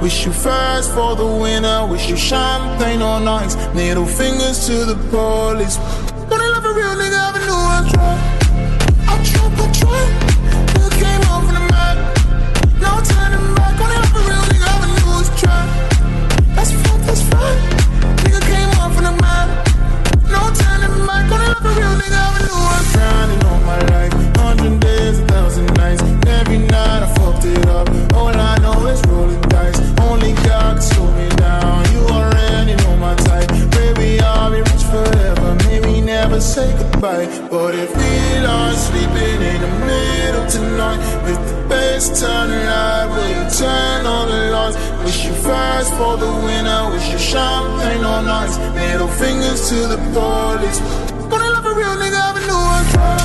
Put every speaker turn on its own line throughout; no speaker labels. Wish you first for the winner. Wish you champagne on ice. Middle fingers to the police. Wanna love a real nigga? I knew I tried. I tried, I tried. Still came home from the map. No turning back. Wanna love a real nigga? I knew I tried. That's fucked, that's fucked. Nigga came home from the map. No turning back. Wanna love a real nigga? I knew I grinding all my life. Hundred days, a thousand nights. Every night I fucked it up. All I know is rolling dice. Only God can slow me down. You already know my type. Baby, I'll be rich forever. Maybe never say goodbye. But if we lost sleeping in the middle tonight, with the bass turning loud, will you turn on the lights? Wish you fast for the winner. Wish you champagne on ice. Middle fingers to the police. Gonna love a real nigga, I knew I tried.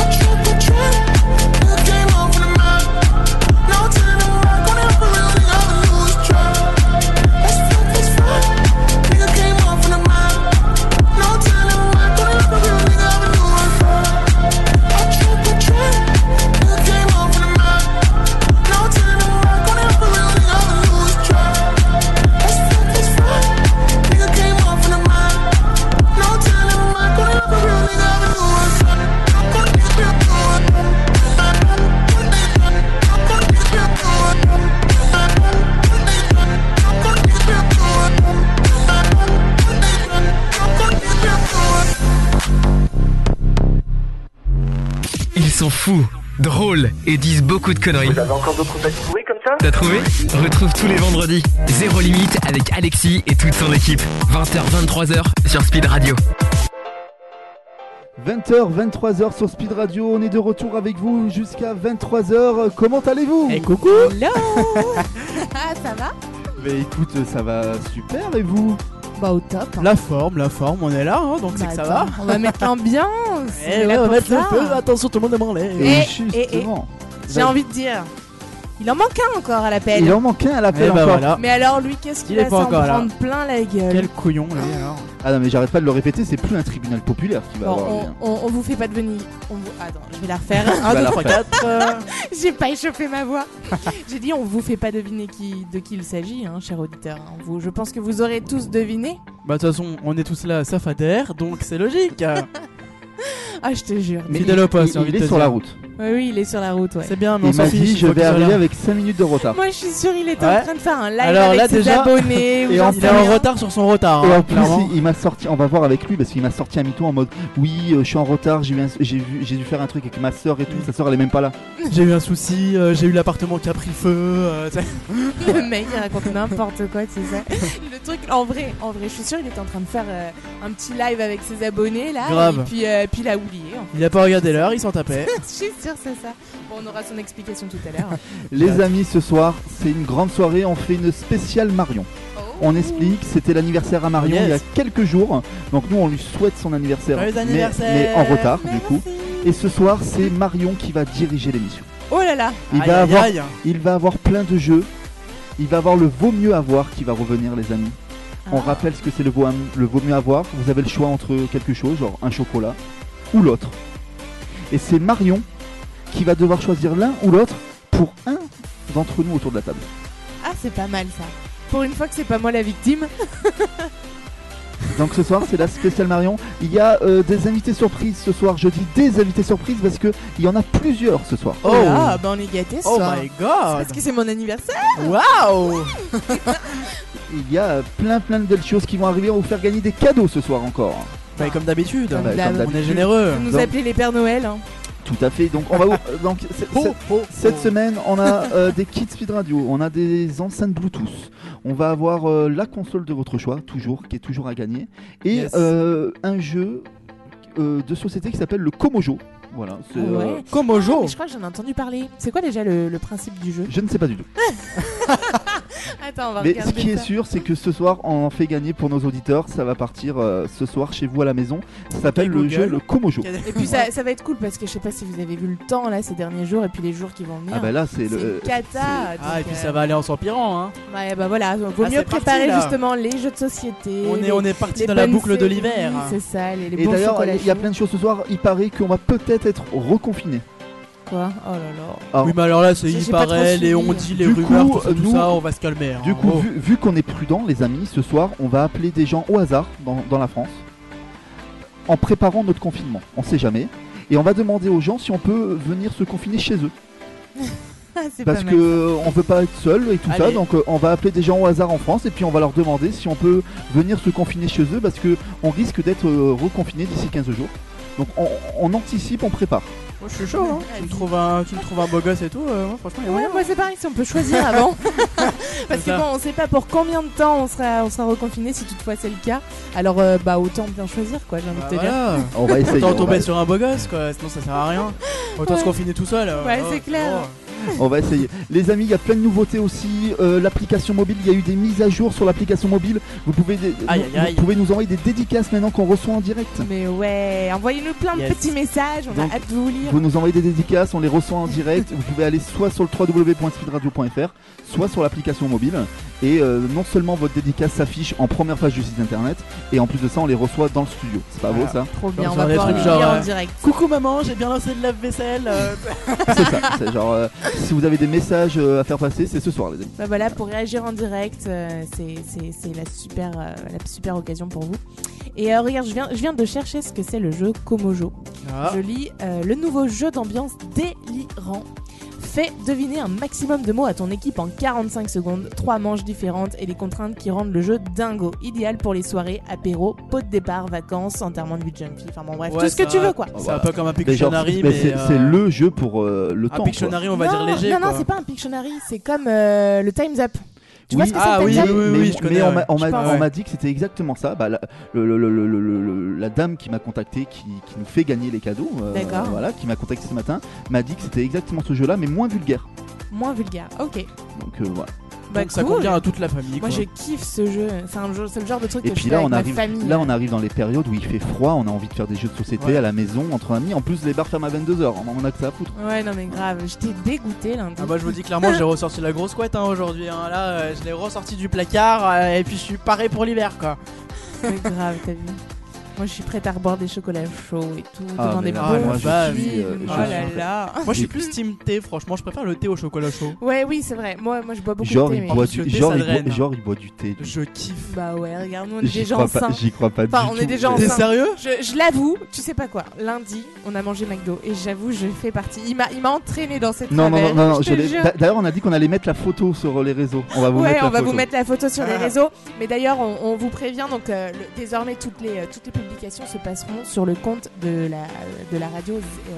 I tried, I tried. Still came home from the map. No turning back. Gonna love a real nigga, I knew I tried. That's fucked, that's fucked. Nigga came home from the map. No turning back. Gonna love a real nigga, I knew I tried. I tried, I tried. Still came home from the map. No turning back. Gonna love a real nigga, I knew I tried. That's fucked, that's fucked. Nigga came home from the map. No turning back. Gonna love a real nigga, I knew I tried.
Ils sont fous, drôles et disent beaucoup de conneries.
Vous avez encore d'autres bêtes pourries comme ça
T'as trouvé Retrouve tous les vendredis Zéro Limite avec Alexis et toute son équipe. 20h-23h sur Speed Radio.
20h, 23h sur Speed Radio, on est de retour avec vous jusqu'à 23h. Comment allez-vous
Eh,
coucou
Hello Ah, ça va
Mais écoute, ça va super et vous
Bah au top. hein.
La forme, la forme, on est là, hein, donc c'est
Bah,
que ça
attends,
va.
On va mettre l'ambiance.
Eh
on est
ouais,
là
on va
pour
mettre le
ça.
feu, attention tout le monde est
Eh,
branlé.
Et
eh,
justement,
J'ai envie de dire, il en manque un encore à l'appel.
il en manque un à l'appel
Eh bah
encore.
voilà.
Mais alors lui, qu'est-ce qu'il
Il est
va
pas
s'en
encore là.
prendre plein la gueule
Quel couillon lui alors.
Ah non mais j'arrête pas de le répéter, c'est plus un tribunal populaire qui va
Bon,
avoir. lui,
on,
hein.
on- on vous fait pas de venir. On vous... Attends, je vais la refaire.
Tu
1,
vas
2,
la
3,
refaire.
4.
J'ai pas échauffé ma voix. J'ai dit, on vous fait pas deviner qui, de qui il s'agit, hein, cher auditeur. On vous- je pense que vous aurez tous deviné.
Bah de toute façon, on est tous là à Safader, donc c'est logique.
Ah, je te jure.
Mais
Fidèle
il-
au poste,
il-
j'ai envie
il
de
est
te
sur
dire.
la route.
Oui, oui, il est sur la route, ouais.
C'est bien, mais on
Il
s'en
m'a
fiche.
dit
il
je
faut
vais
qu'il soit
arriver
là.
avec 5 minutes de retard.
Moi, je suis sûre, il était en
Ouais.
train de faire un live
Alors
avec
là,
ses
déjà-
abonnés. ou
Et
j'en
en-
sais
Il est en
rien.
retard sur son retard.
Et
hein,
en plus,
clairement.
il, il m'a sorti. On va voir avec lui parce qu'il m'a sorti un mytho en mode oui, euh, je suis en retard, j'ai eu un- j'ai vu- j'ai dû faire un truc avec ma soeur et tout. Sa soeur elle est même pas là.
J'ai eu un souci, euh, j'ai eu l'appartement qui a pris feu. euh, t'sais.
Le mec, il raconte n'importe quoi, c'est ça. Le truc, en vrai, en vrai, je suis sûre, il était en train de faire euh, un petit live avec ses abonnés, là.
Grave.
Et puis, euh, puis il a oublié. en
il a pas regardé l'heure, il s'en tapait.
fait. Je suis sûre, c'est ça. Bon, on aura son explication tout à l'heure.
Les amis, ce soir c'est une grande soirée. On fait une spéciale Marion. On explique, c'était l'anniversaire à Marion
Yes.
il y a quelques jours. Donc nous on lui souhaite son anniversaire,
Joyeux
mais-
anniversaire.
mais en retard du
Merci.
coup. Et ce soir c'est Marion qui va diriger l'émission.
Oh là là.
Il,
Aïe,
va
aïe,
avoir-
aïe.
il va avoir plein de jeux. Il va avoir le vaut mieux avoir qui va revenir les amis.
Ah.
On rappelle ce que c'est le vaut, le vaut mieux avoir. Vous avez le choix entre quelque chose, genre un chocolat, ou l'autre. Et c'est Marion qui va devoir choisir l'un ou l'autre pour un d'entre nous autour de la table.
Ah, c'est pas mal ça. Pour une fois que c'est pas moi la victime.
Donc ce soir c'est la spéciale Marion. Il y a euh, des invités surprises ce soir. Je dis des invités surprises parce que il y en a plusieurs ce soir.
Oh.
là, bah on est gâtés ce
Oh
soir.
my
Parce
god.
que c'est mon anniversaire.
Waouh.
Il y a euh, plein plein de belles choses qui vont arriver. On va vous faire gagner des cadeaux ce soir encore. Ah
Bah, comme d'habitude.
Comme d'hab.
On est généreux.
Vous nous
Donc-
appelez les Pères Noël. hein.
Tout à fait. Donc on va vous- donc c'est-
Oh,
c'est- Cette semaine, on a euh, des kits Speed Radio, on a des enceintes Bluetooth, on va avoir euh, la console de votre choix, toujours, qui est toujours à gagner, et
Yes.
euh, un jeu euh, de société qui s'appelle le Komojo. Voilà, c'est, euh,
Ouais.
Comme
Ah,
Ojo.
mais je crois que j'en ai entendu parler. C'est quoi déjà le, le principe du jeu
je ne sais pas du tout.
Attends, on va
Mais ce
regarder
qui est
ça.
sûr, c'est que ce soir, on en fait gagner pour nos auditeurs. Ça va partir euh, ce soir chez vous à la maison. Ça s'appelle le
Google.
jeu le Komojo.
Et puis ça, ça va être cool parce que je sais pas si vous avez vu le temps là ces derniers jours et puis les jours qui vont venir.
Ah bah là, c'est
c'est
le.
cata.
Ah, et
donc,
puis
euh,
ça va aller en s'empirant. Hein.
Ouais, bah voilà, vaut
Ah,
mieux
c'est parti,
préparer
là.
justement les jeux de société.
On est,
les-
on est parti
les
dans la
bonnes
boucle de
séries,
l'hiver.
C'est ça, les, les
Et
bons
d'ailleurs,
chocolats
il y a
chauds.
plein de choses ce soir. Il paraît qu'on va peut-être être reconfiné.
Quoi Oh là là.
Alors,
Oui, mais alors là, c'est
J'ai- j'ai
il
pas trop
paraît, les
suivi.
on dit, les
Du
rumeurs,
coup,
tout, ça, tout
nous-
ça, on va se calmer. hein.
Du coup,
Oh.
vu, vu qu'on est prudent, les amis, ce soir, on va appeler des gens au hasard dans, dans la France en préparant notre confinement. On sait jamais. Et on va demander aux gens si on peut venir se confiner chez eux.
Ah, c'est
Parce
pas mal.
que on veut pas être seul et tout ça.
Allez.
Donc euh, on va appeler des gens au hasard en France et puis on va leur demander si on peut venir se confiner chez eux parce que on risque d'être euh, reconfiné d'ici 15 jours. Donc on, on anticipe, on prépare.
Moi, je suis chaud, hein. tu, me
Vas-y.
trouves un, tu me trouves un beau gosse et tout, euh, moi, franchement, il y a
Ouais,
moyen.
moi c'est pareil, si on peut choisir avant. Parce
C'est ça.
que bon, on sait pas pour combien de temps on sera, on sera reconfiné si toutefois c'est le cas. Alors euh, bah autant bien choisir quoi, j'ai envie
Bah,
de te dire.
voilà.
On va essayer.
Autant
on, va,
tomber sur un beau gosse, quoi, sinon ça sert à rien. Autant
Ouais.
se confiner tout seul. euh,
Ouais,
oh,
c'est clair.
bon.
on va essayer. Les amis, il y a plein de nouveautés aussi. Euh, l'application mobile, il y a eu des mises à jour sur l'application mobile. Vous pouvez, des-
Aïe,
nous-
aïe, aïe.
vous pouvez nous envoyer des dédicaces maintenant qu'on reçoit en direct.
Mais ouais, envoyez-nous plein de
Yes.
petits messages, on
Donc,
a hâte de vous lire.
Vous nous envoyez des dédicaces, on les reçoit en direct. Vous pouvez aller soit sur le www.speedradio.fr, soit sur l'application mobile. Et euh, non seulement votre dédicace s'affiche en première page du site internet, et en plus de ça, on les reçoit dans le studio. C'est pas beau
Voilà.
ça
Trop bien,
Genre,
on va
des
pouvoir
trucs
les lire
genre,
en
euh,
direct.
Coucou maman, j'ai bien lancé le lave-vaisselle. euh,
C'est ça. C'est genre, euh, si vous avez des messages euh, à faire passer, c'est ce soir, les amis.
Bah voilà, pour réagir en direct, euh, c'est- c'est c'est la, super, euh, la super occasion pour vous. Et euh, regarde, je viens, je viens de chercher ce que c'est le jeu Komojo.
Ah.
Je lis euh, le nouveau jeu d'ambiance délirant. Fais deviner un maximum de mots à ton équipe en 45 secondes, trois manches différentes et des contraintes qui rendent le jeu dingo, idéal pour les soirées, apéro, pot de départ, vacances, enterrement de vie de jeune fille, enfin bon bref,
Ouais,
tout ce que
ça-
tu veux quoi.
C'est un peu comme un
Mais genre,
Pictionary,
mais
mais.
c'est
euh,
c'est le jeu pour euh, le
Un
temps. quoi.
Pictionary, on va dire
non,
léger.
non, non,
quoi.
c'est pas un Pictionary, c'est comme euh, le Time's Up. Tu vois
Oui.
ce que
Ah
c'est le
oui,
Time's Up
oui, oui,
mais,
oui, je
mais
connais,
on
ouais.
m'a- on m'a
Je pense,
on
ouais.
m'a dit que c'était exactement ça. Bah, la, le- le- le- le- le- le- la dame qui m'a contacté, qui, qui nous fait gagner les cadeaux, euh,
D'accord.
voilà, qui m'a contacté ce matin, m'a dit que c'était exactement ce jeu-là, mais moins vulgaire.
Moins vulgaire, ok.
Donc euh, voilà.
Bah,
Donc ça
cool.
convient à toute la famille. quoi.
Moi je kiffe ce jeu, c'est un jeu- c'est le genre de truc
Et
que
puis
je fais
là,
avec
on
ma
arrive,
famille. hein.
là, on arrive dans les périodes où il fait froid, on a envie de faire des jeux de société
Ouais.
à la maison entre amis. En plus, les bars ferment à 22h, on a que ça à foutre.
Ouais, non mais grave, j'étais dégoûtée lundi.
Ah bah je vous dis clairement j'ai ressorti la grosse couette hein, aujourd'hui hein. là euh, je l'ai ressorti du placard euh, et puis je suis paré pour l'hiver quoi.
C'est grave, t'as vu. Moi, je suis prête à reboire des chocolats chauds et tout,
Ah,
devant
mais
des
là,
bons
moi, je
films.
suis, euh, je
oh
suis
là
en fait.
là.
Moi je
Et-
suis plus team thé franchement je préfère le thé au chocolat chaud.
Ouais, oui, c'est vrai. Moi, moi, je bois beaucoup
Genre,
de thé.
il
Mais...
boit
Parce que hein.
du,
dès
genre,
ça
il boit-
draine.
genre, il boit du thé.
Je kiffe.
Bah ouais, regarde, nous, on est
J'y
des gens
crois, pas-
sains.
j'y crois pas
Enfin,
du
on est
tout.
des gens
T'es
sains.
sérieux
Je, je l'avoue, tu sais pas quoi. Lundi, on a mangé McDo et j'avoue, je fais partie. Il m'a, il m'a entraîné dans cette
Non, non, non,
travers,
non, non,
Ah ben, je
je
te
l'ai-
jure.
d'a- D'ailleurs, on a dit qu'on allait mettre la photo sur les réseaux. On va vous
ouais,
mettre
on
la
va
photo.
vous mettre la photo sur les
Ah.
réseaux. Mais d'ailleurs, on, on vous prévient, donc euh, le- désormais, toutes les, euh, toutes les publications se passeront sur le compte de la, de la radio, euh,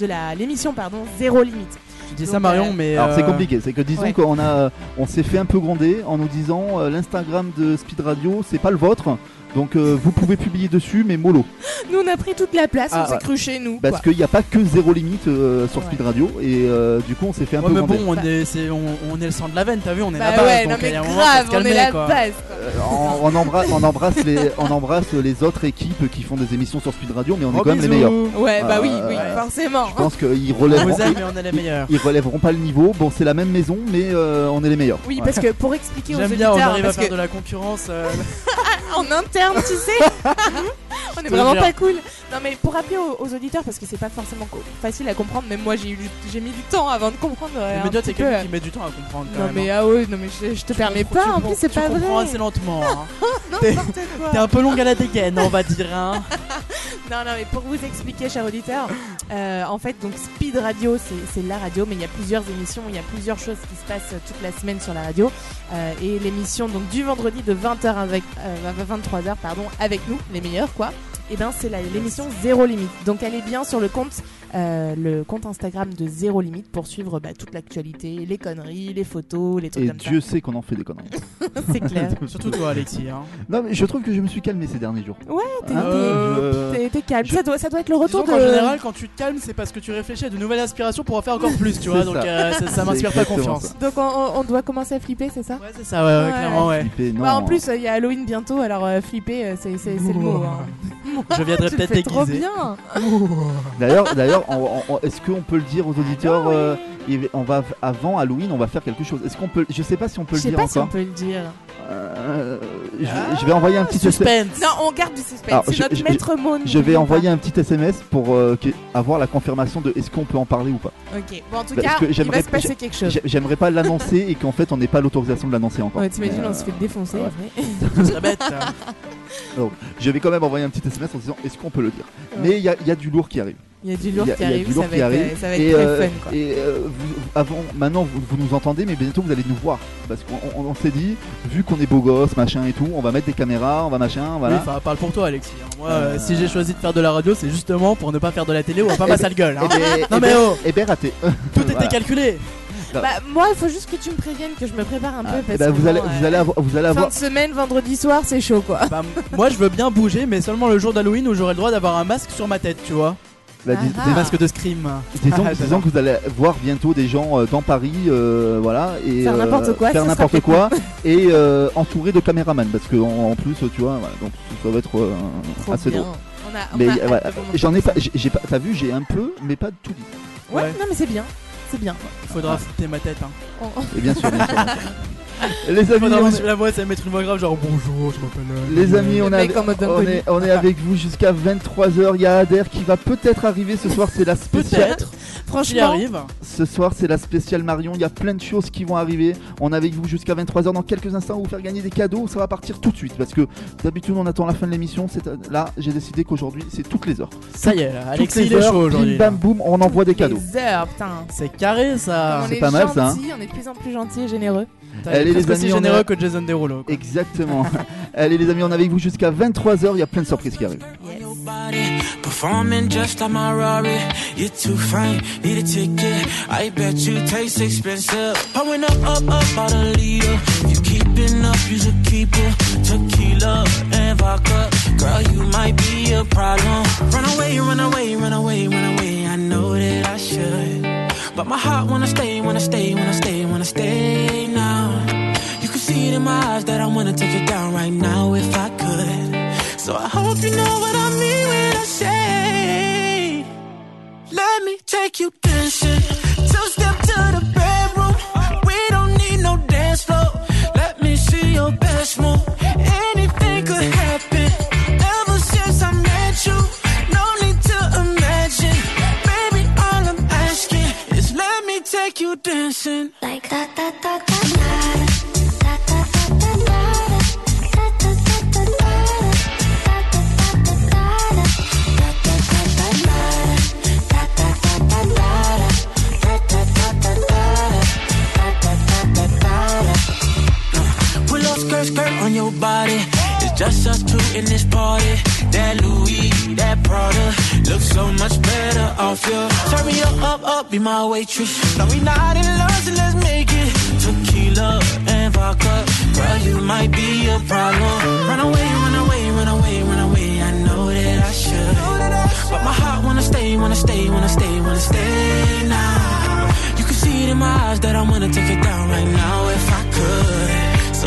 de la, l'émission, pardon, Zéro Limite.
Tu dis
Donc,
ça
euh,
Marion mais
Alors c'est
euh,
compliqué, c'est que disons
ouais.
qu'on a, on s'est fait un peu gronder en nous disant euh, l'Instagram de Speed Radio c'est pas le vôtre, donc euh, vous pouvez publier dessus mais mollo,
Nous, on a pris toute la place,
Ah,
on s'est
ouais.
cru chez nous.
parce
Quoi.
qu'il n'y a pas que zéro limite euh, sur
Ouais.
Speed Radio et euh, du coup on s'est fait un
Ouais
peu
mais
gronder.
bon on est, c'est- on, on est le sang de la veine t'as vu on est
Bah
la base
ouais,
donc
non
il
mais
y a un moment, faut se
grave, on
calmer,
est la
quoi.
base.
Euh, on, on embrasse, on embrasse les, on embrasse les autres équipes qui font des émissions sur Speed Radio, mais on est
Gros
quand même les
bisous.
meilleurs.
Ouais, bah oui,
Euh,
oui,
ouais.
forcément.
Je pense qu'ils
On vous
relèveront,
aime mais on est les meilleurs.
ils relèveront pas le niveau. Bon c'est la même maison, mais euh, on est les meilleurs.
Oui, parce que pour expliquer aux
J'aime bien
auditeurs,
on arrive à
parce
faire
que
de la concurrence. euh,
Ah, en interne, tu sais, on est vraiment
jure.
pas cool. Non, mais pour rappeler aux, aux auditeurs, parce que c'est pas forcément co- facile à comprendre, même moi j'ai eu, du- j'ai mis du temps avant de comprendre. euh,
Le
un
média
petit
t'es
peu.
quelqu'un qui met du temps à comprendre quand
Non
même.
mais ah ouais, non mais je, je te permets
Tu
pas, en
comprends-
plus c'est
tu
pas vrai.
comprends assez lentement. hein.
N'importe quoi.
T'es un peu longue à la dégaine on va dire hein.
Non, non, mais pour vous expliquer, cher auditeur, euh, en fait, donc Speed Radio, c'est- c'est la radio, mais il y a plusieurs émissions, il y a plusieurs choses qui se passent euh, toute la semaine sur la radio. Euh, et l'émission donc du vendredi de 20h avec euh, à 23h pardon avec nous, les meilleurs quoi. Et ben c'est la- l'émission Zéro Limite. Donc allez bien sur le compte euh, le compte Instagram de Zéro Limite pour suivre bah, toute l'actualité, les conneries, les photos, les trucs
Et
comme
Dieu sait qu'on en fait des conneries.
ça. c'est clair.
Surtout toi Alexis hein.
Non mais je trouve que je me suis calmé ces derniers jours. Hein
Ouais, t'es-
Euh,
T'es t'es calme.
je-
Ça doit ça doit être le
Ah, Disons
retour de.
qu'en général, quand tu te calmes, c'est parce que tu réfléchis à de nouvelles aspirations pour en faire encore plus, tu vois.
C'est
Donc
ça.
euh, ça, ça
C'est
m'inspire pas
exactement
confiance.
Donc on- on, on doit commencer à flipper, c'est ça
Ouais, c'est ça, ouais, ouais,
Ouais.
clairement, ouais.
flipper, non.
Bah, en plus, euh, il y a Halloween bientôt, alors euh, flipper, euh, c'est c'est- c'est le mot. hein.
Je viendrai
Tu le
peut-être
fais trop
déguisé.
bien.
D'ailleurs, d'ailleurs, on- on- on- est-ce qu'on peut le dire aux auditeurs
Ah non,
euh, il- On va avant Halloween, on va faire quelque chose. Est-ce qu'on peut Je sais pas si on peut
Je
le
sais
dire
pas si on
encore.
peut le dire. Ah,
Euh, je, vais- je vais envoyer un petit SMS.
Suspense.
Non, on garde du suspense.
Alors,
c'est
je-
notre
je-
maître mot.
Je
n'oubliez
vais
pas.
envoyer un petit SMS pour euh, que- avoir la confirmation de est-ce qu'on peut en parler ou pas.
Ok. Bon, en tout
Parce
cas,
que
il
j'aimerais-
va se passer quelque chose.
J'ai- J'aimerais pas l'annoncer et qu'en fait on n'ait pas l'autorisation de l'annoncer encore. Euh,
Ouais, T'imagines,
Mais,
on se fait défoncer
ouais.
après.
C'est très bête.
euh, Je vais quand même envoyer un petit SMS en disant est-ce qu'on peut le dire. Mais il y, a- il y a du lourd qui arrive.
Il y a du
Il
lourd
y a,
qui
il y a
arrive.
du lourd
ça va
qui
être,
arrive.
euh, ça va être
et
très
euh,
fun, quoi.
et, euh, vous- avant, maintenant vous, vous nous entendez, mais bientôt vous allez nous voir parce qu'on on- on s'est dit vu qu'on est beau gosse, machin et tout, on va mettre des caméras, on va machin,
Oui,
voilà.
enfin, parle pour toi, Alexis. hein. Moi, euh,
Euh.
si j'ai choisi de faire de la radio, c'est justement pour ne pas faire de la télé ou à pas ma sale gueule. hein.
Eh ben-
Non,
eh
mais
ben-
oh,
eh ben, raté.
tout était
Voilà.
calculé.
Bah, moi, il faut juste que tu me préviennes, que je me prépare un peu.
Eh
Parce
ben,
que
vous allez,
bon,
vous
euh,
allez avoir, vous allez
Fin
avoir
de semaine, vendredi soir, c'est chaud quoi.
Bah, moi, je veux bien bouger, mais seulement le jour d'Halloween où j'aurai le droit d'avoir un masque sur ma tête, tu vois.
la- dis-
Ah.
Un
dis-
masque de scream.
Disons,
Ah,
disons que vous allez voir bientôt des gens euh, dans Paris, euh, voilà, et
Faire n'importe
euh,
quoi,
faire
ça sera
n'importe
fait.
quoi, et euh, entouré de caméramans, parce que en, en plus, tu vois, voilà, donc ça va être euh,
Trop
assez
bien.
drôle.
On a, on
Mais
a hâte de
voilà,
vous
j'en ai
montrer
pas, j'ai j'ai pas, t'as vu, j'ai un peu, mais pas tout dit.
ça. Ouais,
Ouais.
non mais c'est bien, c'est bien. Oh.
Il faudra foutre ma tête. Hein.
On-
Et bien sûr, bien sûr. les amis,
Faudra
on
mettre la voix, ça va mettre une voix grave, genre bonjour, je m'appelle. euh,
Les amis, on,
Le
est
mec
avec-
en mode
on
inconnu.
est, on est avec vous jusqu'à 23h. Il y a Ader qui va peut-être arriver ce soir. C'est la spéciale.
Peut-être, j'y
Franchement,
arrive.
Ce soir, c'est la spéciale Marion. Il y a plein de choses qui vont arriver. On est avec vous jusqu'à 23h. Dans quelques instants, on va vous faire gagner des cadeaux. Ça va partir tout de suite parce que d'habitude, on attend la fin de l'émission. C'est- Là, j'ai décidé qu'aujourd'hui, c'est toutes les heures.
Ça y est, là,
Toutes
Alexis,
les
il est
heures,
chaud
bim
aujourd'hui.
bam boum, on envoie des cadeaux.
les heures, putain.
C'est carré ça.
on
c'est
est
pas mal,
gentil,
ça, hein.
On est de plus en plus gentil et généreux.
Putain,
Allez,
il est
les
presque aussi
amis, on
généreux
est-
que Jason Derulo. quoi.
Exactement. Allez, les amis, on est avec vous jusqu'à 23h. Il y a plein de surprises qui arrivent.
Yes.
body, performing just like my Rari. You're too fine, need a ticket. I bet you taste expensive. Pouring up, up, up out a leader. If you keeping up, you should keep it. Tequila and vodka, girl, you might be a problem. Run away, run away, run away, run away. I know that I should, but my heart wanna stay, wanna stay, wanna stay, wanna stay now. You can see it in my eyes that I wanna take it down right now if I could. So I hope you know what I mean when I say, Let me take you dancing. Two step to the bedroom. We don't need no dance floor. Let me see your best move. Anything could happen. Ever since I met you, no need to imagine. Baby, all I'm asking is let me take you dancing.
Like da da da da da da da da da da da da da da da
Willow skirt, skirt on your body. It's just us two in this party. That Louis, that Prada, looks so much better off you. Turn me up, up, up, be my waitress. No, we not in love, so let's make it tequila and vodka. Girl, you might be a problem. Run away, run away, run away, run away. I know that I should, but my heart wanna stay, wanna stay, wanna stay, wanna stay now. You can see it in my eyes that I wanna take it down right now if I could. So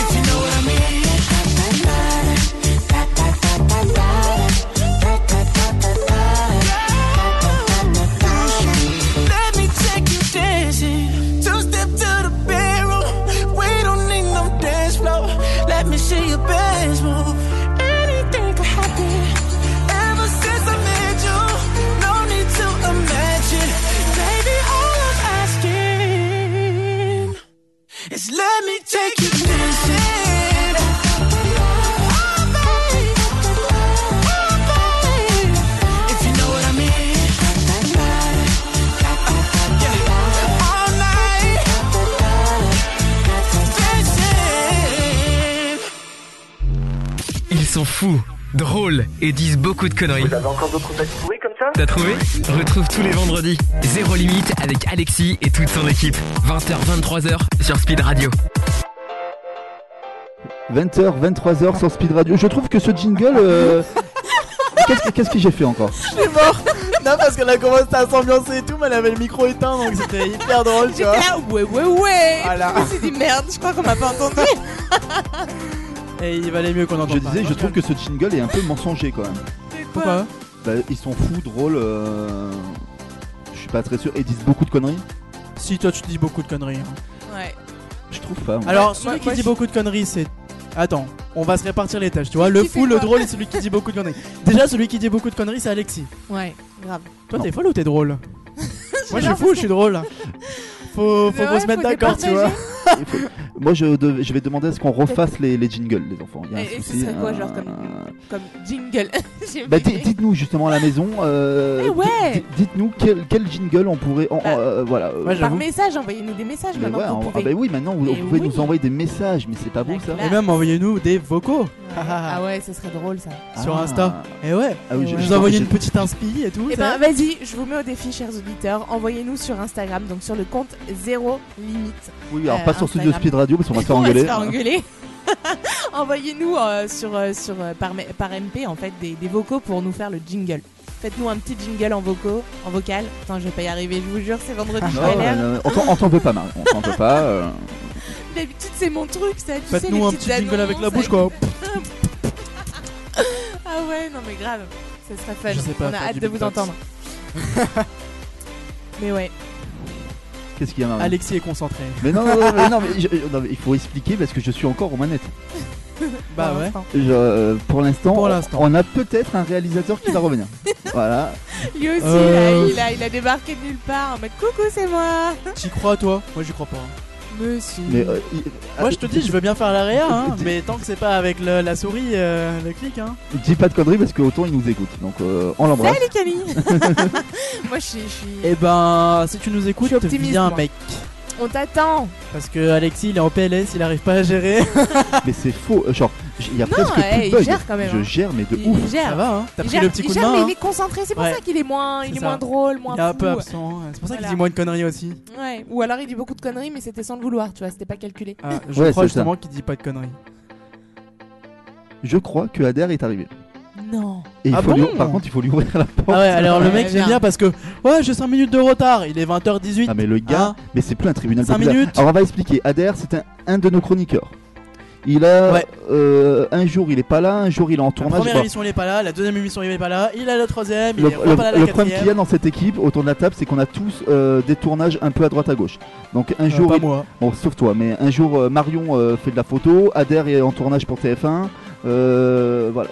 If you know what I mean. Let me take you dancing. Two step to the bedroom. We don't need no dance floor. Let me see your best move. Anything could happen. Ever since I met you, no need to imagine. Baby, all I'm asking is let me take you dancing. Oh, babe. Oh, babe. If you know what I mean. Yeah. All night. Dancing.
Ils sont fous, drôles et disent beaucoup de conneries.
Vous avez encore d'autres bêtes pourries comme ça
T'as trouvé Retrouve tous les vendredis Zéro Limite avec Alexis et toute son équipe. 20h, 23h sur Speed Radio.
20h, 23h sur Speed Radio. Je trouve que ce jingle. euh, Qu'est-ce que, qu'est-ce que j'ai fait encore
T'es mort Non, parce qu'elle a commencé à s'ambiancer et tout, mais elle avait le micro éteint, donc c'était hyper drôle, tu
J'étais
vois.
là, ouais, ouais, ouais.
Voilà.
Je me suis dit, merde, je crois qu'on m'a pas entendu.
Et il valait mieux qu'on entende
Je
pas. hein.
disais, je trouve que ce jingle est un peu mensonger quand même.
C'est quoi
Pourquoi
Bah, ils sont fous, drôles. euh, Je suis pas très sûr. Et ils disent beaucoup de conneries
Si, toi, tu dis beaucoup de conneries. hein.
Ouais.
Je trouve pas. moi.
Alors, celui
moi,
qui
moi,
dit
je-
beaucoup de conneries, c'est. Attends, on va se répartir les tâches, tu vois. Le
Qui fait
fou, le
quoi
drôle et celui qui dit beaucoup de conneries. Déjà, celui qui dit beaucoup de conneries, c'est Alexis.
Ouais, grave.
Toi,
Non.
t'es folle ou t'es drôle Moi, je suis
l'impression-
fou, je suis drôle. Faut, faut
Mais
qu'on
ouais,
se mette
faut
d'accord, tu
départager.
vois.
Il faut- Moi, je, dev- je vais demander à ce qu'on refasse les, les jingles, les enfants. Il y a un
Et- et ce
souci,
serait quoi, genre,
euh,
comme- Comme jingle. J'ai
Bah, di-
bugué.
dites-nous justement à la maison. euh,
Eh ouais
di- di- Dites-nous quel, quel jingle on pourrait. en-
Bah,
euh, voilà. euh,
Moi,
Par
j'avoue.
message, envoyez-nous des messages
mais
maintenant.
ouais,
qu'on
on- ah
pouvait.
bah oui, maintenant vous,
Mais
vous pouvez
oui.
nous envoyer des messages, mais c'est pas beau ça.
La
Et même, envoyez-nous des vocaux
Ouais. Ah ouais, ce serait drôle ça.
sur
bah Ah.
Insta. Et ouais,
Ah oui,
je
j'ai-
vous
j'ai-
envoyez
j'ai-
une petite inspi et tout.
Et
c'est
ben
vrai
vas-y, je vous mets au défi, chers auditeurs. Envoyez-nous sur Instagram, donc sur le compte Zéro Limite.
Oui, alors
Euh,
pas sur Studio
Instagram.
Speed Radio parce qu'on va se faire
On va se
engueuler.
faire engueuler. Envoyez-nous euh, sur, euh, sur, euh, par, ma- par MP en fait des, des vocaux pour nous faire le jingle. Faites-nous un petit jingle en vocaux, en vocal. Attends, je vais pas y arriver, je vous jure, c'est vendredi, je
Non,
galère.
non, non, on t'en- on t'en veut pas, Marie. On t'en veut pas. euh.
D'habitude, c'est mon truc, ça. Tu sais, les
Faites-nous un
petites
petit jingle avec la
annonces,
bouche, quoi.
Ah ouais, non mais grave, ça serait fun.
Je sais pas
On a
faire
hâte
du
de vous
beatbox.
entendre. mais ouais.
Qu'est-ce qu'il y a, Marie
Alexis est concentré.
Mais non, non, non, mais non, mais je- non, mais il faut expliquer parce que je suis encore aux manettes.
Bah
pour
ouais.
l'instant.
Je- euh, pour l'instant,
Pour l'instant.
on a peut-être un réalisateur qui va revenir. voilà.
Lui aussi,
Euh.
il, a, il, a, il a débarqué de nulle part en mode coucou, c'est moi.
T'y crois, toi Moi, j'y crois pas.
Monsieur.
Mais euh, il-
Ah, Moi, je te dis, je veux bien faire la réa, hein,
Dis-
mais tant que c'est pas avec le- la souris, euh, le clic, hein.
dis pas de conneries parce que autant il nous écoute. Donc euh, on l'embrasse.
Salut Camille. moi, je suis. je suis-
Eh ben, si tu nous écoutes,
Je suis optimiste,
viens,
moi.
mec.
On t'attend.
Parce que Alexis, il est en PLS, il arrive pas à gérer.
Mais c'est faux. euh, Genre, j- il y a
Non,
presque
eh,
plus de
il
bugs.
gère quand même,
Je
hein.
gère, mais de
Il,
ouf.
il
Ça
gère.
va, hein. T'as
Il
pris
gère,
le petit
il
coup de
gère, mais
main.
il
hein.
est concentré. C'est pour
Ouais.
ça qu'il est moins,
C'est
il est
ça.
moins drôle, moins
Il est un
fou.
peu absent. hein. C'est pour ça qu'il
Voilà.
dit moins de conneries aussi.
Ouais. Ou alors il dit beaucoup de conneries, mais c'était sans le vouloir. Tu vois, c'était pas calculé.
Ah, je
Ouais,
crois
c'est ça.
justement qu'il dit pas de conneries.
Je crois que Adair est arrivé.
Non.
Et il
Ah
faut lui-
bon
par contre, il faut lui ouvrir la porte.
Ah ouais, alors le mec,
Ouais,
j'aime
bien.
bien parce que, ouais, j'ai 5 minutes de retard. Il est 20h18.
Ah, mais le gars,
Ah.
mais c'est plus un tribunal
Cinq
populaire.
minutes.
Alors on va expliquer. Adair, c'est un, un de nos chroniqueurs. Il a
Ouais.
euh, un jour il est pas là, un jour il est en
La
tournage.
première
Enfin,
émission, il est pas là. La deuxième émission, il est pas là. Il a la troisième.
le,
il est
le-
pas là
le
la
problème qu'il y
quatrième.
a dans cette équipe autour de la table, c'est qu'on a tous euh, des tournages un peu à droite à gauche. Donc un
Euh,
jour,
Pas
il-
moi.
bon sauf toi, mais un jour euh, Marion euh, fait de la photo, Adair est en tournage pour TF1. euh, voilà,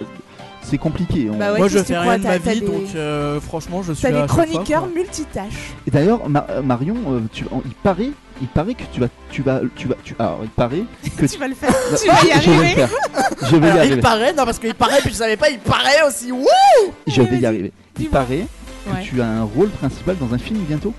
c'est compliqué. on-
Bah ouais.
Moi,
qu'est-ce
je
que
fais
tu crois,
rien de ma
t'as- t'as
vie,
des-
donc euh, franchement, je suis
T'as
là à
des
chaque fois,
chroniqueurs
quoi.
multitâches.
Et d'ailleurs, Ma- euh, Marion, euh, tu- on- il paraît, il paraît que tu vas, tu vas, tu vas, tu. Alors, il paraît que
Tu vas le faire.
Bah,
tu vas y
Je vais le
arriver.
faire. Je vais y
Alors,
arriver.
il paraît, non, parce qu'il paraît, puis je savais pas, il paraît aussi. Wouh
Je vais y
Vas-y,
arriver. Il
dis-moi.
paraît que
Ouais.
tu as un rôle principal dans un film bientôt.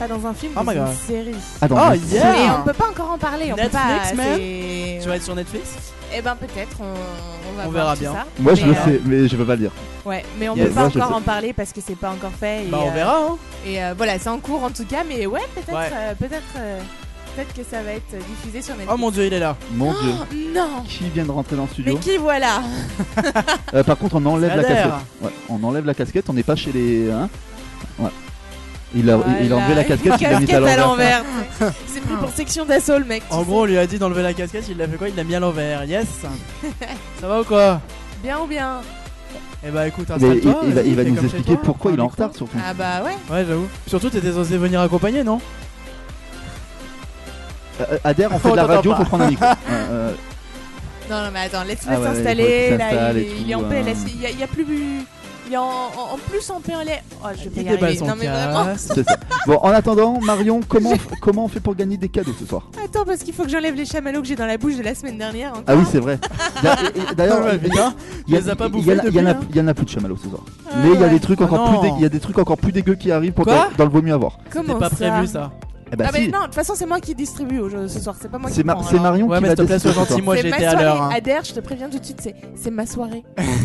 Pas dans un film,
Oh
dans
my
une
God.
série.
Ah, dans
Oh,
un-
yeah.
Mais on peut pas encore en parler. On peut
Netflix,
pas.
man.
c'est-
Tu vas être sur Netflix
Eh ben peut-être, on, on va
On
voir
verra
tout
bien.
ça.
Moi, je
Mais,
le
euh,
sais, mais je veux pas le dire.
Ouais, mais on
Yes.
peut pas
Moi, je
encore
sais.
en parler parce que c'est pas encore fait. Et,
Bah, on
euh,
verra, hein.
et euh, voilà, c'est en cours en tout cas, mais ouais, peut-être,
Ouais.
euh, peut-être, euh, peut-être que ça va être diffusé sur Netflix.
Oh mon dieu, il est là.
Mon dieu.
Oh, non,
Qui vient de rentrer dans le
mais
studio
qui voilà
Ah.
Euh, Par contre, on enlève
C'est
la
Adair.
casquette. Ouais, on enlève la casquette. On n'est pas chez les. hein Voilà. Il a, il- il a
Voilà.
enlevé la casquette, il l'a mise à
Casquette à
l'envers.
l'envers. c'est pris pour section d'assaut le mec. tu
En
sais.
gros, on lui a dit d'enlever la casquette, il l'a fait quoi Il l'a mis à l'envers. Yes Ça va ou quoi
Bien ou bien
Eh bah écoute,
Mais il,
installe-toi.
il va,
vas-y,
il va
fais
nous
comme chez
expliquer
toi,
pourquoi
prends
il est en
un micro.
retard surtout.
Ah bah ouais.
Ouais, j'avoue. Surtout, t'étais censé venir accompagner, non
Euh, Adair, on fait de la
On t'entend
radio,
pas.
faut prendre un micro. Ouais, euh,
Non non mais attends, laisse-le
Ah ouais,
s'installer.
il faut qu'il
là,
s'installe
il,
et
il est
tout,
en PLS.
hein.
Il y a, il y a plus. Il est en, en- en plus en PLS. Oh, je vais pas
Il
y
déballe
arriver.
son
Non mais vraiment.
casque.
c'est ça. Bon, en attendant, Marion, comment, comment on fait pour gagner des cadeaux ce soir
Attends parce qu'il faut que j'enlève les chamallows que j'ai dans la bouche de la semaine dernière. Encore.
Ah oui, c'est vrai. D'a- et- et D'ailleurs,
Ouais,
il y a-
putain,
il y
tu les as pas
il y
bouffés
en a- il y en a-
depuis, hein
il y en a plus de chamallows ce soir.
Ah
Mais il y a
ouais.
des trucs
Ah
encore
non.
plus dégueux- il y a des trucs encore plus dégueux qui arrivent pour
Quoi
dans, dans le vaut mieux avoir.
Comment
C'était pas
ça
prévu ça.
Eh bah
ah
si.
mais non, de toute façon c'est moi qui distribue aujourd'hui- ce soir, c'est pas moi qui
C'est Ma-
prends,
c'est
alors.
Marion
Ouais,
qui
mais
va
s'il te plaît,
décider
sois
ce soir.
gentil, moi
C'est ma
j'étais à
soirée.
l'heure. hein.
Adair, je te préviens tout de suite, c'est c'est ma soirée.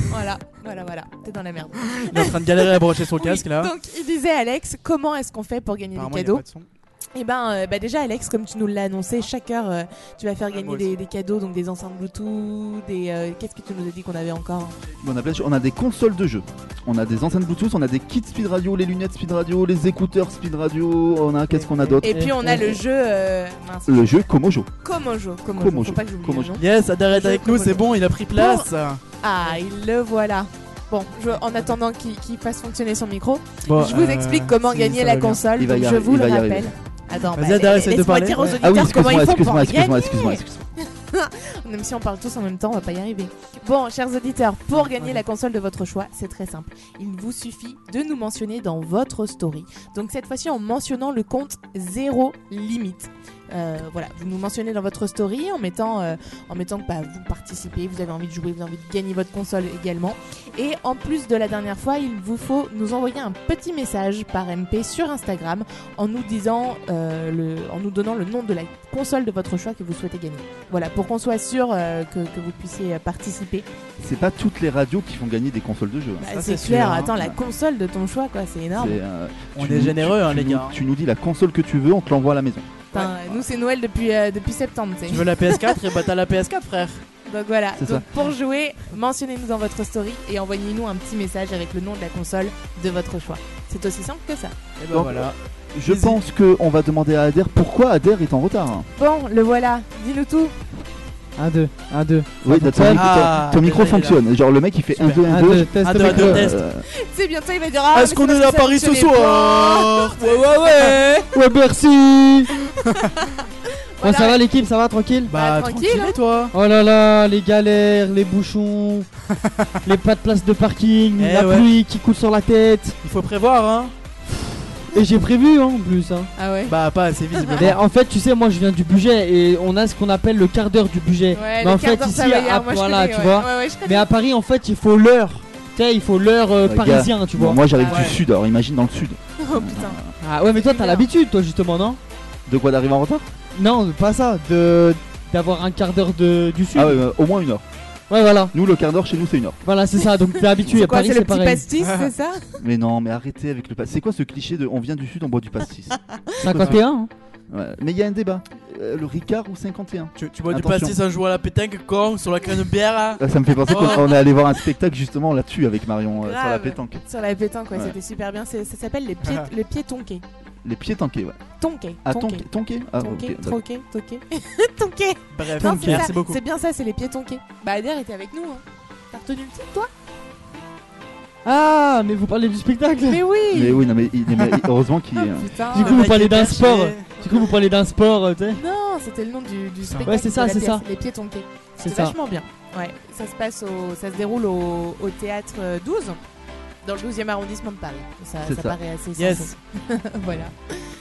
voilà, voilà, voilà, t'es dans la merde.
Il est en train de galérer à brocher son
Oui,
casque là.
Donc il disait Alex, comment est-ce qu'on fait pour gagner des
Apparemment, il y a
cadeaux
pas de son.
Eh ben, euh, bah déjà, Alex, comme tu nous l'as annoncé, chaque heure, euh, tu vas faire gagner
moi
des, des cadeaux, donc des enceintes Bluetooth, des. euh, Qu'est-ce que tu nous as dit qu'on avait encore
On a, plein de choses. On a des consoles de jeux. On a des enceintes Bluetooth, on a des kits speed radio, les lunettes speed radio, les écouteurs speed radio, on a qu'est-ce qu'on a d'autre
Et puis, on a le jeu. Euh, mince,
Le jeu Komojo.
Komojo. Komojo.
Komojo.
Faut pas que j'oublie hein.
Komojo.
le nom.
Yes, Adaret avec nous, c'est bon, il a pris place.
Ah, il le voilà. Bon, je- en attendant qu'il qu'il fasse fonctionner son micro,
Bon,
je vous
euh,
explique comment
si,
gagner
ça
la
va bien.
console.
Il va y
donc je
arriver,
vous
il
le
va y
rappelle.
arrive.
Attends,
Vas-y,
bah,
Adara, essaie de
laisse-moi
parler.
dire aux
Ouais.
auditeurs
Ah oui,
comment
excuse-moi,
ils font pour
excuse-moi, excuse-moi,
gagner.
excuse-moi, excuse-moi.
Même si on parle tous en même temps, on va pas y arriver. Bon, chers auditeurs, pour gagner la console de votre choix, c'est très simple. Il vous suffit de nous mentionner dans votre story. Donc cette fois-ci en mentionnant le compte zéro limite. Euh, voilà, vous nous mentionnez dans votre story en mettant, euh, en mettant que bah, vous participez, vous avez envie de jouer, vous avez envie de gagner votre console également. Et en plus de la dernière fois, il vous faut nous envoyer un petit message par MP sur Instagram en nous disant, euh, le, en nous donnant le nom de la console de votre choix que vous souhaitez gagner. Voilà, pour qu'on soit sûr euh, que, que vous puissiez euh, participer.
C'est pas toutes les radios qui font gagner des consoles de jeux. hein.
Bah,
c'est
c'est clair,
sûr, hein.
attends, la console de ton choix, quoi, c'est énorme.
C'est, euh,
On
tu
est
nous-
généreux, hein,
tu
les
nous-
gars.
Tu nous dis la console que tu veux, on te l'envoie à la maison.
Enfin, Nous, c'est Noël depuis, euh, depuis septembre, tu sais.
Tu veux la PS4 et bah t'as la PS4, frère.
Donc voilà,
C'est
donc pour jouer, mentionnez-nous dans votre story et envoyez-nous un petit message avec le nom de la console de votre choix. C'est aussi simple que ça.
Et bah
Donc,
voilà.
Je
Vas-y. Ah,
pense qu'on va demander à Ader pourquoi Ader est en retard. hein.
Bon, le voilà, dis-nous tout.
1, 2, 1, 2.
Oui, ton, ton-
Ah,
ton micro
déjà, il est là.
fonctionne. Genre le mec il fait 1, 2, 1, 2.
test.
Un, deux, un, deux, test.
Euh,
C'est bientôt, il va dire Ah,
Est-ce
mais
qu'on
c'est
est
parce
là
que
à Paris
ça
ce
fonctionnait
soir Ouais, ouais, ouais
Ouais, merci Bon,
Voilà.
ça va l'équipe, ça va tranquille
Bah,
Bah,
tranquille,
tranquille,
hein.
et toi
Oh là là, les galères, les bouchons, les pas de place de parking,
Eh
la
ouais.
pluie qui coule sur la tête.
Il faut prévoir, hein
Et j'ai prévu hein, en plus. hein.
Ah ouais
Bah, pas assez visible.
Mais en fait, tu sais, moi je viens du budget et on a ce qu'on appelle le quart d'heure du budget. Mais
Ouais, le
en
quart
fait,
d'heure
ici,
savoyard,
à-
moi, je
voilà,
connais,
tu
ouais.
vois.
Ouais, ouais, je connais.
Mais à Paris, en fait, il faut l'heure. Tu sais, il faut l'heure euh,
Ouais,
parisien, tu vois.
moi j'arrive
Ah
du
ouais.
sud, alors imagine dans le sud.
Oh putain.
Ah ouais, mais toi, t'as
Une heure.
l'habitude, toi, justement, non
De quoi d'arriver en retard
Non, pas ça. De d'avoir un quart d'heure de du sud.
Ah ouais, euh, au moins une heure.
Ouais, voilà,
Nous le quart d'heure chez nous c'est une heure.
voilà, c'est ça. Donc t'es habitué.
C'est
à
quoi,
Paris,
c'est le
c'est
petit
pareil.
pastis, c'est ça
Mais non, mais arrêtez avec le pastis. C'est quoi ce cliché de on vient du sud, on boit du pastis
51. hein.
Ouais, Mais il y a un débat. Euh, le Ricard ou 51
Tu, tu bois du
Attention.
pastis un jour Oh. à la pétanque, quand Sur la canne de bière, hein. là
Là, ça me fait penser qu'on on est allé voir un spectacle justement là-dessus avec Marion euh, sur la
Grave.
pétanque.
Sur la pétanque, ouais,
Ouais.
c'était super bien. C'est- Ça s'appelle les pieds, les pieds tonqués.
Les pieds tanqués, ouais.
Tonqués.
Ah,
tonqués.
tonqués Tonqués Ah,
Tonqué,
ok. d'accord.
troqué, toqué. Tonqué
Bref,
Non, c'est
merci
ça,
beaucoup.
C'est bien ça, c'est les pieds tonqués. Bah, Adair était avec nous. Hein. T'as retenu le titre, toi
Ah, mais vous parlez du spectacle.
Mais oui
Mais oui, non, mais, il- mais heureusement qu'il.
Ah,
euh,
putain
Du coup, vous
Avec
parlez
les
d'un
perches,
sport.
les-
Du coup, vous parlez d'un sport, euh, tu sais.
Non, c'était le nom du, du spectacle.
Ouais, c'est ça,
de la
c'est
pièce,
ça.
Les pieds tonqués.
C'est
C'est
ça.
vachement bien. Ouais, ça se passe au. Ça se déroule au, au théâtre euh, 12, dans le 12 e arrondissement de Paris. Ça,
C'est
ça
ça.
paraît assez
Yes.
sensé. voilà.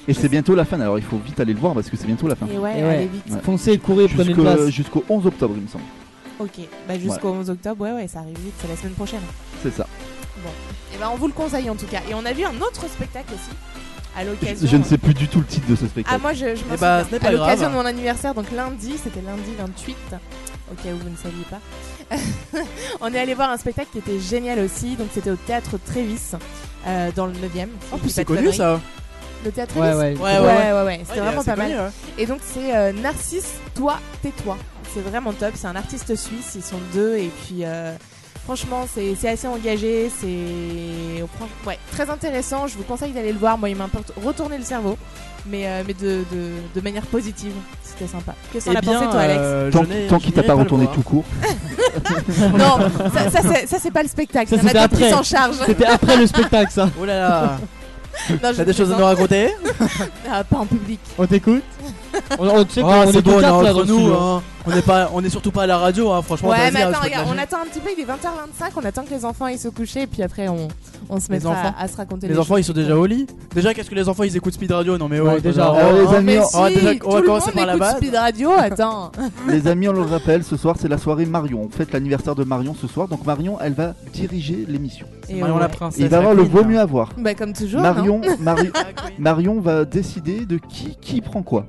Et c'est bientôt la fin, alors il faut vite aller le voir parce que c'est bientôt la fin.
Et ouais,
Et ouais.
allez vite.
Ouais.
Foncez, courez, prenez une place.
Jusqu'au jusqu'au 11 octobre, il me semble.
Ok, bah jusqu'au 11 octobre, ouais, ouais, ça arrive vite, c'est la semaine prochaine.
C'est ça.
Et ben on vous le conseille en tout cas. Et on a vu un autre spectacle aussi, à
Je,
l'occasion.
je ne sais plus du tout le titre de ce
Ah
spectacle.
moi je, je m'en
Eh bah,
souviens.
ce n'est pas
à l'occasion
grave.
de mon anniversaire donc lundi c'était lundi 28 au cas où vous ne saviez pas on est allé voir un spectacle qui était génial aussi donc c'était au théâtre Trévis euh, dans le 9ème
En plus, Oh, c'est connu, ça
le théâtre
Ouais,
Trévis
ouais.
Ouais,
ouais,
ouais.
ouais, ouais, c'était
Ouais,
vraiment
c'est
pas mal
connu, hein.
et donc c'est euh, Narcisse, toi, tais-toi. C'est vraiment top. C'est un artiste suisse. Ils sont deux et puis euh, franchement c'est c'est assez engagé. C'est franch- ouais très intéressant. Je vous conseille d'aller le voir. Moi il m'importe retourner le cerveau, mais euh, mais de, de, de manière positive. C'était sympa. Qu'est-ce qu'on
Eh
a pensé
bien,
toi Alex
euh,
Tant,
je n'ai-
tant
je
qu'il t'a
n'irai
pas
le
retourné
voir.
tout court.
Non, ça, ça, c'est- ça, c'est pas le spectacle.
Ça,
Il y en a
c'était
d'autres qui
après.
s'en charge.
C'était après le spectacle, ça.
Oh là là
Non, je
T'as des choses à nous
plaisante.
raconter
Ah, pas en public.
On t'écoute. On, on, tu sais
Oh,
qu'on
c'est
est
bon, on
bon,
est
là dans
entre
le studio.
nous, hein. on n'est pas, on est surtout pas à la radio, hein, franchement.
Ouais,
vas-y,
mais
hein, je
attends,
peux te
regarde, on
lâcher.
attend un petit peu, il est 20h25, on attend que les enfants ils se couchent et puis après on, on se
Les
mettra
enfants.
à, à se raconter
Les
les
enfants,
choses.
ils sont déjà au lit. Déjà, qu'est-ce que les enfants, ils écoutent Speed Radio Non, mais
Ouais,
ouais,
déjà,
déjà.
ouais.
Alors, Oh, les, amis,
Oh, Mais
on-
si,
on va déjà- on va
tout le
commencer
monde
par la
écoute
base.
Speed Radio, attends.
les amis, on le rappelle, ce soir c'est la soirée Marion. On fête l'anniversaire de Marion ce soir. Donc Marion, elle va diriger l'émission.
Et
Marion
ouais.
la princesse.
Et il va y avoir
la
le
queen,
vaut mieux avoir.
Bah comme toujours. non
Marion, Mari-
hein.
Marion va décider de qui, qui prend quoi.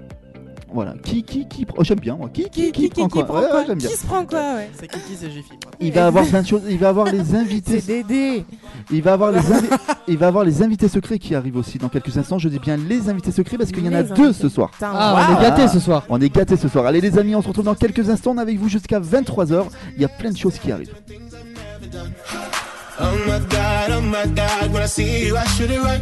Voilà. Qui, qui, qui. oh, j'aime bien, moi. Qui,
Qui, qui,
prend
qui,
quoi Ouais, ouais, j'aime bien.
Qui se prend quoi ouais.
C'est Kiki, c'est Jiffy. moi.
Il va avoir plein de choses. Il va avoir les invités.
C'est Dédé.
Il va avoir les invi- il va avoir les invités secrets qui arrivent aussi dans quelques instants. Je dis bien les invités secrets parce qu'il y en a
Les
deux
invités.
ce soir.
Putain,
Ah, on est gâtés ce soir.
On est gâtés ce soir. Allez les amis, on se retrouve dans quelques instants. On est avec vous jusqu'à 23h. Il y a plein de choses qui arrivent.
Oh my god, oh my god, when I see you, I should it right.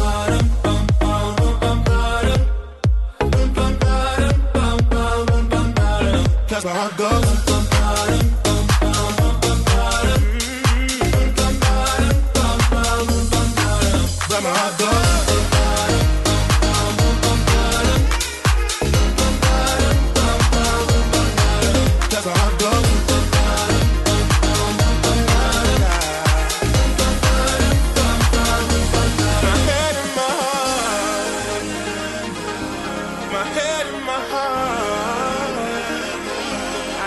Cause my heart goes. But my heart goes. Cause my heart goes. My head and my heart. My head and my heart.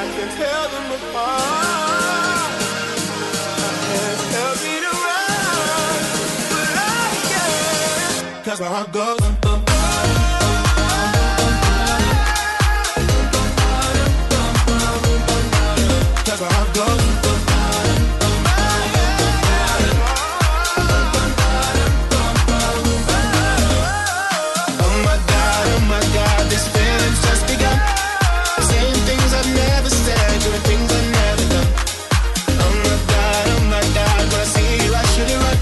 I can tell them apart. Can't tell me to run, but I can. Cause my heart goes. Cause my heart goes. Oh my god, oh my god, this feeling's just begun. Saying things I've never said, doing things I've never done. Oh my god, oh my god, when I see you, I should run.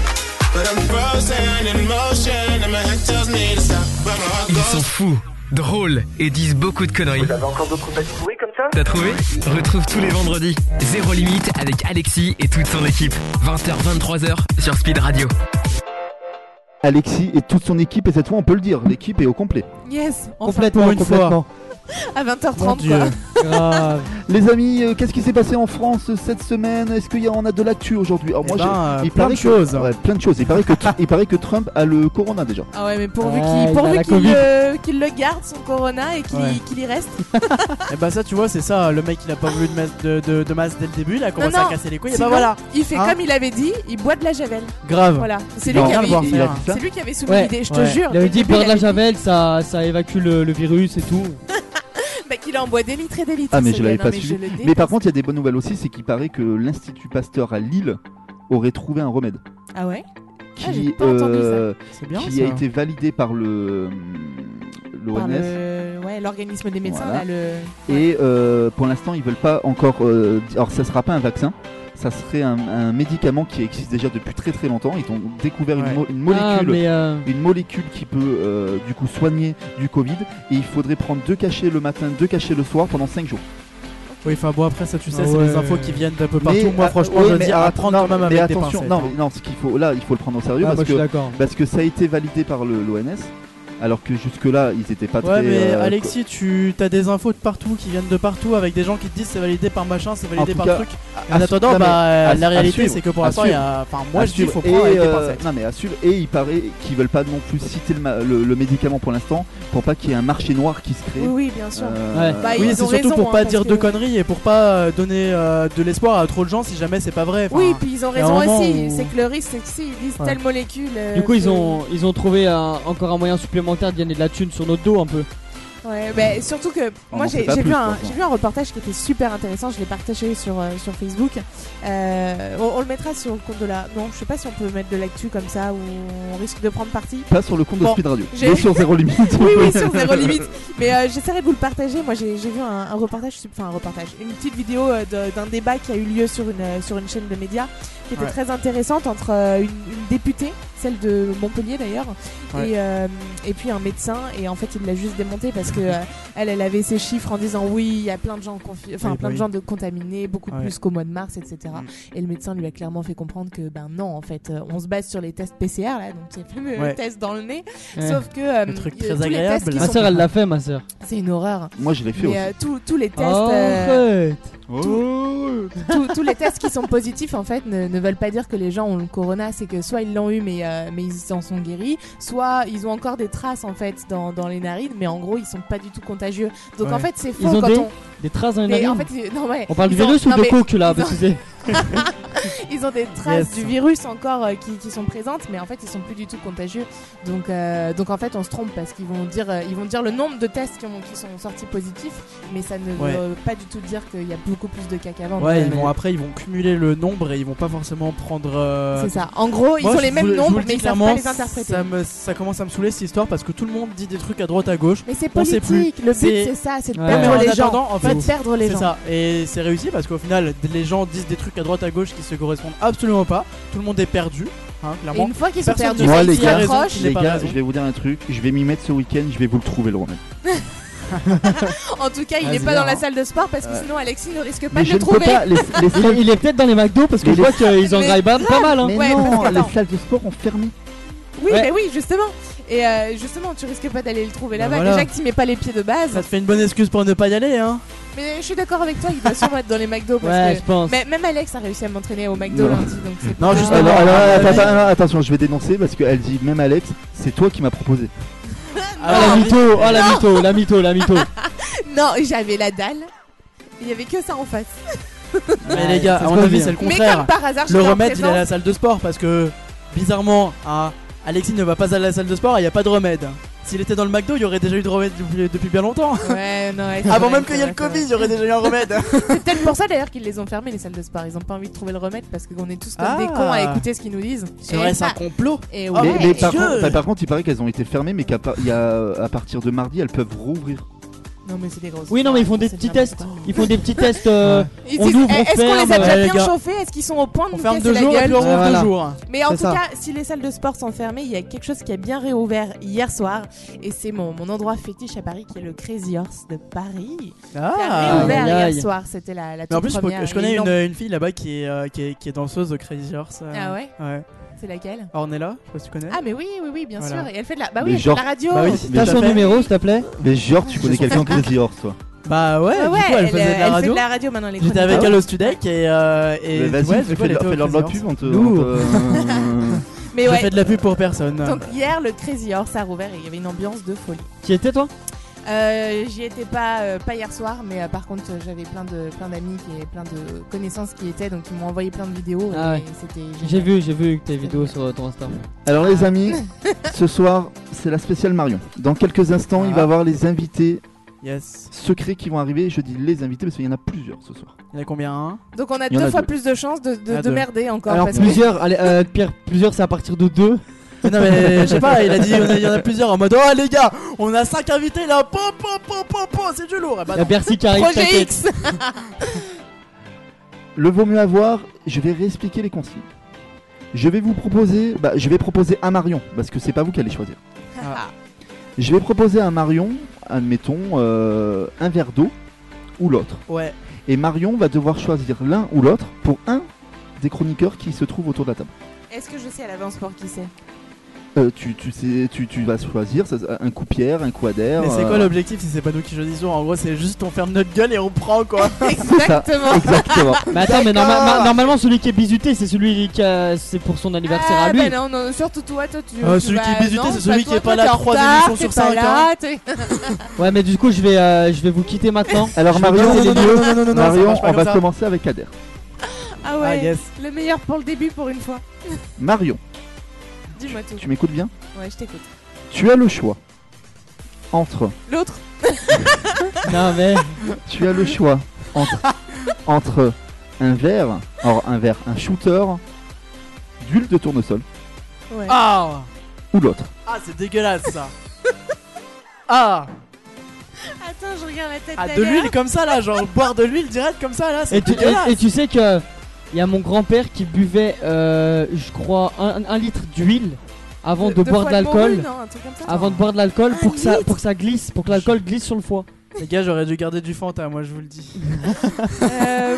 But I'm frozen in motion, and my head tells me to stop. But my heart
Ils
goes.
sont fous, drôles et disent beaucoup de conneries.
Vous avez encore d'autres bêtes pourries comme ça
T'as trouvé Retrouve tous les vendredis Zéro Limite avec Alexis et toute son équipe. 20h-23h sur Speed Radio.
Alexis et toute son équipe, et cette fois on peut le dire, l'équipe est au complet.
Yes, enfin,
Complètement,
pour une
complètement.
à
Mon
20h30
Dieu.
quoi.
Grave.
Les amis, euh, qu'est-ce qui s'est passé en France euh, cette semaine Est-ce qu'il y en a de l'actu aujourd'hui Alors
Eh
moi,
ben,
j'ai-
euh,
il
plein
paraît
de
que-
choses.
ouais, plein de choses. Il paraît que il paraît que Trump a le corona déjà.
Ah ouais, mais pourvu
Ah, il
qu'il
a
pourvu
la
qu'il
Covid.
euh,
le, qu'il le garde son corona et qu'il
Ouais.
y- qu'il y reste.
Et bah, ça, tu vois, c'est ça. Le mec, il a pas voulu de, mas- de, de, de masse dès le début. Il a commencé
non.
à casser les couilles. Et bah,
Sinon,
voilà.
Il fait
Hein
comme il avait dit, il boit de la javel.
Grave. hein.
Voilà, c'est lui
Non,
qui
rien
avait
à voir.
il, il a dit ça
c'est lui qui avait soumis
euh, Ouais,
l'idée, je te
ouais.
jure.
Il avait
dès
dit
le début,
boire de
il
la
avait dit-
javel, ça, ça évacue le, le virus et tout.
Bah, qu'il en boit des litres et des litres.
Ah, mais
ce
je l'avais
gars,
pas
non,
suivi.
je le
Mais par
déteste.
contre, il y a des bonnes nouvelles aussi, c'est qu'il paraît que l'Institut Pasteur à Lille aurait trouvé un remède
Ah ouais
qui, euh,
Ah, j'ai pas entendu
C'est bien.
qui
ça.
a été validé par le
Par
l'OMS
le- ouais, l'organisme des médecins,
Voilà.
là, le.
et euh, pour l'instant, ils veulent pas encore euh, di- alors ça sera pas un vaccin. Ça serait un, un médicament qui existe déjà depuis très très longtemps. Ils ont découvert une,
Ouais.
mo- une
Ah,
molécule
mais euh,
une molécule qui peut euh, du coup soigner du Covid et il faudrait prendre deux cachets le matin, deux cachets le soir pendant 5 jours.
Oui, enfin bon, après, ça, tu sais,
Ah
c'est
ouais.
les infos qui viennent d'un peu partout.
Mais,
Moi,
ah,
franchement,
oui,
je
mais
dis à
att-
prendre
non,
quand même
mais
avec des
attention,
pincettes. bah,
non,
hein.
mais non, ce qu'il faut là, il faut le prendre au
ah,
sérieux
moi,
parce
je suis
que
d'accord.
parce que ça a été validé par le l'ONS alors que jusque là, ils étaient pas
Ouais,
très
mais
euh,
Alexis, tu as des infos de partout qui viennent de partout avec des gens qui te disent c'est validé par machin, c'est validé
tout
par
cas,
truc.
co-
En
à- non,
attendant,
mais
bah,
à-
la
à
réalité,
suivre,
c'est que pour
à
l'instant, il y a. Enfin, moi,
à
je dis, il faut
suivre.
prendre avec
et,
des
euh,
pincettes.
non mais à suivre et il paraît qu'ils veulent pas non plus citer le, ma- le- le médicament pour l'instant pour pas qu'il y ait un marché noir qui se crée.
Oui, oui, bien sûr.
Euh,
Ouais.
Bah,
Oui,
ils
c'est
ont
surtout
raison,
pour
hein,
pas
parce
dire
que-
de conneries et pour pas euh, donner euh, de l'espoir à trop de gens si jamais c'est pas vrai. Enfin,
Oui, puis ils ont
il y a un
raison
moment
aussi.
où-
C'est que le risque, c'est que si ils disent
Ouais.
telle molécule. euh,
Du coup,
que-
ils ont, ils ont trouvé un- encore un moyen supplémentaire de gagner de la thune sur notre dos un peu.
Ouais, mais surtout que
On
moi
en sait
j'ai
pas
j'ai
plus,
vu, un-
par contre.
j'ai vu un reportage qui était super intéressant, je l'ai partagé sur, euh, sur Facebook. Euh, on, on le mettra sur le compte de la. Non, je sais pas si on peut mettre de l'actu comme ça ou on risque de prendre parti.
Pas sur le compte de
Bon,
Speed Radio.
j'ai-
Mais sur Zéro Limite.
Oui, oui, sur Zéro Limite. Mais euh, j'essaierai de vous le partager. Moi j'ai j'ai vu un, un reportage, sup- enfin un reportage, une petite vidéo euh, de- d'un débat qui a eu lieu sur une, euh, sur une chaîne de médias qui était
Ouais.
très intéressante entre euh, une, une députée, celle de Montpellier d'ailleurs,
Ouais.
et, euh, et puis un médecin. Et en fait, il l'a juste démonté parce que euh, elle, elle avait ses chiffres en disant oui, il y a plein de gens, confi- enfin
Oui, bah
plein de
oui.
gens de contaminés, beaucoup
Ouais. Mm.
plus qu'au mois de mars, etc. Et le médecin lui a clairement fait comprendre que ben non, en fait, euh, on se base sur les tests PCR là, donc ces fameux
Ouais.
tests dans le nez.
Ouais.
Sauf que euh,
Le truc
euh,
très
tous les
agréable,
tests qui
là.
Ma
sont-
soeur, elle l'a fait, ma soeur.
c'est une horreur.
Moi, je l'ai fait
Mais
aussi.
euh, tous- tous les tests.
Oh,
euh,
ouais.
Oh.
tous, tous les tests qui sont positifs en fait ne, ne veulent pas dire que les gens ont le corona, c'est que soit ils l'ont eu mais, euh, mais ils s'en sont guéris, soit ils ont encore des traces en fait dans, dans les narines, mais en gros ils sont pas du tout contagieux. Donc
Ouais.
en fait c'est faux
Ils ont
quand
des-
on.
Des traces dans les
mais en
narines.
fait, ils- non, ouais,
On parle du
ils ont-
virus ou
non,
de
mais
coke là
ils ont-
parce que c'est-
Ils ont des traces
Yes.
du virus encore euh, qui, qui sont présentes, mais en fait ils sont plus du tout contagieux. Donc, euh, donc en fait on se trompe parce qu'ils vont dire euh, ils vont dire le nombre de tests qui, ont- qui sont sortis positifs, mais ça ne
Ouais.
veut pas du tout dire qu'il y a beaucoup plus de cas qu'avant.
Ouais,
Donc,
ils
euh,
vont, après, ils vont cumuler le nombre et ils vont pas forcément prendre. euh,
C'est ça. En gros, ils
Moi,
ont
je
les
vous
mêmes
le- je vous
nombres,
le dis
mais ils savent pas
clairement,
les interpréter.
Ça, me- ça commence à me saouler cette histoire parce que tout le monde dit des trucs à droite à gauche.
Mais c'est
on sait
politique. Le but,
C'est-
c'est ça, c'est de
Ouais.
mais
perdre
en
les gens.
attendant, en
Pas
fait,
de perdre les
c'est
gens.
ça. Et c'est réussi parce qu'au final, les gens disent des trucs à droite à gauche qui se correspondent absolument pas. Tout le monde est perdu, hein,
Et
clairement.
une fois qu'ils sont
Personne ne
perdus,
sait
ils
qui a
raison,
s'accrochent.
qui
Les
pas
gars,
raison.
je vais vous dire un truc. Je vais m'y mettre ce week-end. Je vais vous le trouver, le remède.
En tout cas, il
Ah,
n'est
c'est
pas
bien,
dans la
hein.
salle de sport parce que
Ouais.
sinon Alexis ne risque pas
Mais
de
je
le
ne peux
trouver.
pas. Les, les
Il
salles-
est- il est peut-être dans les McDo parce que
Mais
je vois qu'ils en
Mais
graillent pas pas mal. hein.
Mais
Ouais, parce
non,
que attends.
les salles de sport ont fermé.
Oui,
Ouais.
mais oui, justement. Et euh, justement, tu risques pas d'aller le trouver
Bah
là-bas.
voilà.
Déjà que tu mets pas les pieds de base.
Ça te fait une bonne excuse pour ne pas y aller, hein.
Mais je suis d'accord avec toi, il doit sûrement être dans les McDo. parce
Ouais,
que-
je pense.
Mais même Alex a réussi à m'entraîner au McDo
Non.
lundi, donc c'est
Non,
pas-
justement.
Euh, Alors, alors,
Ah,
attends,
oui.
attends, attends, attention, je vais dénoncer parce qu'elle dit même Alex, c'est toi qui m'as proposé.
Ah, la mytho, ah, la mytho, la mytho, la mytho.
Non, j'avais la dalle. Il y avait que ça en face.
Mais Eh, les gars, à
ça se
mon
voit
avis,
bien.
c'est le
Mais
contraire.
comme par hasard,
Le
j'étais en
remède, il est à la
présence.
salle de sport parce que bizarrement, hein, Alexis ne va pas à la salle de sport et il n'y a pas de remède. S'il était dans le McDo, il y aurait déjà eu de remède depuis, depuis bien longtemps.
Ouais, non, ouais, c'est
Avant
vrai,
même qu'il y
c'est
ait
vrai,
le
c'est vrai.
Covid, il y aurait déjà eu un remède.
C'est peut-être pour ça d'ailleurs qu'ils les ont fermés les salles de sport. Ils ont pas envie de trouver le remède parce qu'on est tous comme des
Ah.
cons à écouter ce qu'ils nous disent.
C'est vrai, c'est un
ça.
complot.
Et
Oh,
ouais.
mais, mais par,
Dieu.
contre, enfin, par contre, il paraît qu'elles ont été fermées, mais qu'à par- il y a, euh, à partir de mardi, elles peuvent rouvrir.
Non mais c'est des grosses.
Oui, non, mais ils font des
C'est
petits
n'importe
tests.
quoi.
Ils font des petits tests. euh,
Ils
On
disent,
ouvre,
eh,
on
Est-ce qu'on les a
ferme,
déjà
les
bien
euh, gars.
chauffés Est-ce qu'ils sont au point de
On
nous
ferme
casser
deux
la
jours et puis
gueule
on rouvre
Voilà.
deux jours.
Mais en
C'est
tout
ça.
cas, si les salles de sport sont fermées, il y a quelque chose qui a bien réouvert hier soir. Et c'est mon, mon endroit fétiche à Paris qui est le Crazy Horse de Paris. Qui a
Ah.
ouais.
réouvert
Aïe, aïe.
hier soir. C'était la, la
Mais
toute
en plus, je, peux-
première.
je connais
Et
une,
non-
une fille là-bas qui est, euh, qui, est, qui est danseuse au Crazy Horse. euh,
Ah ouais
Ouais.
C'est laquelle
Ornella, je sais pas si tu connais.
Ah mais oui, oui, oui, bien
Voilà.
sûr. Et elle fait de la,
Mais
bah oui, elle fait
genre-
de la radio.
Bah oui,
Mais
T'as
tout à
son
fait.
numéro, s'il te plaît
Mais genre, tu connais quelqu'un Crazy Horse, toi.
Bah ouais,
Ouais,
du
ouais,
coup, elle,
elle,
faisait
euh,
de la
elle fait
radio.
de la radio maintenant. elle est
J'étais
chroniqueuse.
avec elle au Studec et. euh, et
Mais Vas-y,
ouais,
fais
du coup, elle
de
était au
fais-leur de la
Crazy
pub,
Horse.
on te.
Nous.
on te-
Mais
Je
ouais.
fais de la pub pour personne.
Donc hier, le Crazy Horse a rouvert et il y avait une ambiance de folie.
Qui était toi
Euh, J'y étais pas, euh, pas hier soir, mais euh, par contre, euh, j'avais plein de plein d'amis qui- et plein de connaissances qui étaient, donc ils m'ont envoyé plein de vidéos.
Ah
et
ouais.
c'était
J'ai
génial.
vu, j'ai vu tes vidéos sur euh, ton Insta.
Alors, les amis, ce soir, c'est la spéciale Marion. Dans quelques instants, il va y
Ah.
avoir les invités
Yes.
secrets qui vont arriver. Je dis les invités parce qu'il y en a plusieurs ce soir.
Il y en a combien hein
Donc on a
Il y en
deux
a
fois
deux.
plus de chances de, de-
Il y en a
de
Ah, deux.
merde encore.
Alors
parce que...
plusieurs, allez, euh, Pierre, plusieurs, c'est à partir de deux.
Mais Non mais je sais pas, il a dit il y en a plusieurs en mode oh les gars, on a 5 invités là, pom pom pom pom pom, c'est du lourd. Eh bah
Il y a
non.
Bercy qui arrive.
Projet
t'inquiète.
X
Le vaut mieux avoir, je vais réexpliquer les consignes. Je vais vous proposer, bah, je vais proposer à Marion, parce que c'est pas vous qui allez choisir.
Ah.
Je vais proposer à Marion, admettons, euh, un verre d'eau ou l'autre.
Ouais,
Et Marion va devoir choisir l'un ou l'autre pour un des chroniqueurs qui se trouvent autour de la table.
Est-ce que je sais à l'avance pour qui c'est
Euh, tu, tu, sais, tu, tu vas choisir ça- un coup Pierre, un coup Adair.
mais c'est
euh,
quoi l'objectif si c'est pas nous qui choisissons En gros, c'est juste on ferme notre gueule et on prend quoi.
Exactement
Exactement.
Mais attends, mais norma- ma- normalement celui qui est bisuté, c'est celui qui a- c'est pour son anniversaire
Ah,
à lui.
bah non, non, surtout toi, toi tu.
Euh,
tu
celui qui
vas-
est bizuté,
non,
c'est celui
toi,
qui est
toi,
pas là
t'es en
trois
retard,
émissions sur
t'es pas
cinq,
là, t'es-
Ouais, mais du coup je vais, euh, je vais vous quitter maintenant.
Alors
Je vais
Marion,
passer les deux.
non non non, ça
Marion
marche pas
on
comme
va
ça.
commencer avec Adair.
Ah
Ah
ouais,
yes.
le meilleur pour le début pour une fois.
Marion,
Dis-moi tout.
tu m'écoutes bien
Ouais, je t'écoute.
Tu as le choix entre
L'autre
Non mais
Tu as le choix entre, entre un verre, or un verre, un shooter d'huile de tournesol
Ouais.
Ah
ou l'autre.
Ah, c'est dégueulasse ça Ah
Attends, je regarde la tête
Ah, de
d'Alia.
l'huile comme ça là, genre boire de l'huile direct comme ça là, c'est
et tu,
dégueulasse
et, et tu sais que il y a mon grand-père qui buvait, euh, je crois, un, un litre d'huile avant de,
Deux
boire de
fois
l'alcool.
morue, non, un truc comme ça.
Avant de boire de l'alcool pour
Un
que ça
litre
pour que ça glisse, pour que l'alcool glisse sur le foie.
Les gars, j'aurais dû garder du Fanta, moi je vous le dis.
Euh,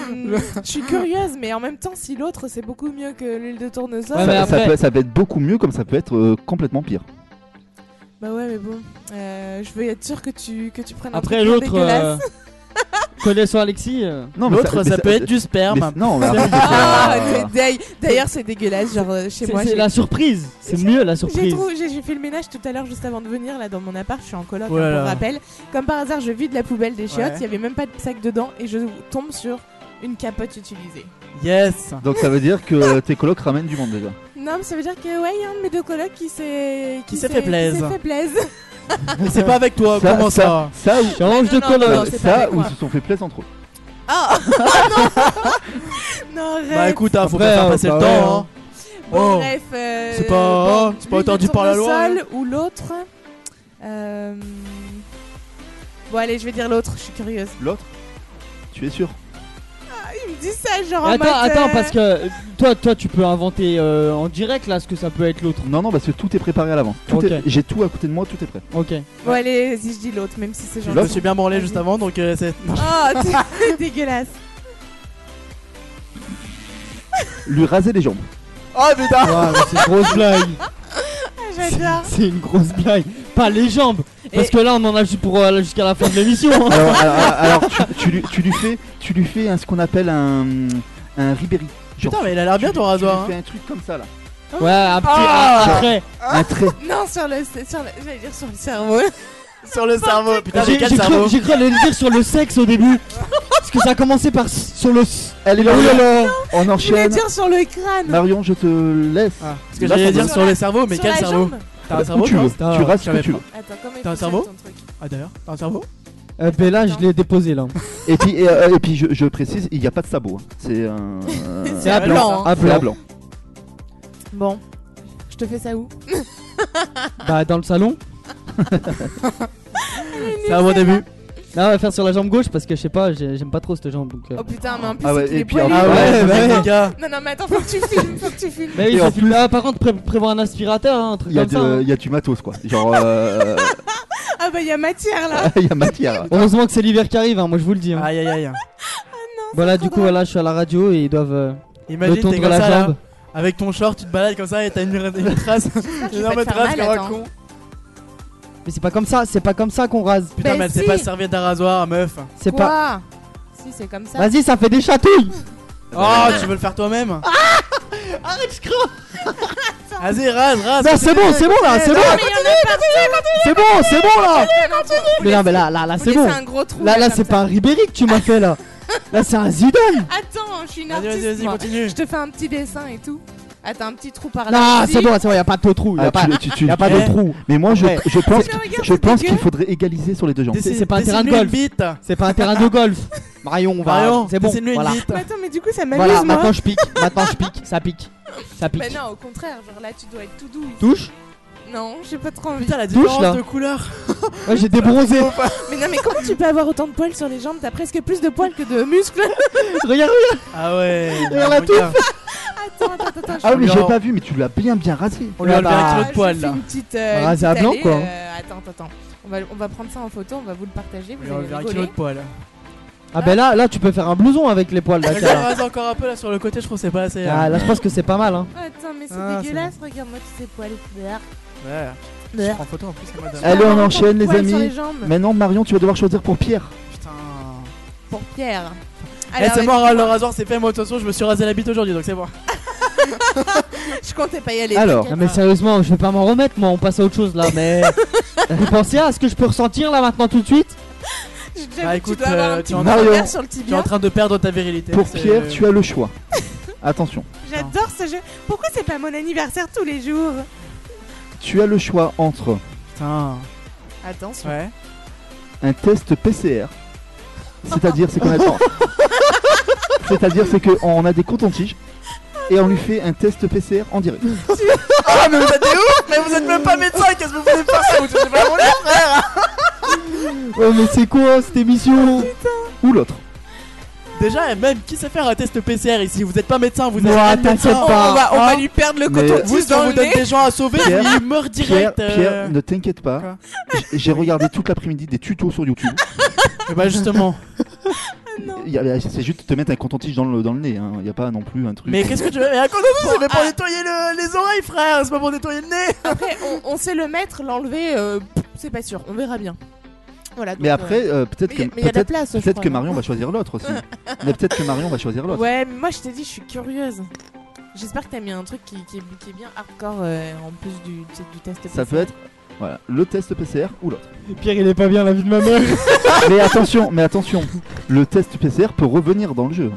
je suis curieuse, mais en même temps, si l'autre c'est beaucoup mieux que l'huile de tournesol.
ça,
Ouais, mais
ça
après-
peut, ça peut être beaucoup mieux comme ça peut être euh, complètement pire.
Bah ouais, mais bon, euh, je veux être sûre que tu que tu prennes un
Après
truc moins
l'autre
dégueulasse.
euh, connaissant Alexis, euh,
Non, mais
L'autre, ça, peut être du
mais-
sperme.
non, mais arrête de faire
Ah,
la-
c'est dé- d'ailleurs, c'est dégueulasse. Genre euh, chez
c'est
moi,
c'est
j'ai-
la surprise, c'est mieux la
J'ai
surprise.
trou- j'ai- j'ai fait le ménage tout à l'heure juste avant de venir là dans mon appart, je suis en coloc
Oh là
hein, pour
là.
rappel. Comme par hasard, je vide la poubelle des chiottes, il
Ouais.
y avait même pas de sac dedans et je tombe sur une capote utilisée.
Yes
Donc ça veut dire que tes colocs ramènent du monde déjà.
Non, mais ça veut dire que ouais, il y a un de mes deux colocs qui s'est
Qui s'est fait plaise.
Qui s'est fait plaise.
Mais c'est pas avec toi,
Ça-
comment ça,
Ça ou
Change de
Non, non, non,
colonne.
c'est pas
ça
avec
ou
moi.
ils se sont fait plaisir entre eux.
Ah non Non, arrête.
Bah écoute, hein, faut
Après,
pas faire
euh,
passer
bah
le
ouais,
temps, hein.
Bon,
oh.
bref. euh,
C'est pas- oh,
bon,
c'est pas
lui,
interdit
le
par la loi, hein.
tournesol ou l'autre. Euh, Bon, allez, je vais dire l'autre, je suis curieuse. Ah,
L'autre Tu es sûr
Il me dit ça, genre en
Attends,
mode,
attends,
euh,
parce que euh, toi, toi, tu peux inventer euh, en direct là ce que ça peut être l'autre.
Non, non, parce que tout est préparé à l'avance. Tout
Ok.
est- J'ai tout à côté de moi, tout est prêt.
Ok.
Bon, allez, si je dis l'autre, même si c'est genre.
Je me suis bien branlé juste avant, donc euh, c'est...
Oh, t'es dégueulasse.
Lui raser les jambes.
Oh putain
Waouh, c'est une grosse blague.
Ah, J'adore.
C'est une grosse blague. Pas les jambes. Parce
Et-
que là, on en a juste pour euh, jusqu'à la fin de l'émission. hein.
Alors, alors- alors, alors, tu, tu lui, tu lui fais, tu lui fais un- ce qu'on appelle un, un Ribéry. Genre,
Putain,
tu-
mais il a l'air bien ton
tu lui
rasoir. hein.
fais un truc comme ça là.
Ouais, un petit-
Ah
après.
Un trait.
Oh. Non, sur le. Sur le j'allais dire sur le cerveau.
Sur le cerveau, putain, j'ai
J'ai j'ai
quel
cru,
cerveau
j'ai cru aller le dire sur le sexe au début. Parce que ça a commencé par s- sur le. s-
Allez,
Oh là
Marion,
là.
on
Je voulais
enchaîne. Euh,
dire sur le crâne.
Marion, je te laisse.
Ah, Parce que
Là,
j'allais
ça
dire
va.
sur le cerveau, mais
sur
quel
la
cerveau
jambe.
T'as un cerveau
Où tu
toi
veux.
Putain,
Tu rases
je
ce que
savais
tu
pas.
veux.
Attends, comment il
T'as un
fonctionne,
cerveau
ton truc
Ah d'ailleurs, t'as un cerveau
Euh, ben là, je l'ai déposé là.
Et puis, et, euh, et puis je, je précise, il n'y a pas de sabot. hein. C'est un. euh,
C'est à
un
blanc,
À
hein.
blanc. à blanc.
Bon. Je te fais ça où
bah, dans le salon.
C'est un bon début.
Là, on va faire sur la jambe gauche parce que je sais pas, j'ai- j'aime pas trop cette jambe. Donc, euh.
Oh putain, mais en plus,
Ah ouais,
c'est qu'il
et
est
puis en-
poilu.
Ah ouais,
mais
bah ouais.
les gars
hein.
Non, non, mais attends, faut que tu filmes, faut que tu filmes.
Mais Bah oui,
Et
ça
en
fait- là, par contre, pré- prévois un aspirateur, hein, un truc
Il y, a
comme
de-
ça. hein.
il y a du matos quoi. Genre, euh,
Ah bah, il y a matière là.
il y a matière.
Heureusement que c'est l'hiver qui arrive, hein, moi je vous le dis. hein.
Aïe aïe
Ah
aïe
voilà, du coup, voilà, je suis à la radio et ils doivent euh, me
Imagine t'es
tondre
comme
la
ça là,
jambe.
avec ton short, tu te balades comme ça et t'as une, une trace, une
vais
énorme
pas te faire
trace comme
mal,
un
attends. Bah
con
Mais c'est pas comme ça, c'est pas comme ça qu'on rase.
Putain
Ben
mais elle sait
si.
pas se servir d'un rasoir meuf
C'est pas.
Quoi Si, c'est comme ça.
Vas-y, ça fait des chatouilles.
Oh tu veux le faire toi-même
Arrête, je crois.
Vas-y rase rase
Non, c'est bon, c'est bon là, c'est bon,
Mais il y en a partout.
c'est bon, c'est bon là.
Non, attends,
Mais non, mais là, là, là,
vous
c'est
laissez
bon.
un gros trou.
Là, là,
comme
c'est
ça.
pas un Ribéry que tu m'as fait là. Là, c'est un Zidane.
Attends, je suis une
Vas-y
artiste.
vas-y vas-y
moi.
continue
Je te fais un petit dessin et tout. Attends, un petit trou par là.
Non,
aussi.
Ah, c'est bon, c'est bon, y a pas de trou, y a
Ah,
pas,
tu- tu- tu-
y a pas
Eh.
de trou.
Mais moi, je,
Ouais.
je pense,
Mais regarde,
je
c'est
pense qu'il
dégueu.
faudrait égaliser sur les deux jambes.
c'est
Dessine-
pas un terrain de
dessine-lui une
golf.
bite.
C'est pas un terrain de golf. Marion, on va.
Marion,
C'est bon,
dessine-lui une
voilà.
bite.
Mais attends, mais du coup, ça m'amuse
Voilà,
moi.
maintenant je pique, maintenant je pique, ça pique, ça
Mais
pique.
non, au contraire, genre là, tu dois être tout doux.
Touche
Non, j'ai pas trop envie.
Putain la
Touche, là.
différence de couleur
Ouais, j'ai débronzé.
Mais non, mais comment tu peux avoir autant de poils sur les jambes T'as presque plus de poils que de muscles.
Regarde,
Ah ouais
Et on l'a
mon gars.
Attends, attends, attends. je-
Ah oui, mais
Non.
j'ai pas vu, mais tu l'as bien bien rasé.
On lui a
Ah
enlevé
bah,
un
Ah,
kilo
je
de poils
fais
là
une petite. euh,
Rasé
une
à
petite
blanc,
allée,
Ah, quoi.
euh, attends, attends, attends. On va, on va prendre ça en photo, on va vous le partager.
On
Vous
lui a
allez
enlevé un
rigoler.
kilo de poils
Ah ben là, là tu peux faire un blouson avec les poils là.
Regarde,
tiens, là.
rase encore un peu là sur le côté je trouve que c'est pas assez
Oh, Ah, là je pense que c'est pas mal hein.
Attends, mais c'est
Ah, c'est
dégueulasse. Regarde-moi tous ces poils. Bleur,
Ouais Je
bleur.
prends photo en plus ça m'a donné-
Allez,
Ah,
on
autant de
enchaîne, les
poils sur
amis.
les jambes.
Maintenant, Marion, tu vas devoir choisir pour Pierre.
Putain
Pour Pierre.
Eh
Alors,
c'est mort hein, le rasoir c'est fait moi attention je me suis rasé la bite aujourd'hui donc c'est bon
je comptais pas y aller.
Alors,
t'inquiète.
Non mais sérieusement, je vais pas m'en remettre moi, on passe à autre chose là mais vous pensez à ce que je peux ressentir là maintenant tout de suite
J'ai déjà
Bah,
vu que
écoute,
tu dois avoir
euh,
un
tu
petit
en-
coup de
Marion,
regard sur le
Tu es en
tibia.
train de perdre ta virilité.
Pour
c'est-
euh,
Pierre, tu as le choix. Attention,
J'adore ce jeu. Pourquoi c'est pas mon anniversaire tous les jours
tu as le choix entre
Putain.
Attention.
Ouais.
un test PCR. C'est-à-dire, c'est qu'on attend. C'est-à-dire, c'est qu'on a des cotons-tiges et on lui fait un test PCR en direct.
Ah, mais vous êtes des ouf Mais vous êtes même pas médecin, qu'est-ce que vous voulez faire ça Vous touchez pas à mon lèvre, frère
Ouais, Oh, mais c'est quoi cette émission
Ou l'autre.
Déjà, même, qui sait faire un test PCR ici Vous êtes pas médecin, vous êtes
Moi,
pas médecin.
t'inquiète
On, on va, on
hein.
va lui perdre le
Mais-
coton
Vous, si on vous donne des gens à sauver,
Pierre,
il meurt
hein. Pierre,
direct. euh.
Pierre, ne t'inquiète pas.
quoi
J- J'ai regardé toute l'après-midi des tutos sur YouTube.
Eh Bah, justement.
Ah
Il y a- C'est juste te mettre un coton-tige dans le, dans le nez. hein. Il n'y a pas non plus un truc.
Mais qu'est-ce que tu veux Mais raconte c'est mais pour
ah.
nettoyer le- les oreilles, frère C'est pas pour nettoyer le nez
Après, on, on sait le mettre, l'enlever, euh, pff, c'est pas sûr, on verra bien. Voilà. donc,
Mais après, euh, peut-être
Mais y a-
que,
mais y a de la
peut-être,
place, je
peut-être
crois,
que
non
Marion va choisir l'autre aussi. mais peut-être que Marion va choisir
euh,
l'autre.
Ouais, mais moi je t'ai dit, je suis curieuse. J'espère que t'as mis un truc qui, qui est, qui est bien hardcore euh, en plus du, tu sais, du test.
Ça
PCR.
peut être voilà, le test PCR ou l'autre.
Pierre, il est pas bien, la vie de ma mère.
mais attention, mais attention, le test PCR peut revenir dans le jeu.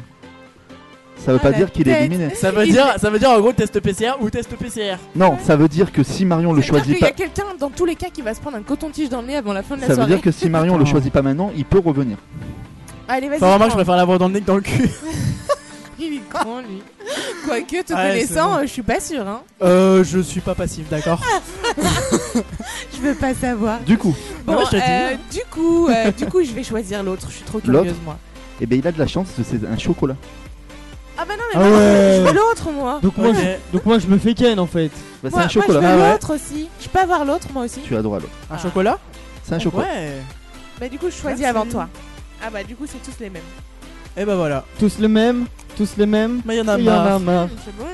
Ça veut
Ah,
pas
la
dire qu'il est
tête.
éliminé.
ça veut,
Il-
dire, ça veut dire en gros test PCR ou test PCR.
Non, ça veut dire que si Marion le
Ça veut dire
choisit
qu'il y
pas,
a quelqu'un dans tous les cas qui va se prendre un coton-tige dans le nez avant la fin de la
ça veut
soirée. Eh
dire que si Marion le choisit pas maintenant, il peut revenir.
Allez, vas-y.
Enfin, moi, je
prends.
préfère l'avoir dans le nez que dans le cul.
Il est grand, lui. Quoique, te
Ouais,
connaissant,
c'est
euh, je suis pas sûre. Hein.
Euh, je suis pas passif, d'accord
Je veux pas savoir.
Du coup,
Bon,
Non, je te dis.
euh, du coup, euh, du coup, je vais choisir l'autre. Je suis trop
L'autre
curieuse, moi.
eh ben il a de la chance, c'est un chocolat.
Ah bah non, mais
Ah
moi,
ouais.
je veux l'autre, moi.
Donc moi,
Ok.
je, donc moi, je me fais ken en
Bah,
fait.
c'est
moi,
un
moi,
chocolat.
je veux
Ah ouais.
l'autre aussi. Je peux avoir l'autre, moi aussi.
Tu as droit à l'autre.
Un chocolat
C'est un chocolat.
Ouais.
Bah du coup, je choisis
Merci.
avant toi. Ah bah du coup, c'est tous les mêmes.
Et bah voilà.
Tous les mêmes, tous les mêmes.
Mais y en a
Il y en a
marre.
marre.
Hum, c'est bon.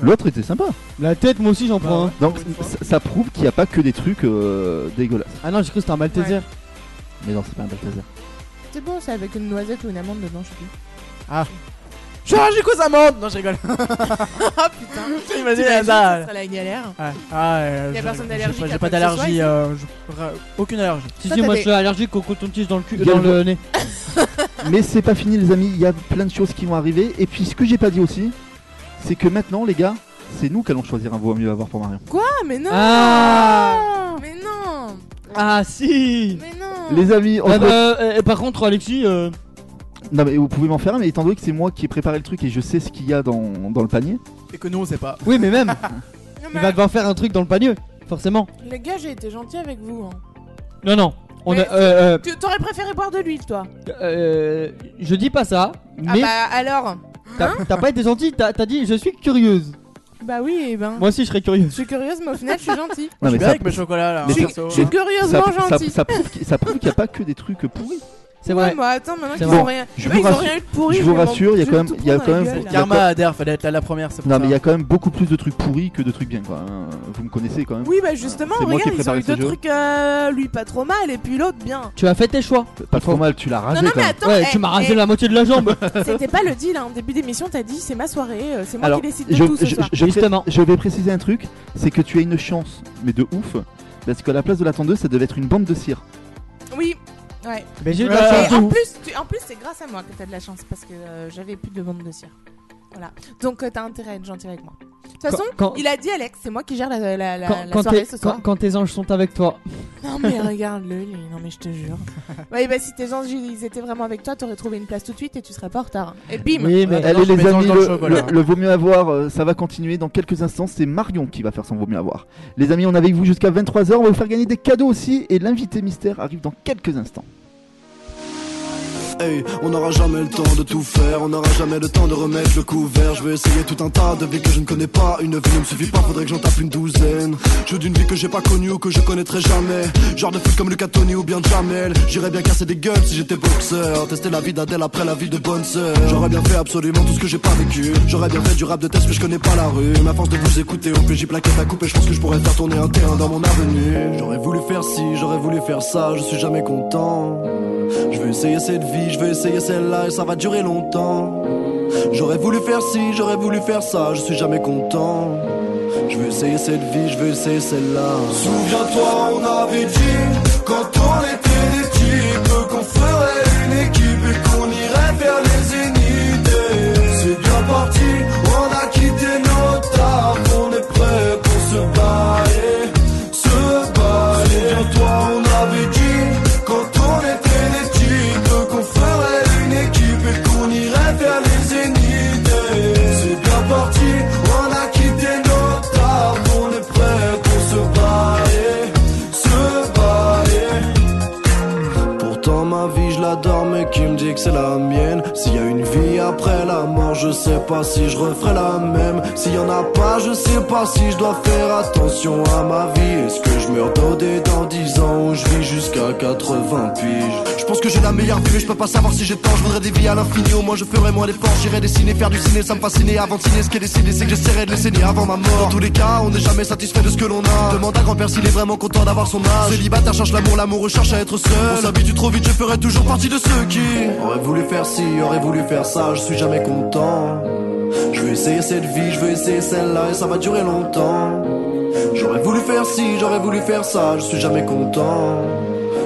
L'autre était sympa.
La tête, moi aussi, j'en prends.
Bah
hein.
Donc ça, ça prouve qu'il n'y a pas que des trucs euh, dégueulasses.
Ah non, j'ai cru que c'était un Malteser.
Mais non, c'est pas un Balthazar.
C'est bon, c'est avec une noisette ou une amande dedans, je sais plus.
Ah.
Je suis allergique aux amandes Non, je rigole.
Ah putain.
Imagine,
T'imagines, ça
ça.
serait la galère.
Ouais. Ah, euh,
Y a
je-
personne
je-
d'allergique
J'ai
à
pas
quoi que ce soit
d'allergie.
ici
euh, je- ra- Aucune allergie.
Si,
Toi,
si,
t'as
moi, je
des-
suis allergique au coton-tige dans le cul,
Il y a
dans
le-
le nez.
Mais c'est pas fini les amis, il y a plein de choses qui vont arriver. Et puis ce que j'ai pas dit aussi, c'est que maintenant les gars, c'est nous qui allons choisir un vaut mieux avoir pour Marion.
Ah mais non.
Ah.
Mais non.
Ah si.
Mais non.
Les amis, on
Ah
se-
bah, euh, euh, par contre, Alexis, euh,
non mais vous pouvez m'en faire un, mais étant donné que c'est moi qui ai préparé le truc et je sais ce qu'il y a dans, dans le panier,
Et que nous, on sait pas.
oui, mais même,
Non,
il
mais
va devoir faire un truc dans le panier, forcément.
Les gars, j'ai été gentil avec vous. hein.
Non, non. On
Mais
a, euh,
Tu- T'aurais préféré boire de l'huile, toi
euh, euh, je dis pas ça,
Ah
mais
bah alors. hein
t'as- t'as pas été gentil, t'as t'as dit je suis curieuse.
Bah oui, eh ben.
Moi aussi, je serais curieuse.
Je suis curieuse, mais au final, je suis gentille.
non,
je suis
mais
bien
ça,
avec mes chocolats là.
Mais
hein,
tu-
perso,
Je suis
hein.
ça,
curieusement
ça-
gentille.
ça prouve qu'il- ça prouve qu'il n'y a pas que des trucs pourris.
C'est
Ouais,
vrai.
mais attends, maintenant
C'est
qu'ils
vrai.
ont rien,
Je
eux,
vous
ils ont
rassure-
rien eu de pourri.
je vous
vais m'en-
rassure, il y a
je
quand
vais
même-
tout
il y a
prendre
quand
dans
même-
la gueule,
il y a-
là.
Karma Adair, fallait être là la première, c'est pour
Non
ça.
mais il y a quand même beaucoup plus de trucs pourris que de trucs bien quoi. hein. Vous me connaissez quand même.
Oui, bah justement,
C'est moi qui ai
regarde, ils ont
préparé
eu
ce
deux
jeu.
trucs, euh, lui pas trop mal, et puis l'autre bien.
Tu as fait tes choix.
Pas trop mal, tu l'as rasé
Non, non,
quand
mais
même.
attends,
ouais,
eh,
tu m'as rasé
eh,
la moitié de la jambe.
c'était pas le deal, hein. en début d'émission, t'as dit c'est ma soirée, euh, c'est moi
Alors,
qui décide de
je,
tout ce
je-
soir.
je- je-
Justement.
je vais préciser un truc, c'est que tu as une chance, mais de ouf, parce qu'à la place de la tondeuse, ça devait être une bande de cire.
Oui. Ouais.
Mais j'ai eu de
Ouais.
la
Et en
chance.
plus, tu- en plus, c'est grâce à moi que t'as de la chance parce que euh, j'avais plus de vente de cire. Voilà. Donc euh, t'as intérêt à être gentil avec moi. De toute façon,
quand,
il a dit Alex, c'est moi qui gère la, la, la-
quand-
la
quand
soirée
tes-
ce soir.
quand- quand tes anges sont avec toi,
Non mais regarde-le, lui. Non mais je te jure. Ouais, bah si tes gens ils étaient vraiment avec toi, t'aurais trouvé une place tout de suite et tu serais pas en retard. Et bim.
Oui, mais
mais-
Allez
je
les
mélange
amis,
dans
le,
le chocolat.
le- le vaut mieux avoir, euh, ça va continuer dans quelques instants, c'est Marion qui va faire son vaut mieux avoir. Les amis, on est avec vous jusqu'à 23h, on va vous faire gagner des cadeaux aussi, et l'invité mystère arrive dans quelques instants.
Hey, on n'aura jamais le temps de tout faire, on n'aura jamais le temps de remettre le couvert. Je vais essayer tout un tas de vies que je ne connais pas. Une vie ne me suffit pas, faudrait que j'en tape une douzaine. Je veux d'une vie que j'ai pas connue ou que je connaîtrai jamais. Genre de fille comme Lucas Tony ou bien Jamel. J'irais bien casser des gueules si j'étais boxeur. Tester la vie d'Adèle après la vie de bonne sœur. J'aurais bien fait absolument tout ce que j'ai pas vécu. J'aurais bien fait du rap de test, mais je connais pas la rue. Mais à force de vous écouter, au plus j'y plaquette à couper, je pense que je pourrais faire tourner un terrain dans mon avenue. J'aurais voulu faire ci, j'aurais voulu faire ça, je suis jamais content. Je veux essayer cette vie, je veux essayer celle-là et ça va durer longtemps. J'aurais voulu faire ci, j'aurais voulu faire ça, je suis jamais content. Je veux essayer cette vie, je veux essayer celle-là. Souviens-toi, on avait dit, quand on était des types, qu'on ferait une équipe et qu'on irait vers les unités. C'est bien parti, on a quitté nos tables, on est prêt pour se barrer, se barrer. Souviens-toi, on avait dit. que c'est la mienne. S'il y a une vie après la mort, je sais pas si je referai la même. S'il y en a pas, je sais pas si je dois faire attention à ma vie. Est-ce que je meurs dodé dans 10 ans ou je vis jusqu'à 80 piges Je pense que j'ai la meilleure vie, mais je peux pas savoir si j'ai tant. Je voudrais des vies à l'infini, au moins je ferai moins d'efforts. J'irai dessiner, faire du ciné, ça me fascinait. Avant de signer, ce qui est décidé, c'est que j'essaierai de les saigner avant ma mort. Dans tous les cas, on n'est jamais satisfait de ce que l'on a. Demande à grand-père s'il est vraiment content d'avoir son âge. Célibataire cherche l'amour, l'amour recherche à être seul. On s'habitue trop vite, je ferai toujours partie de ceux qui auraient voulu faire ci, auraient voulu faire ça. Je suis jamais content. Je veux essayer cette vie, je veux essayer celle-là et ça va durer longtemps. J'aurais voulu faire ci, j'aurais voulu faire ça, je suis jamais content.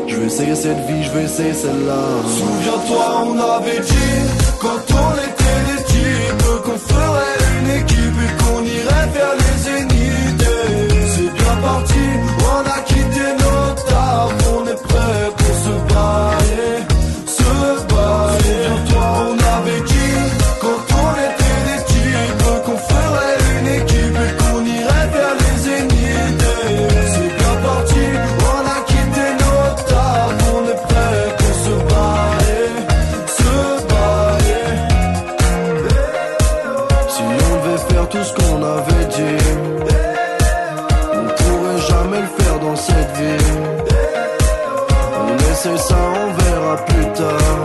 Je veux essayer cette vie, je veux essayer celle-là.
Souviens-toi, on avait dit, quand on était des types, qu'on ferait une équipe et qu'on irait vers les zéniths. Et C'est bien parti, on a quitté nos tables, on est prêt pour se bailler, se bailler. Souviens-toi, on avait dit, quand on était des types, qu'on ferait une équipe et qu'on irait vers les zéniths. Et C'est bien parti, on a quitté nos tables, on est prêt pour se bailler, se bailler.
Si on devait faire tout ce qu'on avait dit, on pourrait jamais le faire dans cette vie. On essaie ça, on verra plus tard.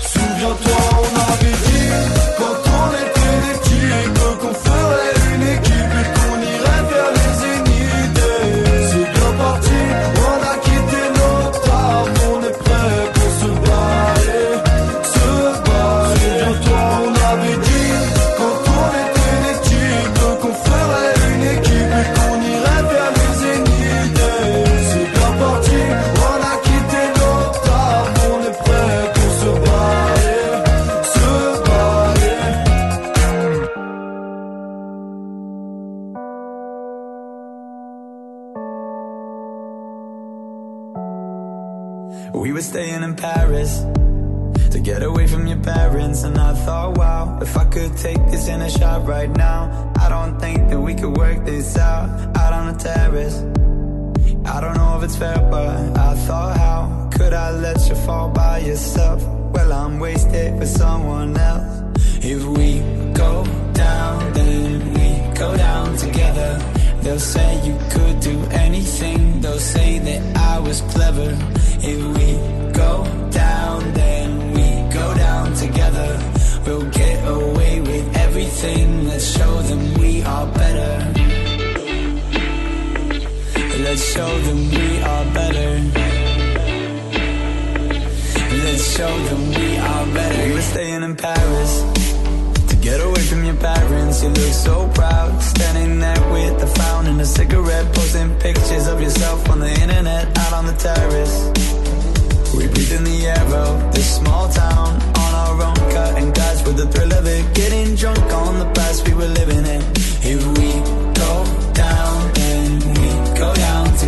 Souviens-toi, on avait dit, quand on était des petits, qu'on ferait une équipe et qu'on irait vers les zéniths. Et C'est bien parti, on a quitté nos tables, on est prêt pour se bailler, se bailler. Souviens-toi, on avait dit, quand on était des petits, qu'on ferait une équipe et qu'on irait vers les zéniths. Et C'est bien parti, on a quitté nos tables, on est prêt pour se bailler, se bailler.
We were staying in Paris to get away from your parents, and I thought, wow, if I could take this in a shot right now, I don't think that we could work this out. Out on the terrace, I don't know if it's fair, but I thought, how could I let you fall by yourself? Well, I'm wasted for someone else. If we go down, then we go down together. They'll say you could do anything. They'll say that I was clever. If we go down, then we go down together. We'll get away with everything. Let's show them we are better. Let's show them we are better. Let's show them we are better. We were staying in Paris to get away from your parents. You look so proud, standing there with a frown and a cigarette, posting pictures of yourself on the internet, out on the terrace. We breathe in the air of this small town on our own, cutting glass with the thrill of it, getting drunk on the past we were living in. If we go down, then we go down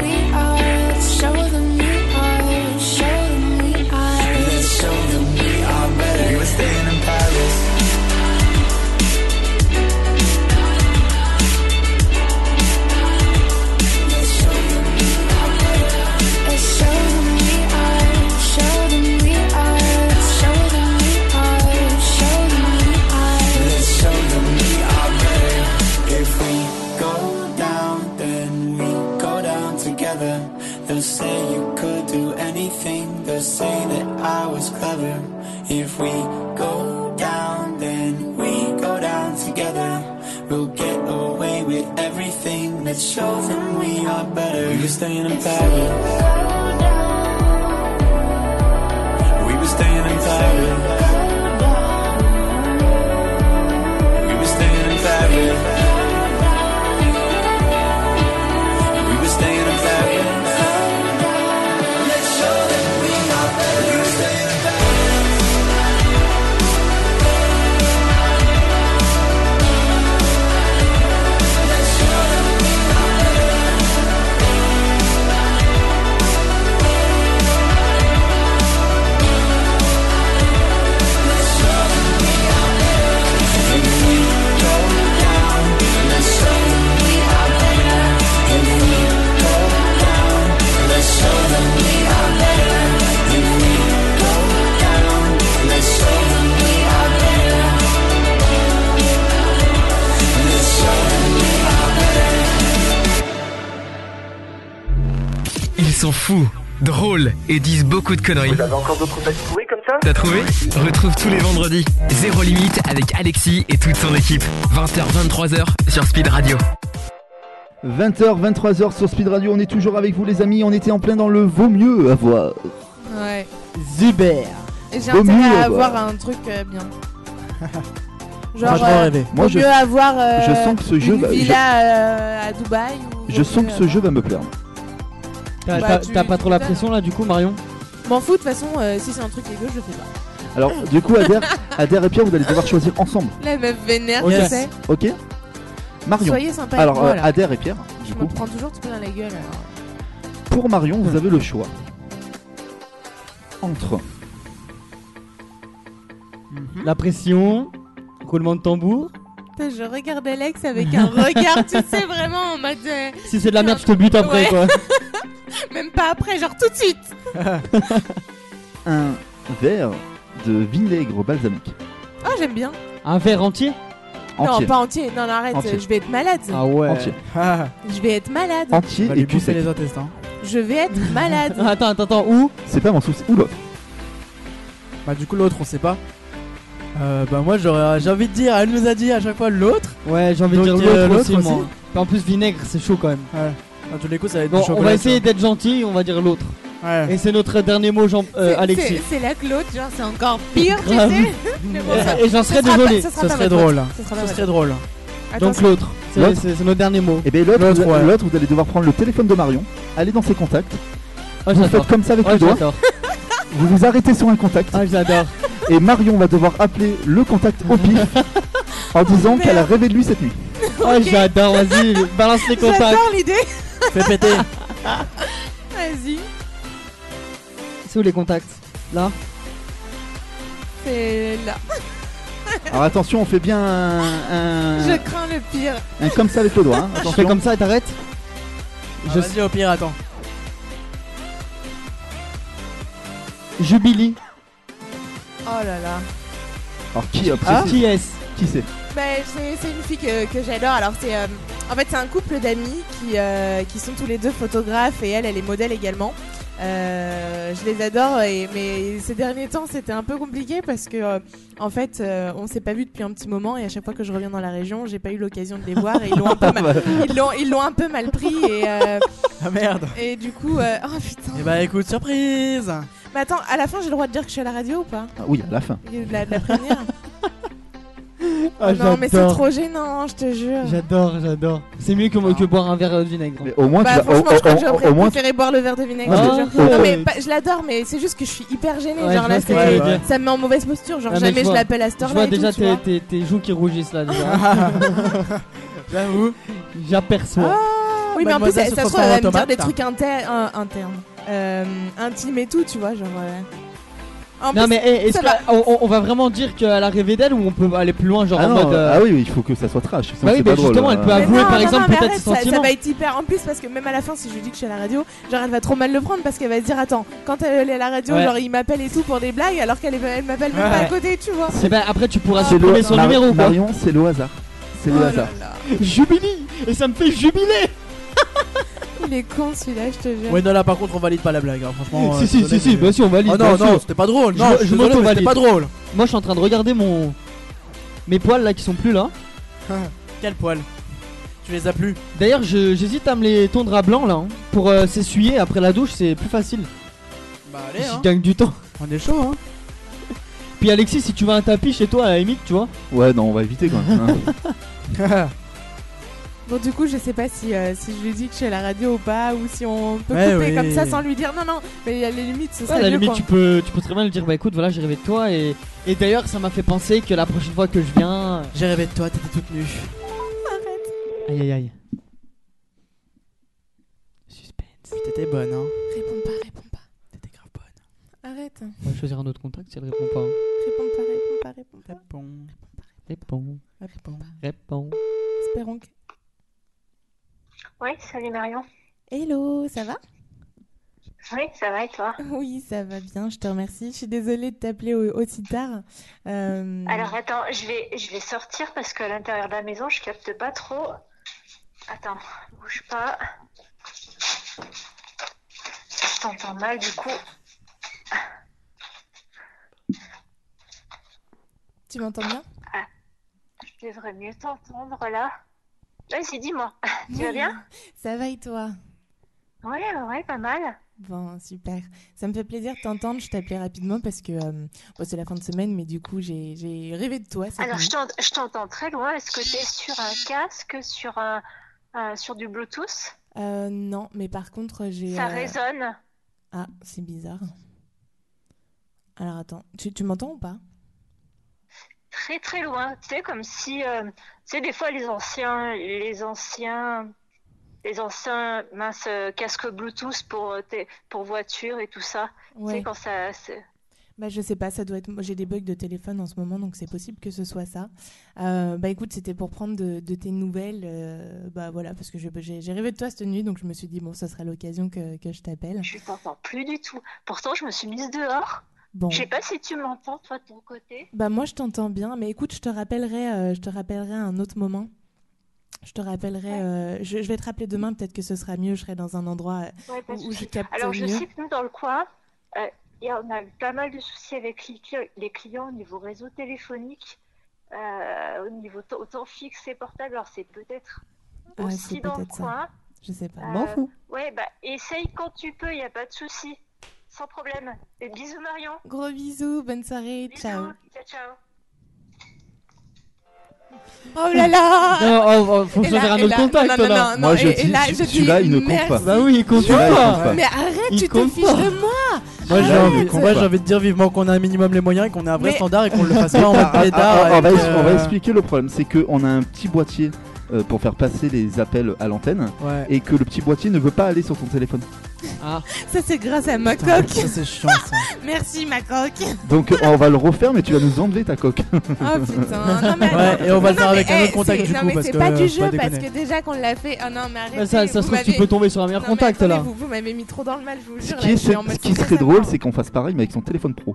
we are, show them we are, show them we are.
Let's show them we are better. We were staying in Paris. Let's show them we are better.
Let's show them we are, show them we are, show them we are, show them we are.
Let's show them we are better. If we go down, then we go down together. They'll say you could do anything. They'll say that I was clever. If we go down, then we go down together. We'll get away with everything. Let's show them we are better. We were staying in Paris. We were staying in Paris. We were staying in Paris. We were staying in Paris. Let's show them we are better. We were staying in Paris. Let's show them we are better.
sont fous, drôles et disent beaucoup de conneries.
Vous avez encore d'autres bêtes pourries comme ça
T'as trouvé Retrouve tous les vendredis Zéro Limite avec Alexis et toute son équipe. 20h-23h sur Speed Radio.
20h, 23h sur Speed Radio, on est toujours avec vous les amis, on était en plein dans le vaut mieux avoir.
Ouais.
Zuber.
Et J'ai
Vaut
intérêt
mieux
à
avoir.
avoir un truc euh, bien.
Moi,
Genre, euh,
je vais en rêver. Moi,
vaut
je-
mieux avoir euh,
je sens que ce jeu
une
va- je-
villa euh, à Dubaï. ou
Je
vaut
sens que
mieux
ce jeu va me plaire.
T'as
Bah,
t'as-
tu-
t'as pas trop la
tu
pression là du coup Marion
avoir- M'en fous de toute façon, euh, si c'est un truc dégueu, je le fais pas.
Alors du coup Adair, Adair et Pierre vous allez devoir choisir ensemble.
La meuf vénère,
Ok.
tu sais.
Ok Marion.
Soyez sympa avec
Alors
moi,
euh,
là.
Adair et Pierre,
Je me prends toujours tout dans la gueule. alors.
pour Marion vous avez le choix entre
La pression, roulement de tambour.
Putain, Je regarde Alex avec un regard, tu sais, vraiment en mode. euh,
Si c'est de la merde, je te bute après
Ouais.
quoi.
Même pas après, genre tout de suite.
un verre de vinaigre balsamique.
Ah, j'aime bien.
Un verre entier Ah
Entier.
Non, pas entier. Non, non, arrête,
Entier.
euh, je vais être malade.
Entier.
Ah,
Je vais être malade.
Entier et cul sec.
les intestins.
Je vais être malade.
attends, attends, attends, où
C'est pas mon souci. Ou l'autre.
Bah du coup l'autre on sait pas. Euh, bah moi j'aurais j'ai envie de dire, elle nous a dit à chaque fois l'autre.
Ouais, j'ai envie de
Donc,
dire
euh,
l'autre
l'autre
aussi,
aussi.
moi. En plus, vinaigre, c'est chaud quand même.
Ouais. Dans tous les coups ça va être
Bon,
du
on
chocolat.
va essayer d'être gentil, on va dire l'autre. Et c'est notre dernier mot, Jean euh,
C'est-
Alexis.
c'est- C'est la Claude, genre c'est encore pire, tu
Grave.
sais. Mais bon, ça-
Et j'en
ce
serais
sera
désolé,
pas- ce sera
ce
pas
serait
votre
drôle.
faute. Ce sera pas votre faute.
drôle.
Donc
Attention.
l'autre, c'est
L'autre
c'est- c'est notre dernier mot.
Et bien l'autre,
L'autre,
vous-
ouais.
l'autre, vous allez devoir prendre le téléphone de Marion, aller dans ses contacts,
Oh,
vous
j'adore.
faites comme ça avec
Oh,
le doigt,
j'adore.
vous vous arrêtez sur un contact,
Ah, j'adore.
et Marion va devoir appeler le contact au pif en disant qu'elle a rêvé de lui cette nuit.
Oh, j'adore, vas-y, balance les contacts.
J'adore l'idée.
Fais péter.
Vas-y.
C'est où les contacts Là
C'est là.
Alors attention, on fait bien un, un-
Je crains le pire.
un comme ça avec le doigt. hein.
Je
Attention.
fais comme ça et t'arrêtes
Ah,
Je-
Vas-y au pire attends.
Jubilee.
Oh là là.
Alors qui hop, c'est-
C'est Ah, Qui est-ce
Qui c'est
Bah, c'est c'est une fille que, que j'adore. Alors, c'est. euh, en fait, c'est un couple d'amis qui, euh, qui sont tous les deux photographes et elle, elle est modèle également. Euh, je les adore, et, mais ces derniers temps, c'était un peu compliqué parce que, euh, en fait, euh, on s'est pas vu depuis un petit moment et à chaque fois que je reviens dans la région, j'ai pas eu l'occasion de les voir et ils l'ont un, peu mal- ils l'ont- ils l'ont un peu mal pris et, euh,
Ah merde.
et du coup. euh, oh putain.
Et bah écoute, surprise
Mais attends, à la fin, j'ai le droit de dire que je suis à la radio ou pas
Ah Oui, à la fin.
Il y a eu de Ah, la, de la première
Ah,
Non, mais c'est
j'adore.
trop gênant, je te jure.
J'adore, j'adore. C'est mieux que, que boire un verre de vinaigre.
Mais au moins, tu
Bah,
vas- au-
franchement, je crois
au-
que
au-
j'aurais
au moins, tu-
préféré boire le verre de vinaigre.
Ah,
je te jure.
ouais.
Non, mais pas- je l'adore, mais c'est juste que je suis hyper gênée.
Ouais, je
genre
vois
là,
ce que tu veux
c'est-
dire.
ça me met en mauvaise posture. Genre,
Ouais, Ah, mais
jamais
je
je
vois.
l'appelle à ce
Je
heure-là.
vois
et tout,
déjà
tu vois.
tes, tes- tes joues qui rougissent là déjà.
J'avoue.
J'aperçois.
Ah, Oui, mais en plus,
Mademoiselle
ça ça
se
se trouve,
transforme
elle va
en
me dire
tomate.
hein.
des trucs inter- un- internes, euh, intimes et tout, tu vois. Genre, euh. En
non
plus,
mais hey, est-ce
ça va.
qu'on on va vraiment dire qu'elle a rêvé d'elle ou on peut aller plus loin genre
Ah,
en
non,
mode... euh,
ah oui, oui, il faut que ça soit trash. sinon
Bah oui,
c'est
bah
pas drôle,
justement, elle
hein.
peut
Mais
avouer,
non,
par
non,
exemple,
non, mais
peut-être
arrête,
ses
ça- ça,
sentiments.
va être hyper. En plus, parce que même à la fin, si je lui dis que je suis à la radio, genre elle va trop mal le prendre parce qu'elle va se dire Attends, quand elle est à la radio,
Ouais.
genre il m'appelle et tout pour des blagues alors qu'elle est- elle m'appelle même pas à
Ouais.
côté, tu vois.
Eh ben, après tu pourras
C'est
supprimer son
Mar-
numéro quoi.
Marion, c'est le hasard. C'est
Oh
le
là
hasard.
là.
Jubilee Et ça me fait jubiler
Il est con celui-là, je te jure.
Ouais non là par contre on valide pas la blague hein, franchement. euh,
Si si
désolé,
si si,
mais-
bah si on valide.
Oh
bien
non
sûr.
non c'était pas drôle.
Je-
Non
je
je désolé, mais
m'auto-valide.
c'était pas drôle.
Moi je suis en train de regarder mon... Mes poils là qui sont plus là.
Quel poil. Tu les as plus.
D'ailleurs je- j'hésite à me les tondre à blanc là. hein. Pour euh, s'essuyer après la douche c'est plus facile.
Bah allez
Je
hein.
gagne du temps.
On est chaud hein.
Puis Alexis si tu veux un tapis chez toi à la limite tu vois.
Ouais, non, on va éviter quand même. hein.
hein.
Bon, du coup, je sais pas si, euh, si je lui dis que je suis à la radio ou pas, ou si on peut
Ouais,
couper
oui.
comme ça sans lui dire non, non, mais à la limite, ce
Ouais, à
serait
la
mieux,
limite,
quoi.
tu peux, tu peux très bien lui dire Bah écoute, voilà, j'ai rêvé de toi. Et, et d'ailleurs, ça m'a fait penser que la prochaine fois que je viens.
J'ai rêvé de toi, t'étais toute nue.
Aïe aïe aïe. Suspense.
T'étais bonne hein.
Réponds pas, réponds pas.
T'étais grave bonne.
Arrête.
On va choisir un autre contact si elle répond pas. hein.
Réponds pas, réponds pas, réponds pas.
Réponds.
Réponds,
Réponds.
réponds.
Espérons que.
Ouais, salut Marion.
Hello, ça va
Oui, ça va et toi?
Oui, ça va bien, je te remercie. Je suis désolée de t'appeler au- aussi tard. Euh,
Alors attends, je vais, je vais sortir parce qu'à l'intérieur de la maison, je capte pas trop. Attends, bouge pas. je t'entends mal du coup.
Tu m'entends bien
Je devrais mieux t'entendre là. Vas-y, dis-moi. Tu vas bien
Ça va et toi
Ouais, ouais, pas mal.
Bon, super. Ça me fait plaisir de t'entendre. Je t'appelais rapidement parce que euh, bon, c'est la fin de semaine, mais du coup, j'ai j'ai rêvé de toi. cette
Alors,
nuit.
je t'ent- je t'entends très loin. Est-ce que t'es sur un casque, sur un, un- sur du Bluetooth
Euh, non, mais par contre, j'ai.
Ça
euh,
résonne.
Ah, c'est bizarre. Alors attends, tu, tu m'entends ou pas
très très loin. Tu sais, comme si, euh, tu sais, des fois les anciens, les anciens, les anciens mince casque Bluetooth pour euh, tes- pour voiture et tout ça. Tu
Ouais.
sais quand ça, c'est-
Bah, je sais pas, ça doit être. moi, J'ai des bugs de téléphone en ce moment, donc c'est possible que ce soit ça. Euh, bah écoute, c'était pour prendre de, de tes nouvelles. euh, bah voilà, parce que je- j'ai j'ai rêvé de toi cette nuit, donc je me suis dit, bon, ça sera l'occasion que, que je t'appelle.
je t'entends plus du tout. Pourtant, je me suis mise dehors.
Bon.
Je sais pas si tu m'entends toi de ton côté.
Bah moi, je t'entends bien, mais écoute, je te rappellerai, euh, je te rappellerai à un autre moment. Je te rappellerai, euh, je, je vais te rappeler demain, peut-être que ce sera mieux, je serai dans un endroit euh,
Ouais, pas de
où, où je
souci.
capte
Alors, je
mieux.
sais que nous dans le coin. euh, il y a- on a pas mal de soucis avec les clients, les clients au niveau réseau téléphonique, euh, au niveau t- autant fixe et portable. Alors c'est peut-être
Ah,
aussi
c'est
dans le
peut-être ça.
coin.
Je sais pas.
Euh, Ouais, bah essaye quand tu peux, y a pas de souci. Sans problème. Et bisous Marion.
Gros bisous, bonne soirée, ciao.
Ciao, ciao.
Oh là là
Non, oh, oh, faut
Et
que je
là-
verrai un
et
autre
là-
contact,
non, non,
là.
non, Moi, je et- dis, et là, je celui-là, dis il ne compte merci. pas.
Bah oui, il compte
Celui-là, il
pas.
compte pas. Mais arrête, tu te fiches de moi
Moi j'ai
Ah,
envie,
mais qu'on
moi,
pas.
j'ai envie de dire vivement qu'on a un minimum les moyens et qu'on a un vrai
Mais-
standard et qu'on le fasse pas en mode
Ah,
pétard.
ah, ah, on, va,
avec,
ex- on va
euh,
expliquer le problème, c'est qu'on a un petit boîtier euh, pour faire passer les appels à l'antenne
Ouais.
et que le petit boîtier ne veut pas aller sur ton téléphone.
Ça, c'est grâce à ma
Ah. Putain,
coque.
ça, c'est chiant ça.
Merci, ma coque.
Donc euh, on va le refaire, mais tu vas nous enlever ta coque.
Oh putain, non mais
Ouais,
attends.
et on va le
Non,
faire
mais,
avec un
eh,
autre contact,
c'est-
du
non,
coup,
mais
parce
c'est
que,
pas
euh,
du jeu
faut pas
parce que
déconner.
déjà qu'on l'a fait. Ah non, mais arrêtez.
Bah, ça- ça se
vous
trouve, tu
m'avez-
peux tomber sur un meilleur
Non, mais
contact,
attendez,
là.
Vous, vous m'avez mis trop dans le mal, je vous
Ce
jure.
qui,
là,
est-
je suis en
ce
mode hein.
qui serait
stress à
drôle,
mort.
c'est qu'on fasse pareil, mais avec son téléphone pro.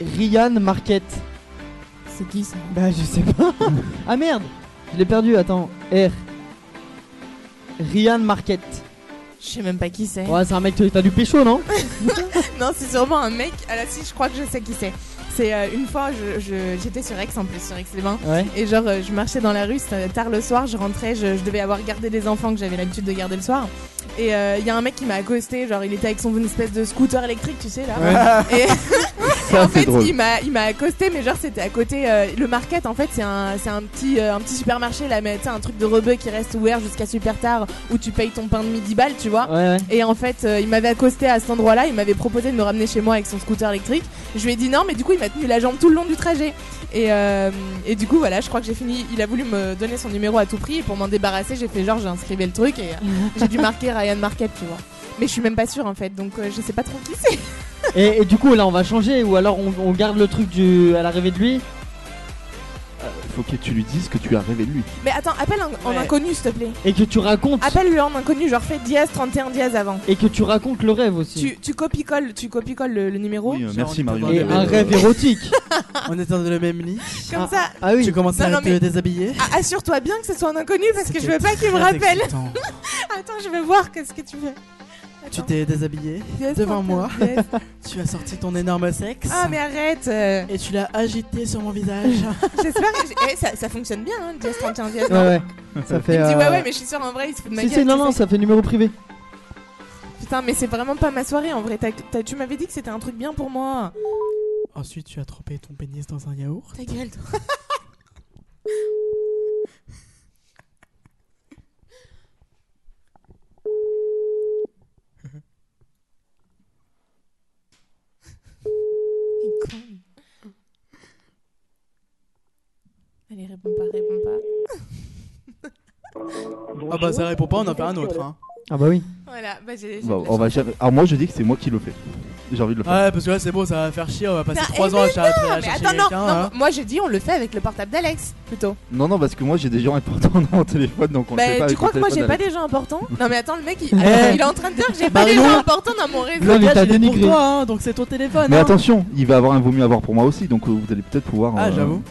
Ryan Marquette.
C'est qui ça
Bah, je sais pas. ah merde, je l'ai perdu, attends. R. Ryan Marquette.
Je sais même pas qui c'est.
Ouais, c'est un mec, t'as du pécho, non
Non, c'est sûrement un mec. Ah là, si, je crois que je sais qui c'est. C'est euh, une fois, je- je- j'étais sur Aix en plus, sur Aix-les-Bains.
Ouais.
Et genre, euh, je marchais dans la rue, c'était tard le soir, je rentrais, je, je devais avoir gardé des enfants que j'avais l'habitude de garder le soir. Et euh, il y a un mec qui m'a accosté, genre il était avec son espèce de scooter électrique, tu sais là. Et,
Ça,
en
c'est
fait,
drôle.
il m'a il m'a accosté, mais genre c'était à côté euh, le market. En fait, c'est un c'est un petit euh, un petit supermarché là, mais tu sais, un truc de rebeu qui reste ouvert jusqu'à super tard où tu payes ton pain de midi balle, tu vois.
Ouais, ouais.
Et en fait, euh, il m'avait accosté à cet endroit-là, il m'avait proposé de me ramener chez moi avec son scooter électrique. Je lui ai dit non, mais du coup, il m'a tenu la jambe tout le long du trajet. Et, euh, et du coup, voilà, je crois que j'ai fini. Il a voulu me donner son numéro à tout prix, et pour m'en débarrasser, j'ai fait genre, j'ai inscrivé le truc, et euh, j'ai dû marquer Ryan Marquette, tu vois. Mais je suis même pas sûre en fait, donc euh, je sais pas trop qui c'est.
Et, et du coup, là, on va changer, ou alors on, on garde le truc du, à l'arrivée de lui.
Faut que tu lui dises que tu as rêvé de lui.
Mais attends, appelle un- en
Ouais.
inconnu, s'il te plaît.
Et que tu racontes.
Appelle-le en inconnu, genre fais dièse 31 dièse avant.
Et que tu racontes le rêve aussi.
Tu, tu copies-colles tu copies-colles le, le numéro.
Oui, euh, merci Marion.
Et
Isabelle.
un rêve érotique.
On était dans le même lit.
Comme ça,
Ah oui.
Tu commences
Non,
à
non,
te
mais- Ah,
déshabiller.
a- assure-toi bien que ce soit un inconnu parce que je veux
C'était
pas qu'il me
très
rappelle.
excitant.
Attends, je vais voir qu'est-ce que tu fais.
Tu t'es déshabillé
Yes,
devant
Quentin,
moi.
yes.
Tu as sorti ton énorme sexe.
Ah mais arrête. euh,
Et tu l'as agité sur mon visage.
J'espère que j'ai- eh, ça, ça fonctionne bien, hein, Diaz 31
Ouais,
Diaz. non
ouais. Ça fait.
Il me dit
euh,
ouais ouais mais je suis sûre en vrai il se fout de ma
Si,
gueule.
si, non,
Oh tu
non,
sais.
ça fait numéro privé.
Putain mais c'est vraiment pas ma soirée en vrai. T'as- t'as- tu m'avais dit que c'était un truc bien pour moi.
Ensuite, tu as trempé ton pénis dans un yaourt.
Ta gueule toi. Il est con. Allez réponds pas, réponds pas.
Ah bah ça répond pas, on en fait un autre. Hein.
Ah bah oui.
Voilà, bah j'ai. j'ai
Bah,
de la
on va
chance.
jamais- Alors moi je dis que c'est moi qui le fais. J'ai envie de le faire.
Ouais, parce que là, c'est bon, ça va faire chier, on va passer
Putain,
3
eh
ans à,
mais
cher- à
non, mais
chercher
attends, non,
quelqu'un,
non,
hein.
moi je dis on le fait avec le portable d'Alex plutôt.
Non, non, parce que moi j'ai des gens importants dans mon téléphone donc on le fait
Bah,
pas
tu
avec
crois
mon
que moi j'ai
téléphone,
pas
Alex.
des gens importants Non, mais attends, le mec il,
Eh.
il est en train de dire que j'ai pas des
Mario.
gens importants dans mon réseau.
Le
mais
gars,
t'as
il est pour
dénigré.
toi, hein, donc c'est ton téléphone.
Mais
hein.
attention, il va avoir un vaut mieux avoir pour moi aussi donc euh, vous allez peut-être pouvoir.
Ah, j'avoue.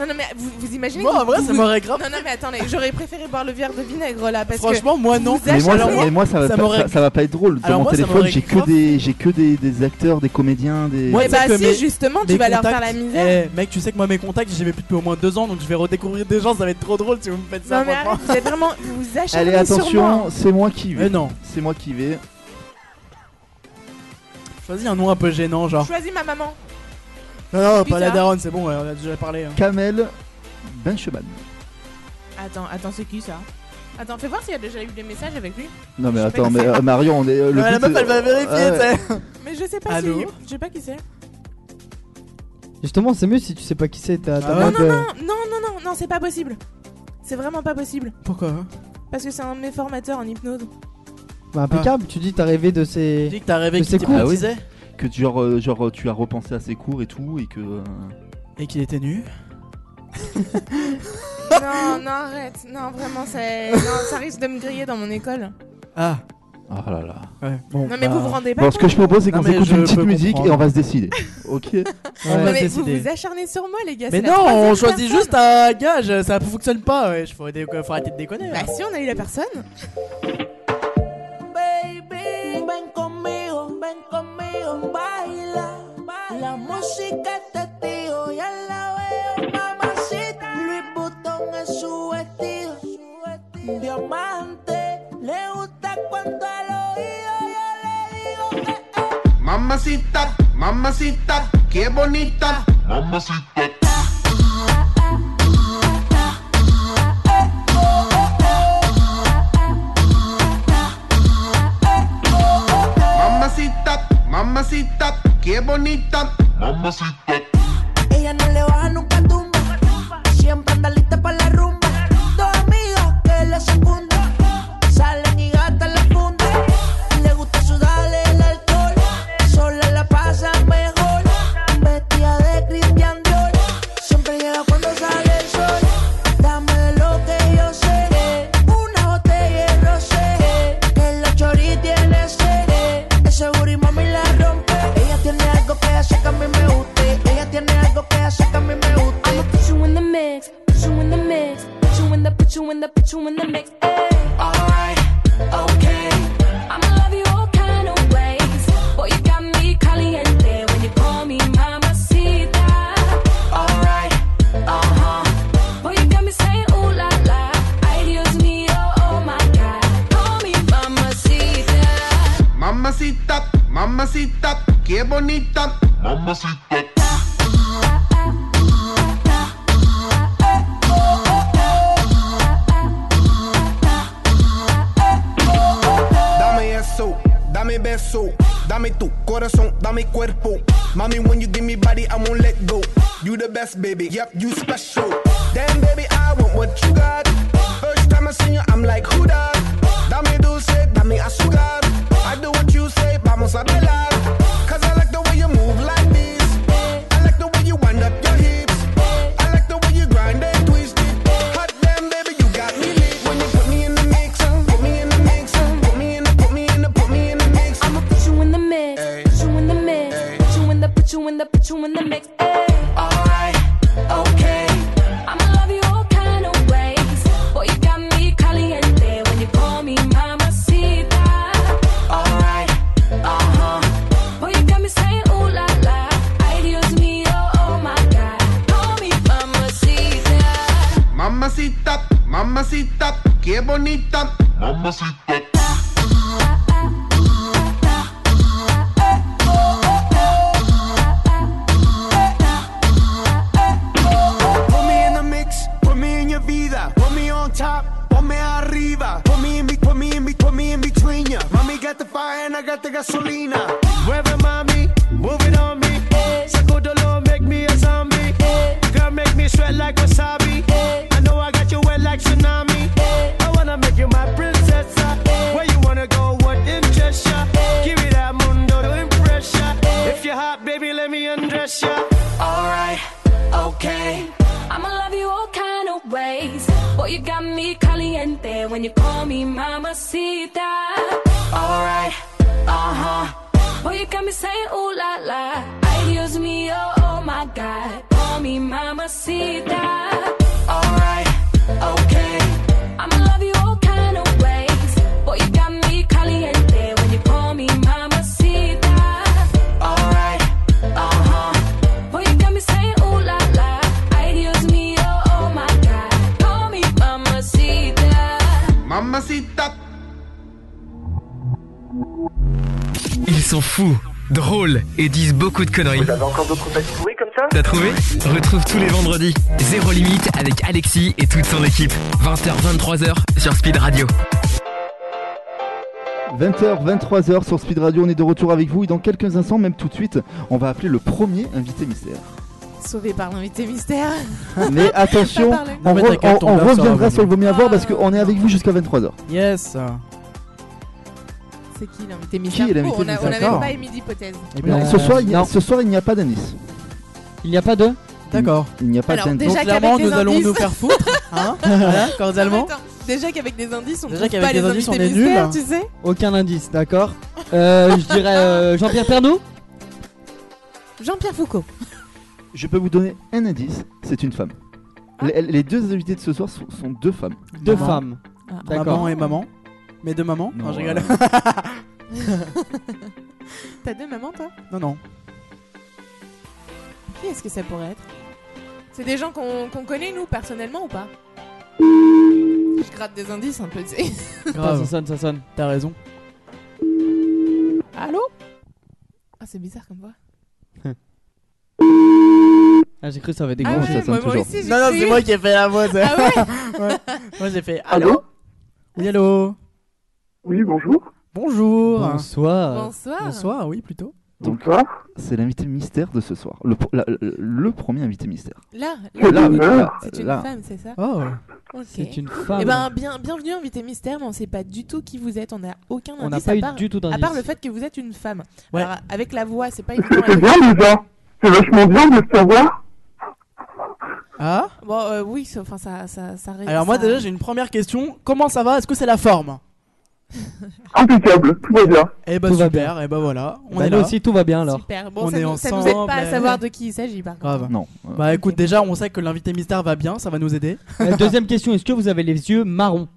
Non, non, mais vous, vous imaginez
Moi,
que
en vrai,
vous-
ça m'aurait grave-
Non, non, mais attendez, j'aurais préféré boire le verre de vinaigre là parce
Franchement,
que.
moi, non.
vous
Mais moi,
achetez-
ça, mais moi, ça va,
ça
pas,
m'aurait-
ça- ça va pas être drôle. Sur
Alors
mon
moi, ça
téléphone,
m'aurait
j'ai que
grave-
des, j'ai que des, des acteurs, des comédiens, des.
Ouais,
bah
parce que
si, justement, tu
mes
vas leur faire la misère.
Eh, mec, tu sais que moi, mes contacts, j'avais plus depuis au moins 2 ans, donc je vais redécouvrir des gens, ça va être trop drôle si vous me faites ça.
Non, mais
franchement.
arrête, vous êtes vraiment. Vous vous acharnez
Allez,
sur moi.
attention, c'est moi qui vais.
Mais non.
c'est moi qui vais.
Choisis un nom un peu gênant, genre.
Choisis ma maman.
Non, non, pas
Bizarre.
la daronne, c'est bon, ouais, on a déjà parlé. hein.
Kamel Bencheban.
Attends, attends, c'est qui ça Attends, fais voir s'il y a déjà eu des messages avec lui.
Non mais
Je sais pas
attends,
qui
mais
c'est.
euh, Marion, on est euh, le.
Ouais, la
but,
meuf, elle
c'est-
va vérifier,
Ah ouais.
tu sais.
Mais je sais pas si.
Allô
Je sais pas qui c'est.
Justement, c'est mieux si tu sais pas qui c'est.
Ah,
T'as t'as
ouais
mode,
Non, non,
euh,
Ah Non, non, non, non, non, c'est pas possible. C'est vraiment pas possible.
Pourquoi hein
Parce que c'est un de mes formateurs en hypnose.
bah, impeccable. Tu dis t'as rêvé de ces.
Tu dis que t'as rêvé
de
qu'il
ces cours.
Ah oui.
disais
Que tu- genre, euh, genre tu as repensé à ses cours et tout et que. euh,
Et qu'il était nu.
non, non, arrête. Non, vraiment, c'est- non, ça risque de me griller dans mon école.
Ah,
Ah là là.
ouais, bon.
Non, mais
bah,
vous vous rendez pas
Bon, ce que
compte
je propose, c'est qu'on
Non, mais
s'écoute
je
une petite
peux
musique et
comprendre.
on va se décider. Ok.
Ouais,
Non,
on va
mais vous
décider.
vous acharnez sur moi, les gars.
Mais
c'est la
non, on
troisième
choisit
personne.
juste un gage, ça fonctionne pas, ouais, faut, dé- faut arrêter de déconner. hein.
Bah,
ouais.
si, on a eu la personne.
Baby, ven conmigo, ven conmigo, baila. La música es testigo, ya la veo, mamacita. Luis Butón es su vestido, diamante. Le gusta cuando al oído yo le digo que eh,
Mamacita, mamacita, qué bonita. Mamacita. Mamacita, mamacita, qué bonita. Mamacita.
Ella no le baja nunca tumba. Siempre anda lista para la rumba. Dos amigos que la secundan. Salen y gastan la funda. Le gusta sudarle el alcohol. Sola la pasa mejor. Vestida de Christian Dior. Siempre llega cuando sale el sol. Dame lo que yo sé. Una botella de rosé. Que la chori tiene sed. Ese booty mami la rompe. Ella tiene algo que hace que a mí me guste. Ella tiene algo que hace que a mí me guste.
I'ma put you in the mix, put you in the mix, put you in the, put you in the, put you in the mix. Alright, okay. I'ma love you all kind of ways. Boy, you got me caliente when you call me mamacita. Alright, uh
uh-huh.
huh. Boy, you got me saying ooh la la. Ay, Dios mío, oh my God. Call me mamacita.
Mamacita, mamacita, qué bonita. Mamacita.
Dame eso, dame beso, dame tu corazón, dame cuerpo. Mommy, when you give me body, I won't let go. You the best, baby. Yep, you special. Damn, baby, I want what you got. First time I seen you, I'm like, who that? Dame dulce, dame azúcar. I do what you say, vamos a bailar. Cause I like the way you move like this. I like the way you wind up your hips. I like the way you grind and twist it. Hot damn, baby, you got me lit. When you put me in the mixer, put me in the mixer, put me in the, put me in the, put me in the mix.
I'ma put you in the mix, put you in the mix, put you in the, put you in the, put you in the mix. Alright, okay. I'ma love you all kind of ways. Boy, you got me caliente when you call me mamacita. Alright, uh huh. Boy, you got me saying ooh la la. Ay, Dios mío, oh my God. Call me mamacita.
Mamacita, mamacita, qué bonita. Mamacita.
Put me in the mix, put me in your vida, put me on top, put me arriba, put me in, be- put me in, be- put me in between ya. Mommy got the fire and I got the gasolina. Wherever mommy, move it on me. Saco dolor, make me a zombie. Girl, make me sweat like wasabi. I know I got you wet like tsunami. I wanna make you my princess. Where you wanna go? What
ways. Boy, you got me caliente when you call me mamacita. Alright, uh huh. Boy, you got me saying ooh la la. Ay, Dios mío, oh my God. Call me mamacita. Alright, okay. I'ma love you all kind of ways. Boy, you got me caliente when you call me mamacita. Alright, uh huh. Boy, you got me saying ooh la la. Ay, Dios mío, oh my God. Call me mamacita.
Mamacita.
Ils sont fous, drôles et disent beaucoup de conneries. T'as trouvé Retrouve tous les vendredis Zéro Limite avec Alexis et toute son équipe. 20h-23h sur Speed Radio.
20h, 23h sur Speed Radio, on est de retour avec vous et dans quelques instants, même tout de suite, on va appeler le premier invité mystère.
Sauvé par l'invité mystère.
Mais attention,
Pas par le-
on,
Non, mais
re-
t'inquiète,
on-
on
on
verra, ça va
reviendra
venir.
sur le vaut mieux avoir parce qu'on est avec vous jusqu'à 23h.
Yes.
C'est qui l'invité mystère
est l'invité
Oh, on a- On
mystère
n'avait pas émis d'hypothèse.
Non, ce, soir, il y a- ce soir, il n'y a pas d'indice.
Eh Il n'y a pas de
D'accord.
Il n'y a pas
Alors,
d'indice.
déjà
Donc,
qu'avec
clairement,
les
nous allons
indices-
nous faire foutre, hein, voilà, cordialement.
Ah, Attends, Déjà qu'avec des indices, on ne
Déjà
trouve pas
qu'avec
les
des indices, on
invités
est nuls.
mystères, tu sais
Aucun indice, d'accord. Euh, je dirais euh, Jean-Pierre Pernaud
Jean-Pierre Foucault.
Je peux vous donner un indice, c'est une femme. Les, les deux invités de ce soir sont, sont deux femmes.
Deux Maman. femmes. Ah. D'accord.
Maman et maman. Mais deux mamans Non,
Non,
je
euh,
rigole.
T'as deux mamans, toi
non, non.
Qui est-ce que ça pourrait être C'est des gens qu'on qu'on connaît, nous, personnellement ou pas Je gratte des indices un peu, tu sais.
Putain, Ah, Ça sonne, ça sonne.
T'as raison.
Allô Ah, c'est bizarre comme voix.
Ah, j'ai cru que ça avait des
Ah
gros
ouais,
ça sonne
moi- moi
toujours.
aussi, j'ai
Non, non,
cru.
c'est moi qui ai fait la voix. ça.
Ah ouais
Ouais. Moi j'ai fait Allô Oui, allô
Oui, bonjour.
Bonjour.
Bonsoir.
Bonsoir.
Bonsoir, oui, plutôt.
Donc, c'est l'invité mystère de ce soir. Le, pro- la- le- le premier invité mystère. Oh,
Là,
là, là, là,
C'est une
là.
femme, c'est ça
Oh.
Ok.
C'est une femme.
Eh ben, bien, bienvenue, invité mystère, mais on sait pas du tout qui vous êtes. On n'a aucun
On n'a
indice.
pas
à
eu
part-
du tout
À
d'indice.
part le fait que vous êtes une femme.
Ouais.
Alors, avec la voix, c'est pas
C'est
évident. hein.
bien déjà. C'est vachement bien de le savoir.
Ah
Bon, euh, oui, ça- enfin, ça, ça, ça ré-
Alors moi
ça-
déjà j'ai une première question. Comment ça va Est-ce que c'est la forme
Impeccable, tout va bien.
Eh bah
Tout va
super, eh bah voilà. On
Bah,
est
nous
là.
aussi, tout va bien, alors.
Super. Bon,
on
ça,
est
nous, ça nous
ensemble.
aide pas à
euh,
savoir de qui il s'agit, par contre.
Grave.
Non.
Bah écoute, déjà on sait que l'invité mystère va bien, ça va nous aider.
Euh, Deuxième question, est-ce que vous avez les yeux marrons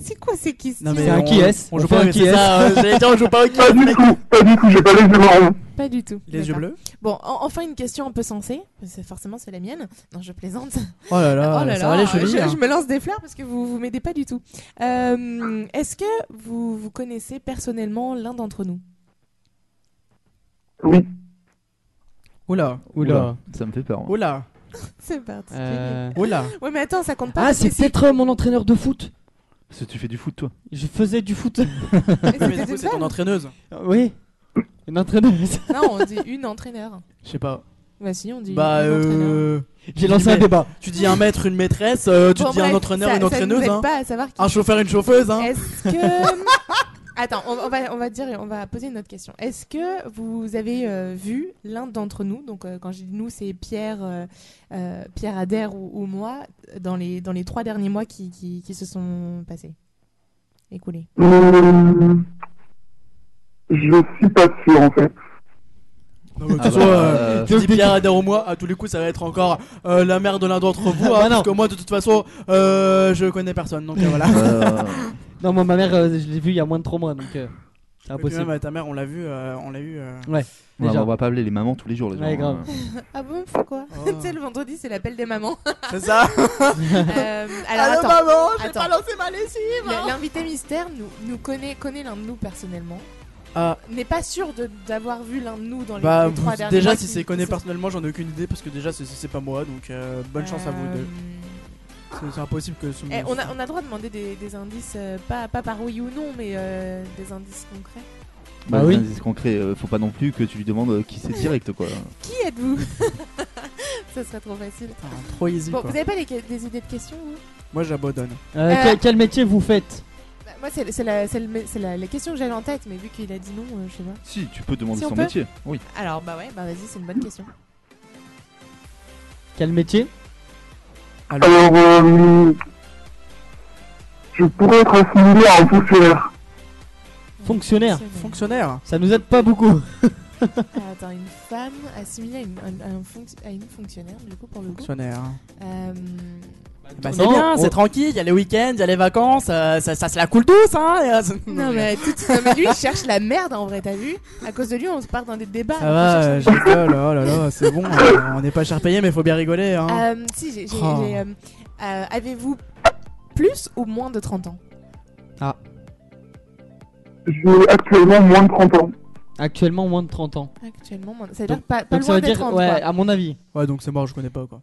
C'est quoi ces questions
C'est un qui est
on joue pas au- c'est ça, euh, j'allais dire, on joue pas au qui
Pas du tout, pas du tout, j'ai pas les yeux marrons.
Pas du tout.
Les yeux
D'accord.
bleus
Bon, en- enfin une question un peu sensée. parce que Forcément, c'est la mienne. Non, je plaisante.
Oh là là,
Oh là
ça va
là,
les chevilles.
je,
hein.
je me lance des fleurs parce que vous vous m'aidez pas du tout. Euh, Est-ce que vous vous connaissez personnellement l'un d'entre nous
Oula,
Oula, ça me fait peur. hein. moi.
oula.
C'est parti.
Euh,
Oula.
Ouais, mais attends, ça compte pas.
Ah,
parce
c'est
que si-
peut-être euh, mon entraîneur de foot.
Parce que tu fais du foot, toi.
Je faisais du foot.
Mais du coup, c'est ton entraîneuse.
oui, une entraîneuse.
Non, on dit une entraîneur.
Je sais pas.
Bah si, on dit
Bah
une entraîneur.
euh.
J'ai
tu
lancé
dis,
un
mais-
débat.
Tu dis un maître, une maîtresse, euh, tu
Bon,
dis un
bref,
entraîneur,
ça-
une
ça nous
entraîneuse.
aide
hein.
pas à savoir qui-
Un chauffeur, une chauffeuse. Hein.
Est-ce que. Attends, on, on va, on va dire, on va poser une autre question. Est-ce que vous avez euh, vu l'un d'entre nous, donc euh, quand je dis nous, c'est Pierre, euh, euh, Pierre Adair ou, ou moi, dans les, dans les trois derniers mois qui, qui, qui se sont passés Écoulés.
Hum, Je suis pas sûr en fait.
Non, mais que ce
Ah bah,
soit, euh,
euh,
tu dis Pierre Adair ou moi, à tous les coups, ça va être encore euh, la mère de l'un d'entre vous. hein, parce que moi, de toute façon, euh, je connais personne. Donc euh, voilà.
non, moi, ma mère, euh, je l'ai vue il y a moins de 3 mois, donc euh, c'est
Et puis
impossible.
même, euh, ta mère, on l'a vu, euh, on l'a eu. euh,
Ouais,
Ouais, mais
déjà.
on va pas appeler les mamans tous les jours, les gens.
Ouais, grave.
hein.
Ah bon, pourquoi Tu sais, le vendredi, c'est l'appel des mamans.
Oh. C'est ça
Euh, Alors,
Allô,
attends,
maman, j'ai
attends.
pas lancé ma lessive, hein.
Le- L'invité mystère nous, nous connaît, connaît l'un de nous personnellement.
Ah.
N'est pas sûr de- d'avoir vu l'un de nous dans les,
Bah,
les trois
vous-
derniers
déjà,
mois
si
qui-
c'est
qui
connu
se sont
personnellement, j'en ai aucune idée parce que déjà, c'est- c'est pas moi. Donc euh, bonne chance à vous deux. C'est- C'est impossible que. ce-
Euh, Eh, on, a, on a droit de demander des, des indices, euh, pas, pas par oui ou non, mais euh, des indices concrets.
Bah,
Bah oui.
oui. indice concret, euh, faut pas non plus que tu lui demandes euh, qui c'est direct, quoi.
Qui êtes-vous Ça serait trop facile.
trop easy,
Bon,
quoi.
vous avez pas des, que- des idées de questions vous
Moi, j'abandonne.
Euh,
Euh,
quel, quel métier vous faites
Bah, Moi, c'est c'est la, c'est le- c'est la- la question que j'avais en tête, mais vu qu'il a dit non, euh, je sais pas.
Si, tu peux demander
Si on
son
peut
métier. Oui.
Alors, bah ouais, bah vas-y, c'est une bonne question.
Quel métier
Allô
Alors, euh, je pourrais être assimilé à un fonctionnaire.
Fonctionnaire.
Fonctionnaire.
Ça nous aide pas beaucoup.
Ah, Attends, une femme assimilée à une, à un fonc- à une fonctionnaire, du coup, pour le coup.
Fonctionnaire.
Euh,
Bah c'est
Non,
bien,
on-
c'est tranquille, il y a les week-ends, il y a les vacances, euh, ça, ça se la coule tous, hein et, euh, c'est-
Non, mais, tout, non, mais lui, il cherche la merde en vrai, t'as vu À cause de lui, on se part dans des débats.
Ça va, euh, j'rigole, oh là là, c'est bon, euh, on n'est pas cher payé, mais faut bien rigoler. Hein.
Euh, si, j'ai. j'ai-
Oh.
j'ai, euh, euh, Avez-vous plus ou moins de 30 ans
J'ai actuellement moins de 30 ans.
Actuellement, moins de 30 ans.
actuellement moins de- C'est-à-dire
Donc-
pas, pas
donc ça veut
loin des
dire-
30.
ouais,
quoi.
à mon avis.
Ouais, donc c'est mort, je connais pas quoi.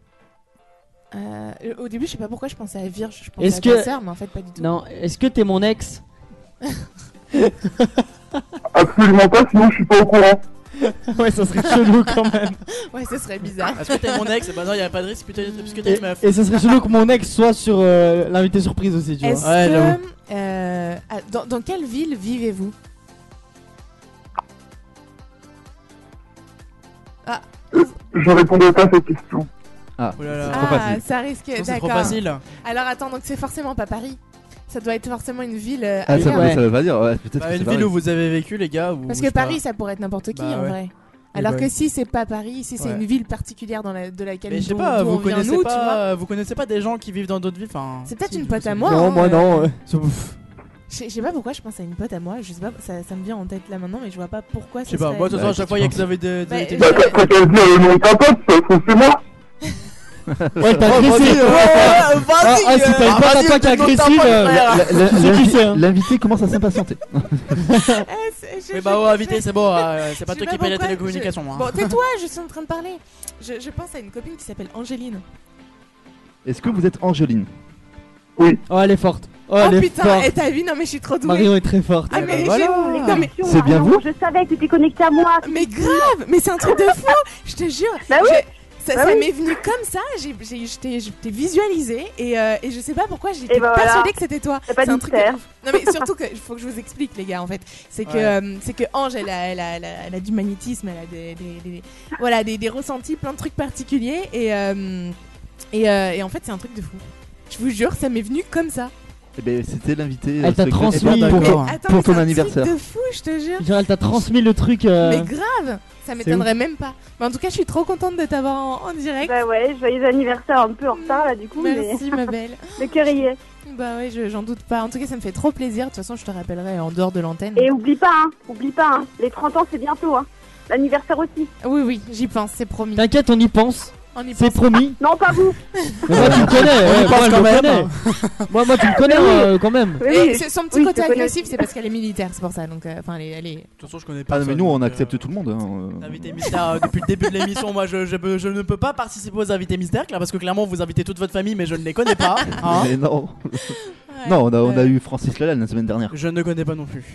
Euh, au début, je sais pas pourquoi je pensais à Vierge, je pensais
Est-ce
à
que.
Cancer, mais en fait, pas du tout.
Non, est-ce que t'es mon ex
Absolument pas, sinon je suis pas au courant.
Ouais, ça serait chelou quand même.
ouais, ce serait bizarre.
Est-ce que t'es mon ex Bah non, y a pas de risque, putain, parce que t'es
Et,
une meuf.
et ça serait chelou que mon ex soit sur euh, l'invité surprise aussi, tu vois.
Est-ce que. euh, ah, dans, dans quelle ville vivez-vous
Je répondrai pas à cette question.
Ah,
Oh là là.
Ah, ça risque.
Non, c'est trop
D'accord.
facile.
Alors attends, donc c'est forcément pas Paris. Ça doit être forcément une ville. euh,
Ah, ça,
ailleurs.
veut- ça veut pas dire, ouais, peut-être
Bah,
que
une
c'est
ville
pareil.
où vous avez vécu, les gars. ou-
Parce
je
que
sais pas.
Paris, ça pourrait être n'importe qui
Bah
en
ouais.
vrai.
Eh
Alors
ben.
que si c'est pas Paris, si c'est
Ouais.
une ville particulière dans la, de laquelle
Mais je sais
dont-
pas,
d'où on
vous
vient
connaissez
nous, tu vois.
pas, vous connaissez pas des gens qui vivent dans d'autres villes. Enfin,
C'est peut-être
si,
une
du
pote
coup,
à
c'est-
moi, Non, hein, moi, euh. non, ouais.
C'est ouf.
Je sais- je sais pas pourquoi je pense à une pote à moi. Je sais pas, ça, ça me vient en tête là maintenant, mais je vois pas pourquoi.
Je sais pas, moi, de toute façon, à chaque fois, il y a que vous avez des.
Bah,
des-
euh,
des-
Bah, t'as-
T'as qu'à dire le nom de ta pote, ça se trouve, c'est moi.
Ouais,
Oh,
t'as agressé.
euh,
vas-y, ouais, ouais,
Ah,
vas-y,
ah, si t'as
euh,
une pote
vas-y,
à toi qui est
donne ta
agressive.
pote,
euh,
frère.
la-
C'est
la-
qui, c'est, hein
L'invité- L'invité commence à s'impatienter.
Mais bah, ouais, invité, c'est bon, euh, c'est pas
Je
toi
sais
qui paye la
pourquoi,
télécommunication. hein.
je-
moi.
Bon, tais-toi, je suis en train de parler. Je, je pense à une copine qui s'appelle Angéline.
Est-ce que vous êtes Angéline
Oui.
Oh, elle est forte. Oh,
Oh,
elle est
putain,
forte.
et t'as vu Non, mais je suis trop douée.
Marion est très forte.
Ah, mais j'ai- non, mais-
C'est bien vous
Je savais que t'étais connecté à moi. Mais grave, mais c'est un truc de fou, hein. je te jure. Je- Ça,
Bah
ça
oui.
m'est venu comme ça, j'ai, j'ai, je t'ai- je t'ai visualisé et, euh, et je sais pas pourquoi j'étais
Eh ben voilà.
persuadée que c'était toi.
Y a pas de
c'est un truc de
mystère.
ouf. Non mais surtout que faut que je vous explique les gars en fait, c'est que
Ouais.
euh, c'est que Ange elle a, elle a, elle a- elle a du magnétisme, elle a des, des- des- voilà des, des ressentis, plein de trucs particuliers et euh, et, euh, et en fait c'est un truc de fou. Je vous jure, ça m'est venu comme ça.
Eh ben, c'était l'invité.
Elle
secret
t'a
ben,
transmis,
pour,
mais-
ton- pour
Attends, mais c'est un
ton
truc
anniversaire.
De fou, je te jure.
Genre, elle t'a transmis le truc. euh,
Mais grave Ça m'étonnerait même pas. Mais en tout cas, je suis trop contente de t'avoir en, en direct. Bah ouais, joyeux anniversaire un peu en retard là du coup. Merci
mais-
ma belle.
Le cœur y est.
Bah ouais, je- j'en doute pas. En tout cas, ça me fait trop plaisir. De toute façon, je te rappellerai en dehors de l'antenne.
Et oublie pas, hein, oublie pas, hein, les 30 ans c'est bientôt, hein. L'anniversaire aussi.
Oui, oui, j'y pense, c'est promis.
T'inquiète, on y pense.
On y
C'est
pense.
promis.
Non, pas vous.
Mais moi, tu me connais.
On y
ouais,
pense
moi, je
quand
me
même. hein.
connais. moi, moi, tu me connais
Mais oui.
euh, quand même.
Et
Ah, bah Oui,
ce- son petit
je
côté
te connais.
agressif, c'est parce qu'elle est militaire, c'est pour ça. Donc, euh, enfin, elle est. elle est-
De toute façon, je connais pas.
Ah non, mais nous, on accepte tout le monde. hein,
Invité mystère, euh, depuis le début de l'émission, moi je, je, peux- je ne peux pas participer aux invités mystères là, parce que clairement vous invitez toute votre famille, mais je ne les connais pas. hein.
Mais non. non, on a, on a eu Francis Lalanne la semaine dernière.
Je ne connais pas non plus.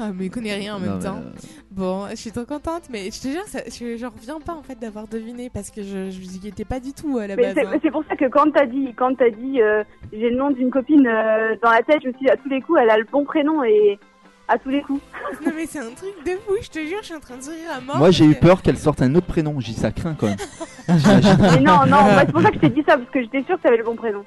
Ah, mais il connaît rien en
Non,
même
mais,
temps.
euh,
Bon, je suis trop contente, mais je te jure, ça, je, j'en reviens pas en fait d'avoir deviné parce que je, je n'y étais pas du tout à la
Mais
base.
c'est
hein.
mais c'est pour ça que quand t'as dit, quand t'as dit, euh, j'ai le nom d'une copine euh, dans la tête, je me suis dit à tous les coups, elle a le bon prénom et à tous les coups.
Non mais c'est un truc de fou, je te jure, je suis en train de sourire à mort.
Moi, j'ai eu
parce que-
peur qu'elle sorte un autre prénom. J'ai dit, ça craint quand même.
Mais non, non, bah, c'est pour ça que je t'ai dit ça parce que j'étais sûre que t'avais le bon prénom.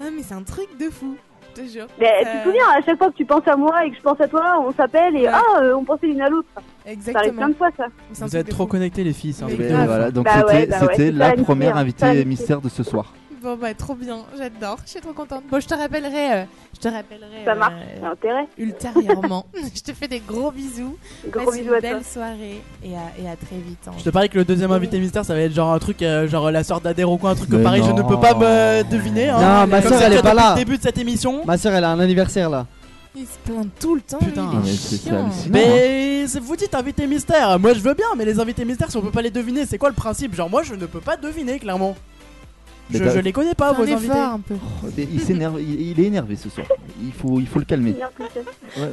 Ah mais c'est un truc de fou, je te jure.
Mais
Ça-
tu te souviens, hein, à chaque fois que tu penses à moi et que je pense à toi, on s'appelle et ah, euh, on pensait l'une à l'autre. Ça arrive
Exactement.
plein de fois ça.
Vous êtes trop connectés les filles, c'est un
Eh
truc
ben,
de ouf.
voilà, donc
Bah
c'était,
ouais, bah ouais,
c'était
c'est
la
pas la mystère, c'est
première
pas
invitée
la
mystère de ce soir.
Bon bah trop bien, j'adore, je suis trop contente. Bon je te rappellerai, euh, je te rappellerai.
Ça
euh,
marche, t'as intérêt.
Ultérieurement, je te fais des gros bisous.
Gros
Passe
bisous
une
à
belle
toi.
soirée et à, et à très vite. hein.
Je te parie que le deuxième invité mystère, ça va être genre un truc, euh, genre la sœur d'Adèle ou quoi, un truc que
Mais
pareil, je ne
non.
peux pas me deviner. hein.
Non, ma
Comme
sœur,
c'est
elle
le
est
cas
pas
depuis
là.
le début de cette émission.
Ma sœur, elle a un anniversaire là.
Il se plaint tout le temps.
Ah,
Putain,
lui, il est
mais c'est- c'est
chiant.
hallucinant.
Mais c'est- vous dites invité mystère, moi je veux bien, mais les invités mystères, si on peut pas les deviner, c'est quoi le principe Genre moi je ne peux pas deviner clairement.
Mais
Je,
t'as-
je les connais pas
Fais un
vos invités.
effort un peu.
Oh, mais il s'énerve, il, il est énervé ce soir. Il faut, il faut le calmer.
hein.
Ouais.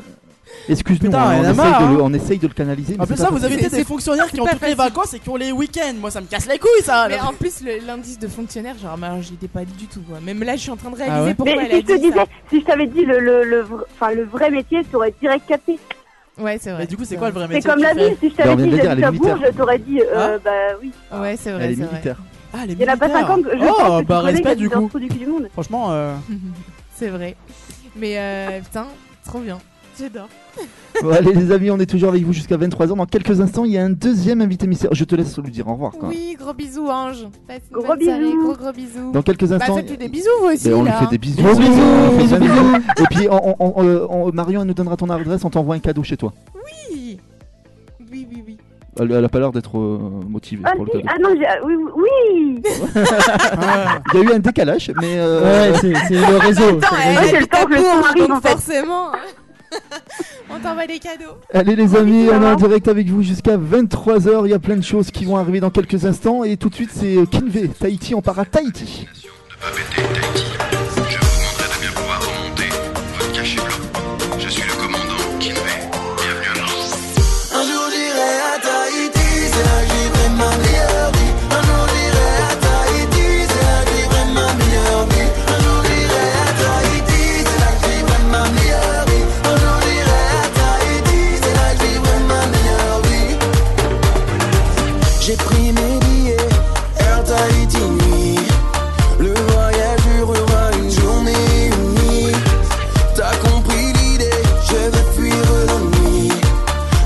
Excuse-nous, on,
Putain,
on
il y en a
essaye
marre,
de le,
hein.
on essaye de le canaliser.
En
mais
plus
c'est
ça,
pas
vous
facile.
invitez des fonctionnaires qui ont toutes les vacances et qui ont les week-ends. Moi ça me casse les couilles ça.
Oh. Mais en plus le- l'indice de fonctionnaire, genre mais alors, j'y étais pas du tout. quoi. Même là je suis en train de réaliser
Ah ouais
pourquoi
Mais
elle a
si je te
dit ça.
disais, si je t'avais dit le, le, le, vr- enfin, le vrai métier, tu aurais direct capté.
Ouais c'est vrai.
Mais du coup c'est quoi le vrai
C'est
métier
comme
que
la
tu fais Hein
vie, si je
Bah, on
t'avais
vient de
dit
le dire, elle
j'habite
est
à Bourges,
militaire.
t'aurais dit euh, bah oui.
Ouais c'est vrai.
Elle est
c'est vrai.
militaire.
Ah, les
Il y en a pas
militaires.
50, je
Oh,
pense que tu
bah,
connais
respect,
les
du
dans le
coup.
trou du cul du monde.
Franchement, euh,
C'est vrai. Mais euh, putain, trop bien. J'adore.
Bon, allez les amis, on est toujours avec vous jusqu'à 23h. Dans quelques instants, il y a un deuxième invité mystère. Je te laisse lui dire au revoir. Quoi.
Oui, gros bisous, Ange. Passe une
Gros
bonne soirée,
bisous.
Gros, gros bisous.
Dans quelques instants,
Bah, faites-lui des bisous, vous aussi.
Et Ben, on
là. hein.
lui fait des bisous.
Gros
On
bisous,
fait
bisous,
plein de
bisous.
Et puis on- on- on- euh, on- Marion, elle nous donnera ton adresse, on t'envoie un cadeau chez toi.
Oui, oui, oui. oui.
Elle, elle a pas l'air d'être euh, motivée
Ah,
pour le
si,
cadeau.
ah non, j'ai- ah, oui, oui
Il y a eu un décalage, mais. euh,
Ouais, c'est- c'est le réseau, Attends, c'est le
réseau. le temps que le son
Pour,
arrive,
donc
en fait.
forcément. on t'envoie des cadeaux.
Allez les amis, on est en direct avec vous jusqu'à 23h. Il y a plein de choses qui vont arriver dans quelques instants. Et tout de suite, c'est euh, Kinvey, Tahiti, on part à Tahiti.
Je suis le commandant Kinvey. Bienvenue à Nantes.
Un jour j'irai à Tahiti, c'est là que vivrai ma meilleure vie. Un jour j'irai à Tahiti, c'est là que vivrai ma meilleure vie. Un jour j'irai à Tahiti, c'est là que vivrai ma meilleure vie. Un jour j'irai à Tahiti, c'est là que vivrai ma meilleure vie. J'ai pris mes billets, Air Tahiti nuit. Le voyage durera une journée, une nuit. T'as compris l'idée, je vais fuir l'ennui.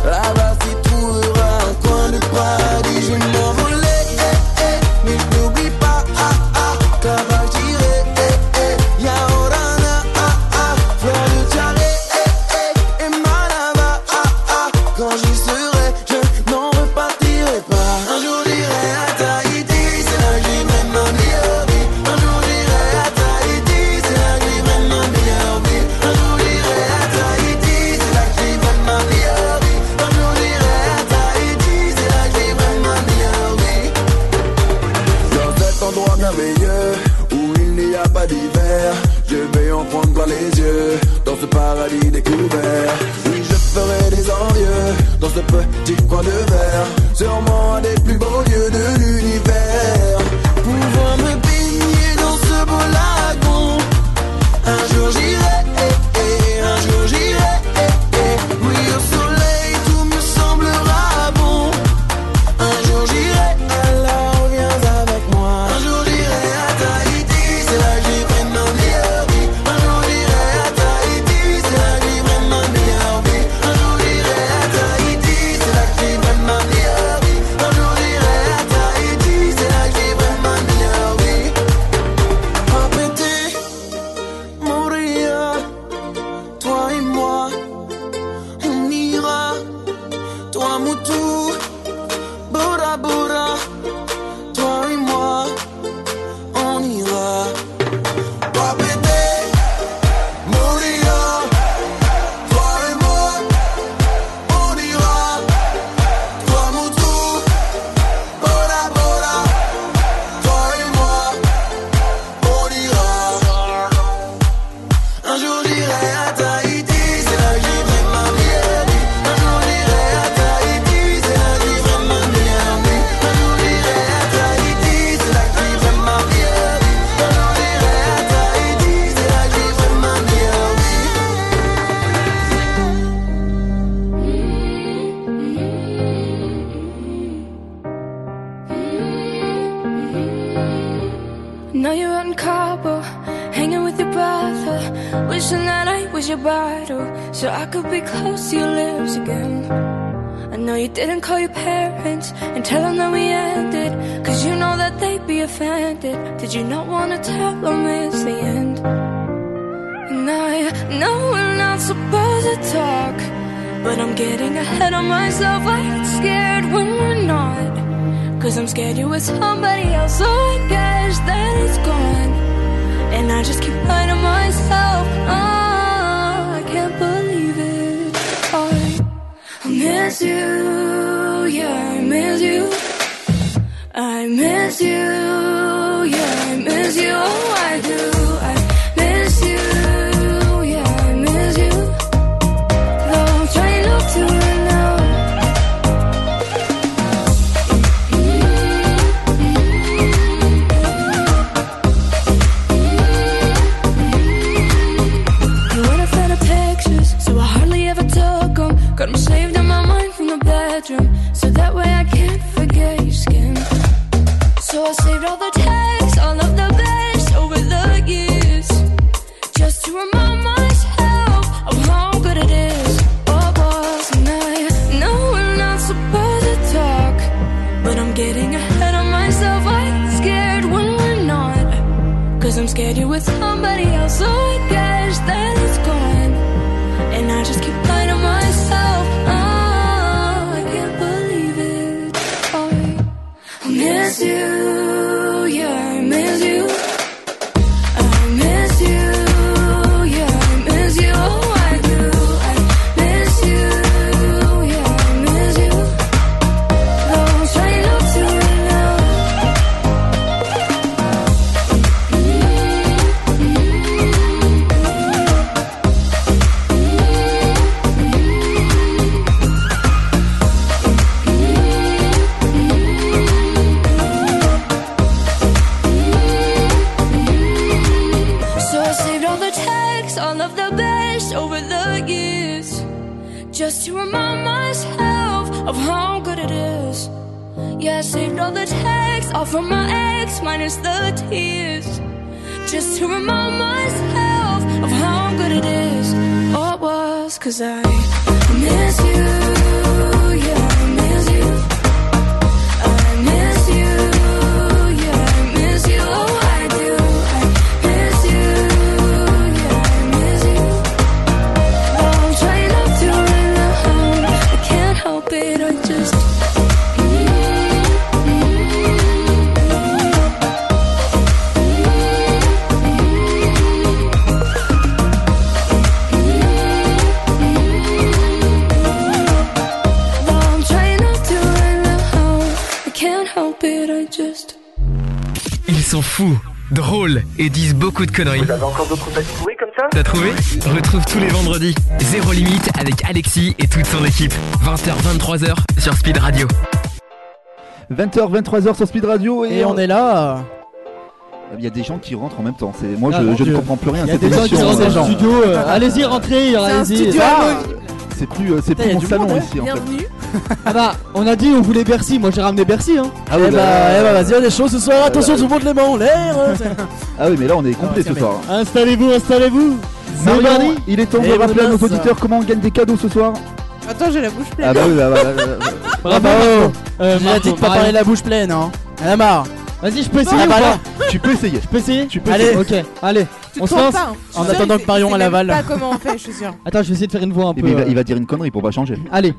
Là-bas, tu trouveras un coin de paradis. Je m'envolais, eh, eh, mais je n'oublie pas, ah, ah, là-bas, j'irai, eh, eh, Yaorana, ah, ah, Fleur de Tiare, eh, eh, et Manava, ah, ah, quand j'y serai, je n'en repartirai pas. Un jour, j'irai eh, à Tahiti, c'est là que j'irai ma meilleure vie. oh, Un jour, j'irai à Tahiti, c'est là que j'irai ma meilleure vie. oh, Un jour, j'irai à Tahiti, c'est là que j'irai ma meilleure vie. oh, Un jour, j'irai à Tahiti, c'est là que j'irai ma meilleure vie. oh,
Dans cet endroit merveilleux où il n'y a pas d'hiver, je vais en prendre plein les yeux dans ce paradis découvert. Oui, je ferai des envieux dans ce petit coin de verre, sûrement un des plus beaux lieux de l'univers.
Pouvoir me baigner dans ce beau lagon. Un jour j'irai, eh, eh, un jour j'irai, eh, eh. oui au soleil tout me semblera bon. Un jour j'irai, alors viens avec moi. Un jour j'irai à Tahiti, c'est là que j'irai ma meilleure vie. Un jour j'irai à Tahiti, c'est là que j'irai ma meilleure vie. Un jour j'irai à Tahiti, c'est là que j'irai ma meilleure vie. Un jour j'irai à Tahiti, c'est là que j'irai ma meilleure vie. Papéter, mourir, toi et moi, on ira, toi moutou. Bora Bora, toi et moi, on ira. Papété, Moria, toi et moi, on ira. Toi Moutou, Bora Bora, toi et moi, on ira. Un jour j'irai à Tahiti, c'est là que j'irai ma meilleure vie. Un jour j'irai à Tahiti, c'est là que j'irai ma meilleure vie. Un jour j'irai à Tahiti, c'est là que j'irai ma meilleure vie. Un jour j'irai à Tahiti, c'est là que j'irai ma meilleure vie.
Now you're out in Cabo, hanging with your brother. Wishing that I was your bottle, so I could be close to your lips again. I know you didn't call your parents and tell them that we ended, cause you know that they'd be offended. Did you not wanna tell them it's the end? And I know we're not supposed to talk, but I'm getting ahead of myself. I get scared when we're not. Cause I'm scared you're with somebody else, so I guess that it's gone. And I just keep lying to myself. Ah, I can't believe it. I, I miss you, yeah, I miss you. I miss you, yeah, I miss you. Oh, I do. I miss you, yeah, I miss you. Though I'm trying not to right now. And when I found the pictures, so I hardly ever took them. Got 'em saved in my mind from the bedroom, so that way I can't forget your skin. So I saved
Deleted all the texts, all of the best over the years. Just to remind myself of how good it is. Yeah, I saved all the texts, all from my ex, minus the tears. Just to remind myself of how good it is. All it was, cause I miss you. Yeah, I miss you. I miss you. Yeah, I miss you. Oh, I do. I miss you. Yeah, I miss you. Oh, I'm trying not to run around. I can't help it. I just. Though I'm trying not to run around. I can't help it. I just.
Ils sont fous, drôles et disent beaucoup de conneries. Vous avez encore d'autres contacts trouvés comme ça T'as trouvé Retrouve tous les vendredis Zéro Limite avec Alexis et toute son équipe. 20h-23h sur Speed Radio.
20h, 23h sur Speed Radio et, euh,
Et on est là.
Il y a des gens qui rentrent en même temps. C'est moi,
Ah,
je,
mon
je ne
Dieu.
comprends plus rien.
Il y a
cette
des gens qui
émission,
sont dans
euh,
un studio, euh,
Ah,
allez-y, rentrez, allez-y. Ah.
C'est plus, euh, c'est
Putain,
plus
y a
mon
du
salon
monde, hein.
ici. En fait.
Bienvenue. Ah bah, on a dit on voulait Bercy, moi j'ai ramené Bercy hein.
Ah oui,
eh bah,
bah,
eh bah, vas-y, on est chaud ce soir, attention tout le monde les mains en l'air. euh, c'est-
Ah oui, mais là on est complet ce soir.
Ah,
installez-vous, installez-vous. Eh, C'est
Marion,
parti.
il est temps de
Eh,
Et
rappeler à nos
Jonas.
auditeurs comment on gagne des cadeaux ce soir.
Attends, j'ai la bouche pleine.
Ah bah oui, bah, bah, bah, bah.
Bravo.
Euh,
J'ai
Marco,
dit de pas
Marion.
parler la bouche pleine, hein. Elle a marre.
Vas-y, je peux essayer
Ah
ou
bah
pas
là.
Tu peux essayer.
Je peux essayer
Tu
peux
Allez,
essayer.
ok, allez.
Tu
on se
tournes
lance
pas, hein. Je suis
En
sûre,
attendant
il
que
sait-
Parion
il sait
à
même
Laval.
pas comment on fait, je suis sûre.
Attends, je vais essayer de faire une voix un
Et
peu.
ben, il, va,
euh,
il va dire une connerie pour pas changer.
Allez.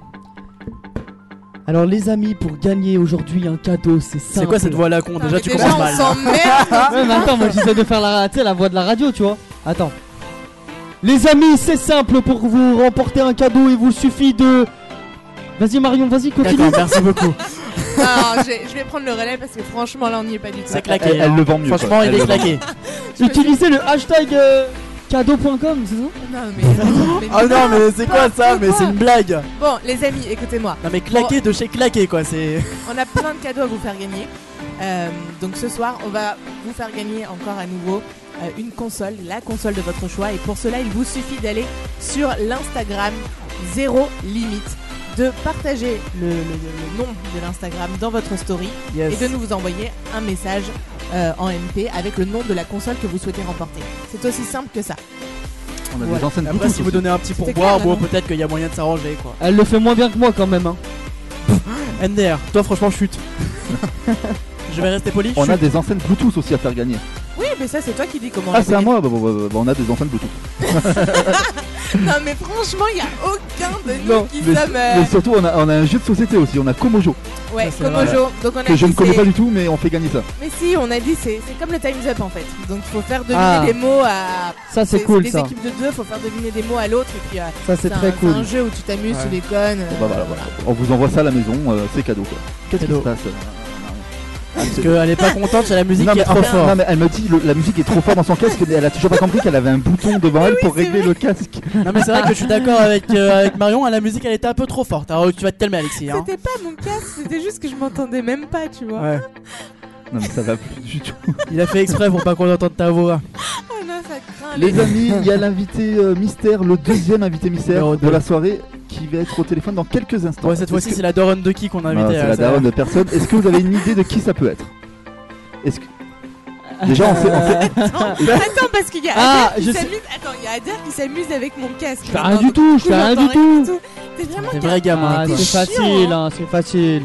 Alors les amis, pour gagner aujourd'hui un cadeau, c'est simple.
quoi cette voix-là con Déjà, tu commences mal.
Ouais, mais attends, moi j'essaie de faire la, tu sais, la voix de la radio, tu vois. Attends. Les amis, c'est simple pour vous remporter un cadeau. Il vous suffit de. Vas-y Marion, vas-y continue.
D'accord, merci beaucoup.
Alors, je vais- je vais prendre le relais parce que franchement, là, on n'y est pas du tout.
C'est claqué. Elle- elle hein. le vend mieux, Franchement, quoi. il Elle est le vend claqué. mieux.
Utilisez le hashtag euh, cadeau.com, c'est ça
Non mais.
Ah
Oh non, mais c'est quoi ça Mais c'est une blague.
Bon, les amis, écoutez-moi.
Non mais claqué de chez claqué quoi, c'est.
On a plein de cadeaux à vous faire gagner. Euh, donc ce soir, on va vous faire gagner encore à nouveau euh, une console, la console de votre choix. Et pour cela, il vous suffit d'aller sur l'Instagram Zéro Limite, de partager le, le- le nom de l'Instagram dans votre story
Yes.
et de nous vous envoyer un message euh, en MP avec le nom de la console que vous souhaitez remporter. C'est aussi simple que ça.
On
a des enceintes
Après,
Bluetooth
si vous donnez un petit
C'était
pourboire,
clair,
bon,
là, non
peut-être qu'il y a moyen de s'arranger quoi.
Elle le fait moins bien que moi quand même. Hein.
NDR, toi franchement chute. Je vais rester poli.
On a
chute.
des enceintes Bluetooth aussi à faire gagner.
Oui, mais ça c'est toi qui dis comment. on
Ah
les
c'est à
gagne.
moi bah, bah, bah, bah, On a des enceintes Bluetooth.
non mais franchement, il n'y a aucun de nous
Non,
qui
mais,
sommes. euh,
mais surtout on a, on a un jeu de société aussi, on a Komojo.
Ouais, Komojo. Donc on a
que je
dit
ne connais
c'est-
pas du tout mais on fait gagner ça.
Mais si, on a dit c'est c'est comme le Time's Up en fait. Donc il faut faire deviner
Ah.
des mots à.
Ça, c'est cool,
des
ça.
équipes de deux, faut faire deviner des mots à l'autre et puis. euh,
Ça, c'est
un-
très cool.
C'est un jeu où tu t'amuses,
Ouais.
tu déconnes. euh,
Bon, bah, voilà, voilà. On vous envoie ça à la maison, euh, c'est cadeau quoi. Qu'est-ce qui se passe euh,
Parce qu'elle est pas contente, c'est la musique
non,
qui
mais
est trop
franchement,
forte.
non, mais elle me dit le- la musique est trop forte dans son casque, mais elle a toujours pas compris qu'elle avait un bouton devant elle pour régler le casque.
Non mais c'est vrai que je suis d'accord avec, euh, avec Marion, la musique elle était un peu trop forte. Alors tu vas te calmer Alexis. Hein.
C'était pas mon casque, c'était juste que je m'entendais même pas, tu vois.
Ouais.
Non mais ça va plus du tout.
Il a fait exprès pour pas qu'on entende ta voix.
Oh non, ça craint.
Les amis, il y a l'invité euh, mystère, le deuxième invité mystère
Numéro
de
deux.
la soirée qui va être au téléphone dans quelques instants.
Ouais, cette fois-ci
Est-ce
c'est la daronne de qui qu'on a
que-
invité
Ah,
hein,
c'est la daronne de personne. Est-ce que vous avez une idée de qui ça peut être Est-ce que Déjà on sait, on sait-
Attends, attends, parce qu'il y a
Ah,
Adair qui
je sais-
s'amuse. Attends, il y a Adair qui s'amuse avec mon casque.
fais rien du tout, je fais rien du tout.
T'es vraiment
C'est vrai
gamin,
gamin.
quoi.
Ah, c'est
T'es chiant,
facile, hein, c'est facile.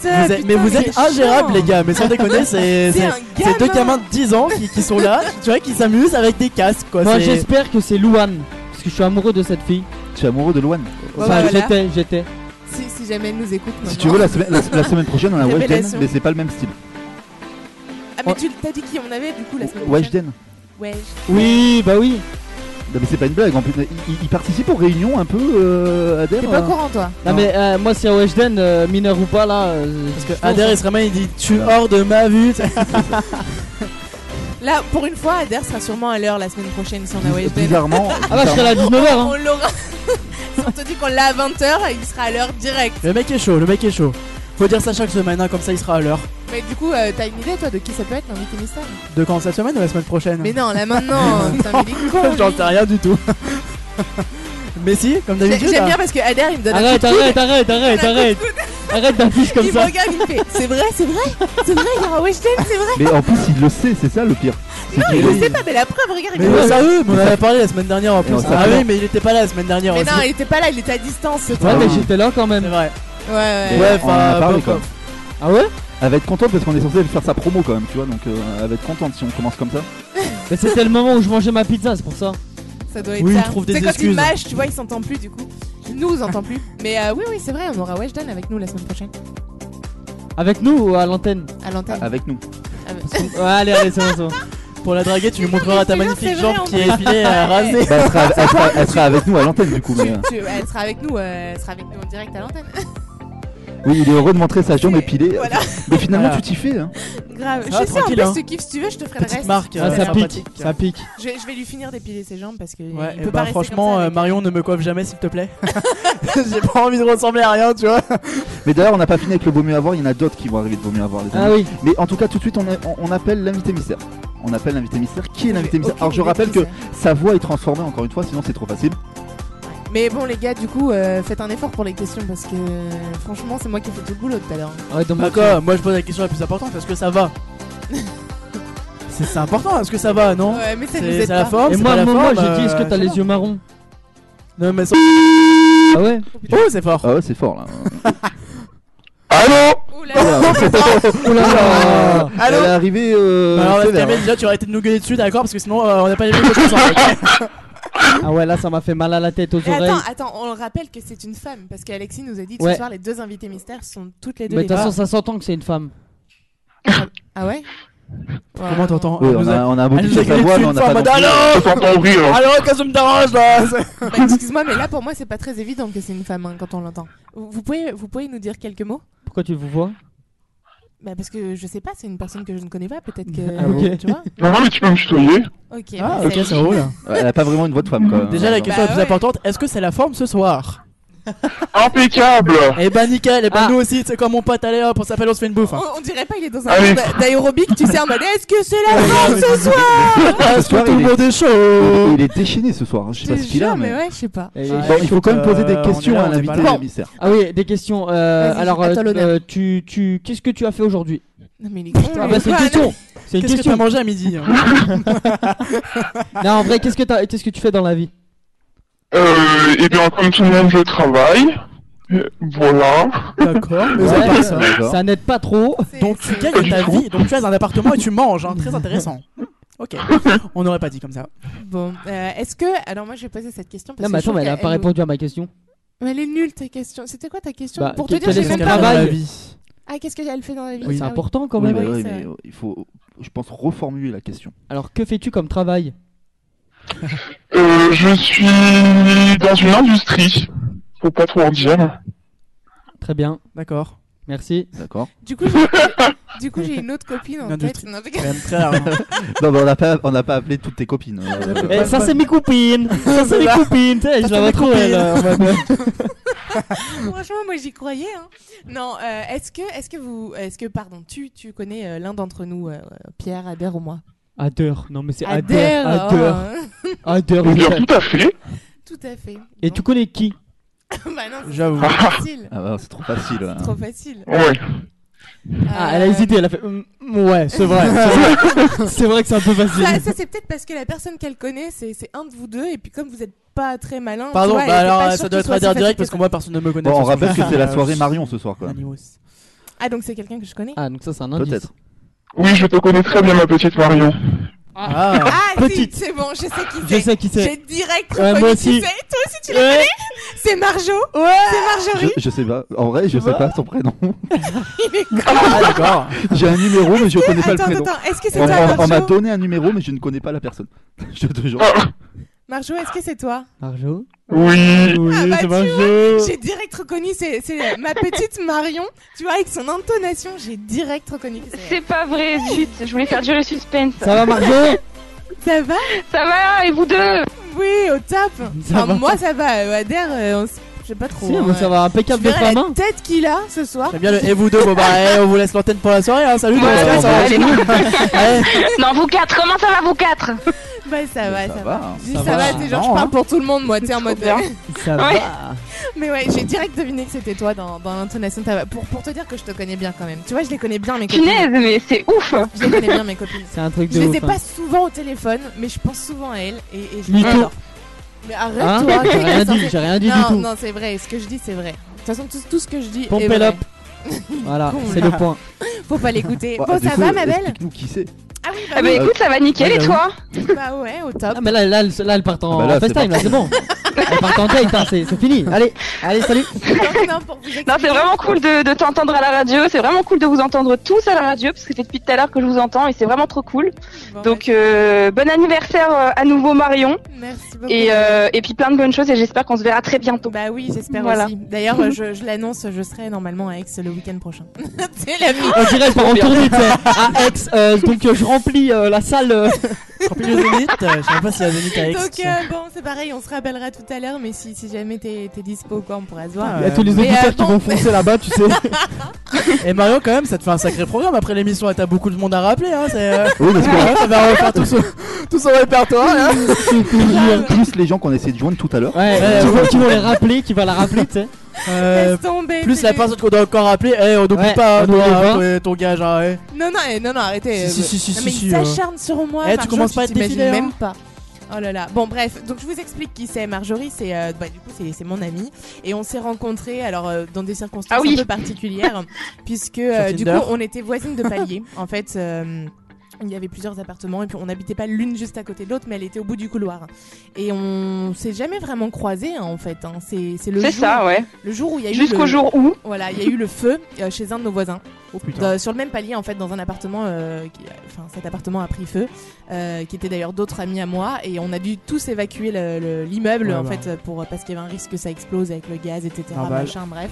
Putain,
Vous êtes- mais
putain,
vous êtes
c'est
ingérables
chiant.
les gars, mais sans déconner, c'est
C'est
c'est-
un
c'est
gamin.
deux gamins de 10 ans qui, qui sont là, tu vois, qui s'amusent avec des casques quoi.
Moi
c'est-
j'espère que c'est Louane, parce que je suis amoureux de cette fille.
Tu es amoureux de Loane
Enfin,
voilà.
j'étais, j'étais.
Si, si jamais elle nous écoute.
Si
maman.
tu veux la semaine, la, la semaine prochaine on a Weshden,
Révélation.
mais c'est pas le même style.
Ah, mais tu t'as dit qui on avait du coup la semaine prochaine
Weshden.
Wesh.
Oui, bah oui.
Non mais c'est pas une blague en plus. Il, il participe aux réunions un peu euh, Adair
T'es pas
euh,
au courant toi
Non, mais euh, moi si à Weshden, euh, mineur ou pas là. Parce que
Adair il se ramène, il dit tu es hors de ma vue.
Là, pour une fois, Adair sera sûrement à l'heure la semaine prochaine si on a Weshden.
bizarrement-
Ah bah, je serai là à 19h, hein.
On l'aura. si on te dit qu'on l'a à 20h, il sera à l'heure direct.
Le mec est chaud, le mec est chaud. Faut dire ça chaque semaine, hein, comme ça il sera à l'heure.
Mais du coup, euh, t'as une idée, toi, de qui ça peut être l'invité mystère
De quand cette semaine ou la semaine prochaine
Mais non, là maintenant, putain, mais il est con,
J'en
lui.
sais rien du tout. mais si, comme
J'ai-
d'habitude.
J'aime
hein.
bien parce que Adair il me donne
Arrête,
un coup de
arrête,
coude.
arrête, arrête,
Il me donne un
arrête.
coup de coude.
Arrête d'affiche
il me regarde, il me fait C'est vrai, c'est vrai, c'est vrai, il y aura Weshden, c'est vrai.
Mais en plus, il le sait, c'est ça le pire.
non,
C'est
il
qu'il
le sait pas, mais la preuve, regarde, il
Mais
me
ouais,
regarde.
sérieux, mais Ah on en avait parlé la semaine dernière en plus.
on s'en
Ah
fout.
oui, mais il était pas là la semaine dernière
Mais
aussi.
non, il était pas là, il était à distance. ce
Ouais,
con.
mais
j'étais là quand même.
C'est vrai.
Ouais, ouais.
Ouais,
on en a
enfin,
parlé,
bon,
quand même.
Ah ouais
Elle va être contente parce qu'on est censé faire sa promo quand même, tu vois, donc euh, elle va être contente si on commence comme ça.
Mais c'était le moment où je mangeais ma pizza, c'est pour ça.
Ça doit être
Oui,
ça.
il trouve
Tu sais,
des
quand il
excuses.
mâche, tu vois, il s'entend plus du coup. Il nous entend plus. Mais euh, oui, oui, c'est vrai, on aura Weshden avec nous la semaine prochaine.
Avec nous ou à l'antenne
À l'antenne.
Avec nous.
Ah, bah.
Ouais, allez, allez, c'est bon,
Pour la draguer, tu lui montreras ta magnifique
c'est
jambe
vrai,
qui
on
est
peut-
effilée à raser.
Bah, elle, sera, elle sera- elle sera avec nous à l'antenne du coup. Mais, euh,
Tu- elle sera avec nous, euh, elle sera avec nous en direct à l'antenne.
oui, il est heureux de montrer sa jambe épilée.
Voilà.
Mais finalement,
Voilà.
tu t'y fais. Hein.
Ah,
Grave, je sais, en
tranquille,
plus,
hein.
ce kiff, si tu veux, je te ferai le
Petite
reste.
marque, Ah, euh, ça pique, sympathique. ça pique.
Je, je vais lui finir d'épiler ses jambes parce que
Ouais,
il
et
peut
bah,
pas
franchement, euh, Marion, ne me coiffe jamais, s'il te plaît. J'ai pas envie de ressembler à rien, tu vois.
Mais d'ailleurs, on n'a pas fini avec le vaut mieux avoir. Il y en a d'autres qui vont arriver de vaut mieux avoir. Les
Ah
amis.
oui.
Mais en tout cas, tout de suite, on, est- on- on appelle l'invité mystère. On appelle l'invité mystère. Qui est
Vous
l'invité
avez
mystère
aucune
Alors, je
idée
rappelle
qui
que sa voix est transformée encore une fois, sinon c'est trop facile.
s'amuser. Mais bon, les gars, du coup, euh, faites un effort pour les questions parce que euh, franchement, c'est moi qui ai fait tout le boulot tout à l'heure.
D'accord, moi je pose la question la plus importante, est-ce que ça va C'est c'est important, est-ce que ça va, non
Ouais, mais ça
C'est-
nous aide
c'est la
pas.
forme,
Et
c'est
moi,
pas la
moi, moi,
forme,
j'ai dit, est-ce que
euh,
t'as
ça
les
va.
yeux marrons
Non, mais ça...
Ah ouais
Oh, c'est fort
Ah ouais, c'est fort là. Allô
Allô
Elle est arrivée. euh,
Bah, Alors, là,
sévère,
Kamel,
hein.
déjà, tu aurais été de nous gueuler dessus, d'accord Parce que sinon, euh, on n'a pas les mêmes choses.
Ah ouais, là, ça m'a fait mal à la tête, aux
Et
oreilles.
Eh, attends, attends, on le rappelle que c'est une femme parce qu'Alexis nous a dit que
Ouais.
ce soir les deux invités mystères sont toutes les deux
Bah,
Mais de
les
toute façon,
femmes.
ça s'entend que c'est une femme.
Ah ouais
Comment t'entends
Oui, on a- on a beau dire sa voix, mais on n'a pas non plus- Ça
Alors,
s'entend bruit, hein.
qu'est-ce que tu me déranges là C'est-
Bah, Excuse-moi, mais là pour moi c'est pas très évident que c'est une femme hein, quand on l'entend. Vous vous pouvez, vous pouvez nous dire quelques mots
Pourquoi tu vous vois
bah parce que je sais pas, c'est une personne que je ne connais pas, peut-être que
Ah, ok.
tu vois.
Non, non, mais tu peux me tutoyer.
Ok.
Ah,
bah,
ok,
salut.
ça roule.
Ouais, Elle a pas vraiment une voix de femme quoi.
Déjà, la question la
Bah
plus
ouais.
importante, est-ce que c'est la forme ce soir
Impeccable
Eh bah, nickel, et bah,
Ah.
nous aussi, c'est comme mon pote, allez hop, on s'appelle, on se fait une bouffe. hein.
Oh,
On, on dirait pas il est dans
Ah
un
Allez.
monde d'aérobic, tu sais, en mode est-ce que c'est la
Ah,
forme
mais
ce
dis-
soir
Ce soir,
tout le
il est-
monde est chaud
Il est déchaîné ce soir, hein. je sais pas
Je
ce
te
qu'il a
jure,
mais.
mais ouais, je sais pas.
Et- Bon, il faut quand même poser
Euh,
des questions à l'invité mystère.
Ah oui, des questions. euh,
Vas-y,
alors,
à
euh,
toi l'honneur.
euh, tu, tu, qu'est-ce que tu as fait aujourd'hui
Non, mais il est
Ah bah, c'est une question. C'est une
Qu'est-ce que
question.
t'as mangé à midi hein
Non, en vrai, qu'est-ce que t'as, qu'est-ce que tu fais dans la vie
Euh, et bien, comme tout le monde, je travaille. Euh, Voilà.
D'accord, mais
Ouais,
c'est pas ça. hein.
ça. n'aide pas trop.
Donc tu gagnes ta vie, donc tu as un appartement et tu manges, hein. très intéressant. Ok, on n'aurait pas dit comme ça.
Bon, euh, est-ce que. Alors, moi, je vais poser cette question. Parce
Non, mais
que je
attends, mais
trouve
elle a
qu'elle-
pas répondu à ma question.
Mais elle est nulle, ta question. C'était quoi ta question
Bah,
Pour te dire,
quel
j'ai
est son
même pas.
travail
Ah, qu'est-ce qu'elle fait dans la vie
Oui, c'est
Ah
important quand même.
Oui, mais
Oui,
oui,
c'est
mais
vrai.
il faut, je pense, reformuler la question.
Alors, que fais-tu comme travail
Euh, je suis dans une industrie. Faut pas trop en dire.
Très bien.
D'accord.
Merci.
D'accord.
Du coup, j'ai- du coup, j'ai une autre copine en tête.
L'industrie.
Non,
Quand même très rare. hein.
non, mais on n'a pas, on n'a pas appelé toutes tes copines. euh,
Eh, ça, c'est mes copines. Ça, c'est mes
Voilà.
copines. Tu sais,
Ça,
Je
c'est
la vois
mes
trop,
copines.
elle. euh, en mode-
Franchement, moi, j'y croyais. hein. Non, euh, est-ce que, est-ce que vous, est-ce que, pardon, tu, tu connais euh, l'un d'entre nous, euh, Pierre, Adair ou moi
Ader. Non, mais c'est Ader.
Adair,
Ader.
oh.
Ader.
Eh bien, tout à fait.
Tout à fait.
Et tu connais qui
bah non, c'est
J'avoue.
trop facile.
Ah bah, c'est trop facile. hein.
Trop facile. Euh,
Ah, elle a hésité. Elle a fait. hum, Ouais, c'est vrai. c'est vrai. C'est vrai que c'est un peu facile.
Ça, ça, c'est peut-être parce que la personne qu'elle connaît, c'est c'est un de vous deux, et puis comme vous êtes pas très malin. tu
Pardon,
vois, elle
bah
était pas
alors
sûre
ça
que
doit
ce
être
soit
à dire
aussi
direct
facile
parce que moi personne ne me connaît.
Bon, on
sur ce
rappelle que
sujet.
c'est la
Euh,
soirée Marion ce soir, quoi.
Ah, donc c'est quelqu'un que je connais.
Ah, donc ça, c'est un indice.
Peut-être.
Oui, je te connais très bien, ma petite Marion.
Ah,
Ah,
petite.
si, c'est bon, je sais qui
Je
c'est.
sais qui c'est.
J'ai direct
Ouais,
reconnu
moi
qui
aussi.
c'est. Toi aussi, tu la connais C'est Marjo. C'est
Je,
Marjorie.
je sais pas. En vrai, je sais pas son prénom.
Il est con.
d'accord. J'ai un numéro, mais je
Est-ce que-
connais pas
attends,
le prénom.
attends, est-ce que c'est
On-
toi,
on-
Marjo
On m'a donné un numéro, mais je ne connais pas la personne. Je te jure.
Marjo, est-ce que c'est toi
Marjo
Ah. Oui.
Oui,
Ah bah,
c'est
tu
Marjo.
vois, J'ai direct reconnu, c'est c'est ma petite Marion. Tu vois, avec son intonation, j'ai direct reconnu.
C'est pas vrai, zut, je voulais faire durer le suspense.
Ça va, Marjo
Ça va
Ça va, et vous deux
Oui, au top.
Ça
Enfin,
va.
Moi, ça va. Euh, Adair, euh, on s- sais pas trop.
Si, moi, ça va impeccable
Tu
de
verrais
femme,
la tête qu'il a ce soir.
J'aime bien le et vous deux, bon bah eh, on vous laisse l'antenne pour la soirée, hein. salut
Ouais,
bon,
ouais,
ça va,
ouais.
c'est cool. Ouais.
eh.
Non, vous quatre, comment ça va, vous quatre
Bah, ça va, ça, va.
hein.
Je dis
Ça
ça,
va,
va,
c'est
t'es genre,
marrant,
je
hein.
parle Ah, pour tout le monde, moi, t'es en mode. euh,
Ça
Ouais.
va.
Mais ouais, j'ai direct deviné que c'était toi dans, dans l'intonation de ta voix. Pour, pour te dire que je te connais bien quand même. Tu vois, je les connais bien, mes copines.
Punaise, mais c'est ouf
hein.
Je les connais bien, mes copines.
C'est un truc
Je
de
les
ouf,
ai
hein.
pas souvent au téléphone, mais je pense souvent à elles et, et je les
Mytho.
adore. Mais arrête-toi.
Hein
qu'est-ce
J'ai
que
rien
t'as
dit,
sorti
j'ai rien dit
non,
du tout.
Non, c'est vrai, ce que je dis, c'est vrai. De toute façon, tout, tout ce que je dis.
Pompez
est vrai.
l'op. Voilà,
Con,
c'est
là.
le point.
Faut pas l'écouter.
Bah,
bon,
du
ça
coup,
va, ma belle
explique-nous qui c'est.
Ah oui,
Eh ben, écoute, ça va nickel, et toi
Bah ouais, au top.
Ah, mais là, là, elle- là, elle part en
Ah bah là, c'est
FaceTime, là,
parti.
c'est bon. Elle part en date, hein, c'est c'est fini. Allez, allez, salut.
Non, c'est vraiment cool de, de t'entendre à la radio. C'est vraiment cool de vous entendre tous à la radio parce que c'est depuis tout à l'heure que je vous entends et c'est vraiment trop cool. Donc euh, bon anniversaire euh, à nouveau Marion.
Merci beaucoup.
Et, euh, et puis plein de bonnes choses et j'espère qu'on se verra très bientôt.
Bah oui, j'espère
Voilà.
aussi. D'ailleurs, euh, je, je l'annonce, je serai normalement à Aix le week-end prochain. c'est la vie.
On dirait, elle part Oh, en tournée, tu sais, hein. à Aix. euh, donc, euh, je remplis euh, la salle. euh,
Je remplis le Zénith, euh, je sais pas si la Zénith à Aix.
Donc euh, bon, c'est pareil, on se rappellera tout à l'heure, mais si, si jamais t'es t'es dispo, quoi, on pourra se voir.
Ah, Il y a tous les
Mais,
auditeurs
euh,
qui
bon,
vont foncer là-bas, tu sais.
Et Marion quand même ça te fait un sacré programme après l'émission et t'as beaucoup de monde à rappeler hein, c'est euh,
Oui, parce que-
ouais, ça va refaire tout son, tout son répertoire hein.
Plus les gens qu'on essaie de joindre tout à l'heure.
Ouais, qui, vont, qui vont les rappeler, qui va la rappeler, tu sais.
Euh,
tomber,
plus la
c'est-
personne qu'on doit encore rappeler, eh, on n'oublie
Ouais,
pas hein,
on
toi,
n'oublie
hein,
pas.
toi, ton gage hein, ouais.
Non, non, eh, non, non, arrêtez.
Si,
euh,
si, si,
non,
si,
mais
si,
il
euh.
s'acharne sur moi.
Eh, tu
Marjo,
commences pas à te
t'imagines
défiler, hein.
même pas. Oh là là. Bon, bref, donc je vous explique qui c'est. Marjorie, c'est euh, bah, du coup, c'est c'est mon amie. Et on s'est rencontrés, alors, euh, dans des circonstances
Ah oui.
un peu particulières, puisque euh,
Sur
du coup,
Tinder.
on était voisines de palier. en fait. euh, il y avait plusieurs appartements et puis on n'habitait pas l'une juste à côté de l'autre, mais elle était au bout du couloir. Et on s'est jamais vraiment croisés hein, en fait. hein. C'est c'est le
C'est
jour-
ça, ouais.
Le jour où il y a eu
Jusqu'au
le-
jour où
Voilà, il y a eu le feu euh, chez un de nos voisins.
Oh,
putain.
Euh, sur le même palier en fait dans un appartement euh, qui- enfin cet appartement a pris feu euh, qui était d'ailleurs d'autres amis à moi et on a dû tous évacuer le- le- l'immeuble
Ouais,
en
bah.
fait euh, pour parce qu'il y avait un risque que ça explose avec le gaz etc
Normal.
machin bref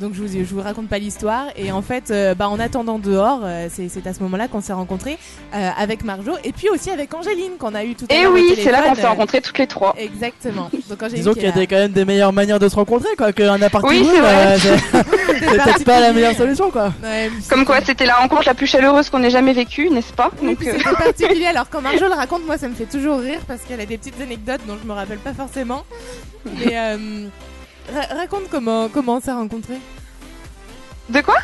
donc je vous je vous raconte pas l'histoire et en fait euh, bah en attendant dehors euh, c'est c'est à ce moment-là qu'on s'est rencontrés euh, avec Marjo et puis aussi avec Angéline qu'on a eu tout à
Et
l'heure au
Eh oui, c'est là
téléphone,
qu'on s'est
euh,
rencontrés toutes les trois.
Exactement. Donc Angéline
Disons
qui
qu'il y a
est là.
des- quand même des meilleures manières de se rencontrer quoi qu'un appartement. bah,
Oui, c'est vrai.
c'est peut-être pas la meilleure solution quoi.
Comme quoi, c'était la rencontre la plus chaleureuse qu'on ait jamais vécue, n'est-ce pas
Oui,
Donc,
puis
euh,
c'était particulier. Alors quand Marjo le raconte, moi ça me fait toujours rire parce qu'elle a des petites anecdotes dont je me rappelle pas forcément. Mais euh, ra- raconte comment comment on s'est rencontrés.
De quoi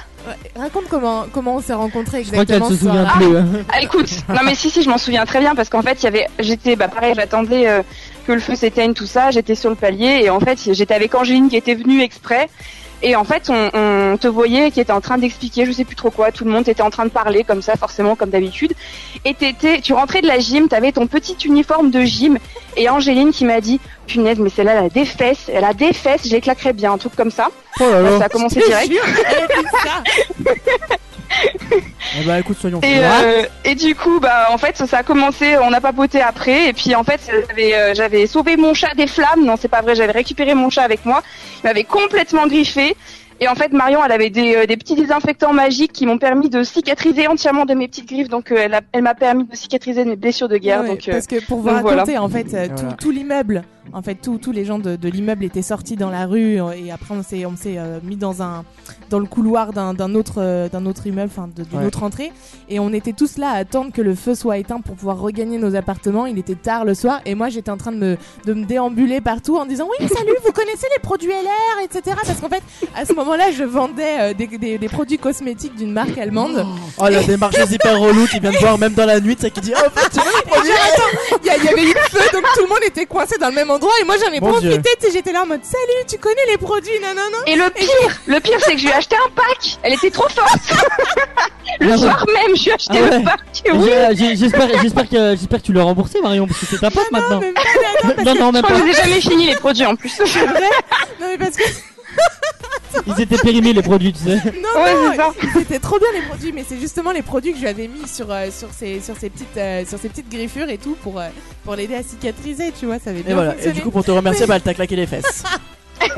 Raconte comment comment on s'est rencontrés
crois
exactement.
qu'elle se
ce soir-là.
souvient plus, hein.
Ah, écoute, non mais si si, je m'en souviens très bien parce qu'en fait, il y avait, j'étais, bah pareil, j'attendais euh, que le feu s'éteigne, tout ça. J'étais sur le palier et en fait, j'étais avec Angéline qui était venue exprès. Et en fait, on, on te voyait qui était en train d'expliquer, je sais plus trop quoi. Tout le monde était en train de parler comme ça, forcément comme d'habitude. Et t'étais, tu rentrais de la gym, t'avais ton petit uniforme de gym. Et Angéline qui m'a dit, punaise, mais celle-là, elle a des fesses, elle a des fesses, je les claquerais bien, un truc comme ça.
Oh
Bah,
là.
Ça a commencé
Je te
direct.
jure, Eh bah écoute soyons
Et, euh, et du coup, bah, en fait, ça a commencé, on a papoté après, et puis en fait, j'avais, euh, j'avais sauvé mon chat des flammes, non, c'est pas vrai, j'avais récupéré mon chat avec moi, il m'avait complètement griffé, et en fait, Marion, elle avait des, euh, des petits désinfectants magiques qui m'ont permis de cicatriser entièrement de mes petites griffes, donc euh, elle, a- elle m'a permis de cicatriser de mes blessures de guerre.
Ouais,
donc, euh,
parce que pour vous
donc voilà.
raconter, en fait, euh, tout,
Voilà.
tout l'immeuble, en fait, tout- tous les gens de, de l'immeuble étaient sortis dans la rue euh, et après on s'est on s'est euh, mis dans un dans le couloir d'un d'un autre euh, d'un autre immeuble, enfin de- d'une
Ouais.
autre entrée, et on était tous là à attendre que le feu soit éteint pour pouvoir regagner nos appartements. Il était tard le soir et moi j'étais en train de me de me déambuler partout en disant oui salut, vous connaissez les produits LR, etc. Parce qu'en fait, à ce moment-là, je vendais euh, des, des- des produits cosmétiques d'une marque allemande.
Oh la démarche hyper relou qui vient de voir même dans la nuit, c'est qui dit oh putain,
Et genre, Ah, attends, il y, a- il y avait eu le feu, donc tout le monde était coincé dans le même endroit. Et moi, j'en ai
Mon
profité,
Dieu.
tu sais, j'étais là en mode Salut, tu connais les produits, nanana.
Et le pire, le pire, c'est que je lui ai acheté un pack, elle était trop forte. le
Ah ouais.
soir même, je lui ai acheté
Ah
le
ouais.
pack,
Et
oui.
j'ai- j'ai- J'espère j'espère que, j'espère que tu l'as remboursé, Marion, parce que c'est ta
Ah
pote maintenant. Non, non, même
je crois que je les ai
pas.
jamais fini les produits en plus.
Non, mais parce que.
Ils étaient périmés, les produits, tu sais.
Non, non, c'était trop bien les produits, mais c'est justement les produits que je lui avais mis sur, euh, sur, ses, sur, ses, petites, euh, sur ses petites griffures et tout pour, euh, pour l'aider à cicatriser, tu vois, ça avait bien
Et voilà, et
fonctionné.
du coup pour te remercier, bah elle t'a claqué les fesses.
Bah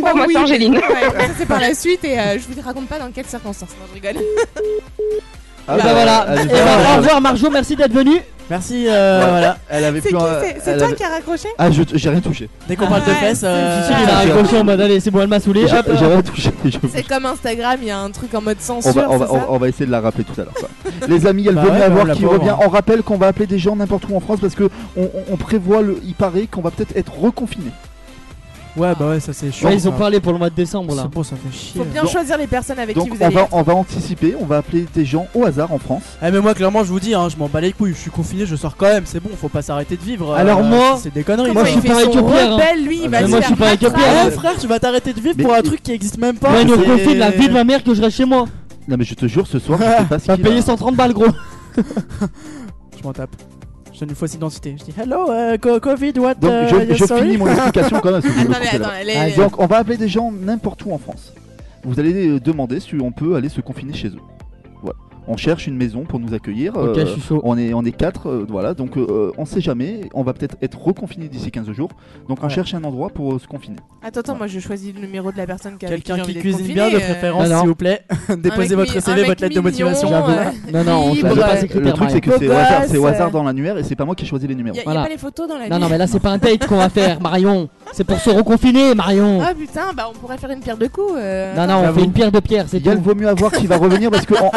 moi,
oui.
c'est Angéline.
Ouais, ça, c'est par la suite et euh, je vous raconte pas dans quelles circonstances. Non, je rigole.
Et
Ah
bah voilà. Et
elle-
bah, au revoir Marjo, merci d'être venu.
Merci, euh,
Ouais,
voilà.
Elle avait
C'est
plus.
qui,
un-
c'est- c'est
elle
toi
avait-
qui as raccroché
Ah, je- j'ai rien touché.
Dès qu'on parle de fesses, euh,
Si, si, il a raccroché en mode bah, allez, c'est bon, elle m'a saoulé.
J'ai
hop,
j'ai rien touché. je-
C'est comme Instagram, il y a un truc en mode
On
censure.
va, on, va,
c'est ça
on va essayer de la rappeler tout à l'heure. ça. Les amis, elle
Bah
vaut
ouais,
mieux
bah,
avoir
la
qui
pauvre.
revient. On rappelle qu'on va appeler des gens n'importe où en France parce que on, on- on prévoit, le, il paraît, qu'on va peut-être être reconfiné.
Ouais, bah ouais, ça c'est chiant.
Ouais, ils ont
ça.
parlé
pour le mois de décembre
là.
C'est bon, ça fait chier.
Faut bien
Donc-
choisir les personnes avec
Donc
qui vous
on
allez.
va, on va anticiper, on va appeler des gens au hasard en France.
Eh mais moi clairement je vous dis hein, je m'en bats les couilles, je suis confiné, je sors quand même, c'est bon, faut pas s'arrêter de vivre. euh,
Alors moi-
c'est des conneries.
moi,
ça.
je suis Comment il pareil fait que son Pierre, hein. rebelle, lui, il Ah, va mais se moi, je faire suis pareil que rattraper. Pierre.
Ouais, frère, tu vas t'arrêter de vivre pour un truc qui existe même pas.
Moi, ils nous
C'est-
confinent la vie de ma mère que je reste chez moi.
Non mais je te jure, ce soir, je sais pas ce
T'as
qu'il a.
payé 130 balles, gros.
Je m'en tape. Je donne une fausse identité. Je dis hello euh, co- Covid what
Donc
euh,
je,
you're
je
sorry
finis mon explication quand même. parce que je me
Attendez,
coupe là-bas.
attendez, les- Allez.
Donc on va appeler des gens n'importe où en France. Vous allez euh, demander si on peut aller se confiner chez eux. Voilà. On cherche une maison pour nous accueillir. euh,
Ok, je suis chaud.
On est, on est quatre, euh, voilà. Donc euh, on sait jamais. On va peut-être être reconfiné d'ici 15 jours. Donc on
Ouais.
cherche un endroit pour euh, se confiner.
Attends, attends, moi je choisis le numéro de la personne qui
Quelqu'un qui cuisine bien, de
euh,
préférence,
Non, non. s'il vous
plaît. Déposez votre CV, votre lettre de motivation.
euh,
J'avoue.
Non, non, on
Le
te la donne pas, c'est
truc,
critère,
le truc, c'est que
Marion.
c'est au
Beau
hasard,
gosse,
c'est au
euh.
hasard dans l'annuaire et c'est pas moi qui choisis les numéros.
Y a, y a pas les photos dans la
Non,
nuit
non, mais là, c'est pas un date qu'on va faire, Marion. C'est pour se reconfiner, Marion.
Ah putain, bah on pourrait faire une pierre de coups. euh,
Non, non,
attends.
on fait une pierre de pierre, c'est
Yann
tout.
vaut mieux avoir qui va revenir parce qu'on n'a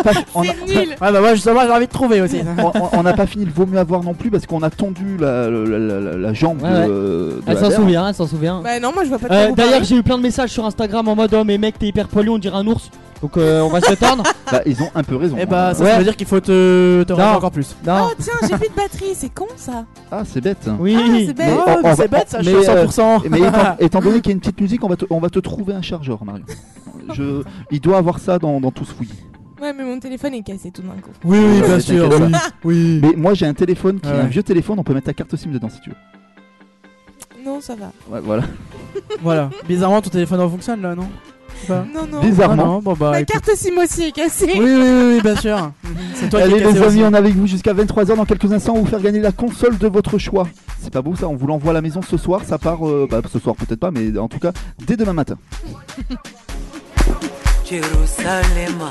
pas. on a-
nul.
Ouais, bah moi justement j'ai envie de trouver aussi.
on- on- on n'a pas fini le vaut mieux avoir non plus parce qu'on a tendu la, la- la- la- la jambe
Ouais, ouais.
de, de
Elle
la
s'en
mère.
souvient, elle s'en souvient.
Bah non, moi je vois pas de quoi
Euh,
vous
D'ailleurs,
parlez.
j'ai eu plein de messages sur Instagram en mode Oh, mais mec, t'es hyper poilu, on dirait un ours. Donc, euh, on va se tendre. Eh
Bah, ils ont un peu raison.
Et bah ça,
Ouais.
ça veut dire qu'il faut te, te
Non.
rendre encore plus.
Non.
Oh tiens, j'ai plus de batterie, c'est con ça.
Ah, c'est bête.
Oui.
Ah, c'est bête.
Mais
Oh,
on- on
mais
va-
c'est bête, ça, je
mais,
suis à
euh,
100%.
mais étant, étant donné qu'il y a une petite musique, on va te, on va te trouver un chargeur, Mario. Je, il doit avoir ça dans, dans tout ce fouillis.
Ouais, mais mon téléphone est cassé tout d'un coup.
Oui, oui, bien
Ouais,
sûr.
t'inquiète
oui.
pas. Mais moi, j'ai un téléphone qui est
Ouais.
un vieux téléphone, on peut mettre ta carte SIM dedans si tu veux.
Non, ça va.
Ouais, voilà.
Voilà. Bizarrement, ton téléphone en fonctionne là, non Je sais pas.
Non, non.
Bizarrement.
Ah non, bon bah.
Ma
écoute.
carte SIM aussi est cassée.
Oui, oui, oui, oui, bien sûr. C'est toi qui
Allez
es cassé
les amis,
aussi.
on est avec vous jusqu'à 23h dans quelques instants, on va vous faire gagner la console de votre choix. C'est pas beau ça, on vous l'envoie à la maison ce soir, ça part, euh, bah ce soir peut-être pas, mais en tout cas dès demain matin.
Jerusalema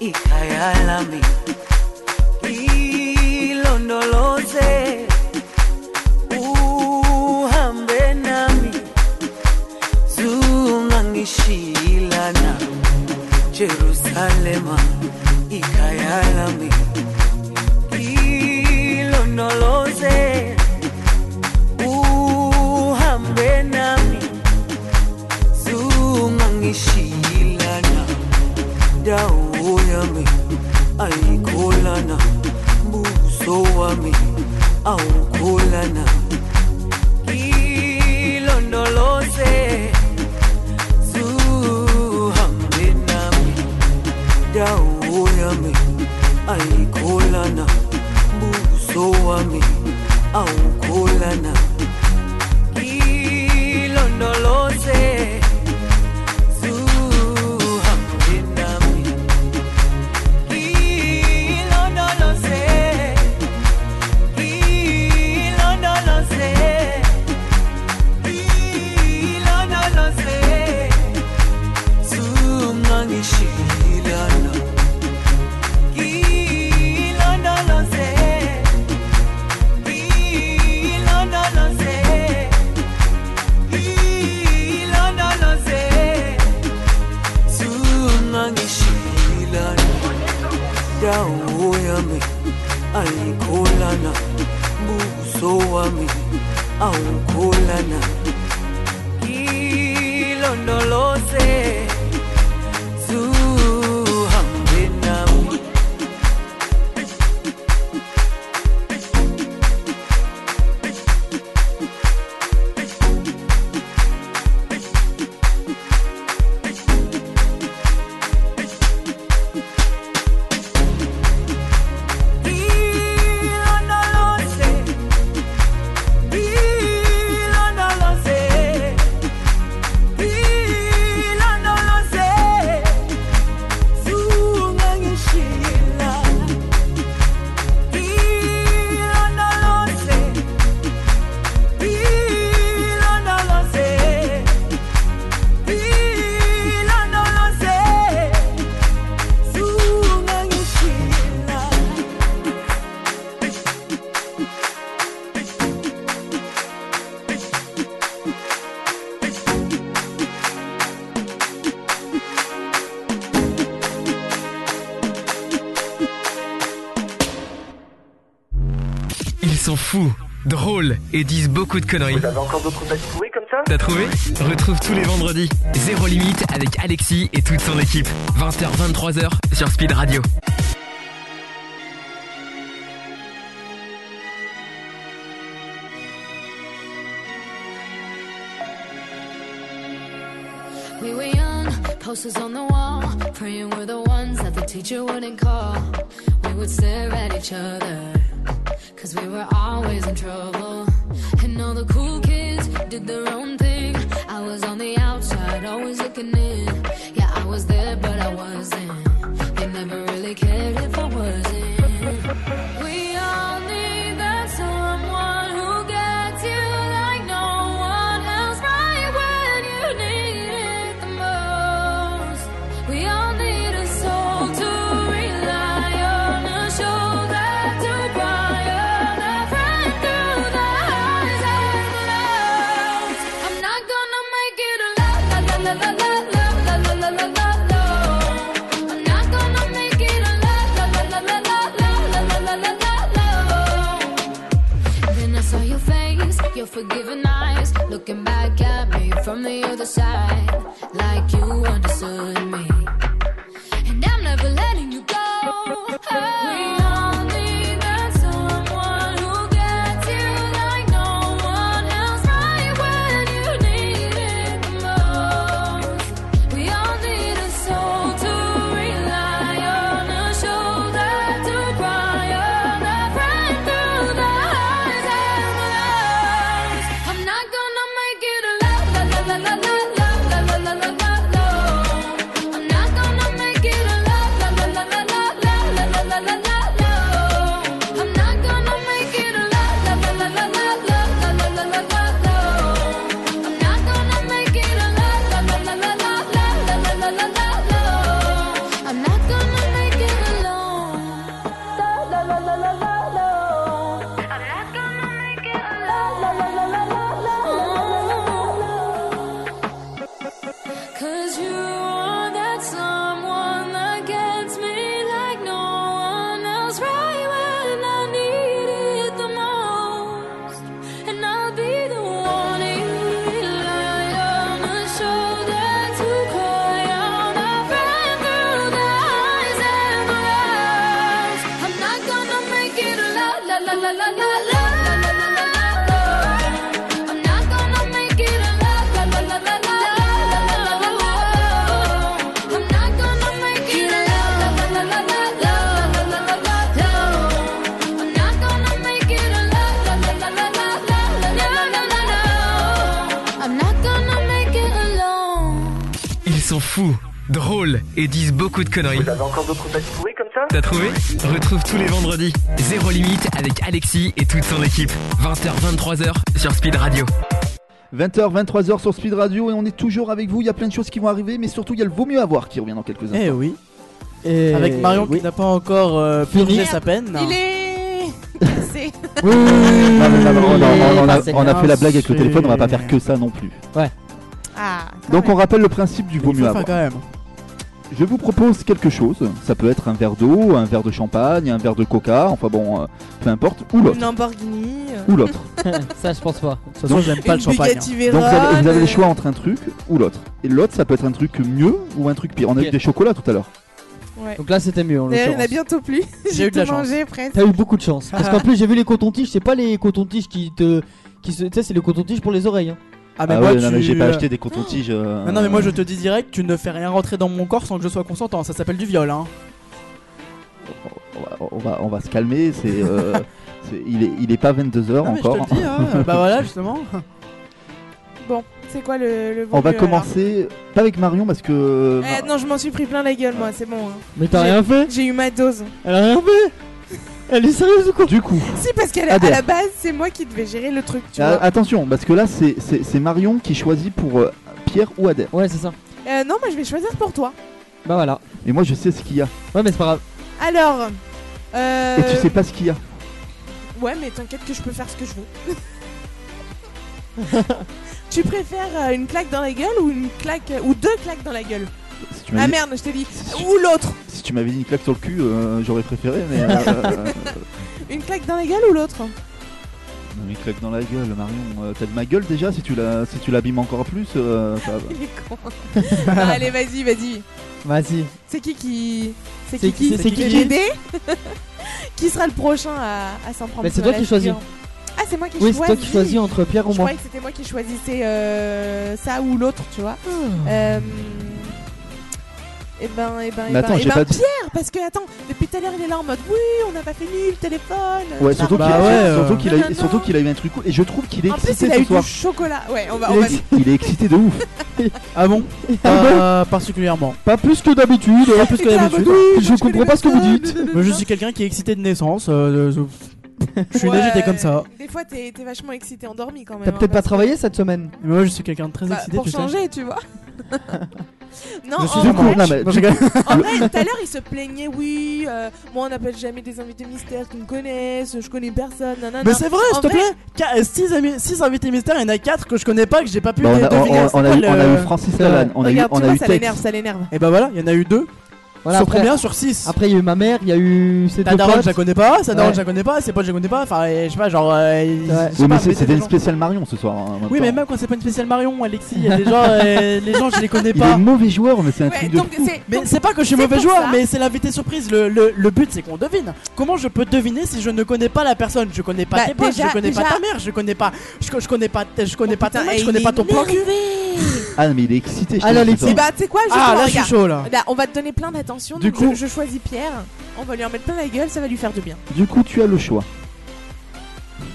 ikayalami ilondoloze uhambe nami zungangishilana Jerusalema ikayalami ilondoloze uhambe nami zungangishilana dawo yami ayikholana mbuso wami awukholana ilondoloze zuhambe nami dawo yami ayikholana mbuso wami awukholana ilondoloze zuhambe nami ilondoloze ilondoloze ilondoloze zungangishilana ilondoloze ilondoloze ilondoloze sungangishilana dawo yami ayikholana mbuso wami awukholana ilondoloze zuhambe nami ilondoloze ilondoloze
Ils sont fous, drôles et disent beaucoup de conneries.
Vous avez encore d'autres contacts pourris comme ça
T'as trouvé Retrouve tous les vendredis Zéro Limite avec Alexis et toute son équipe. 20h-23h sur Speed Radio.
We were young, posters on the wall, praying we're the ones that the teacher wouldn't call. We would stare at each other, cause we were always in trouble. And all the cool kids did their own thing. I was on the outside, always looking in. Yeah, I was there, but I wasn't. They never really cared if I wasn't. We all need that someone who gets you like no one else right when you need it the most. We all need a soul to rely on, a shoulder to cry on, a friend through the highs and lows. I'm not gonna make it alone, la la la la la la la la la la la. I'm not gonna make it alone, la la la la la la la la la la la. Then I saw your face, your forgiving eyes, looking back at me from the other side, like you understood me. And I'm never letting you go. We all need that someone who gets you like no one else, right when you need it the most. We all need a soul to rely on, a shoulder to cry on, a friend through the highs and lows. I'm not gonna make it alone, la la la la la la la la la la la la. I'm not gonna make it alone, la la la la la la la la la la la la. I'm not gonna make it alone, la la la la la la la la la la la la. I'm not gonna make it alone, la la la la la la la la la la la la. I'm not gonna make it alone. La la la la la la la. I'm not gonna make it alone. La la la la la la la. Cause you are that someone that gets me like no one else right when I need it the most. And I'll be the one you rely on, a shoulder to cry on, a friend through the highs and the lows. I'm not gonna make it alone, la la la la la la. la, la, la, la, la. I'm not gonna make it alone, la la la la la la la la la la. I'm not gonna make it alone, la la la la la la la la la la. I'm not gonna make it alone, la la la la la la la la la la la. I'm not gonna make it alone.
Ils sont fous, drôles et disent beaucoup de conneries.
Vous avez encore d'autres contacts pourris comme ça
T'as trouvé Retrouve tous les vendredis Zéro Limite avec Alexis et toute son équipe. 20h-23h sur Speed Radio.
20h, 23h sur Speed Radio et on est toujours avec vous. Il y a plein de choses qui vont arriver, mais surtout il y a le vaut mieux avoir qui revient dans quelques instants.
Eh oui. Avec Marion qui n'a pas encore euh, purgé sa peine.
Il est. C'est.
Non, mais non, non, non, on, a,
c'est
on a
bien
fait la blague avec le
sûr.
téléphone, on va pas faire que ça non plus.
Ouais.
Ah.
Donc on rappelle le principe du vaut mieux
Enfin,
avoir.
quand même.
Je vous propose quelque chose. Ça peut être un verre d'eau, un verre de champagne, un verre de coca, enfin bon, euh, peu importe, ou l'autre.
Une Lamborghini. euh.
Ou l'autre.
Ça, je pense pas.
De
toute façon, j'aime pas
Une le champagne, Bugatti hein.
Donc vous avez,
Veyron,
vous avez le
euh.
choix entre un truc ou l'autre. Et l'autre, ça peut être un truc mieux ou un truc pire. On a eu
Ok.
des chocolats tout à l'heure.
Ouais.
Donc là, c'était mieux en
D'ailleurs, il y en a
l'occurrence.
bientôt plus. J'ai tout mangé presque.
T'as eu beaucoup de chance.
Ah.
Parce qu'en plus, j'ai vu les cotons-tiges, c'est pas les cotons-tiges qui te. Qui se... Tu sais, c'est les cotons-tiges pour les oreilles. hein.
Ah, mais moi,
ouais, non, mais
tu-
j'ai pas acheté des cotons-tiges. euh,
Non, non, mais moi je te dis direct, tu ne fais rien rentrer dans mon corps sans que je sois consentant. Ça s'appelle du viol, hein.
on va- On va, on va se calmer. C'est, euh, c'est- il, est, il est pas 22h
Ah, mais je te
encore.
le dis, hein. bah voilà, justement.
Bon, c'est quoi le, le vaut
on va
mieux, alors
commencer pas avec Marion parce que.
Eh, non, je m'en suis pris plein la gueule, moi, c'est bon. hein.
Mais t'as
J'ai-
rien fait
J'ai eu ma dose.
Elle a rien fait Elle est sérieuse ou quoi
Du coup.
Si, parce qu'à la- à
Adhère.
la base, c'est moi qui devais gérer le truc, tu
Ah,
vois.
attention, parce que là, c'est- c'est c'est Marion qui choisit pour euh, Pierre ou Adair.
Ouais, c'est ça.
Euh, non, moi, je vais choisir pour toi.
Bah voilà.
Mais moi, je sais ce qu'il y a.
Ouais, mais c'est pas grave.
Alors. Euh...
Et tu sais pas ce qu'il y a.
Ouais, mais t'inquiète que je peux faire ce que je veux. tu préfères euh, une claque dans la gueule ou une claque ou deux claques dans la gueule
tu m'as
Ah
dit-
merde, je t'ai dit. Ou l'autre.
Si tu m'avais dit une claque sur le cul, euh, j'aurais préféré, mais. euh,
Une claque dans la gueule ou l'autre
Mais euh, claque dans la gueule, Marion. Euh, T'as de ma gueule déjà si tu la si tu l'abîmes encore plus. euh, ça va.
Il est con. Non, Bah, allez, vas-y, vas-y.
Vas-y.
C'est qui qui. C'est
C'est
qui qui
qui- c'est qui qui
GD Qui sera le prochain à, à s'en prendre
Bah, c'est
plein
toi
la
qui choisis.
figure Ah, c'est moi qui
Oui,
choisis.
c'est toi qui choisis entre Pierre ou
Je
moi.
croyais que c'était moi qui choisissais euh, ça ou l'autre, tu vois.
Ah.
Et ben, et ben, et
Mais attends,
ben, eh
j'ai
ben,
pas dit-
Pierre, parce que attends, depuis tout à l'heure il est là en mode oui, on n'a pas fini le téléphone.
Ouais, surtout
Bah
qu'il a,
ouais,
surtout
euh.
qu'il a-
Non, non, non.
surtout qu'il a eu un truc cool. Et je trouve qu'il est
En plus,
excité
il a
ce
eu
soir.
du chocolat. Ouais, on va.
Il
on va-
est, il est excité de ouf.
Ah bon Euh, Particulièrement.
Pas plus que d'habitude.
Pas plus que d'habitude.
Je comprends pas ce que vous dites.
Mais je suis quelqu'un qui est excité de naissance. euh, je je suis né,
Ouais,
j'étais comme ça.
Des fois, t'es t'es vachement excité, endormi quand même.
T'as
hein,
peut-être pas
parce que-
travaillé cette semaine
Mais moi, je suis quelqu'un de très
Bah,
excité.
pour
tu sais.
changer, tu vois. non,
Je suis
en
du
vrai,
coup- non, mais-
en
je rigole.
vrai, tout à l'heure, il se plaignait. Oui, euh, moi, on n'appelle jamais des invités mystères qui me connaissent. Je connais personne. Nanana.
Mais c'est vrai,
En
s'il te plaît euh, 6 invités mystères, il y en a 4 que je connais pas, que j'ai pas pu
Bah, on a-
deviner.
on- on-
C'est
on a
quoi
eu-
le-
on a eu Francis Lalanne, on a eu-
Regarde, tu
on a
vois,
eu
ça
Tex.
l'énerve, ça l'énerve.
Et bah voilà, il y en a eu 2.
Voilà,
sur
après-
combien Sur 6
Après, il y a eu ma mère, il y a eu ses
Ta
deux
daronne,
potes.
je la connais pas, sa daronne,
Ouais.
je la connais pas, ses potes, je la connais pas. Enfin, euh, je sais pas, genre. euh, ils- je sais
Oui,
pas,
mais c'est-
mais
c'était
des
une
gens-
spéciale Marion ce soir. hein, en même
Oui,
temps.
mais même quand c'est pas une spéciale Marion, Alexis, il y a des gens, euh, les gens, je les connais
Il est
pas.
mauvais joueur, mais c'est un truc de.
donc, c'est-
Mais
donc,
c'est pas que je suis
c'est
mauvais
pour
joueur,
ça.
mais c'est l'invité surprise. Le, le- le but, c'est qu'on devine. Comment je peux deviner si je ne connais pas la personne Je connais pas
Bah,
tes potes,
déjà-
je connais
déjà- Oh
pas ta mère, je connais pas, je, co- je connais pas, je connais pas ta
putain,
mère, je
et
connais
il
pas ton
est
plan cul.
Ah non, mais il est excité. je
Ah, là,
te dis,
les
ce soir.
Et bah, tu sais quoi, justement,
Ah, là, je suis
regarde. Bah,
chaud, là.
on va te donner plein d'attention.
Du
donc je-
coup-
je, choisis Pierre. On va lui en mettre plein la gueule, ça va lui faire du bien.
Du coup, tu as le choix.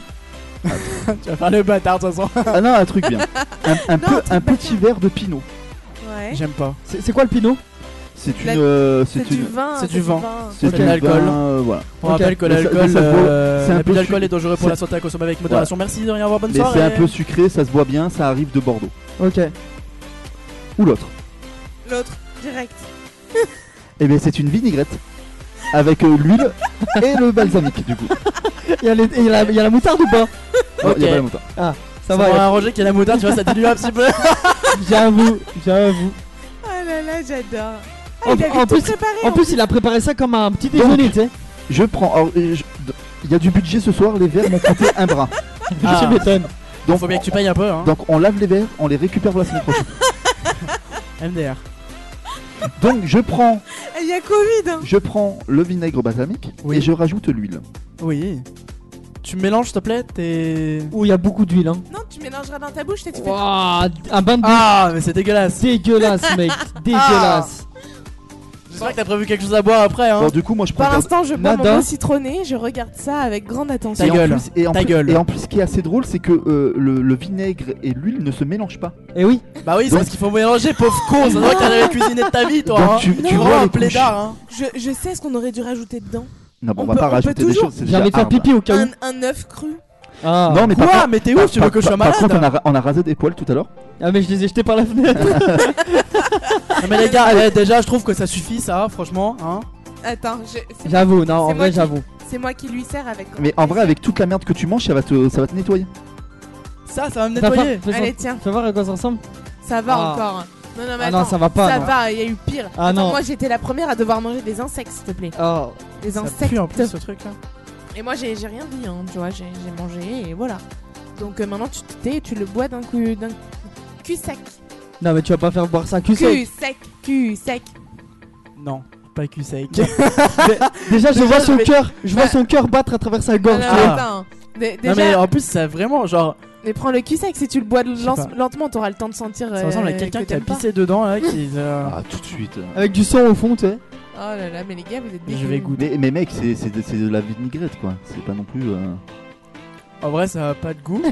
tu vas faire le bâtard de toute façon.
Ah non, un truc bien. Un, un
Non,
peu-
un
un petit verre de Pinot.
Ouais.
J'aime pas.
C'est quoi le Pinot
C'est une.
La-
euh,
c'est
une-
du vin, C'est c'est du du vin. vin.
C'est
C'est
du
de l'alcool.
vin, euh, Voilà.
On rappelle que
Mais ça-
l'alcool,
mais ça se boit-
euh,
c'est un
l'abus
peu
d'alcool
sucré.
est dangereux pour la
C'est-
santé à consommer avec modération. Merci de rien avoir. Bonne
Mais
soirée.
c'est un peu sucré, ça se boit bien, ça arrive de Bordeaux.
Ok.
Ou l'autre.
L'autre, direct.
Eh bien, c'est une vinaigrette. Avec euh, l'huile et le balsamique, du coup.
Il y, a les- il y a la- il y a la moutarde ou pas
Non, il y a pas la moutarde.
Ah, ça
Ça
va.
va,
il y a-
un Roger qui a la moutarde, tu vois, ça dilue un petit peu.
J'avoue, j'avoue.
Oh là là, j'adore. Ah,
En,
il avait
en
tout
plus,
préparé.
en plus, il a préparé ça comme un petit déjeuner, tu sais.
Je prends. alors, euh, je- Il y a du budget ce soir, les verres m'ont coûté un bras.
Ah. m'étonne.
Donc,
Faut bien que tu payes un peu, hein.
Donc, on lave les verres, on les récupère pour la semaine prochaine.
MDR.
Donc, je prends,
Eh, Il y a Covid. hein.
je prends le vinaigre balsamique et je rajoute l'huile.
Oui. Tu mélanges, s'il te plaît, t'es.
Où il y a beaucoup d'huile, hein.
Non, tu mélangeras dans ta bouche, t'es tu fais-
Ouah, un bain de
Ah, mais c'est dégueulasse.
Dégueulasse, mec.
Ah.
Dégueulasse.
J'espère que t'as prévu quelque chose à boire après, hein.
Bon, du coup, moi, je prends.
Pour l'instant, je bois mon
Nada.
eau citronnée, je regarde ça avec grande attention.
Et en plus- et en
Ta
plus-
gueule.
Et en plus, ce qui est assez drôle, c'est que euh, le, le vinaigre et l'huile ne se mélangent pas.
Et Eh oui. Ah.
Bah oui, c'est parce qu'il faut mélanger, pauvre con. Ça doit que t'as jamais cuisiné de ta vie, toi.
Donc
hein.
tu- tu
Oh,
vois
un
les
plaidard, hein.
Je, je sais ce qu'on aurait dû rajouter dedans.
Non, bon, on,
On
va
peut-
pas
on peut
rajouter des
toujours-
choses. c'est
J'ai envie
déjà
de faire
un,
pipi au cas où.
Un, un œuf cru.
Ah.
Non, mais par
Quoi
contre-
Mais t'es ouf, tu veux
par-
que je sois
par- Par
malade
contre, on a, on a rasé des poils tout à l'heure.
Ah, mais je les ai jetés par la fenêtre.
Non, mais les gars, eh, déjà, je trouve que ça suffit, ça, franchement, hein.
Attends, je- c'est-
J'avoue, non, en
c'est moi
vrai,
qui-
j'avoue.
C'est moi qui lui sers avec.
Mais en vrai, avec toute la merde que tu manges, ça va te, ça va te nettoyer.
Ça, ça va me
Fais voir-
nettoyer.
fais-
Allez, tiens,
Fais voir à quoi ça ressemble.
ça va
Ah.
encore. Non, non, mais
Ah non,
attends,
ça va pas,
Ça
non.
va, il y a eu pire.
Ah
Attends,
non.
Moi, j'étais la première à devoir manger des insectes, s'il te plaît.
Oh.
Des
Ça
insectes.
pue en plus ce truc là.
Et moi, j'ai j'ai rien dit, hein, tu vois, j'ai j'ai mangé et voilà. Donc euh, maintenant, tu te tais et tu le bois d'un coup, d'un cul sec.
Non, mais tu vas pas faire boire ça à cul
Cul
sec.
sec, cul sec.
Non, pas cul sec.
Déjà, je
Déjà,
vois son
mais-
cœur. Je vois son cœur battre à travers sa
Non,
gorge.
non,
tu vois.
attends. Dé-
Non, mais
déjà, mais...
en plus, ça vraiment, genre,
prends le cul sec. Si tu le bois
sais
lent-
pas.
lentement, t'auras le temps de sentir. euh,
ça ressemble à quelqu'un qui a pissé dedans là. Qui, euh,
Ah, tout de suite.
Avec du sang au fond, tu sais.
Oh là là, mais les gars, vous êtes dégueu.
Je vais goûter.
Mais, mais mec, c'est c'est de, c'est de la vinaigrette quoi. C'est pas non plus. euh,
En vrai, ça a pas de goût.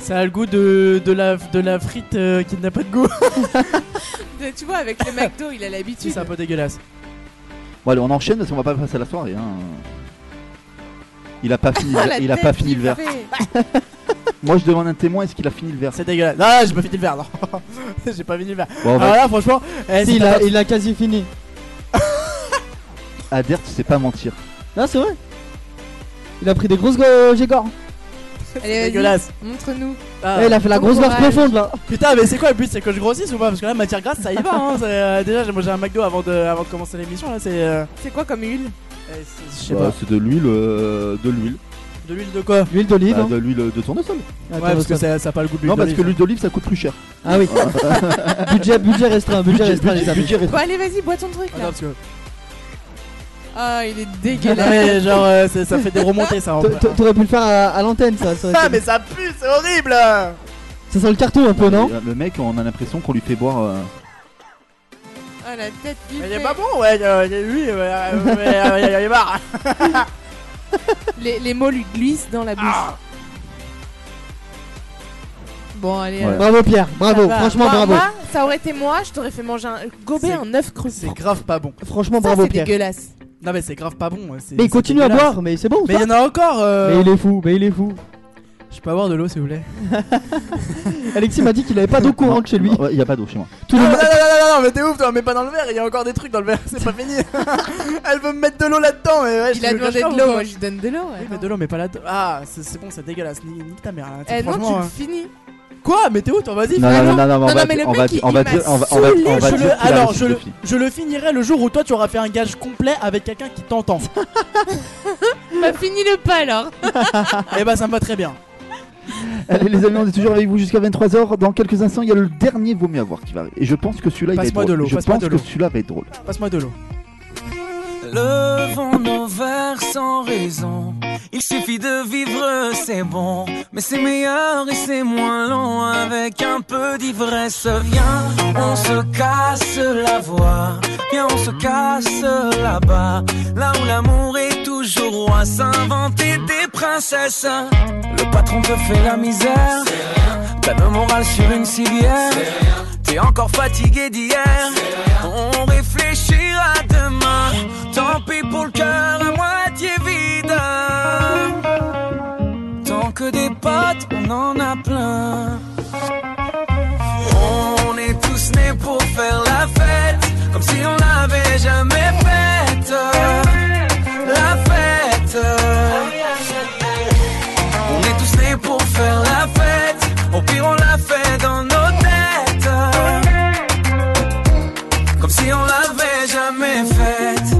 ça a le goût de, de, la, de la frite euh, qui n'a pas de goût.
De- Tu vois, avec le McDo, il a l'habitude.
c'est un peu dégueulasse.
Bon, allez, on enchaîne parce qu'on va pas passer à la soirée. Hein. Il a pas fini, le-
Oh, la
il a
tête
pas fini
qu'il
le verre.
fait.
Moi, je demande un témoin, est-ce qu'il a fini le verre
C'est dégueulasse. Non, j'ai pas fini le verre, non. j'ai pas fini le verre.
Bon, bah-
Alors là, franchement, eh,
Si,
c'est
il
pas-
a, il a quasi fini.
Adert, tu sais pas mentir.
Non, Ah, c'est vrai. Euh, Il a pris des grosses go- gégores.
Allez, vas-y,
dégueulasse.
Montre-nous.
Ah.
Eh, il a fait la
bon
grosse gorge
courage.
profonde là.
Putain, mais c'est quoi le but C'est que je grossisse ou pas Parce que là, matière grasse, ça y va. Hein, c'est, euh, déjà, j'ai mangé un McDo avant de, avant de commencer l'émission. Là, c'est. euh,
C'est quoi comme huile
eh, c'est- je sais
Bah,
pas.
C'est de l'huile, euh, de l'huile.
De l'huile de quoi
L'huile d'olive.
Bah,
hein.
de l'huile de tournesol.
Ouais, parce que ça, ça a pas le goût de l'huile
Non, parce
d'olive,
que
hein.
l'huile d'olive ça coûte plus cher.
Ah oui. budget, budget restreint, budget restreint, les
budget,
amis.
budget
Bon, allez, vas-y, bois ton truc là. Ah, il est dégueulasse.
Ouais, genre, euh, ça- ça fait des remontées, ça, en
T'a-
vrai.
t'a- T'aurais pu le faire à, à l'antenne, ça. ça aurait
Ah,
été-
mais ça pue, c'est horrible
Ça sent le carton un peu, non
Le- Le mec, on a l'impression qu'on lui fait boire. euh,
Ah, la tête
Il est pas bon, ouais, euh, lui, euh, euh, euh, il est marre
les, les mots lui glissent dans la bouche. Bon, allez.
Ouais.
alors.
Bravo, Pierre, bravo,
Ça va.
franchement,
Moi-
bravo.
moi, ça aurait été moi, je t'aurais fait manger un gober un œuf cru.
C'est grave pas bon.
Franchement,
Ça, bravo, c'est Pierre. dégueulasse.
Non, mais c'est grave pas bon. ouais, c'est-
Mais
c'est
il continue à
dégueulasse.
boire, mais c'est bon.
Mais il y en a encore. euh,
Mais il est fou, mais il est fou.
Je peux avoir de l'eau, s'il vous plaît.
Alexis m'a dit qu'il avait pas d'eau courante chez lui.
Ouais, il y a pas d'eau chez moi.
Tout le
non,
monde.
non, non, non, non, mais t'es ouf, toi, mets pas dans le verre, il y a encore des trucs dans le verre, c'est pas fini. Elle veut me mettre de l'eau là-dedans, mais ouais,
Il
je
a
te le
demandé
cache pas,
de l'eau,
ou quoi
moi je lui donne de l'eau. ouais.
Oui, mais de l'eau, mais pas là-dedans. Ah, c'est c'est bon, c'est dégueulasse, ni- nique ta mère. là,
Eh non, tu
franchement,
le
hein.
finis.
Quoi Mais t'es ouf, toi, vas-y,
Non,
fais-le.
non, non, non, on va-
mais le
on va-
mec, il-
on
il
va
m'a
dire- on va- on va-
saoulé,
on va
je
Je
dire
le-
qu'il a
alors,
réussi
je
le
le,
film.
je le finirai le jour où toi tu auras fait un gage complet avec quelqu'un qui t'entend.
Bah, finis le pas alors.
Et bah, ça me va très bien.
Allez les amis, on est toujours avec vous jusqu'à 23h. Dans quelques instants, il y a le dernier vaut mieux avoir qui va arriver. Et je pense que celui-là il va être
Passe-moi
drôle.
de l'eau,
je
passe-moi
pense
de
que
l'eau.
celui-là va être drôle.
Passe-moi de l'eau.
Levons nos verres sans raison. Il suffit de vivre, c'est bon. Mais c'est meilleur et c'est moins long. Avec un peu d'ivresse, viens, on se casse la voix. Viens, on se casse là-bas. Là où l'amour est toujours roi. S'inventer des princesses. Le patron te fait la misère. T'as le moral sur une civière. T'es encore fatigué d'hier. On réfléchira demain. Tant pis pour le cœur à moitié vide. Tant que des potes, on en a plein. On est tous nés pour faire la fête, comme si on l'avait jamais faite. La fête. On est tous nés pour faire la fête, au pire on la fait dans nos têtes. Comme si on l'avait jamais faite.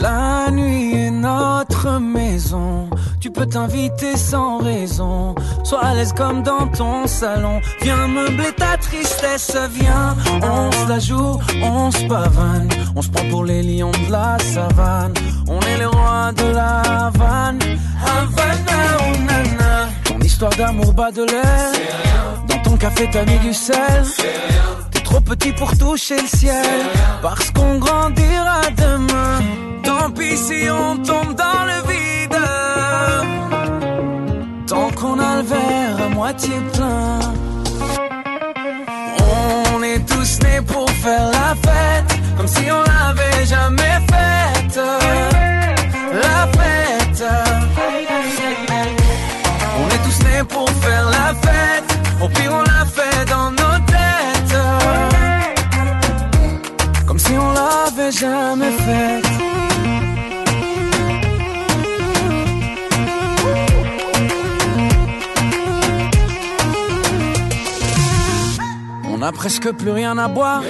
La nuit est notre maison. Tu peux t'inviter sans raison. Sois à l'aise comme dans ton salon. Viens meubler ta tristesse. Viens, on se la joue, on se pavane. On se prend pour les lions de la savane. On est les rois de la Havane. Havana, oh nana. Ton histoire d'amour bas de l'air. Dans ton café, t'as mis du sel. T'es trop petit pour toucher le ciel. Parce qu'on grandira demain. Tant pis si on tombe dans le vide. Tant qu'on a le verre à moitié plein. On est tous nés pour faire la fête. Comme si on l'avait jamais faite. La fête. On est tous nés pour faire la fête. Au pire, on la fait dans nos têtes. Comme si on l'avait jamais faite. On a presque plus rien à boire.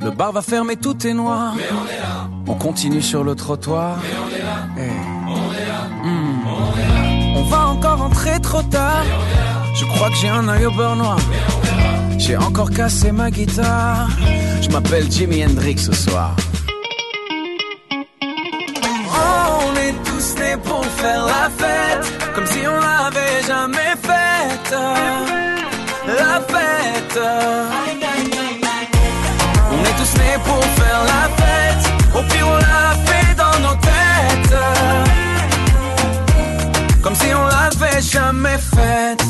Le bar va fermer, tout est noir. On continue sur le trottoir. Eh. Hmm. On va encore entrer trop tard. Je crois que j'ai un œil au beurre noir. J'ai encore cassé ma guitare. Je m'appelle Jimi Hendrix ce soir. Oh, on est tous nés pour faire la fête, comme si on l'avait jamais faite. La fête. On est tous nés pour faire la fête, au pire on la fait dans nos têtes. Comme si on l'avait jamais faite.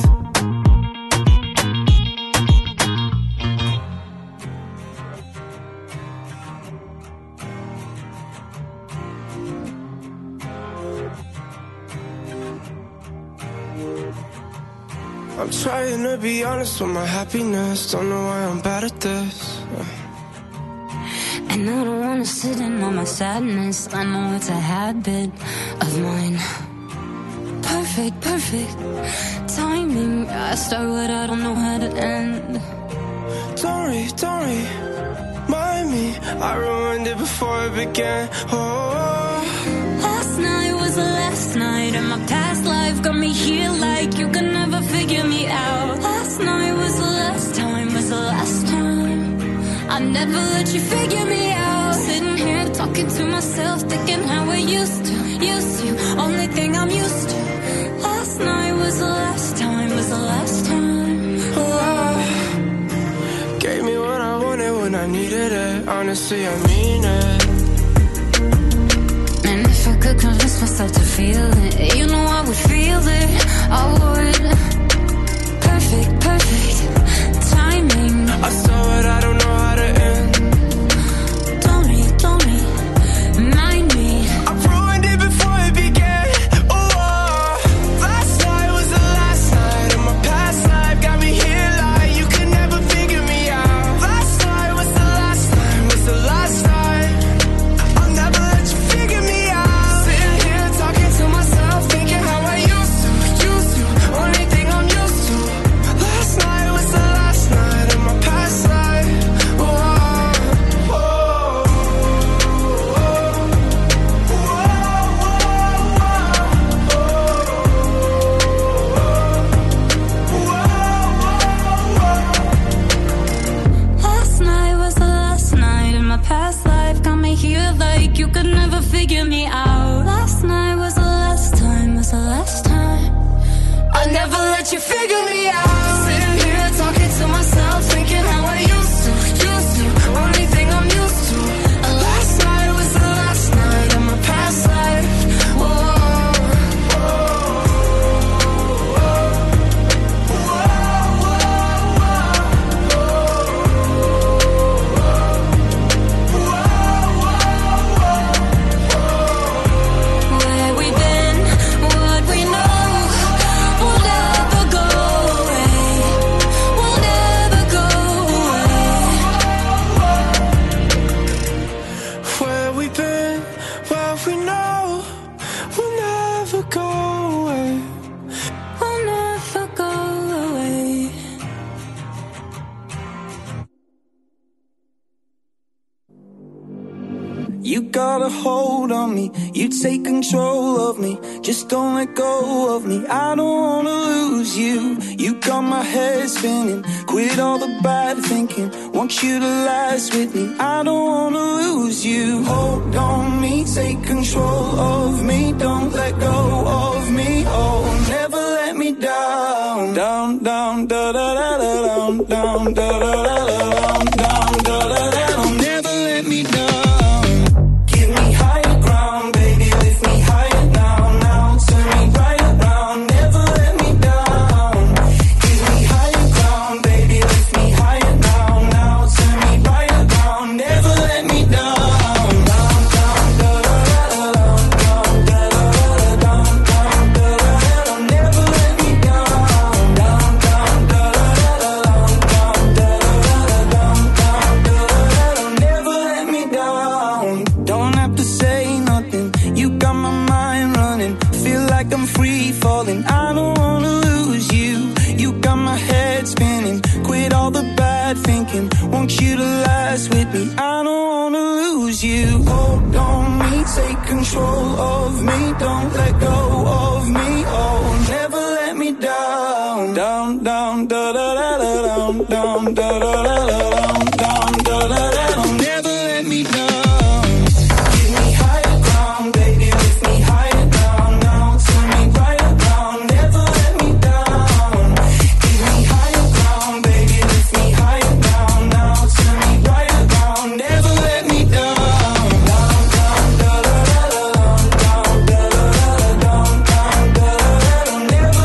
I'm trying to be honest with my happiness. Don't know why I'm bad at this.
And I don't wanna sit in on my sadness. I know it's a habit of mine. Perfect, perfect timing. I start what I don't know how to end.
Sorry, sorry, mind me. I ruined it before it began. Oh,
last night and my past life got me here like you could never figure me out. Last night was the last time, was the last time. I never let you figure me out. Sitting here talking to myself, thinking how I used to, used to. Only thing I'm used to. Last night was the last time, was the last time. Oh,
Love gave me what I wanted when I needed it. Honestly, I mean it.
And if I could convince myself to feel it, you know I would feel it. I would. Perfect, perfect timing.
I saw it, I don't know how to end.
Don't me, don't me, mind me.
I ruined it before it began. Oh, last night was the last night, and my past life got me here like you could never figure me out. Last night was the last time, was the last time. I'll never let you figure me out. Sitting here talking to myself, thinking how I used to, used to. Only thing I'm used to. Last night was the last night, and my past life. Oh, oh, oh.
Last night was the last night in my past life. Got me here like you could never figure me out. Last night was the last time, was the last time.
I never let you figure me out. Sitting here talking to myself, thinking how I used to, used to. Only thing I'm used to. Last night was the last night of my past life. Whoa.
Where we been, what we know, will never go away. Will never go away.
Where we been, where we know, we'll never go away.
We'll never go away.
You got a hold on me, you take control of me. Just don't let go of me, I don't wanna lose you. You got my head spinning, quit all the bad thinking. Want you to last with me, I don't wanna lose you. Hold on me, take control of me, don't let go of me. Oh, never let me down, down, down, da da da da down, down, da da da da down, down, da da da. down. Never let me down. Give me higher ground, baby. Lift me higher now, now. Turn me right around. Never let me down. Give me higher ground, baby. Lift me higher now, now. Turn me right around. Never let me down. Down, down, da da da da down, down, da da da da down, down, da da da da. Never let me down. Down, down, da da da da down, down, da da da da down, down, da da da da. Never let me down. Don't have to say nothing. You got my mind running. Feel like I'm free falling. I don't wanna lose you. You got my head spinning. Quit all the bad thinking. Want you to last with me. I don't wanna lose you. Oh, Hold on me, take control of me. Don't let go of me. Oh, never let me down. Down, down, da da da da down, down, da da da da down, down, da da da down. Never let me down. Give me higher ground, baby. Lift me higher now, now. Turn me right around. Never let me down. Give me higher ground, baby. Lift me higher now, now. Turn me right around. Never let me down. Down, down, da da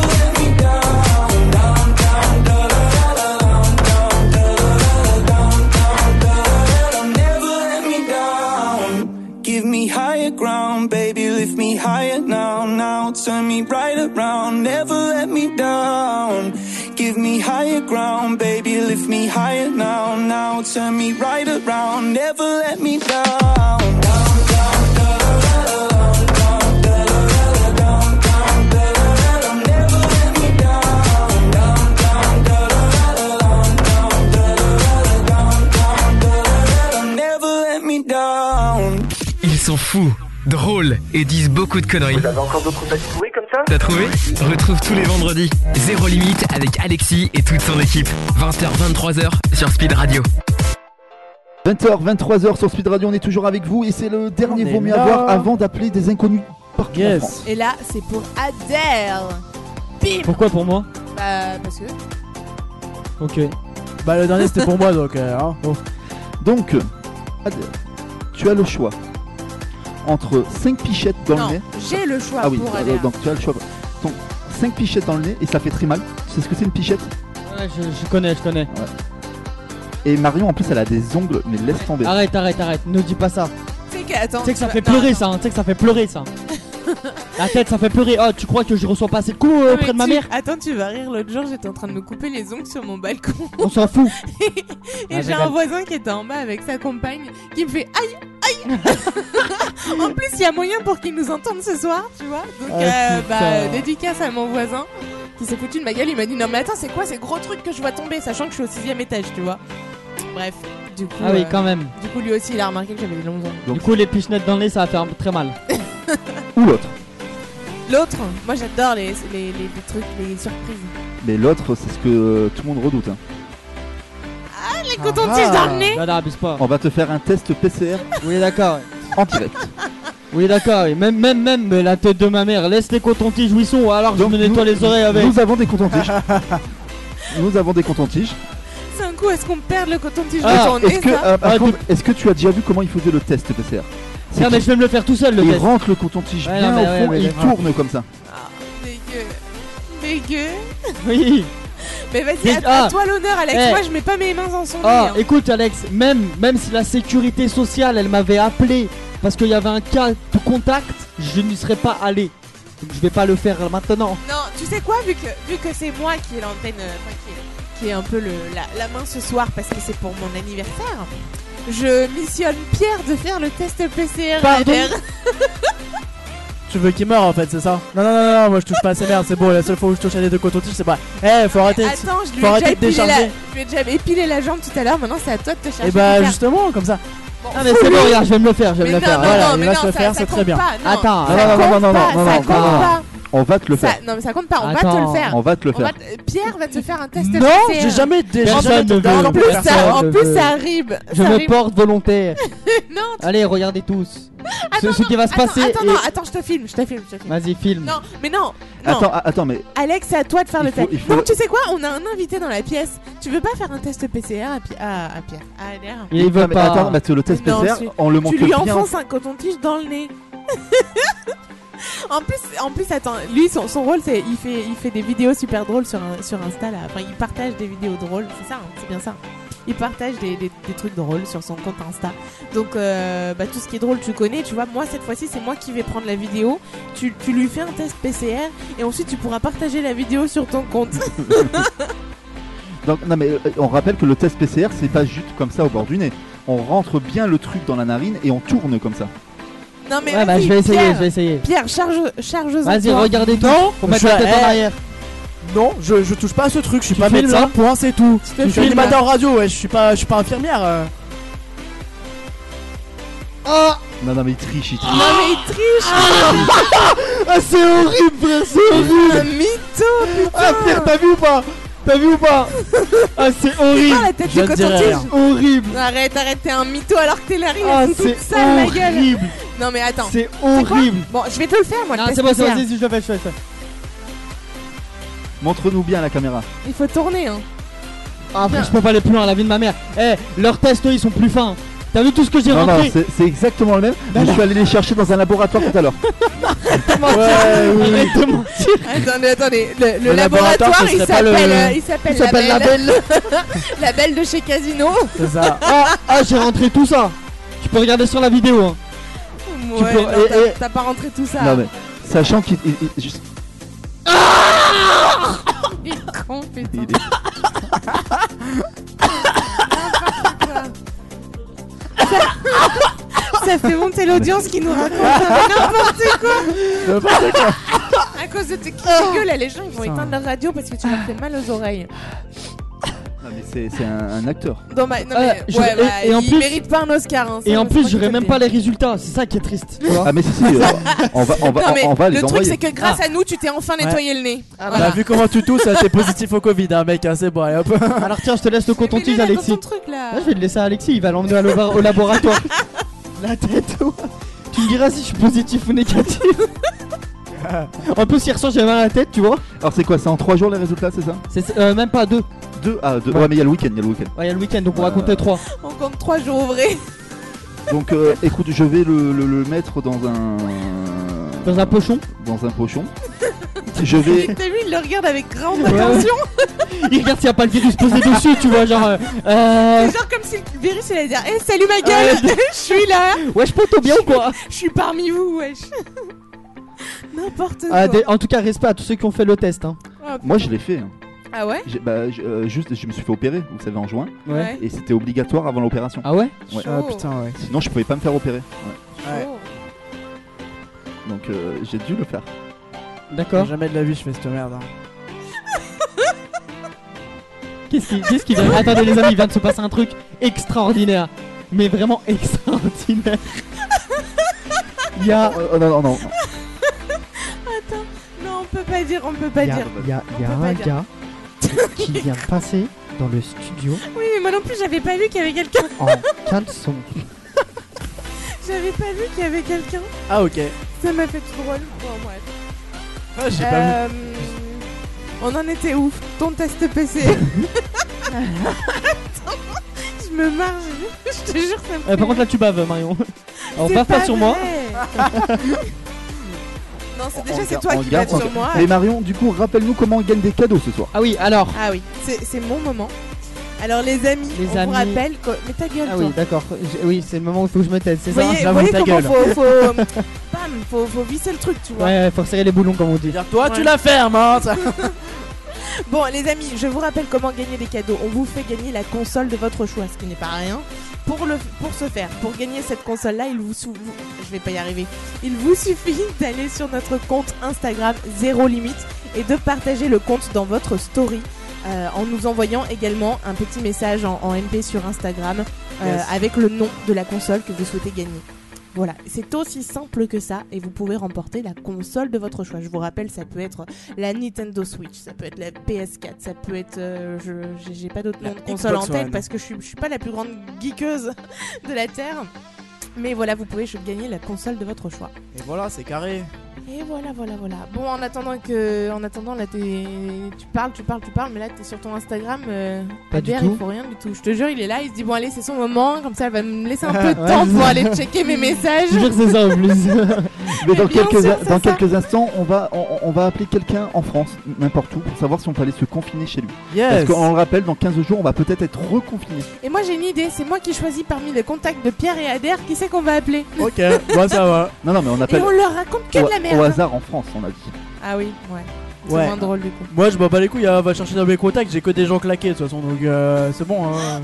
da da down, down, da da da da down, down, da da da da. Never let me down. Down, down, da da da da down, down, da da da da down, down, da da da da. Never let me down. Give me higher ground, baby. Lift me higher now, now. Turn me right around. Never let me down. Give me higher ground, baby. Lift me higher now, now. Turn me right around. Never let me down. Down, down, da, da, da, da, down, down, da, da, da, da, down, down, da, da, da, da. Never let me down. Down, down, da, da, da, da, down, down, da, da, da, da, down, down, da, da, da, da. Never let me down.
Ils sont fous
drôles et disent beaucoup de conneries. Vous avez encore d'autres contacts trouvés comme ça T'as trouvé Retrouve tous les vendredis Zéro Limite avec Alexis et toute son équipe. 20h-23h sur Speed Radio.
20h, 23h sur Speed Radio, on est toujours avec vous et c'est le dernier
est
vaut mieux
là.
avoir avant d'appeler des inconnus partout en France.
Et là, c'est pour Adèle. Bim
Pourquoi pour moi
Bah, parce que.
Ok. Bah le dernier c'était pour moi donc. euh, hein,
Oh.
bon.
Donc, Adèle, tu as le choix entre 5 pichettes dans
Non,
le nez.
j'ai le choix
Ah oui,
pour
euh,
Adèle.
donc tu as le choix. Donc, 5 pichettes dans le nez et ça fait très mal. Tu sais ce que c'est une pichette
Ouais, je, je connais, je connais.
Et Marion en plus elle a des ongles, mais laisse tomber.
Arrête, arrête, arrête, ne dis pas ça.
Tu sais que, attends,
Tu sais que ça
tu
fait
vas- non,
pleurer ça, hein, tu sais que ça fait pleurer ça. La tête, ça fait pleurer. Oh, tu crois que je reçois pas assez de coups euh,
non,
auprès
mais
de ma
tu-
mère
Attends, tu vas rire. L'autre jour, j'étais en train de me couper les ongles sur mon balcon.
On s'en fout.
Et
Ah,
j'ai un
j'adore.
voisin qui était en bas avec sa compagne qui me fait aïe, aïe. en plus, il y a moyen pour qu'il nous entende ce soir, tu vois. Donc,
Ah,
euh, bah,
putain.
euh, dédicace à mon voisin qui s'est foutu de ma gueule. Il m'a dit non, mais attends, c'est quoi ces gros trucs que je vois tomber, sachant que je suis au sixième étage, tu vois. Bref, du coup. euh,
Ah oui, quand même.
Du coup, lui aussi, il a remarqué que j'avais des longs ongles.
Du coup, les pichenettes dans le nez, ça va faire très mal.
Ou l'autre.
L'autre, moi j'adore les, les, les- les trucs, les surprises.
Mais l'autre, c'est ce que euh, tout le monde redoute. hein.
Ah, les cotons-tiges dans le nez
Non, non, abuse pas.
On va te faire un test PCR.
Oui, d'accord.
En direct.
Oui, d'accord. oui. Même, même, même mais la tête de ma mère. Laisse les cotons-tiges où ils sont, ou alors je me nettoie les oreilles avec.
Nous avons des cotons-tiges. Nous avons des cotons-tiges.
C'est un coup, est-ce qu'on perd le coton-tige
Ah,
de ton
Est-ce
nez
que,
ça
euh, par contre, est-ce que tu as déjà vu comment il faisait le test PCR C'est
Non, mais
qu'il-
je vais me le faire tout seul, le
Il
test.
rentre le coton-tige
Ouais,
bien
non,
au
mais
fond
ouais, ouais,
et il
ouais, voilà.
tourne comme ça.
Ah, Dégueu. Dégueu.
Oui.
Mais vas-y,
Mais-
à, à
ah.
toi l'honneur, Alex.
Eh.
Moi, je mets pas mes mains dans son nez.
Ah,
hein.
écoute Alex, même, même si la sécurité sociale, elle m'avait appelé parce qu'il y avait un cas de contact, je n'y serais pas allé. Donc je vais pas le faire maintenant.
Non, tu sais quoi, vu que, vu que c'est moi qui ai l'antenne, euh, enfin, qui, est- qui est un peu le, la, la main ce soir parce que c'est pour mon anniversaire, je missionne Pierre de faire le test PCR.
Pardon
Albert.
Tu veux qu'il meure en fait, c'est ça Non, non, non, non, moi je touche pas à ces merdes, c'est bon, la seule fois où je touche à les deux cotons-tiges, c'est pas. Eh, faut arrêter. de-
Attends, je lui,
faut arrêter
ai déjà
de
épilé la,
décharger.
je lui ai déjà épilé la jambe tout à l'heure, maintenant c'est à toi de te chercher.
Et bah,
Pierre.
justement, comme ça.
Bon,
Ah mais c'est
fous-le.
bon, regarde, je vais me le faire, je vais
Mais
me le
non,
faire.
non,
voilà,
non,
il
mais
va
non,
se le
ça-
faire,
ça
c'est
compte
très bien.
pas, non.
Attends,
Ça
attends,
compte
non, non,
pas,
non,
ça
non,
compte
non, non.
pas.
On va te le faire.
Ah. Ça- non mais ça compte pas, on va te le
Attends.
faire.
On va te le faire.
va te- Pierre va te faire un test
Non,
PCR.
j'ai jamais déjà.
Personne
jamais
ne
été-
veut.
Non,
En plus,
Personne
ça, en
ne
plus,
veut.
ça arrive.
Je
ça
me
arrive.
porte volontaire.
non,
Allez, regardez tous. ce,
attends,
ce qui va se
attends,
passer.
Attends,
et-
non, attends, je te filme, je te filme, je te filme.
Vas-y, filme.
Non, mais non. non.
Attends, ah, attends, mais
Alex, c'est à toi de faire
Il
le
faut-
test.
il faut-
Non, tu sais quoi On a un invité dans la pièce. Tu veux pas faire un test PCR à, Pi- à- à Pierre À Adair
Non, mais Attends, parce que le test
Mais non,
PCR,
tu-
on le montre
Tu lui
bien.
enfonces un coton-tige dans le nez. en plus, en plus, attends, lui, son, son rôle, c'est il fait, il fait des vidéos super drôles sur, un- sur Insta là. Enfin, il partage des vidéos drôles, c'est ça, hein, c'est bien ça. Il partage des, des- des trucs drôles sur son compte Insta. Donc, euh, bah, tout ce qui est drôle, tu connais. Tu vois, moi cette fois-ci, c'est moi qui vais prendre la vidéo. Tu, tu lui fais un test PCR et ensuite tu pourras partager la vidéo sur ton compte.
Donc, non, mais euh, on rappelle que le test PCR, c'est pas juste comme ça au bord du nez. On rentre bien le truc dans la narine et on tourne comme ça.
non mais
Ouais, bah,
vas-y,
je vais essayer,
Pierre,
je vais essayer.
Pierre, charge, charge.
Vas-y, regardez tous.
Non,
Faut mettre la
je-
tête
eh,
en arrière.
Non, je, je touche pas à ce truc, je suis pas
filmes,
médecin,
là
point, c'est tout.
te
Je suis
filmes,
animateur radio, ouais, je suis pas, je suis pas infirmière. euh.
Ah,
Non, non, mais il triche, il triche.
Non mais il triche.
ah, c'est horrible, frère, c'est
Un
horrible.
mytho, putain.
Ah, frère, t'as vu ou pas T'as vu ou pas Ah, c'est horrible.
Ah, la tête
Je
de
ne dirai
coton-tige.
rien. Horrible.
Arrête, arrête, t'es un mytho alors que t'es la rire,
Ah,
c'est toute
c'est
sale la gueule.
horrible.
Non mais attends.
C'est
Tu sais quoi
horrible.
Bon, je vais te le faire moi. le
Non,
test
c'est bon, c'est bon,
PCR.
vas-y, je le fais, je le fais, je le fais.
Montre-nous bien à la caméra.
Il faut tourner hein.
Ah, frère,
Bien.
je peux pas aller plus loin, la vie de ma mère. Eh, leurs tests, eux, ils sont plus fins. T'as vu tout ce que j'ai
Non, non,
rentré
c'est c'est exactement le même. mais je suis allé les chercher dans un laboratoire tout à l'heure.
Ouais, oui. Arrête de mentir.
attendez, attendez. Le, le
Le
laboratoire,
laboratoire, ce
il
serait pas le-
s'appelle euh, il s'appelle
il s'appelle
la
la
belle. la belle de chez Casino.
C'est ça.
Ah, ah, j'ai rentré tout ça. Tu peux regarder sur la vidéo. Hein.
Ouais,
peux-
non,
eh,
t'as-
eh.
t'as pas rentré tout ça.
Non, mais sachant qu'il. il- il- juste-
Il est con putain.
il est-
Ça fait monter l'audience qui nous raconte euh, n'importe quoi.
N'importe quoi.
À cause de tes gueules, les gens ils vont
Putain.
éteindre leur radio parce que tu leur fais mal aux oreilles.
Non, mais c'est c'est un, un acteur.
Dans ma- non,
Euh,
mais-
je-
ouais,
et-
bah,
et en
il
plus-
mérite pas un Oscar. hein, ça,
Et en
c'est
plus,
moi qui
j'aurais
te
même
le
pas
dis.
les résultats, c'est ça qui est triste. tu vois.
Ah, mais si, si, euh, on va, on va,
Non, mais
on va
le
les
truc,
envoyer.
c'est que grâce à nous, tu t'es enfin
Ouais.
nettoyé le nez.
Bah,
Voilà.
vu comment tu tousses, t'es positif au Covid, hein, mec, hein, c'est bon, allez, hop.
Alors tiens, je te laisse le coton-tige, Alexis.
truc là.
je vais le laisser à Alexis, il va l'emmener à l'ova- au laboratoire. La tête, ouais. Tu me diras si je suis positif ou négatif. en plus, il ressort, j'ai mal à la tête, tu vois.
Alors, c'est quoi C'est en 3 jours les résultats, c'est ça
C'est euh, même pas deux.
Deux Ah, deux. Ouais, mais il y a le week-end, il y a le week-end.
Ouais, il y a le week-end, donc on va
Euh,
compter trois.
On compte 3 jours ouvrés.
Donc, euh, écoute, je vais le, le- le mettre dans un.
Dans un pochon
Dans un pochon. je vais.
T'as vu, il le regarde avec grande attention.
Il regarde s'il n'y a pas le virus posé dessus, tu vois, genre. euh, euh,
C'est genre comme si le virus il allait dire Eh, salut ma gueule,
Ouais.
je suis là.
Wesh, poto, bien ou quoi
Je suis parmi vous, wesh. N'importe quoi.
Ah, des- En tout cas, respect à tous ceux qui ont fait le test. hein.
Ah,
Moi, je l'ai fait. hein.
Ah ouais
J'ai- Bah, je- euh, juste, je me suis fait opérer, vous savez, en juin.
Ouais.
Et c'était obligatoire avant l'opération.
Ah ouais,
Ah, putain, ouais.
Sinon, je pouvais pas me faire opérer. Ouais.
Ouais.
Donc, euh, j'ai dû le faire.
D'accord.
Jamais de la vie, je fais cette merde. hein.
Qu'est-ce qui, qu'est-ce qui vient Attendez les amis, il vient de se passer un truc extraordinaire. Mais vraiment extraordinaire. Il y a... euh, oh,
non, non, non.
Attends, non, on peut pas dire, on peut pas
Il y a,
dire.
il y a- il y a
On peut pas
un
dire.
gars qui vient de passer dans le studio
Oui, mais moi non plus, j'avais pas vu qu'il y avait quelqu'un.
en caleçon.
J'avais pas vu qu'il y avait quelqu'un.
Ah, ok.
Ça m'a fait trop drôle. Bon, bref.
Ah, j'ai pas
vu. On en était où Ton test PC. Attends, je me marre, je je te jure, ça me
Euh,
fait
par contre là tu baves Marion. Alors
C'est
bave pas sur moi.
vrai. non, c'est déjà c'est toi
On
qui vas
garde- on-
sur moi.
Et Marion, du coup, rappelle-nous comment on gagne des cadeaux ce soir.
Ah oui, alors.
Ah oui, c'est c'est mon moment. Alors les amis,
Les
on
amis.
vous rappelle que... Mais ta gueule,
Ah
toi.
oui d'accord. J'ai- Oui c'est le moment où il faut que je me taise, c'est
Vous
ça
voyez, vous
J'avoue,
voyez
ta
comment
gueule.
faut, faut, euh, bam, faut, faut visser le truc, tu vois.
Ouais, ouais, faut serrer les boulons comme on dit.
Toi,
Ouais.
tu la fermes, hein. ça.
Bon, les amis, je vous rappelle comment gagner des cadeaux. On vous fait gagner la console de votre choix, ce qui n'est pas rien. Pour, le, pour ce faire, pour gagner cette console-là, il vous, sou- vous- je vais pas y arriver. Il vous suffit d'aller sur notre compte Instagram Zéro Limite et de partager le compte dans votre story euh, en nous envoyant également un petit message en, en MP sur Instagram euh,
Yes.
avec le nom de la console que vous souhaitez gagner. Voilà, c'est aussi simple que ça et vous pouvez remporter la console de votre choix. Je vous rappelle, ça peut être la Nintendo Switch, ça peut être la PS4, ça peut être. euh, je- j'ai- J'ai pas d'autres
La
noms de console en
Xbox
tête
One.
parce que je suis, je suis pas la plus grande geekeuse de la Terre. Mais voilà, vous pouvez gagner la console de votre choix.
Et voilà, c'est carré.
Et voilà, voilà, voilà. Bon, en attendant que, en attendant, là, t'es- tu parles, tu parles, tu parles, mais là, t'es sur ton Instagram. euh,
Pas du
Adair,
tout.
il faut rien du tout. Je te jure, il est là, il se dit bon, allez, c'est son moment. Comme ça, elle va me laisser un peu de
Ouais,
temps
c'est
pour
ça.
aller checker mes messages.
Je jure c'est ça en plus.
Mais dans,
bien
quelques,
sûr, c'est
dans
ça.
quelques instants, on va, on, on va appeler quelqu'un en France, n- n'importe où, pour savoir si on peut aller se confiner chez lui.
Yes.
Parce qu'on le rappelle, dans 15 jours, on va peut-être être reconfiné.
Et moi, j'ai une idée. C'est moi qui choisis parmi les contacts de Pierre et Adair qui c'est qu'on va appeler.
Ok, bon, ça va.
Non, non, mais on
Et
appelle
on leur raconte que
au,
de la merde.
au hasard en France, on a dit.
Ah oui, ouais. C'est
Ouais.
moins drôle du coup.
Moi, je m'en bats les couilles, hein, va chercher dans mes contacts, j'ai que des gens claqués de toute façon, donc euh, c'est bon. Hein.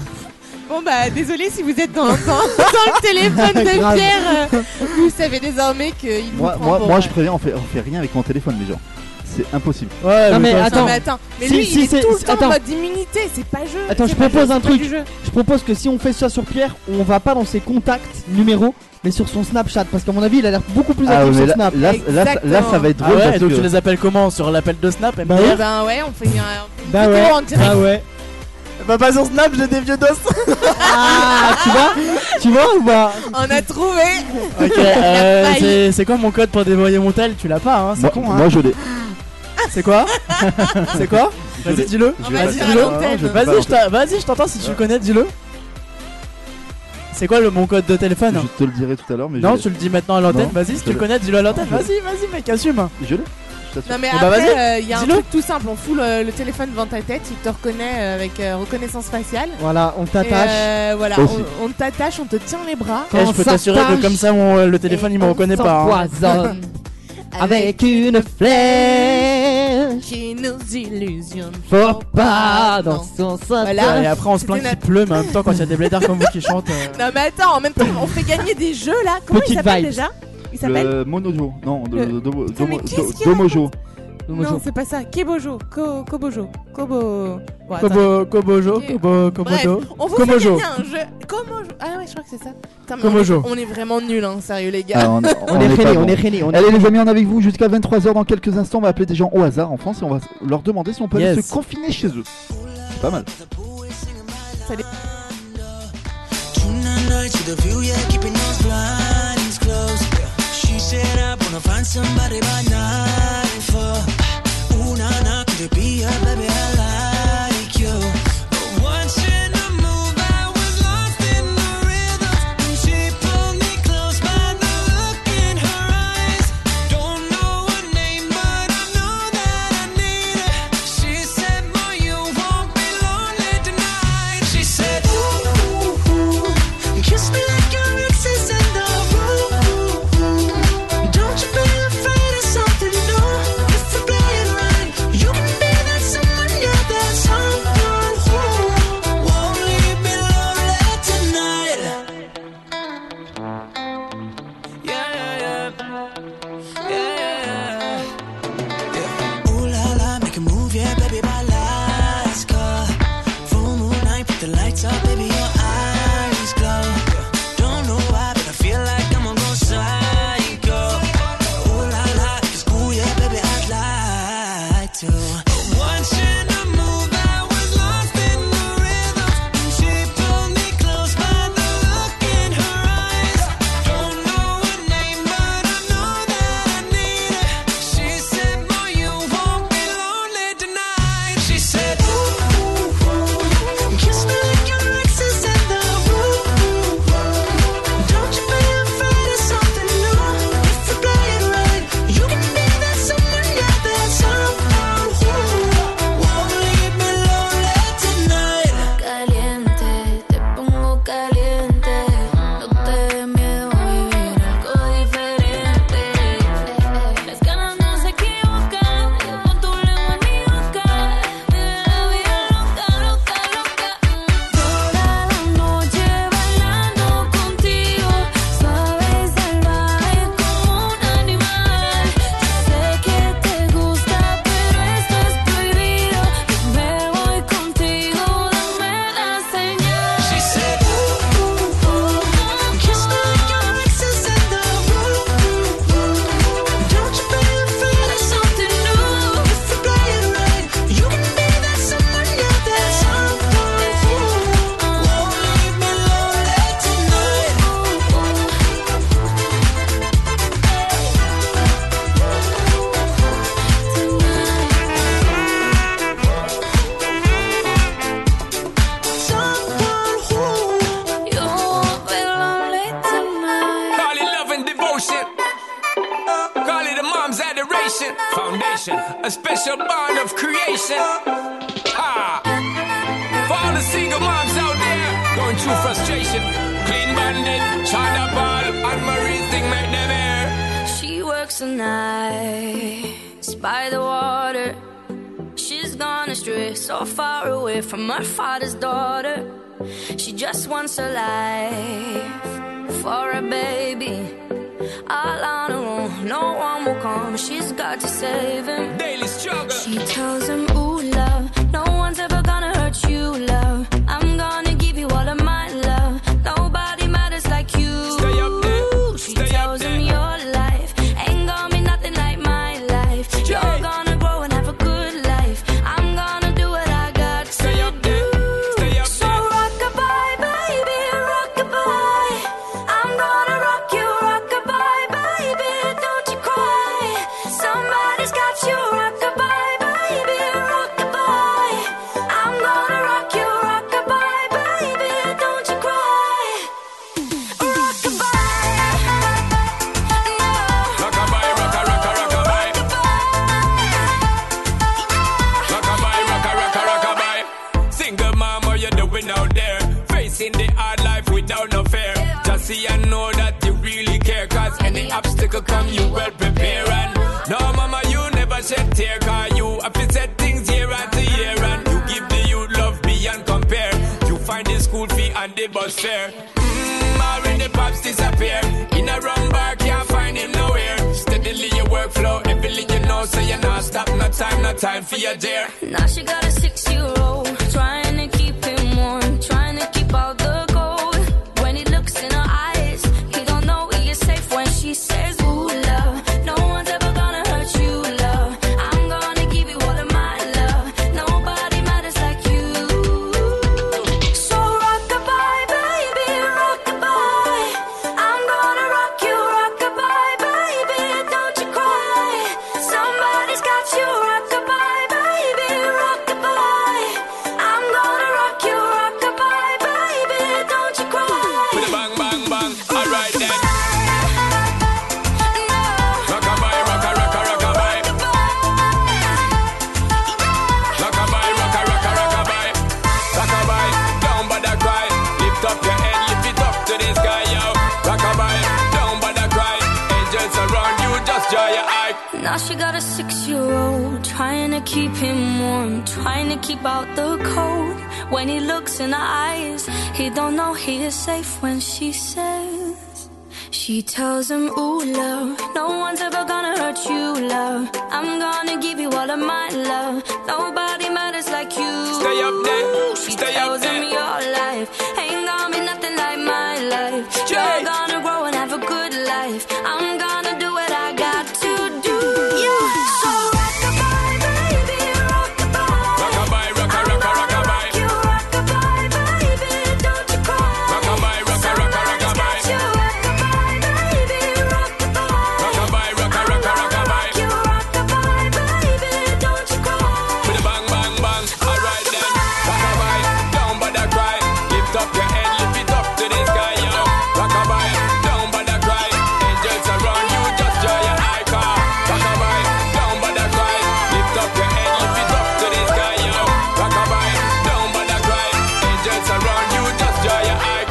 Bon bah désolé si vous êtes dans, dans- dans le téléphone de
Grave.
Pierre. euh, vous savez désormais qu'il vous
Moi,
prend
moi,
pour euh,
moi
un-
je préviens, on fait, on fait rien avec mon téléphone, les gens. C'est impossible.
Ouais,
Non, mais
Non,
attends.
mais attends, mais
Si,
lui
si,
il
c'est-
est tout le
c'est-
temps
attends.
en mode immunité, c'est pas jeu.
Attends,
c'est
je
pas
propose un
jeu, c'est pas
truc.
du jeu.
Je propose que si on fait ça sur Pierre, on va pas dans ses contacts numéros, mais sur son Snapchat, parce qu'à mon avis, il a l'air beaucoup plus
Ah,
actif
mais
sur
là-
Snap.
là- là- là,
Exactement.
ça va être
Ah
drôle.
ouais,
parce
donc
que-
tu les appelles comment Sur l'appel de Snap MDR
Bah
Eh ben ouais, on fait un
Bah ouais.
vidéo en direct.
Ah ouais.
Bah pas sur Snap, j'ai des vieux dos.
Ah, tu vois Tu vois ou pas
On a trouvé.
Ok, euh, c'est- c'est quoi mon code pour dévoyer mon tel Tu l'as pas, hein C'est
Moi,
con, hein
moi, je l'ai.
C'est quoi C'est quoi Vas-y, dis-le.
Je vais
Vas-y,
pas-
dis-le.
non, non, je vais pas
Vas-y, je
balancer.
t'en- vas-y, je t'entends si tu le connais, dis-le. C'est quoi le mon code de téléphone
Je te le dirai tout à l'heure, mais
Non,
je
tu le dis maintenant à l'antenne.
Non,
Vas-y, si
je
tu le
l'ai.
connais, dis-le à l'antenne.
Non, je
Vas-y, vas-y, mec, assume.
l'ai. Je l'ai, je t'assure.
Non mais
Eh
ben,
bah,
après, euh, il
vas-y,
y a un
dis-le.
truc tout simple, on fout le, le téléphone devant ta tête, il te reconnaît euh, avec euh, reconnaissance faciale.
Voilà, on
Et,
t'attache.
euh, voilà,
Aussi.
on, on t'attache, on te tient les bras.
Eh, je peux t'assurer que comme ça, mon- le téléphone, il me reconnaît pas. hein.
s'empoisonne Avec une flèche,
Qui nous illusionne.
faut pas dans son
Voilà.
satin.
Et après, on se plaint
C'était
qu'il pleut, mais en même temps, quand il y a des blédards comme vous qui chantent. euh,
Non mais attends, en même temps, on fait gagner des jeux là. Comment
Pocket
il s'appelle
vibes.
déjà Il s'appelle
Le Monojo. Non,
Le-
le- Domo-
Putain, mais
Domo-
qu'est-ce qu'il
Domojo.
Bonjour.
Non, c'est pas ça. Kebojo. Ko- Kobojo. Kobo. Bon, attends.
Kobo, Kobojo,
Ke-
Kobo,
Bref,
Kobodo.
on vous
Komojo.
fait
hein.
gagner un jeu. Komojo. Ah ouais, je crois que c'est ça. Putain, mais
Komojo.
On est, on est vraiment nuls, hein, sérieux, les gars.
Ah, on, on est pas bon. Allez les amis, on est avec vous jusqu'à 23h dans quelques instants. On va appeler des gens au hasard en France et on va s- leur demander si on peut aller
Yes.
se confiner chez eux. C'est pas mal.
Tonight night to the view, yeah, keeping those blinds closed. Yeah. She said I wanna find somebody by nine for. Ooh na na, could it be her, baby? I like you. But watching her move, I was lost in the rhythm. When she pulled me close by the look in her eyes. Don't know her name, but I know that I need her. She said, Boy, you won't be lonely tonight. She said, Ooh. ooh, ooh. Kiss me like your ex is in the room. Don't you be afraid of something new. If you play it right, you can be that someone, yeah, that someone who won't leave me lonely tonight. Yeah, yeah, yeah. Yeah, yeah. Ooh la la, make a move, yeah, baby, my last call. Full moon night, put the lights up, baby, your eyes glow. Don't know why, but I feel like I'm gonna go psycho. Ooh la la, it's cool, yeah, baby, I'd like to. Watching her move, I was lost in the rhythm. She pulled me close by the look in her eyes. Don't know her name, but I know that I need her. She said, Boy, you won't be lonely tonight. She said, Ooh. Kiss me like your ex is in the room. Don't you be afraid of something new. If you play it right, you can be that someone, yeah, that someone who won't leave me lonely tonight.
Caliente, te pongo caliente. No te dé miedo vivir algo diferente. Las ganas no se equivocan, como tu lengua ni boca. Vive la vida loca, loca, loca. Toda la noche bailando contigo, suave y salvaje como un animal. Sé que te gusta, pero esto es prohibido. Me voy contigo, dame la señal.
She said, Ooh, ooh, ooh. Kiss me like your ex is in the room. Don't you be afraid of something new. If you play it right, you can be that someone, yeah, that someone who won't leave me lonely tonight.
Someone who you won't be lonely tonight.
Call it love and devotion. Call it a mom's adoration. Foundation, a special bond of creation. Ha! For all the single moms out there going through frustration, clean bandit, China ball, and Marie thing make them air.
She works the nights by the water. She's gone astray, so far away from her father's daughter. She just wants her life for a baby. All on her own, no one will come. She's got to save him.
Daily struggle.
She tells him, Ooh, love, no one's ever gonna hurt you, love. I'm gonna give you all of my love. Nobody matters like you. Stay up there. She tells him, Your life ain't gonna be nothing like my life. You're gonna grow and have a good life. I'm gonna do what I got to do. So rock-a-bye, baby, rock-a-bye. I'm gonna rock you, rock-a-bye, baby, don't you cry. Somebody's got you, rock-a-bye, baby, rock-a-bye. I'm gonna rock you, rock-a-bye, baby, don't you cry.
Rockabye, rocka, rocka, rockabye. Rockabye, rocka, rocka, rockabye. Single mom, what you doing out there? Facing the hard life without no fear. Just see and know that you really care. Cause any obstacle come, you well prepare. And no, mama, you never shed tear. Cause you have to set things year after year. And you give the youth love beyond compare. You find the school fee and the bus fare.
Mm,
Mmm, already pops disappear. In a wrong bar, can't find him nowhere. Steadily your workflow, everything you know, so you're not stop, no
time for you, dear.
Now she got a six year old, trying to keep him warm, trying to keep all the gold. When he looks in her eyes, he don't know he is safe when she says, Ooh, love, no one's ever gonna hurt you, love. I'm gonna give you all of my love. Nobody matters like you. So rock-a-bye, baby, rock-a-bye. I'm gonna rock you, rock-a-bye, baby, don't you cry. Somebody's got you, rock-a-bye, baby, rock-a-bye. I'm gonna rock you, rock-a-bye, baby, don't you cry.
With a bang, bang, bang. All right then. Rockabye, rocka, rocka, rockabye. Rockabye, rocka, rocka, rockabye. Rockabye, don't bother cry. Lift up your head, lift it up to the sky, yo. Rockabye, don't bother cry. Angels around you, just dry your eye.
Now she got a six year old, trying to keep him warm, trying to keep out the cold. When he looks in her eyes, he don't know he is safe when she says, She tells him, Ooh, love, no one's ever gonna hurt you, love. I'm gonna give you all of my love. Nobody matters like you.
Stay up there.
She
Stay up
tells him,
there.
Your life ain't gonna be nothing like my life. You're gonna grow and have a good life. I'm gonna do what I got to do. Yeah. So
Rockabye, rocka, rocka, rockabye. Rockabye, rocka, rocka, rockabye. Rockabye, rocka, rocka, rockabye. With a bang, bang, bang. All right then. Rockabye, don't bother cry. Lift up your head, lift it up to the sky, yo. Rockabye, don't bother cry. Angels around you, just dry your eye, car. Rockabye, don't bother cry. Lift up your head, lift it up to the sky, yo. Rockabye, don't bother cry. Angels around you, just dry your eye.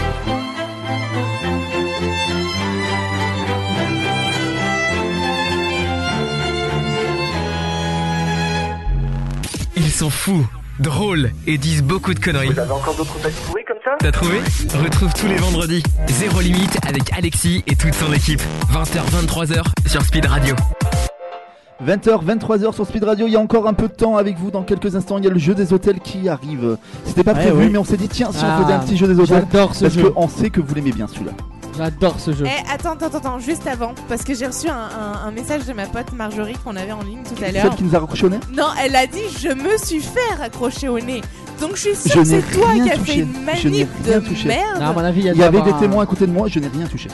Ils sont fous, drôles et disent beaucoup de conneries. Vous avez encore d'autres trucs comme ça T'as trouvé Retrouve tous les vendredis Zéro Limite avec Alexis et toute son équipe. 20h-23h sur Speed Radio.
20h, 23h sur Speed Radio, il y a encore un peu de temps avec vous. Dans quelques instants, il y a le jeu des hôtels qui arrive. C'était pas
Ouais,
prévu,
ouais.
mais on s'est dit, tiens, si
Ah,
on faisait un petit jeu des hôtels.
j'adore ce
parce
jeu.
qu'on sait que vous l'aimez bien celui-là.
J'adore ce jeu.
Eh, attends, attends, attends, juste avant, parce que j'ai reçu un, un- un message de ma pote Marjorie qu'on avait en ligne tout à l'heure.
Celle qui nous a raccroché au nez
Non, elle a dit je me suis fait raccrocher au nez. Donc je
Je
suis sûre que
n'ai
c'est toi
rien
qui as fait
touché.
une
Je n'ai
manip
rien
de
touché.
merde.
il y, avait des témoins à côté de moi, je n'ai rien touché.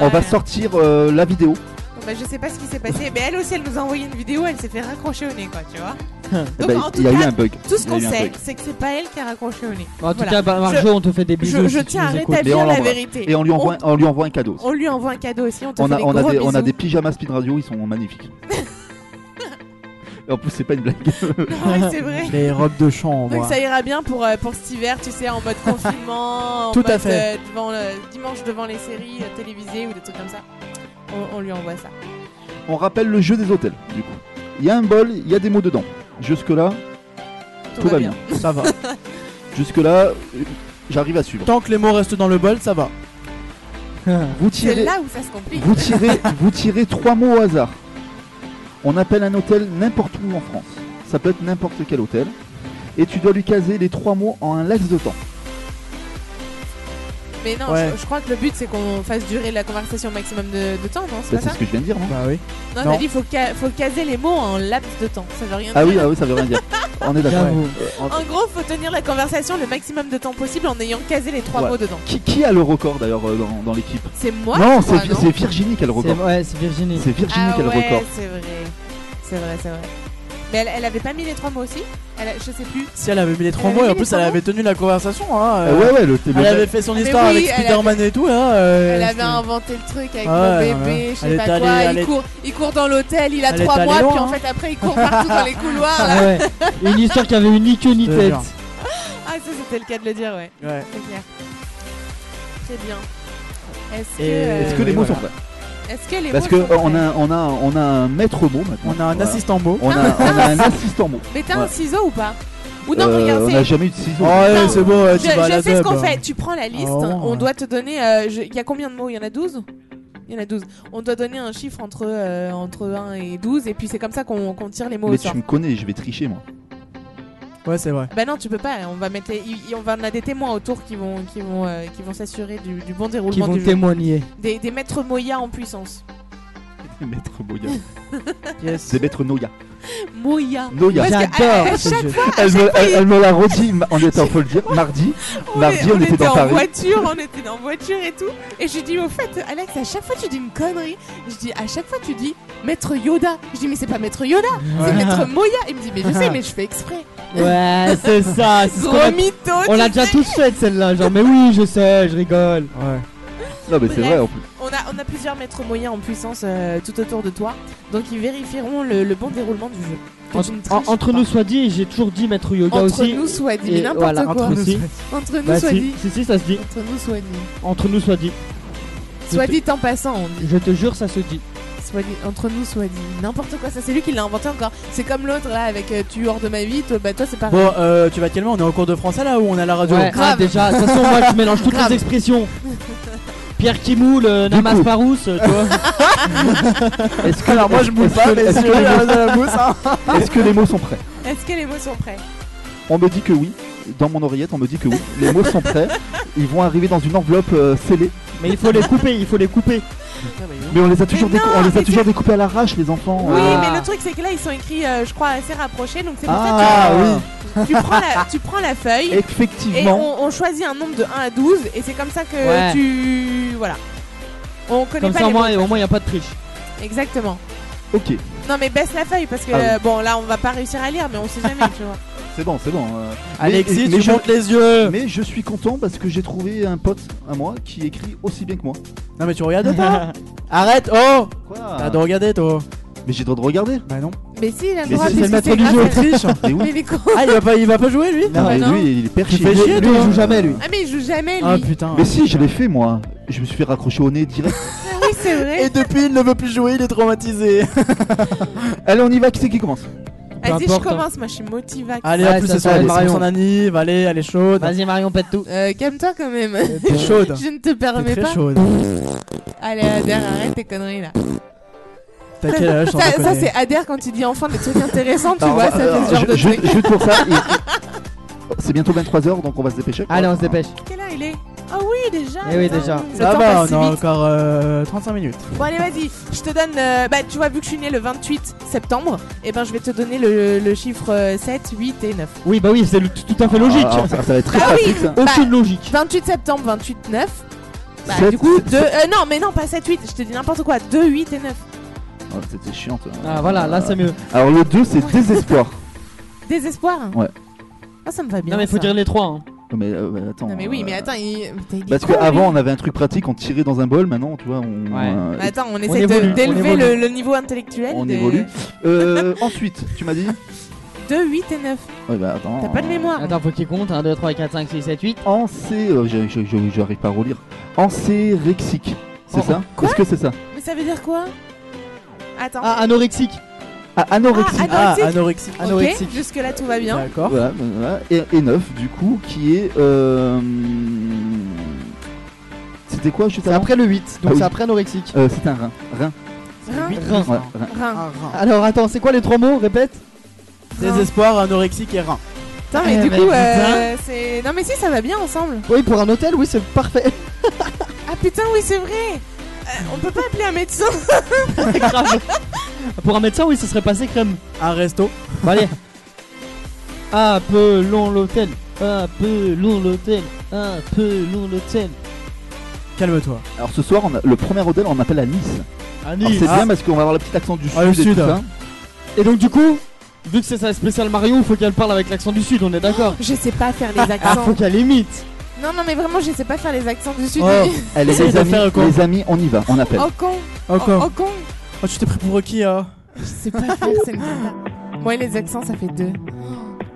On va sortir euh, la vidéo.
Bah, je sais pas ce qui s'est passé, mais elle aussi, elle nous a envoyé une vidéo, elle s'est fait raccrocher au nez, quoi, tu vois.
Eh ben,
en tout
il y a eu
cas,
un bug.
Tout
Il
ce
y a
qu'on
eu un
sait,
bug.
c'est que c'est pas elle qui a raccroché au nez.
En tout
Voilà.
cas, bah, Marjo,
Je-
on te fait des bisous.
Je, je
si tu
tiens à
nous écoutes.
Et on
rétablir la
l'embrasse.
vérité.
Et on lui envoie, on lui envoie un cadeau.
On lui envoie un cadeau aussi, on te
On
fait
a,
des
on, a
gros
des, on a
bisous.
des pyjamas Speed Radio, ils sont magnifiques. Et en plus, c'est pas une blague.
Ouais, c'est vrai.
Les robes de chambre.
Donc ça ira bien pour, euh, pour cet hiver, tu sais, en mode confinement, en
Tout à
mode,
fait.
euh, devant le- dimanche devant les séries euh, télévisées ou des trucs comme ça. On, on lui envoie ça.
On rappelle le jeu des hôtels, du coup. Il y a un bol, il y a des mots dedans. Jusque-là, tout, va bien.
Ça va.
Jusque-là, euh, j'arrive à suivre.
Tant que les mots restent dans le bol, ça va.
Vous tirez,
où ça se complique.
vous tirez, vous tirez trois mots au hasard. On appelle un hôtel n'importe où en France. Ça peut être n'importe quel hôtel. Et tu dois lui caser les trois mots en un laps de temps.
Mais non,
Ouais.
je, je crois que le but c'est qu'on fasse durer la conversation au maximum de, de temps, non C'est
Bah,
pas
c'est
ça
ce que je viens de dire, non
Bah oui.
Non,
Non.
t'as dit faut, ca- faut caser les mots en laps de temps. Ça veut rien
Ah
dire.
oui, ah oui, ça veut rien dire. On est d'accord. Euh, on-
En gros, faut tenir la conversation le maximum de temps possible en ayant casé les trois
ouais.
mots dedans.
Qui, qui a le record d'ailleurs euh, dans, dans l'équipe
C'est moi
Non,
je crois,
c'est c'est Virginie qui a le record.
C'est- ouais, c'est Virginie.
C'est Virginie
ah
qui a le
ouais,
record.
C'est vrai, c'est vrai, c'est vrai. Mais elle, elle avait pas mis les trois mots aussi elle, a- Je sais plus.
Si elle avait mis les trois
Elle
mots et
avait
en
mis
plus
les
elle
trois
avait tenu la conversation. Hein,
Euh, ouais, ouais, le- le-
Elle avait fait son
Mais
histoire
oui,
avec
elle
Spider-Man et tout. Hein, euh,
Elle avait
c'était-
inventé le truc avec
Ah ouais,
mon bébé,
ouais.
je sais
Elle
pas
était
quoi.
allée-
il,
elle est-
court, il court dans l'hôtel, il a
Elle
trois
est allée
mois, puis
loin,
en fait après il court partout dans les couloirs.
Ah
là.
ouais. Et Une histoire qui avait une ni queue ni
Je te
tête.
jure.
Ah, ça c'était le cas de le dire, ouais.
Ouais.
C'est clair. Très bien. Est-ce que,
Et-
euh,
Est-ce que les
oui,
mots
voilà.
sont prêts
Est-ce que les
Parce
mots sont
qu'on
prêts
a, on a, on a un maître mot maintenant.
On a un assistant mot.
On a, on a un assistant mot.
Mais t'as
Ouais.
un ciseau ou pas Ou non,
Euh,
regarde,
on
c'est-
n'a jamais eu de ciseaux.
Oh, ouais, c'est bon,
hein.
Je, je sais ce qu'on fait. Tu prends la liste.
Ah, hein. ouais.
euh, on doit te donner. Il y a combien de mots Il y en a 12 Il y en a 12. On doit donner un chiffre entre, euh, entre 1 et 12, et puis c'est comme ça qu'on qu'on tire les mots
Mais
au sort.
tu me connais, je vais tricher moi.
Ouais, c'est vrai.
Bah non, tu peux pas. On va mettre les- il- il- on va on a des témoins autour qui vont qui vont euh, qui vont s'assurer du, du bon déroulement
Qui vont
du jeu.
témoigner.
Des, des maîtres Moya en puissance.
Maître Boya.
yes.
C'est Maître Noya.
Moya.
Noya.
Parce que à- à chaque fois- à
Elle me,
chaque fois,
elle- elle me l'a redit ma- en étant, faut le dire, mardi. mardi, on, était dans
en
Paris.
voiture, on était dans voiture et tout. Et je dis au fait, Alex, à chaque fois tu dis une connerie. Je dis à chaque fois tu dis Maître Yoda. Je dis mais c'est pas Maître Yoda, c'est
Ouais.
Maître Moya. Il me dit mais je sais mais je fais exprès.
Ouais, c'est ça. c'est ce qu'on a-
Gros mytho,
On
tu
l'a déjà tous faite celle-là. Genre, mais oui, je sais, je rigole.
Ouais.
Non, mais c'est
Bref,
vrai en plus.
On a, on a plusieurs maîtres moyens en puissance euh, tout autour de toi, donc ils vérifieront le, le bon déroulement du jeu. Que tu ne
En-
triches
entre nous soit dit, j'ai toujours dit maître yoga
Entre
aussi.
nous soit dit, mais
Et
n'importe
voilà,
quoi.
Entre nous,
Aussi.
soit-
Entre nous
Bah
soit
si,
dit.
Si, si, ça se dit.
Entre nous soit dit.
Entre nous soit dit.
Soit
Je te-
dit en passant, on dit.
Je te jure, ça se dit.
Soit dit- entre nous soit dit. N'importe quoi, ça c'est lui qui l'a inventé encore. C'est comme l'autre là avec euh, tu hors de ma vie, toi, bah toi c'est pareil.
Bon, euh, tu vas te calmer, on est en cours de français là ou on a la radio
Ouais, ah, déjà, de toute façon, moi je mélange toutes les expressions. Pierre qui moule, euh, Namas Parousse, tu vois.
Est-ce que alors
moi, je bouffe pas, mais
est-ce
si on a raison à Oh la
que,
mousse, hein.
est-ce que les mots sont prêts
Est-ce que les mots sont prêts
On me dit que oui. Dans mon oreillette, on me dit que oui. Les mots sont prêts. Ils vont arriver dans une enveloppe euh, scellée.
Mais il faut les couper, il faut les couper.
Mais on les a toujours,
Mais non,
décou- on les
mais
a toujours découpés à l'arrache, les enfants.
Oui,
euh.
mais le truc c'est que là ils sont écrits, euh, je crois, assez rapprochés, donc c'est pour
Ah,
ça que
oui.
tu prends, la, tu prends la feuille.
Effectivement.
Et on, on choisit un nombre de 1 à 12 et c'est comme ça que
Ouais.
tu. Voilà. On connaît
Comme
pas
ça, au
les
moins,
mots.
au moins, il n'y a pas de triche.
Exactement.
Ok,
Non mais baisse la feuille parce que
Ah oui.
euh, bon là on va pas réussir à lire mais on sait jamais tu vois.
c'est bon, c'est bon. euh.
Alexis, tu
je-
montes les yeux.
Mais je suis content parce que j'ai trouvé un pote à moi qui écrit aussi bien que moi.
Non, mais tu regardes pas Arrête, oh T'as de regarder toi
Mais j'ai le droit de regarder
Bah non.
Mais si il a le
Mais
droit
si, c'est le
parce que
maître du jeu,
grave.
il triche.
Mais oui.
il est con.
Ah, il va pas, il va pas jouer lui
Non, mais
non.
lui, il est perché.
Tu fais chier,
lui,
toi.
il joue jamais, lui.
Ah mais il joue jamais lui.
putain.
Mais si, je l'ai fait moi. Je me suis fait raccrocher au nez direct.
Ah oui c'est vrai.
Et depuis, il ne veut plus jouer, il est traumatisé.
Allez, on y va. Qui c'est qui commence
Vas-y je
importe, hein.
commence moi je suis motivax.
Allez, en plus,
ça
c'est
va,
son,
Marion.
Marion. son anniv, allez, elle est chaude.
Vas-y, Marion, pète tout.
Euh, Calme-toi quand même.
T'es chaude.
je ne te permets
T'es très
pas.
chaude.
Allez Ader arrête tes conneries là.
T'as quel âge sans
ça ça,
déconner
c'est Ader quand il dit enfant des trucs intéressants tu
Alors,
vois ça fait
alors,
ce genre
ju-
de
ju-
truc.
Juste pour ça. il- C'est bientôt 23h donc on va se dépêcher. quoi.
Allez, on se dépêche.
Quel âge il est Ah oui déjà.
Eh oui,
putain.
déjà.
Le
Ça
temps
va,
passe si
on a
vite.
encore euh, 35 minutes.
Bon allez vas-y, je te donne, euh, bah tu vois vu que je suis né le 28 septembre, et ben je vais te donner le, le chiffre euh, 7, 8 et 9.
Oui, bah oui, c'est le- tout à fait logique.
Alors, Ah, ça, ça va être très
Ah oui.
pratique. ça.
Aucune logique.
28 septembre, 28, 9. Bah
Sept-
du coup, 2, euh, non mais non pas 7, 8, je te dis n'importe quoi, 2, 8 et 9.
Oh, C'était chiant. toi.
Ah, voilà, là, c'est mieux.
Alors le 2 c'est désespoir.
Désespoir
Ouais.
Ah ça me va bien.
Non, mais faut
ça.
dire les trois. hein.
Non, Mais euh, bah, attends.
Non mais oui, mais attends, il... t'as dit
Parce
quoi, lui
qu'avant on avait un truc pratique, on tirait dans un bol, maintenant tu vois, on, euh,
Mais Bah, Attends, on
on
essaie de-
évolue, on
d'élever
évolue.
le, le niveau intellectuel.
on évolue. Euh, ensuite, tu m'as dit
2, 8 et 9.
Ouais bah attends.
T'as pas de mémoire.
Attends, faut qu'il compte. 1, 2, 3, 4, 5, 6, 7, 8.
En C, euh, je- je- je- j'arrive pas à relire. En C rexique, c'est
Oh,
ça
quoi
Est-ce que c'est ça
Mais ça veut dire quoi Attends.
Ah, anorexique.
Ah, anorexique.
Ah, anorexique.
anorexique.
Ok,
anorexique.
jusque là tout va bien.
D'accord.
Voilà, ben, voilà. Et, et 9 du coup qui est euh... C'était quoi juste
C'est
avant
après le 8, donc
Ah oui.
c'est après anorexique.
Euh, C'était un rein. Rein.
Rein,
Rein.
Ouais, rein.
Ah.
rein.
Alors attends, c'est quoi les trois mots Répète.
Désespoir, anorexique et rein.
Putain, mais
Eh,
du
mais
coup,
putain.
euh, c'est. Non, mais si, ça va bien ensemble.
Oui, pour un hôtel, oui, c'est parfait.
Ah putain, oui, c'est vrai. Euh, on peut pas appeler un médecin.
Grave. Pour un médecin, oui, ce serait passé crème.
Un resto.
Bon, allez. Appelons l'hôtel. Appelons l'hôtel. Appelons l'hôtel.
Calme-toi.
Alors ce soir, on a- le premier hôtel, on appelle à Nice.
Ah,
Alors,
Nice.
c'est
Ah.
bien parce qu'on va avoir le petit accent du
Ah, le
sud et
sud.
tout ça.
Et donc du coup, vu que c'est sa spéciale Marion, faut qu'elle parle avec l'accent du sud, on est d'accord
Je sais pas faire les
Ah, faut
accents.
qu'elle imite.
non, non, mais vraiment, je sais pas faire les accents du sud.
Oh.
Allez
Essaye
Eh, les
de
amis,
faire quoi
les amis, on y va, on appelle.
Oh con. Oh,
Encore.
oh, con.
Oh, tu t'es pris pour qui hein
Je sais pas faire, c'est le bâtard. Moi, les accents, ça fait deux.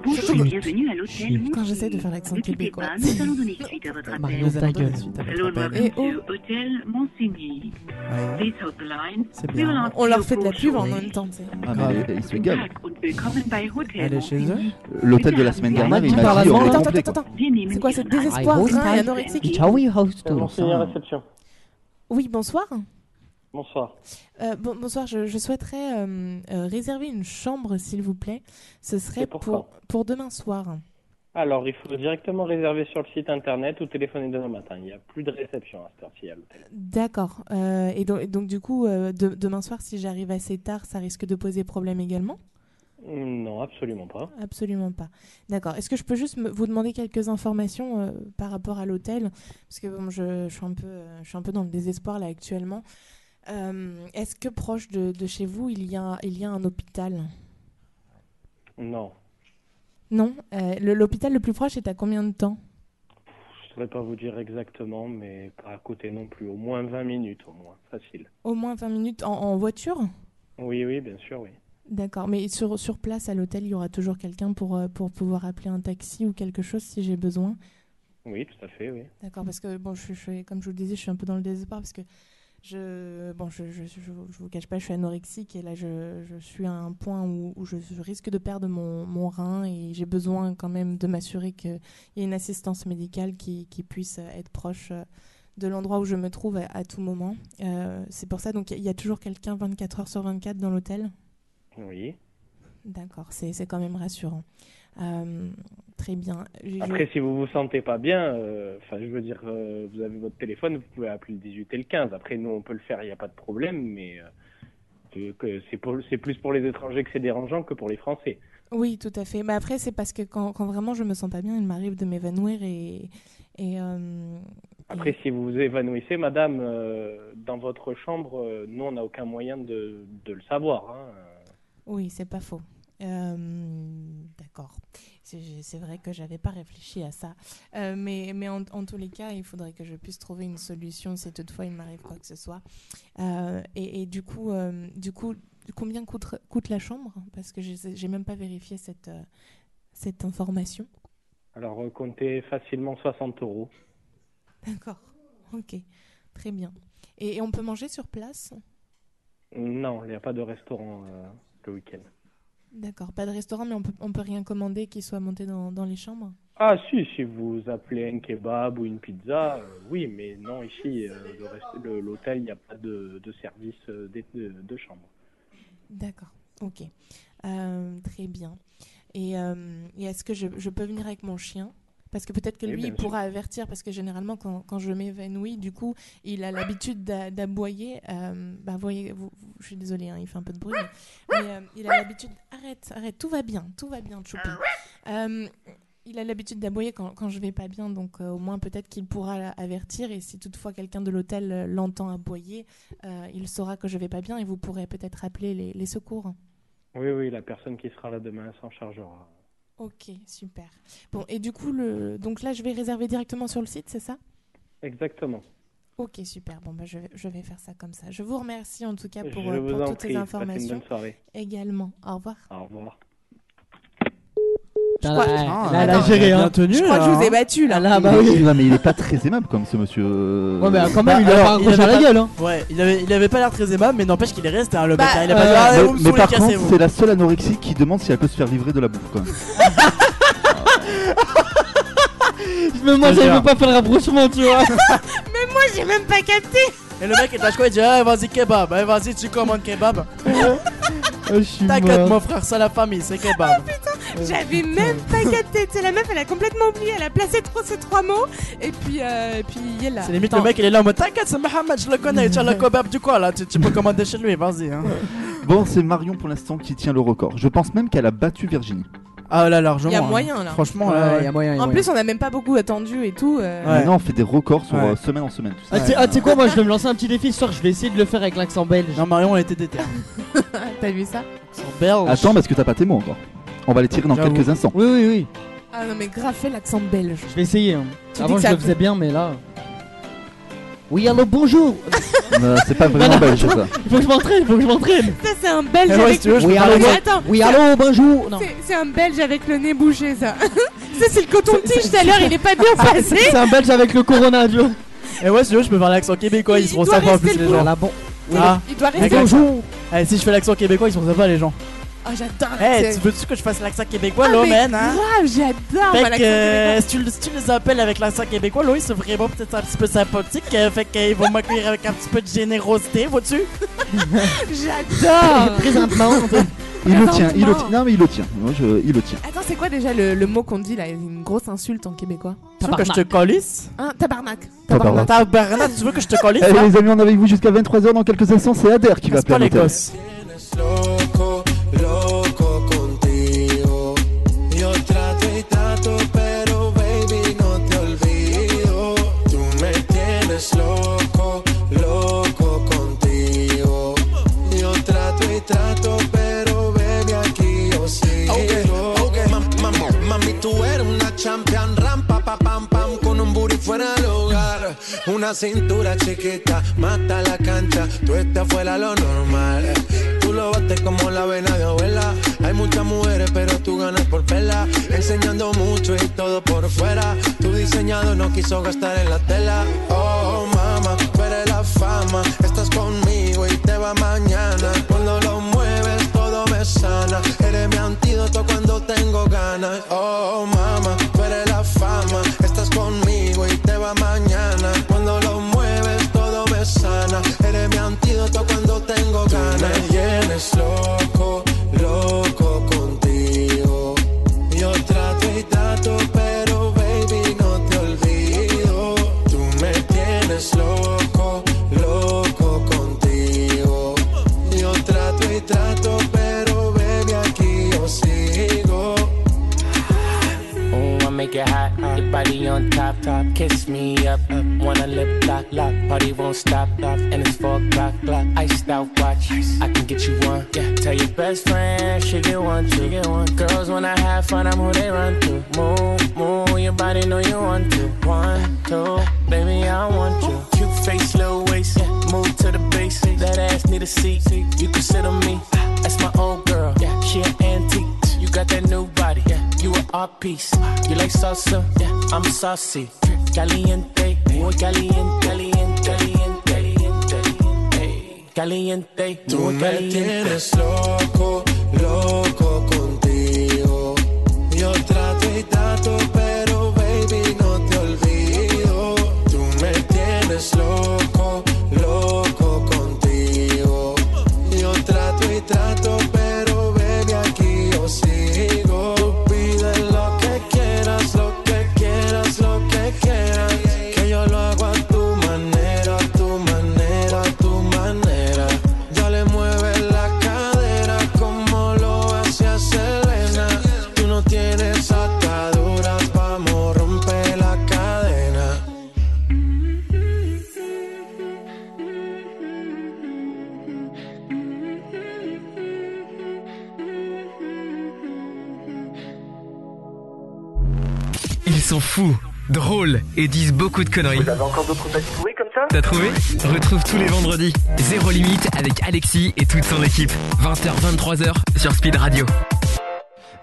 Bonjour et bienvenue à l'hôtel
Quand j'essaie de faire l'accent
Ne quittez
québécois.
pas, nous allons donner suite à votre appel.
Marion, ta gueule.
Hello and
Eh,
welcome
oh.
to Hôtel Monsigny. This hotline
Ah C'est
will
bien.
not
On leur
be
fait de la pub en
broadcast.
même temps, tu sais.
Ah, mais
Grave.
elle- elle se
Guten
gave.
Tag und willkommen bei Hotel
Elle est chez eux.
Monsigny.
L'hôtel de la semaine
Ah,
dernière,
tu
il
parles
m'a dit
allemand,
on est
là
Attends, attends,
complet.
attends, attends.
Wir nehmen
C'est quoi ce
Ihren Anruf
désespoir
an.
rein et anorexique
Ciao, house to.
Conseiller réception.
Oui, bonsoir.
Bonsoir.
Euh, bon- bonsoir, je, je souhaiterais euh, euh, réserver une chambre, s'il vous plaît. Ce serait pour, pour demain soir.
Alors, il faut directement réserver sur le site internet ou téléphoner demain matin. Il n'y a plus de réception à cette heure-ci à l'hôtel.
D'accord. Euh, et, donc, et donc, du coup, euh, de- demain soir, si j'arrive assez tard, ça risque de poser problème également
Mm, Non, absolument pas.
Absolument pas. D'accord. Est-ce que je peux juste me- vous demander quelques informations euh, par rapport à l'hôtel Parce que bon, je, je suis un peu, euh, je suis un peu dans le désespoir là actuellement. Euh, Est-ce que proche de, de chez vous, il y a, il y a un hôpital
Non,
Non. Euh, le- L'hôpital le, plus proche est à combien de temps
je ne saurais pas vous dire exactement, mais pas à côté non plus. Au moins 20 minutes, au moins. Facile.
Au moins 20 minutes en, en voiture
Oui, oui, bien sûr, oui.
D'accord. Mais sur, sur place à l'hôtel, il y aura toujours quelqu'un pour, euh, pour pouvoir appeler un taxi ou quelque chose si j'ai besoin
Oui, tout à fait, oui.
D'accord, parce que bon, je, suis- je suis- comme je vous le disais, je suis un peu dans le désespoir parce que je, bon, je, je, je, je vous cache pas, je suis anorexique et là, je, je suis à un point où, où je, je risque de perdre mon, mon rein et j'ai besoin quand même de m'assurer qu'il y ait une assistance médicale qui, qui puisse être proche euh, de l'endroit où je me trouve à, à tout moment. Euh, C'est pour ça, donc il y a toujours quelqu'un 24 heures sur 24 dans l'hôtel.
Oui.
D'accord, c'est c'est quand même rassurant. Euh, très bien. Je-
Après, si vous vous sentez pas bien, euh, enfin, je veux dire, euh, vous avez votre téléphone, vous pouvez appeler le 18 et le 15. Après, nous, on peut le faire, il n'y a pas de problème, mais euh, que- que c'est pour- c'est plus pour les étrangers que c'est dérangeant que pour les Français.
Oui, tout à fait. Mais après, c'est parce que quand, quand vraiment je me sens pas bien, il m'arrive de m'évanouir et, et, euh,
Après, si vous vous évanouissez, madame, euh, dans votre chambre, euh, nous, on n'a aucun moyen de, de le savoir. hein.
oui, c'est pas faux. Euh, D'accord. C'est c'est vrai que j'avais pas réfléchi à ça. Euh, mais mais en, en tous les cas, il faudrait que je puisse trouver une solution si toutefois il m'arrive quoi que ce soit. Euh, et, et du coup, euh, du coup, combien coûte, coûte la chambre Parce que j'ai j'ai même pas vérifié cette, euh, cette information.
Alors, euh, comptez facilement 60 euros.
D'accord. Ok. Très bien. Et- et on peut manger sur place
Non, il n'y a pas de restaurant euh, le week-end.
D'accord, pas de restaurant, mais on peut, on peut rien commander qui soit monté dans, dans les chambres
Ah, si, si vous appelez un kebab ou une pizza, euh, oui, mais non, ici, euh, le rest- le- l'hôtel, il n'y a pas de, de service euh, des- de, de chambre.
D'accord, ok. Euh, très bien. Et, euh, et est-ce que je, je peux venir avec mon chien Parce que peut-être que
Oui,
lui,
bien
il
sûr.
pourra avertir, parce que généralement, quand, quand je m'évanouis, du coup, il a l'habitude d'a- d'aboyer. Euh, bah, voyez, vous- vous- je suis désolée, hein, il fait un peu de bruit. Mais, mais, euh, il a l'habitude... Arrête, arrête, tout va bien, tout va bien, Choupi. Euh, il a l'habitude d'aboyer quand, quand je vais pas bien, donc euh, au moins peut-être qu'il pourra la- avertir. Et si toutefois quelqu'un de l'hôtel euh, l'entend aboyer, euh, il saura que je vais pas bien et vous pourrez peut-être appeler les, les secours.
Oui, oui, la personne qui sera là demain s'en chargera.
Ok, super. Bon, et du coup, le... donc là, je vais réserver directement sur le site, c'est ça
Exactement.
Ok, super. Bon, bah, je, vais, je vais faire ça comme ça. Je vous remercie en tout cas pour,
Je
euh,
vous
pour
en
toutes
prie,
ces
passez une bonne
informations.
soirée.
Également. Au revoir.
Au revoir.
Je crois-
Ah.
là, elle a
Attends,
géré, hein.
je crois que je vous ai battu là.
Ah bah oui.
Non, mais il est pas très aimable comme ce monsieur. euh.
Ouais, mais quand même, il
Bah,
a
alors,
pas
Bah,
accroché à la
pas-
gueule, hein.
Ouais, il avait, il avait pas l'air très aimable, mais n'empêche qu'il est resté, hein, le
Bah,
bâtard. il a pas dit,
euh,
ah,
Mais-
vous me
mais
saoulez,
par contre,
cassez-vous.
c'est la seule anorexie qui demande si elle peut se faire livrer de la bouffe quand même.
Mais moi,
Je te
j'avais
jure.
même pas fait le rapprochement, tu vois. Ah,
Mais moi, j'ai même pas capté.
Et le mec, il tâche quoi Il dit, ah, vas-y, kebab, ah, vas-y, tu commandes kebab. T'inquiète,
mort.
mon frère, ça la famille, c'est kebab.
Oh, J'avais même pas capté. C'est la meuf, elle a complètement oublié. Elle a placé trop ces trois mots. Et puis, euh, et puis il est là.
C'est limite, le mec, il est là en mode, t'inquiète, c'est Mohamed, je le connais, tu as le kebab du coin, là, tu, tu peux commander chez lui, vas-y. Hein.
Bon, c'est Marion pour l'instant qui tient le record. Je pense même qu'elle a battu Virginie.
Ah là, largement.
Il y a moyen là.
Franchement, là, il y a moyen.
En plus, on a même pas beaucoup attendu et tout. euh.
Maintenant, on fait des records sur
Ouais.
euh, semaine en semaine. tout ça.
Ah, tu sais- ah, tu sais quoi, moi, je vais me lancer un petit défi ce soir, je vais essayer de le faire avec l'accent belge.
Non, Marion, elle était déter.
T'as vu ça
belge.
Attends, parce que t'as pas tes mots encore. On va les tirer dans
J'avoue.
quelques instants.
Oui, oui, oui.
Ah non, mais grave fait l'accent belge.
Je vais essayer. hein.
Tu dis
Avant,
que
je
ça
le
te-
faisais bien, mais là. Oui, allô, bonjour.
Euh, c'est pas vraiment
Voilà.
belge ça.
Il faut que je m'entraîne, il faut que je m'entraîne.
Ça, c'est un belge
Eh ouais,
avec.
si tu veux, je
Oui,
peux
allô,
parler.
mais attends,
Oui,
c'est-
allô, bonjour. Non.
c'est- C'est un belge avec le nez bouché, ça. ça, c'est le coton-tige tout à l'heure, il est pas bien
C'est-
passé.
C'est un belge avec le corona, tu vois.
Et hein. Eh ouais, si tu veux, je peux faire l'accent québécois, ils seront
doit
sympas en plus,
rester le
les gens.
boulot.
Ah.
Il doit
Avec
rester le
l'accent-
boulot.
Eh, si je fais l'accent québécois, ils sont sympas, les gens.
Oh, j'adore.
Hey,
c'est-
tu veux-tu que je fasse l'accent québécois,
Ah,
là,
mais
man, hein?
grave, j'adore,
Fait
moi, l'accent
que, euh,
québécois.
si tu, le- si tu les appelles avec l'accent québécois, là, ils sont vraiment peut-être un petit peu sympathiques. euh, fait qu'ils vont m'accueillir avec un petit peu de générosité, vois-tu?
J'adore.
Présentement.
Il le tient, il le
Présentement.
tient. Non mais il le tient. Moi, je- il le tient.
Attends, c'est quoi déjà le, le mot qu'on dit là Une grosse insulte en québécois.
Tu veux que je te colisse?
Hein, tabarnak.
Tabarnak.
Tabarnak, tu veux que je te colisse?
Allez
hein?
Eh, les amis, on est avec vous jusqu'à 23h dans quelques instants, c'est Adair qui va
C'est pas
perdre l'hôtel.
l'Écosse.
loco, loco contigo. Yo trato y trato, pero baby no te olvido. Tú me tienes loco, loco contigo. Yo trato y trato, pero baby aquí yo sigo.
Mami, tú eres una champion, rampa, pa, pam, pam, con un booty fuera del hogar. Una cintura chiquita, mata la cancha, tú estás fuera lo normal. Tú lo bates como la vena de abuela. Hay muchas mujeres, pero tú ganas por vela. Enseñando mucho y todo por fuera. Tu diseñado no quiso gastar en la tela. Oh, mama, tú eres la fama. Estás conmigo y te va mañana. Cuando lo mueves, todo me sana. Eres mi antídoto cuando tengo ganas. Oh, mama, tú eres la fama. Estás conmigo y te va mañana. Cuando lo mueves, todo me sana. Eres mi antídoto cuando tengo ganas.
Me tienes loco, loco contigo. Yo trato y trato, pero baby no te olvido. Tú me tienes loco, loco contigo. Yo trato y trato, pero baby aquí yo sigo.
Oh, I make it hot. Your body on top, top. Kiss me up, up. Wanna lip lock, lock. Party won't stop, lock. And it's four o'clock, clock. Iced out watch. I can get you one. Yeah, tell your best friend she get one, she get one. Girls, when I have fun, I'm who they run to. Move, move. Your body know you want to. One, two, baby, I want you. Cute face, little waist. Yeah, move to the base. That ass need a seat. You can sit on me. That's my old girl. Yeah, she an antique. You got that new body, yeah. You an art piece. You like salsa, yeah. I'm saucy. Caliente, muy caliente, caliente, caliente, caliente, caliente,
Tú
muy
me
caliente.
tienes loco, loco contigo. Yo trato y trato, pero baby no te olvido. Tú me tienes loco, loco contigo. Yo trato y trato, pero baby aquí yo sigo. Tú pide lo que quieras, lo que quieras, lo que quieras. Que yo lo hago a tu manera, a tu manera, a tu manera. Dale, mueve la cadera como lo hace Selena. Tú no tienes ataduras, vamos, rompe la cadena.
Ils sont fous, drôles et disent beaucoup de conneries. Vous avez encore d'autres bêtes trouvé comme ça T'as trouvé Retrouve tous les vendredis Zéro Limite avec Alexis et toute son équipe. 20h-23h sur Speed Radio.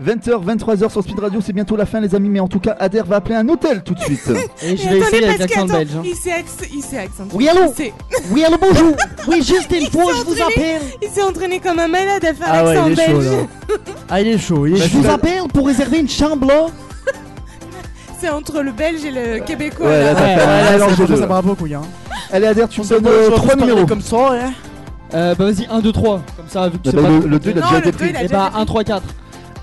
20h, 23h sur Speed Radio, c'est bientôt la fin les amis, mais en tout cas Adair va appeler un hôtel tout de suite. Ah
Et je
Mais attendez, parce que, attends, Il s'est acc- il s'est accentué.
hein. Oui, allô
Il s'est-
Oui, allô, bonjour Oui, juste une
il
fois,
s'est
je vous
entraîné-
appelle
Il s'est entraîné comme un malade à faire
Ah ouais,
l'accent
il est chaud,
belge.
Ah, il est chaud, il est
Je
chaud.
vous appelle pour réserver une chambre là
C'est entre le belge et le québécois.
Ouais, là, ça
là.
fait un mélange des
franchement,
deux, là.
ça m'a beaucoup, hein.
Allez Adair, tu me donnes
peut-
euh,
on peut
trois
parler
numéros.
comme ça, hein.
Euh, bah vas-y, 1, 2, 3. Comme ça, vu que
Ah
c'est
bah,
pas.
le- le deux, il a déjà été pris.
Et bah, 1, 3, 4.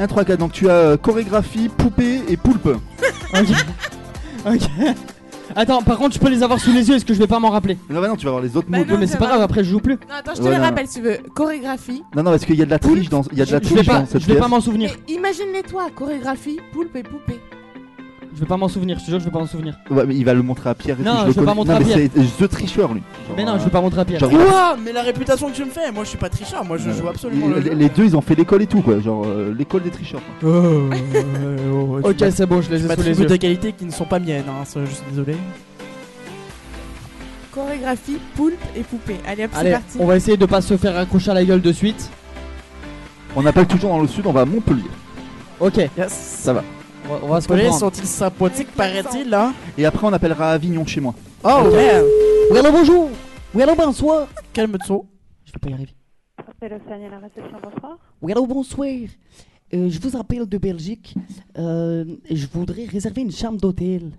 1, 3, 4, donc tu as euh, chorégraphie, poupée et poulpe.
Ok. Attends, par contre, je peux les avoir sous les yeux, est-ce que je vais pas m'en rappeler
Non, bah non, tu vas avoir les autres
mots.
Bah
Oui,
non,
mais
ça
c'est pas
va.
grave, après, je joue plus.
Non, attends, je te
Ouais,
les
non.
rappelle si tu veux. Chorégraphie.
Non, non, parce qu'il y a de la triche dans, il y a de la
Je- je vais
triche
pas-
dans cette
je vais pas
pièce.
m'en souvenir.
Imagine-les toi, chorégraphie, poulpe et poupée.
Je vais pas m'en souvenir, je te jure, je vais pas m'en souvenir.
Ouais, mais il va le montrer à Pierre et
Non,
tout,
je
le
vais
connais.
pas montrer
Non,
à
mais
Pierre.
c'est The Tricheur lui. Genre,
Mais non, je
euh,
vais pas montrer à Pierre.
genre,
Ouah, mais la réputation que tu me fais, moi je suis pas tricheur, moi je joue absolument le
Euh, les-
jeu.
les deux ils ont fait l'école et tout quoi, genre euh, l'école des tricheurs. quoi. oh,
Ok, c'est bon, je
Tu
les ai sous les
m'attribues
yeux.
de qualités qui ne sont pas miennes, hein, ça, je suis désolé.
Chorégraphie, poulpe et poupée. Allez hop, c'est
Allez,
parti.
on va essayer de pas se faire accrocher à la gueule de suite.
On appelle toujours dans le sud, on va à Montpellier.
Ok.
Ça va.
On va, on va se
Les
comprendre.
sont-ils sympathiques, paraît-il, là
Et après on appellera Avignon chez moi.
Oh, merde
Oui, allô, bonjour Oui, allô, bonsoir
Calme-toi.
Je vais pas y arriver.
Café Lausanne et la réception, bonsoir.
Oui, allô, bonsoir. Euh, je vous appelle de Belgique. Euh, je voudrais réserver une chambre d'hôtel.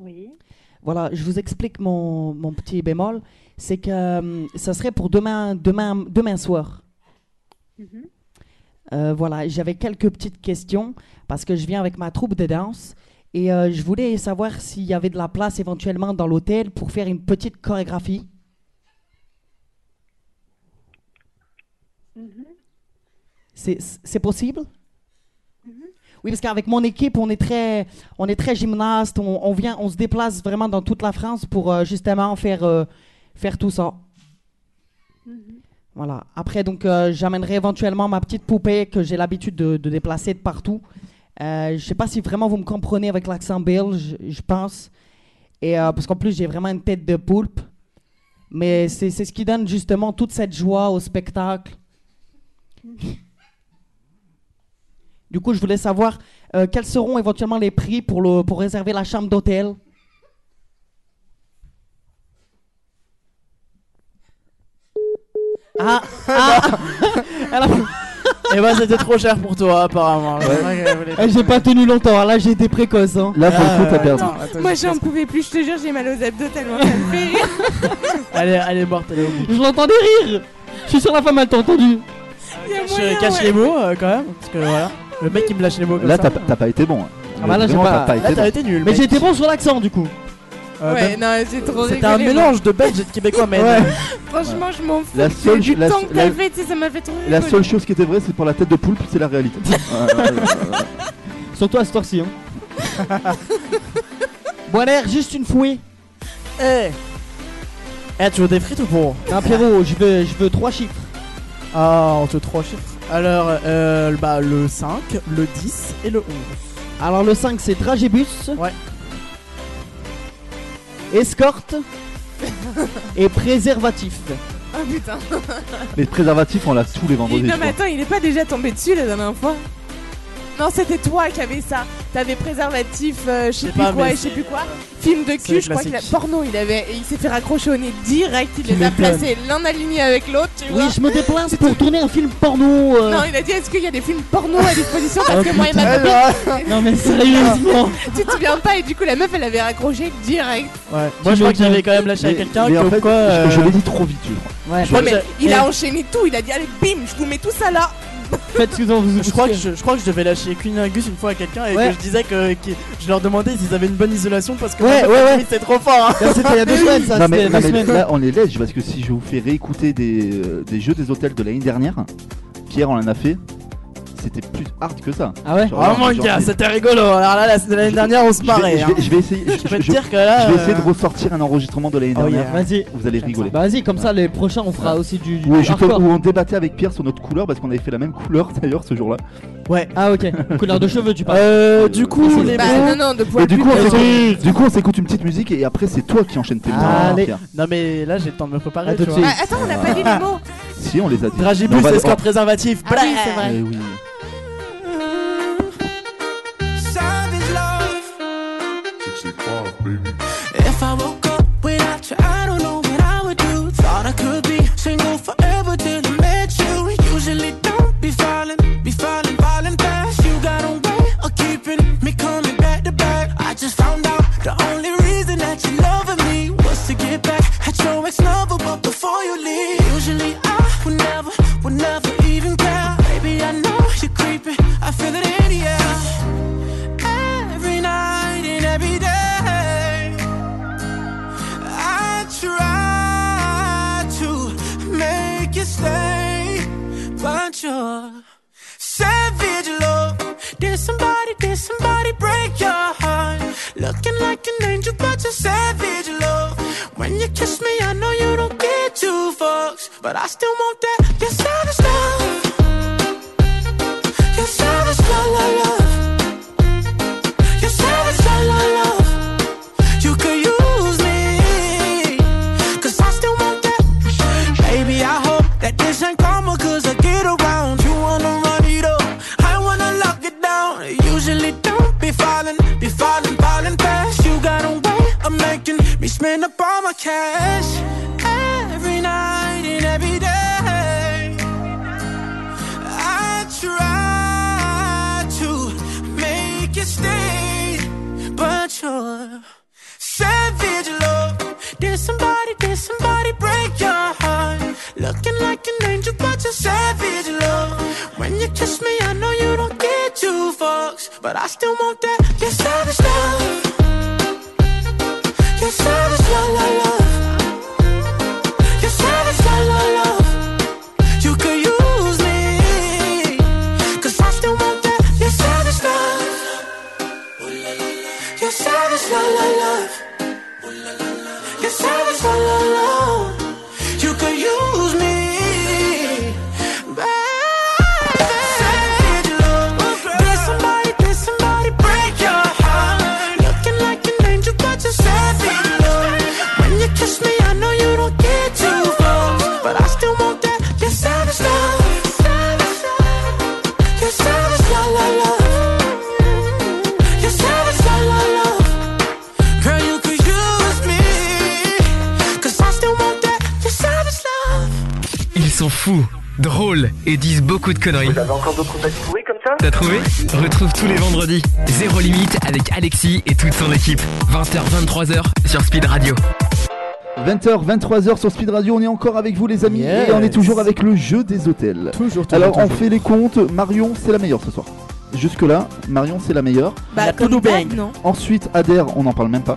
Oui.
Voilà, je vous explique mon, mon petit bémol. C'est que euh, ça serait pour demain, demain, demain soir.
Mhm.
Euh, voilà, j'avais quelques petites questions parce que je viens avec ma troupe de danse et euh, je voulais savoir s'il y avait de la place éventuellement dans l'hôtel pour faire une petite chorégraphie.
Mhm.
C'est- C'est possible?
Mhm.
Oui, parce qu'avec mon équipe, on est très, on est très gymnaste. On, on vient, on se déplace vraiment dans toute la France pour euh, justement faire, euh, faire tout ça.
Mhm.
Voilà. Après, donc, euh, j'amènerai éventuellement ma petite poupée que j'ai l'habitude de, de déplacer de partout. Euh, je ne sais pas si vraiment vous me comprenez avec l'accent belge, je pense. Et euh, parce qu'en plus, j'ai vraiment une tête de poulpe. Mais c'est c'est ce qui donne justement toute cette joie au spectacle. Du coup, je voulais savoir euh, quels seront éventuellement les prix pour, le, pour réserver la chambre d'hôtel.
Ah, ah. Elle a- Eh ben c'était trop cher pour toi apparemment.
Ah,
Eh, j'ai pas tenu
hein.
longtemps, là j'ai été précoce. hein.
Là, pour le coup, t'as perdu.
Moi j'en pouvais plus, je te jure, j'ai mal aux abdos tellement ça me fait rire.
Elle est, elle est morte, elle est au bout.
Je l'entendais rire Je suis sûr la femme elle t'a entendu.
Il y a
Cache,
moyen,
cache
ouais.
les mots euh, quand même, parce que voilà, le mec il me lâche les mots comme
Là,
ça.
t'as pas t'as pas été bon. hein.
Ah bah là, j'ai
Vraiment,
pas- là,
bon.
t'as été nul,
Mais
mec.
j'ai été bon sur l'accent du coup.
Euh,
Ouais,
ben,
non, j'ai trop
C'était un
rigolé,
mélange de belge et de québécois, mais.
Ouais.
Franchement, je m'en fous.
La seule-
du
la-
temps que t'as
la-
fait, tu sais, ça m'a fait trop
La
rigoler.
seule chose qui était vraie, c'est pour la tête de poulpe, c'est la réalité.
Surtout à cette heure-ci. Bon, l'air, juste une fouée.
Eh Eh, tu veux des frites ou pour
Ah, Pierrot, je veux, je veux trois chiffres.
Ah, on te trois chiffres. Alors, euh, bah, le 5, le 10 et le 11.
Alors, le 5, c'est Tragébus.
Ouais.
Escorte et préservatif.
Ah putain.
Les préservatifs, on l'a tous les vendredis.
non,
je
mais
crois.
attends, il est pas déjà tombé dessus la dernière fois Non, c'était toi qui avais ça. T'avais préservatif, euh, je sais plus
pas,
quoi,
mais
et je sais plus quoi. Film de
c'est
cul, je crois qu'il a.
classique.
Porno, il avait. et Il s'est fait raccrocher au nez direct, il les a
m'étonnes.
placés l'un aligné avec l'autre, tu
Oui,
vois.
je me déplace pour tourner un film porno. euh.
Non, il a dit est-ce qu'il y a des films porno à disposition Parce
Oh,
que moi et ma
putain.
copine.
Non, mais sérieusement.
tu te souviens pas, et du coup, la meuf, elle avait raccroché direct.
Ouais. Moi, je crois que j'avais quand même lâché à
Mais-
quelqu'un
mais en
comme
fait,
quoi. euh,
je- Je l'ai dit trop vite, je crois.
Ouais.
Je-
mais il
eh,
a enchaîné tout, il a dit allez, bim, je vous mets tout ça là.
je crois que je, je crois que je devais lâcher Cunilingus une fois à quelqu'un et
Ouais.
que je disais que, que je leur demandais s'ils avaient une bonne isolation parce que
Ouais,
ma
ouais,
famille,
ouais.
c'était trop fort. hein.
Non, mais, non, mais là, on est lèche parce que si je vous fais réécouter des, euh, des jeux des hôtels de l'année dernière, Pierre, on en a fait, c'était plus hard que ça.
Ah ouais
Ah mon gars, c'était rigolo. Alors là, la- l'année dernière, on se marrait.
Je vais, je vais essayer.
hein. Je peux te
je-
dire que là.
je vais essayer de
euh,
ressortir un enregistrement de l'année
Oh
dernière.
yeah.
Vas-y.
Vous allez rigoler.
Bah, vas-y, comme ça, les prochains, on fera aussi du. du
Où, juste
hardcore.
où on débattait avec Pierre sur notre couleur parce qu'on avait fait la même couleur d'ailleurs ce jour-là.
Ouais.
Ah, ok. Couleur de cheveux, tu parles.
Euh, du coup, les
Bah,
bons-
non, non, de poil
Et du
plus
coup, on
présent.
s'écoute- du coup, on s'écoute une petite musique et après c'est toi qui enchaînes tes mots, hein,
Ah, Allez.
Pierre.
Non mais là, j'ai le temps de me préparer.
À tout
tu
de
vois.
suite. Ah, attends, on n'a pas dit les
mots.
Si on les a dit. Mais on
Dragibus,
va-
escorte
on-
préservatif.
Ah oui, c'est vrai.
Eh oui.
Savage love. If I woke up without you, I don't know what I would do. Thought I could be single forever till I met you. Usually don't be falling, be falling, falling fast. You got a way of keeping me coming back to back. I just found out the only reason that you loving me was to get back at your ex lover. But before you leave, usually I would never, would never even care. Baby, I know you're creeping. I feel it in the air every night and every day. I try to make you stay, but you're savage love. Did somebody, did somebody break your heart? Looking like an angel, but you're savage love. When you kiss me, I know you don't get two fucks, but I still want that. You're savage love. You're savage love, love, love. You said it's all I love. You could use me. Cause I still want that. Baby, I hope that this ain't karma. Cause I get around. You wanna run it up. I wanna lock it down. Usually don't be falling, be falling, falling fast. You got a way of making me spend up all my cash. Every night and every day. love. Savage love. Did somebody, did somebody break your heart? Looking like an angel, but you're savage love. When you kiss me, I know you don't get two fucks, but I still want that. You're savage love. You're savage love, love, love. You're savage love, love, love. You could use me, cause I still want that. You're savage love. You're savage, la la love. You're savage, la la love. You could use me. baby. Savage love. Did somebody, did somebody break your heart? Looking like an angel, but you're savage, love. When you kiss me, I know you don't get too close, but I still want that. You're savage, love. You're savage, la la love. You're savage, la la love. Girl, you could use me. Cause I still want that. You're savage love.
Ils sont fous, drôles et disent beaucoup de conneries. Vous avez encore d'autres contacts trouvés comme ça T'as trouvé Retrouve tous les vendredis Zéro Limite avec Alexis et toute son équipe. 20h-23h sur Speed Radio.
20h, 23h sur Speed Radio, on est encore avec vous les amis
Yes.
et on est toujours avec le jeu des hôtels.
Toujours, toujours,
Alors on
toujours.
fait les comptes, Marion c'est la meilleure ce soir. Jusque là, Marion c'est la meilleure.
Bah, La comme Toulouse d'hab, Bang. non
Ensuite Adair, on n'en parle même pas.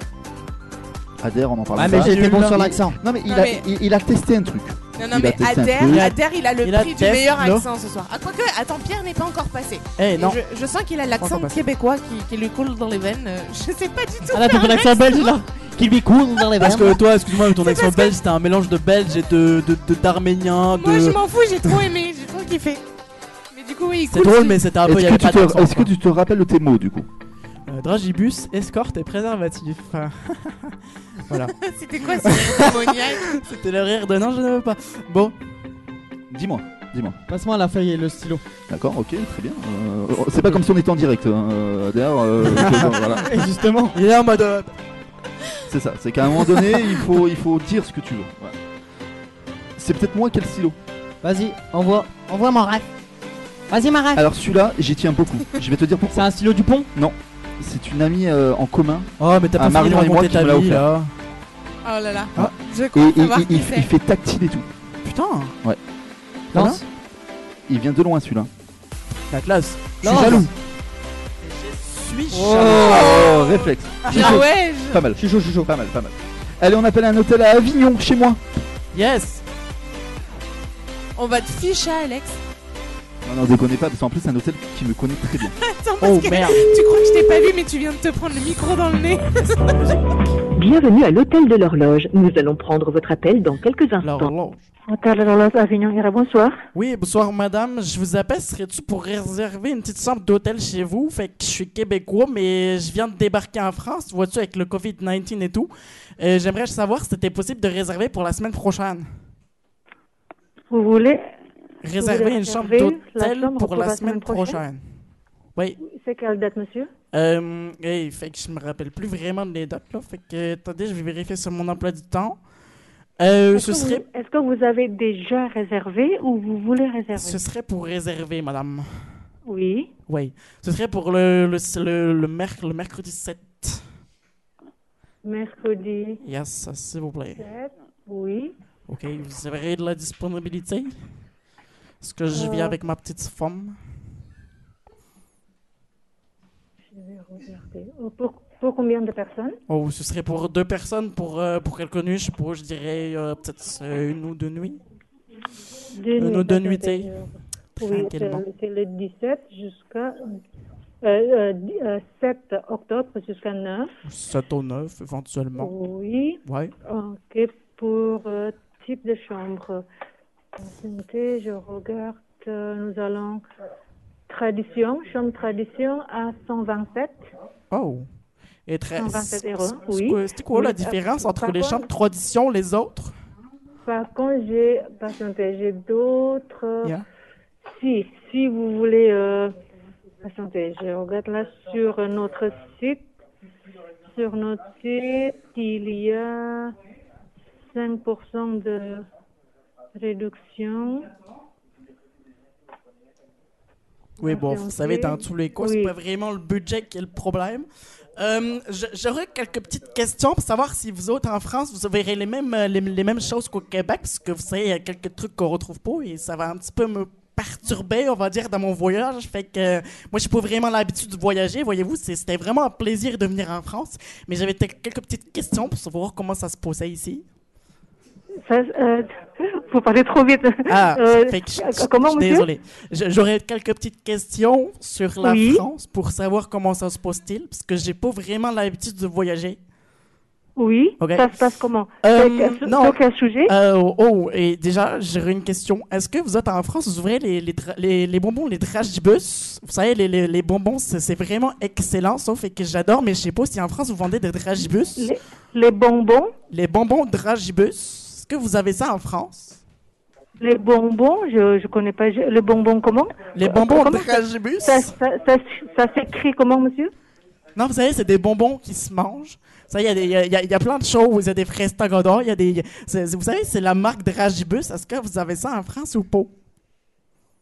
Adair, on en parle
Ah,
même
mais
pas.
j'étais bon sur l'accent.
Non mais, il,
Non,
a,
mais-
il- il a testé un truc.
Non, non,
Il a
mais
testé un
Adair,
truc.
Adair, il a le
Il a
prix du
testé,
meilleur
non
accent ce soir. Ah, quoique, attends, Pierre n'est pas encore passé.
Eh,
Et
non.
Je, je sens qu'il a l'accent
Encore passé.
québécois qui, qui lui coule dans les veines. euh, Je sais pas du tout.
Ah là, t'as
faire
fait l'accent
l'accent.
belge là Qui lui coule dans les
Parce
veines.
que toi, excuse-moi, mais ton
C'est
accent
parce que-
belge, c'était un mélange de belge et de de- de- d'arménien. De,
Moi, je m'en fous, j'ai trop aimé, j'ai trop kiffé. Mais du coup, oui, il
C'est
coule
drôle,
sous-
mais c'était un peu.
Est-ce
il y
que,
avait
tu
pas
te,
d'accent,
est-ce que
quoi.
tu te rappelles de tes mots du coup
Euh, Dragibus, escorte et préservatif. voilà.
C'était quoi ce rire démoniaque
C'était le rire de non, je ne veux pas. Bon.
Dis-moi, dis-moi.
Passe-moi la feuille et le stylo.
D'accord, ok, très bien. Euh, c'est pas comme si on était en direct. hein, euh, Adair, euh, voilà.
Et justement,
il est en mode. euh,
C'est ça, c'est qu'à un moment donné, il faut, il faut dire ce que tu veux. Voilà. C'est peut-être moi qui ai le stylo.
Vas-y, envoie, envoie mon rêve. Vas-y, ma rêve.
Alors celui-là, j'y tiens beaucoup. Je vais te dire pourquoi.
C'est un stylo du pont
Non, c'est une amie euh, en commun.
Oh, mais t'as
à
pas fini de
Marion et moi
raconter
qui
ta
me l'a
vie,
offert.
là.
Oh là là.
Ah.
Je
Et,
crois
et-
savoir
et-
qui
il,
c'est.
il fait tactile et tout.
Putain.
Ouais.
Lance.
Il vient de loin celui-là.
La classe.
Je suis jaloux.
Je suis
Oh,
jaloux.
réflexe.
Ah
Je suis chaud.
ouais, je-
Pas mal. Je suis chaud, je suis chaud. Pas mal, pas mal. Allez, on appelle un hôtel à Avignon, chez moi.
Yes.
On va te ficher, Alex.
Non, non, déconnez pas, parce qu'en plus, c'est un hôtel qui me connaît très bien.
Attends, parce
Oh,
que
merde.
tu crois que je t'ai pas vu, mais tu viens de te prendre le micro dans le nez.
Bienvenue à l'hôtel de l'horloge. Nous allons prendre votre appel dans quelques instants. Hôtel de l'horloge Avignon Ira, bonsoir.
Oui, bonsoir madame, je vous appelle, serais-tu pour réserver une petite chambre d'hôtel chez vous? Fait que je suis québécois, mais je viens de débarquer en France, vois-tu, avec le Covid-19 et tout. Euh, J'aimerais savoir si c'était possible de réserver pour la semaine prochaine.
Vous voulez
Réserver
voulez
une chambre
réserver la
d'hôtel
chambre
pour la semaine prochaine. Oui.
C'est quelle date, monsieur
Euh, hey, fait que je me rappelle plus vraiment des dates, là. Fait que, euh, attendez, je vais vérifier sur mon emploi du temps. Euh,
Est-ce
ce
que vous-
serait,
Est-ce que vous avez déjà réservé ou vous voulez réserver
ce serait pour réserver, madame.
Oui.
Oui. Ce serait pour le, le, le, le merc- le mercredi 7.
Mercredi
Yes, s'il vous plaît.
7, oui.
Ok, vous aurez de la disponibilité? Parce que je vis
Euh.
avec ma petite femme.
Je vais regarder. Oh, Pour, pour combien de personnes
Oh, ce serait pour deux personnes pour, euh, pour quelques nuits, je sais pas, je dirais euh, peut-être euh, une ou deux nuits.
Deux
Une ou
nuits,
deux
d'accord,
nuitées.
d'accord. Oui, c'est
Tranquillement.
c'est le 17 jusqu'à... euh, euh, di- euh, 7 octobre jusqu'à 9.
7 ou 9, éventuellement.
euh, Oui.
Ouais.
Ok, pour euh, type de chambre. Attendez, je regarde. euh, nous allons. Tradition, chambre tradition à 127.
Oh. Et très.
127
c'est-
euros,
c'est-
oui.
c'est quoi- C'est quoi la
Oui, euh,
différence entre
par
les
contre-
chambres tradition les autres?
Par contre, j'ai patienté, j'ai d'autres. euh,
Yeah.
Si, si vous voulez. Euh, patientez, je regarde là sur notre site. Sur notre site, il y a 5% de réduction.
Oui, bon, vous savez, dans
Ok.
tous les cas, c'est
Oui.
pas vraiment le budget qui est le problème. Euh, je- J'aurais quelques petites questions pour savoir si vous autres en France, vous verrez les mêmes, euh, les, les mêmes choses qu'au Québec, parce que vous savez, il y a quelques trucs qu'on retrouve pas et ça va un petit peu me perturber, on va dire, dans mon voyage. Fait que euh, moi, j'ai pas vraiment l'habitude de voyager, voyez-vous. c'est- C'était vraiment un plaisir de venir en France, mais j'avais te- quelques petites questions pour savoir comment ça se passait ici.
Ça, euh, vous parlez trop vite.
Ah,
Euh,
fait que je,
euh, comment,
je suis
monsieur
désolé. Je- J'aurais quelques petites questions sur la
Oui.
France pour savoir comment ça se passe-t-il, parce que j'ai pas vraiment l'habitude de voyager.
Oui,
Ok.
ça se passe comment
Euh,
Avec-
non.
sur quel sujet
Euh, oh, et déjà, j'aurais une question. Est-ce que vous êtes en France, vous ouvrez les, les, tra- les, les bonbons, les dragibus Vous savez, les, les, les bonbons, c'est c'est vraiment excellent, sauf que j'adore, mais je sais pas si en France vous vendez des dragibus. Les,
bonbons
Les bonbons dragibus. Est-ce que vous avez ça en France
Les bonbons, je ne connais pas. je- Les bonbons comment
Les
Euh,
bonbons
comment
de
ça-
Rajibus
Ça, ça- ça- ça s'écrit comment, monsieur
Non, vous savez, c'est des bonbons qui se mangent. Vous savez, il y a des- il y, a- il y a- il y a plein de choses. Il y a des fraises Tagada, il y a des... c'est- c'est- vous savez, c'est la marque Dragibus. Est-ce que vous avez ça en France ou pas?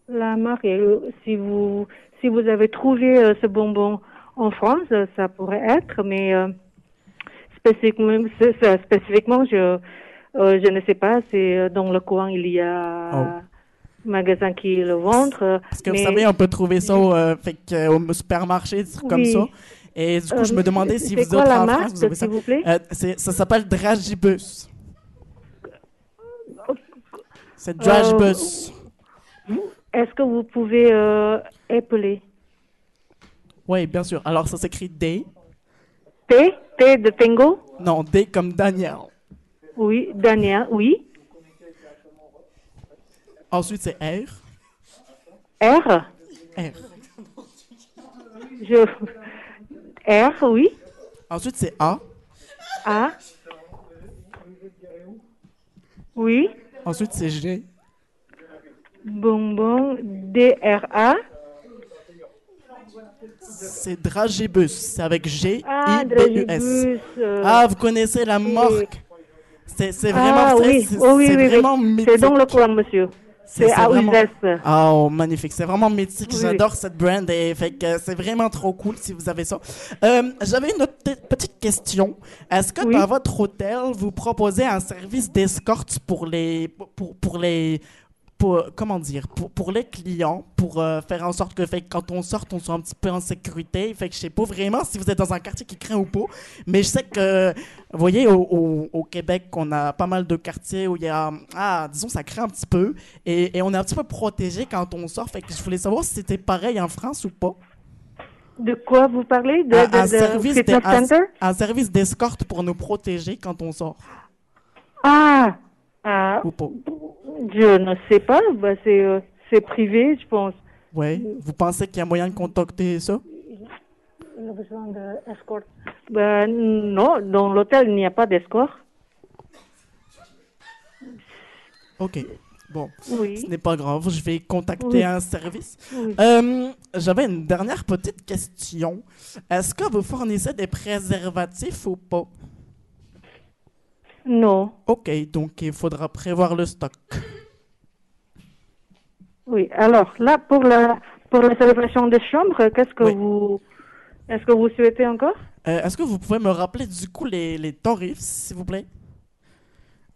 La marque, euh, si vous, si vous avez trouvé euh, ce bonbon en France, euh, ça pourrait être, mais euh, spécifiquement, c'est- c'est- spécifiquement, je, euh, je ne sais pas. C'est euh, dans le coin, il y a un magasin qui le vend.
Oh. Parce que vous savez, on peut trouver ça euh, fait que, euh, au supermarché, des trucs comme
Oui.
ça. Et du coup,
Euh,
je me demandais si
c'est
vous
quoi
autres
la
en
marque,
France, vous avez ça.
s'il vous plaît
Euh, c'est- ça s'appelle Dragibus.
Euh,
C'est Dragibus.
Est-ce que vous pouvez euh, appeler
Oui, bien sûr. Alors, ça s'écrit D.
T T de Tango
Non, D comme Daniel.
Oui, Daniel, oui.
Ensuite, c'est R.
R
R.
Je... R, oui.
Ensuite, c'est A.
A. Oui.
Ensuite, c'est G.
Bonbon D-R-A.
C'est Dragibus. C'est avec G.
Ah,
I-B-U-S.
Dragibus, euh,
Ah, vous connaissez la marque. C'est c'est vraiment,
Ah,
vous savez,
oui.
c'est-
Oh, oui,
c'est
oui, oui.
vraiment mythique.
C'est dans le coin, monsieur. C'est à
vraiment-
Uzès.
Ah, oh, magnifique. C'est vraiment mythique.
Oui,
J'adore cette brand. Et fait que euh, c'est vraiment trop cool si vous avez ça. Euh, J'avais une autre petite- petite question. Est-ce que dans votre hôtel, vous proposez un service d'escorte pour les, pour, pour les, pour- comment dire, pour, pour les clients, pour euh, faire en sorte que fait, que quand on sort, on soit un petit peu en sécurité. Fait que je sais pas vraiment si vous êtes dans un quartier qui craint ou pas, mais je sais que, vous voyez, au, au- au Québec, on a pas mal de quartiers où il y a, ah, disons, ça craint un petit peu, et, et on est un petit peu protégé quand on sort. Fait que je voulais savoir si c'était pareil en France ou pas.
De quoi vous parlez De,
un,
de-
un
de
service d'e-
fitness
un-
center
un service d'escorte pour nous protéger quand on sort.
Ah, ah, Je ne sais pas. Bah, c'est euh, c'est privé, je pense.
Ouais. Vous pensez qu'il y a moyen de contacter ça?
Il a besoin Bah, non, dans l'hôtel, il n'y a pas d'escorte.
Ok. Bon,
Oui.
ce n'est pas grave, je vais contacter
Oui.
un service.
Oui.
Euh, J'avais une dernière petite question. Est-ce que vous fournissez des préservatifs ou pas?
Non.
Ok, donc il faudra prévoir le stock.
Oui, alors là, pour la, pour la célébration des chambres, qu'est-ce que vous, est-ce que vous souhaitez encore
Euh, Est-ce que vous pouvez me rappeler du coup les, les tarifs, s'il vous plaît?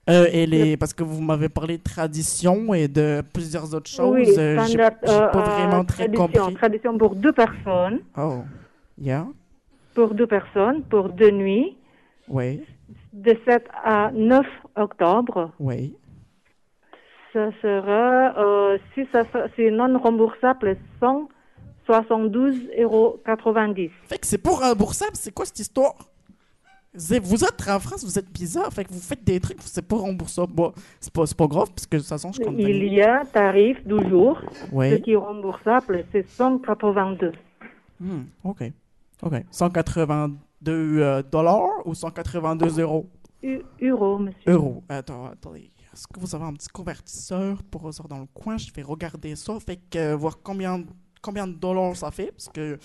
Euh, et les, parce que vous m'avez parlé de tradition et de plusieurs autres choses.
Oui,
euh, j'ai-
standard,
j'ai
euh,
pas vraiment
euh,
très
tradition,
compris.
tradition pour deux personnes,
Oh, yeah,
pour deux personnes, pour deux nuits,
oui,
de 7 à 9 octobre.
oui.
Ça sera, euh, si ça se- c'est non remboursable, 172,90 euros.
Fait que c'est pour remboursable, c'est quoi cette histoire? C'est- Vous êtes en France, vous êtes bizarre, fait que vous faites des trucs, c'est pas remboursable. Bon, c'est pas, c'est pas grave, parce que de toute façon, je compte
Il
venir.
y a tarif du jour.
Oui.
Ce qui est remboursable, c'est 182.
Hmm, ok. Ok. 182 euh, dollars ou 182 euros?
Eu- Euros, monsieur.
Euros. Attends, attendez. Est-ce que vous avez un petit convertisseur pour ressortir dans le coin? Je vais regarder ça, fait que euh, voir combien, combien de dollars ça fait, parce que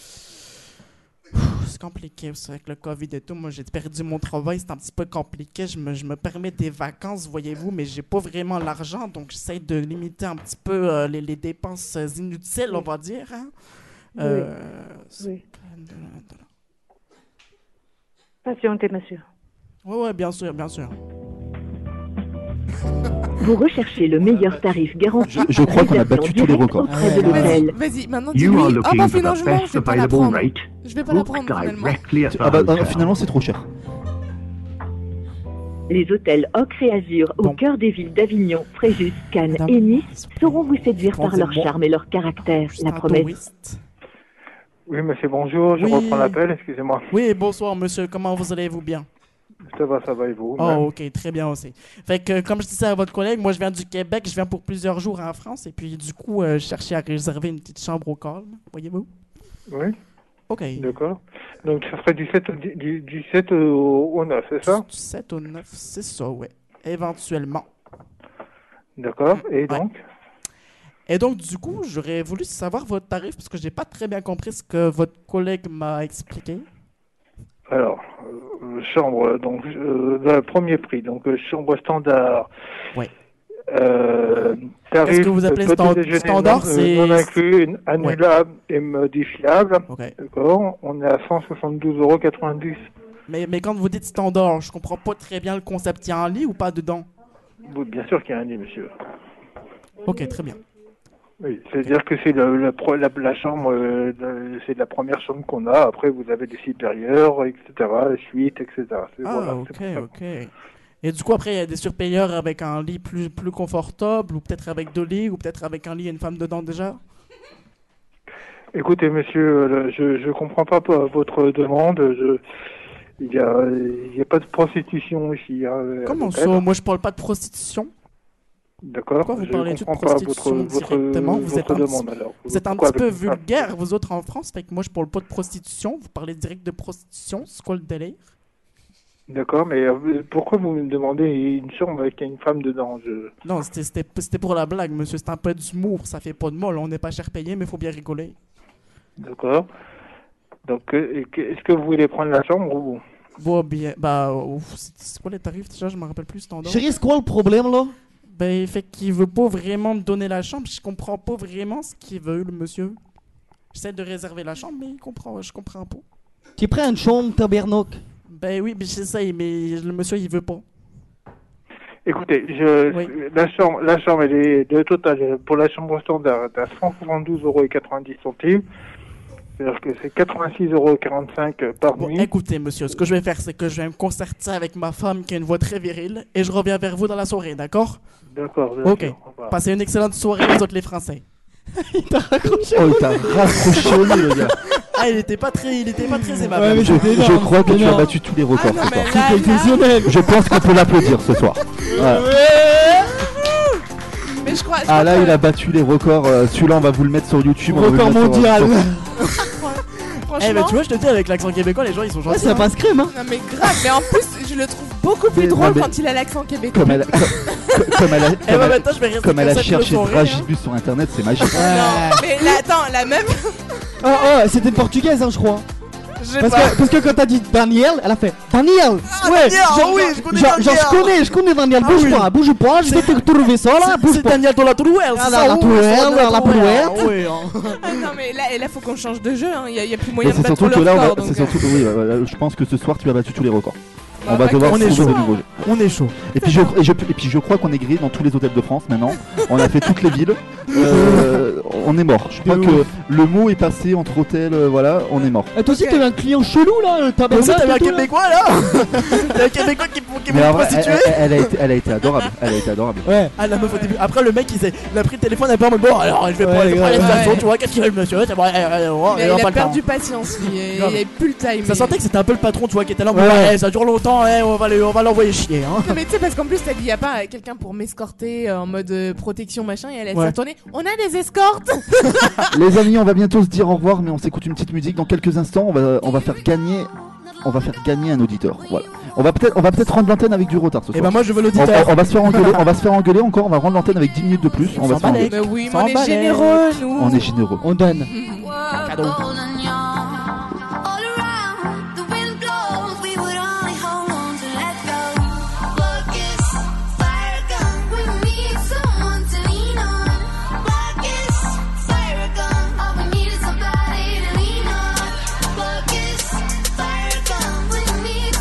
Pff, c'est compliqué, c'est avec le Covid et tout. Moi, j'ai perdu mon travail, c'est un petit peu compliqué. Je me, je me permets des vacances, voyez-vous, mais j'ai pas vraiment l'argent, donc j'essaie de limiter un petit peu euh, les, les dépenses inutiles, on va dire. hein.
Oui.
Euh, c'est-
Patientez, monsieur.
Ouais, ouais, bien sûr, bien sûr.
Vous recherchez le meilleur tarif garanti.
Je crois qu'on a battu tous les records.
Vas-y, Vas-y, maintenant dis
You are
oui. Ah
looking for
bah
the
finalement, je
best
vais pas la
available
prendre.
rate.
Je vais pas la prendre finalement.
Ah bah, euh, finalement, c'est trop cher.
Les hôtels Ocre et Azur au cœur des villes d'Avignon, Fréjus, Cannes et Nice sauront vous séduire par leur charme et leur caractère. La promesse.
Oui, monsieur, bonjour, je
Oui.
reprends l'appel, excusez-moi.
Oui, bonsoir, monsieur. Comment vous allez-vous bien?
Ça va, ça va, et vous
Oh,
même
ok, très bien aussi. Fait que, euh, comme je disais à votre collègue, moi, je viens du Québec, je viens pour plusieurs jours en France, et puis, du coup, euh, je cherchais à réserver une petite chambre au calme, voyez-vous?
Oui.
Ok.
D'accord. Donc, ça serait du 7 au, dix- du, du 7 au, au 9, c'est ça
7 au 9, c'est ça, ouais. Éventuellement.
D'accord. Et donc
Et donc, du coup, j'aurais voulu savoir votre tarif, parce que j'ai pas très bien compris ce que votre collègue m'a expliqué.
Alors, euh, chambre, donc, euh, le premier prix, donc euh, chambre standard.
Oui.
Euh, tarif
Qu'est-ce que vous appelez
petit
stan-
déjeuner
standard,
non- euh,
c'est-
non inclus, une- annulable et modifiable. D'accord. On est à 172,90 euros.
Mais, mais quand vous dites standard, je comprends pas très bien le concept. Il y a un lit ou pas dedans?
Oui, Bien sûr qu'il y a un lit, monsieur.
Ok, très bien.
Oui, c'est-à-dire que c'est le- la, pro- la, la chambre, euh, de- c'est la première chambre qu'on a. Après, vous avez les supérieurs, etc., les suites, etc. C'est-
Ah,
voilà,
ok,
c'est pour ça.
ok. Et du coup, après, il y a des surpayeurs avec un lit plus, plus confortable, ou peut-être avec deux lits, ou peut-être avec un lit et une femme dedans déjà.
Écoutez, monsieur, euh, le- je je comprends pas po- votre demande. Je, il y a, il y a pas de prostitution ici. hein,
Comment
à
ça
l'hôtel.
Moi, je parle pas de prostitution.
D'accord.
Pourquoi vous
je
parlez de
comprends pas votre-
prostitution
votre-
directement Vous
votre
êtes un, petit-
demande, alors.
vous êtes un
Pourquoi
petit peu
avec- ah.
vulgaire, vous autres en France. Fait que moi, je parle pas de prostitution. Vous parlez direct de prostitution. C'est quoi le délire
D'accord, mais euh, pourquoi vous me demandez une chambre avec une femme dedans je...
Non, c'était- c'était c'était pour la blague, monsieur. C'est un peu d'humour. Ça fait pas de molle. On n'est pas cher payé, mais faut bien rigoler.
D'accord. Donc, euh, et que- est-ce que vous voulez prendre la chambre ou
Bon, bien, bah, ouf, c'est c'est quoi les tarifs déjà? Je me rappelle plus standard.
Chérie, c'est quoi le problème là
Ben, fait qu'il veut pas vraiment me donner la chambre. Je comprends pas vraiment ce qu'il veut, le monsieur. J'essaie de réserver la chambre, mais il comprend, je comprends pas.
Tu prends une chambre, tabernacle.
Ben oui, mais j'essaye, mais le monsieur, il veut pas.
Écoutez, je, la chambre, la chambre, elle est de total euh, pour la chambre standard elle est à 172,90 euros centimes. C'est-à-dire que c'est 86,45 euros par nuit.
Écoutez, monsieur, ce que je vais faire, c'est que je vais me concerter avec ma femme qui a une voix très virile et je reviens vers vous dans la soirée, d'accord?
D'accord. bien
Ok.
sûr, au revoir.
Passez une excellente soirée, les autres les Français. il t'a raccroché.
Oh, il t'a raccroché au nez, le gars.
Ah, il était pas très, il était pas très aimable.
Je, je crois que tu as battu tous les
Ah
records ce soir. Je pense qu'on peut l'applaudir ce soir. Voilà.
Mais je crois. je
Ah
crois
là,
que-
il a battu les records. euh, Celui-là, on va vous le mettre sur YouTube. on va vous le
Record
mettre sur-
mondial.
Eh ben tu vois, je te dis avec l'accent québécois, les gens ils sont gentils. hein.
Non, mais grave, mais en plus, je le trouve beaucoup plus
Mais non,
drôle
mais-
quand il a l'accent québécois.
Comme elle, a- comme, comme elle a, comme
ben,
elle a-
maintenant, je vais rester
comme elle a
comme ça toute
cherché
la soirée,
Dragibus sur internet, c'est magique.
Ah Mais là, attends, la même.
Oh, oh, c'était une portugaise, hein, je crois.
J'ai
Parce
pas. Ah,
que, parce que quand t'as dit Daniel, elle a fait Daniel Ouais,
Daniel, oui, je connais
genre,
Daniel.
genre, je connais, je connais Daniel,
Ah
bouge
oui.
pas, bouge pas, je vais te trouver ça là, bouge pas.
Daniel dans la trouelle,
c'est ça, la
oui,
trouelle,
c'est
la
trouelle.
brouette.
Ah non, mais là, et là faut qu'on change de jeu, hein. y, a, y a plus
Mais
moyen de
c'est
battre
surtout que
le
là, on va-
record. donc, euh.
c'est surtout, oui, ouais, ouais, là, je pense que ce soir, tu as battu tous les records.
Bah,
on va
bah,
devoir
on est
trouver
chaud.
de nouveaux jeux.
On est chaud.
Et puis, je, et je- et puis je crois qu'on est grillé dans tous les hôtels de France maintenant. on a fait toutes les villes. Euh, on est mort. Je crois
De
que
ouf.
le mot est passé entre hôtels. euh, voilà, on est mort.
Et
Ah,
Eh, toi aussi, t'avais un client chelou là, euh, t'as
Comme ça, t'avais un Québécois là T'as un Québécois qui, qui
Mais
voulait
en vrai, elle,
prostituer
elle- elle a été, elle a été adorable. Elle a été adorable.
Ouais.
Ah la meuf au début. Après le mec il, s'est- il a pris le téléphone et pas en mode bon alors je vais
Ouais,
prendre je vais prendre
grave.
la station,
Ouais.
tu vois, qu'est-ce qu'il veut le monsieur eh, T'as- ouais, ouais, ouais, ouais,
Mais
ouais, oh, on
il
parle
a
pas.
perdu patience, lui. et- Il
Grave.
avait plus le time.
Ça sentait que c'était un peu le patron, tu vois, qui était là, bon,
Ouais.
ouais, eh, ça dure longtemps, eh, on va le- on va l'envoyer chier. Hein.
Non mais tu sais parce qu'en plus t'as dit y a pas euh, quelqu'un pour m'escorter euh, en mode euh, protection machin et elle, elle
Ouais.
s'est retournée. On a des escortes.
Les amis, on va bientôt se dire au revoir, mais on s'écoute une petite musique. Dans quelques instants, on va, on va faire gagner, on va faire gagner un auditeur. Voilà. On va peut-être, on va peut-être rendre l'antenne avec du retard ce soir.
ben moi, je veux l'auditeur.
On, on- on va se faire engueuler, on va se faire engueuler encore. On va rendre l'antenne avec 10 minutes de plus. On va se faire engueuler.
Mais oui, mais
Sans
on est
balai.
généreux nous.
On est généreux.
On donne.
Cadeau.
The wind blows, we would only hold on to let go. Work is fire gun, we need someone to lean on. Work is fire gun, all we need is somebody to lean on. Work is fire gun, we need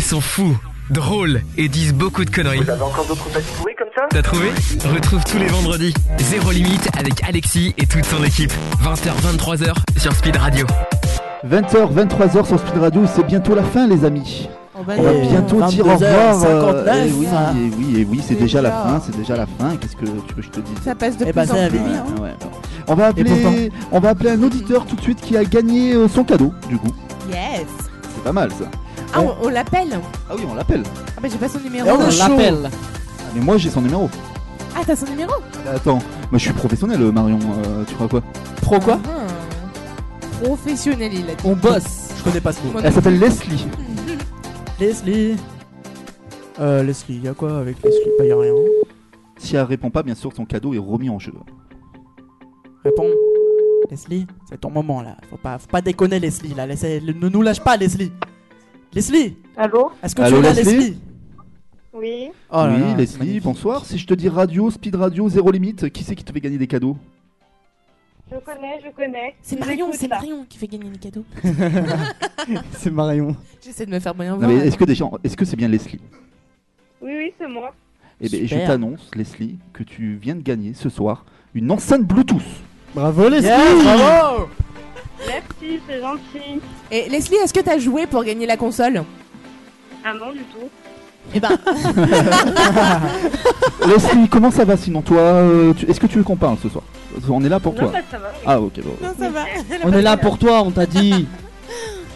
sont fous, drôles et disent beaucoup de conneries.
Vous avez encore d'autres contacts pourris comme ça
T'as trouvé Retrouve tous les vendredis Zéro Limite avec Alexis et toute son équipe. 20h-23h sur Speed Radio.
20h, 23h sur Speed Radio, c'est bientôt la fin, les amis.
On va,
bientôt dire au
22 heures
revoir. euh,
59,
eh oui,
hein.
eh oui, eh oui, c'est
Déjà.
déjà la fin, c'est déjà la fin. Qu'est-ce que tu veux que je te dise
Ça passe de
Eh
plus
ben,
en
ça
plus
va,
vite. hein.
ouais, ouais. On va appeler,
pourtant.
on va appeler un auditeur tout de suite qui a gagné euh, son cadeau. Du coup,
Yes.
c'est pas mal ça.
Ah, on, on l'appelle
Ah oui, on l'appelle.
Ah, bah j'ai pas son numéro.
Et on l'appelle. Ah, mais moi j'ai son numéro.
Ah, t'as son numéro
Attends, moi je suis professionnel, euh, Marion. euh, tu crois quoi Pro quoi
Ah, Professionnel, il a dit.
On bosse. Je connais pas ce
mot.
Elle s'appelle Leslie.
Leslie. Euh, Leslie, y'a quoi avec Leslie Bah, y'a rien.
Si elle répond pas, bien sûr, son cadeau est remis en jeu.
Réponds. Leslie, c'est ton moment là. Faut pas, faut pas déconner, Leslie là. Laissez- le- ne nous lâche pas, Leslie. Leslie
Allô
Est-ce que
Allô,
tu es là,
Leslie
Leslie
Oui.
Oh là
oui,
là, c'est
Leslie,
magnifique.
bonsoir. Si je te dis radio, speed radio, zéro limite, qui c'est qui te fait gagner des cadeaux
Je connais, je connais.
C'est Marion, c'est Marion qui fait gagner les cadeaux.
C'est Marion.
J'essaie de me faire moyen
Non,
voir. hein.
mais est-ce que déjà, est-ce que c'est bien Leslie
Oui, oui, c'est moi.
Eh bien, je
Super.
t'annonce, Leslie, que tu viens de gagner ce soir une enceinte Bluetooth.
Bravo,
Leslie
bravo
Merci, c'est gentil.
Et Leslie, est-ce que t'as joué pour gagner la console
Ah non, du tout.
Eh ben.
Leslie, comment ça va sinon toi euh, tu- Est-ce que tu veux qu'on parle ce soir On est là pour
Non,
toi.
bah, ça va, oui.
Ah ok. bon.
non, ça va.
On est là pour toi, on t'a dit.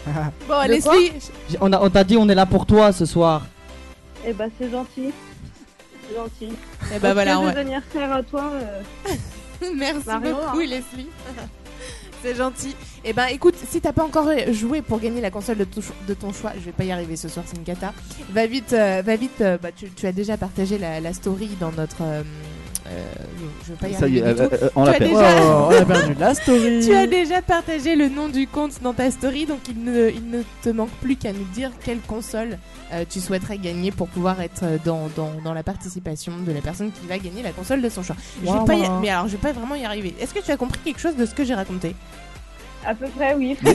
Bon, Leslie.
J- On a- on t'a dit, on est là pour toi ce soir.
Eh ben, c'est gentil. C'est gentil.
Eh ben, voilà, on
Joyeux
va-
anniversaire à toi. euh.
Merci
Marion,
beaucoup,
hein.
Leslie. C'est gentil. Eh ben, écoute, si t'as pas encore joué pour gagner la console de, ton cho- de ton choix, je vais pas y arriver ce soir, c'est une cata. Va vite, euh, va vite. euh, bah, tu, tu as déjà partagé la, la story dans notre. euh, euh, je vais pas y
Ça y
arriver.
est,
du
euh,
tout.
euh, on
Tu
l'a
as
perdu.
déjà-
Oh, on a perdu la story.
tu as déjà partagé le nom du compte dans ta story, donc il ne, il ne te manque plus qu'à nous dire quelle console euh, tu souhaiterais gagner pour pouvoir être euh, dans, dans, dans la participation de la personne qui va gagner la console de son choix. Je vais
Waouh,
pas y-
waouh.
Mais alors, je vais pas vraiment y arriver. Est-ce que tu as compris quelque chose de ce que j'ai raconté
À peu près, oui.
bah,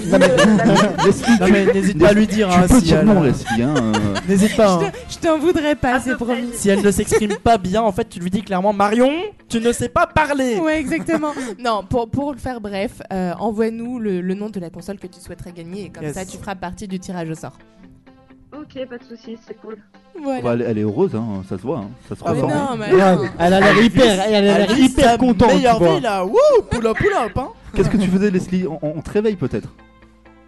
Leslie,
Non,
tu-
mais n'hésite pas à lui dire,
Tu
hein,
peux
si
dire
elle-
non, Leslie. hein, euh.
N'hésite pas. hein.
Je t'en voudrais pas, c'est promis.
Si elle ne s'exprime pas bien, en fait, tu lui dis clairement Marion, tu ne sais pas parler.
Ouais, exactement. non, pour, pour le faire bref, euh, envoie-nous le, le nom de la console que tu souhaiterais gagner et comme
Yes.
ça tu feras partie du tirage au sort.
Ok, pas de soucis, c'est cool.
Voilà.
Bah, elle, elle est heureuse, hein, ça se voit. hein, ça se
Ah
ressent. hein.
bon Non, mais non.
Ouais, elle a l'air hyper- elle a l'air
vit
hyper
sa
contente,
Meilleure
tu vois.
vie là, wouh, poula poula, hein.
Qu'est-ce que tu faisais, Leslie on, on te réveille peut-être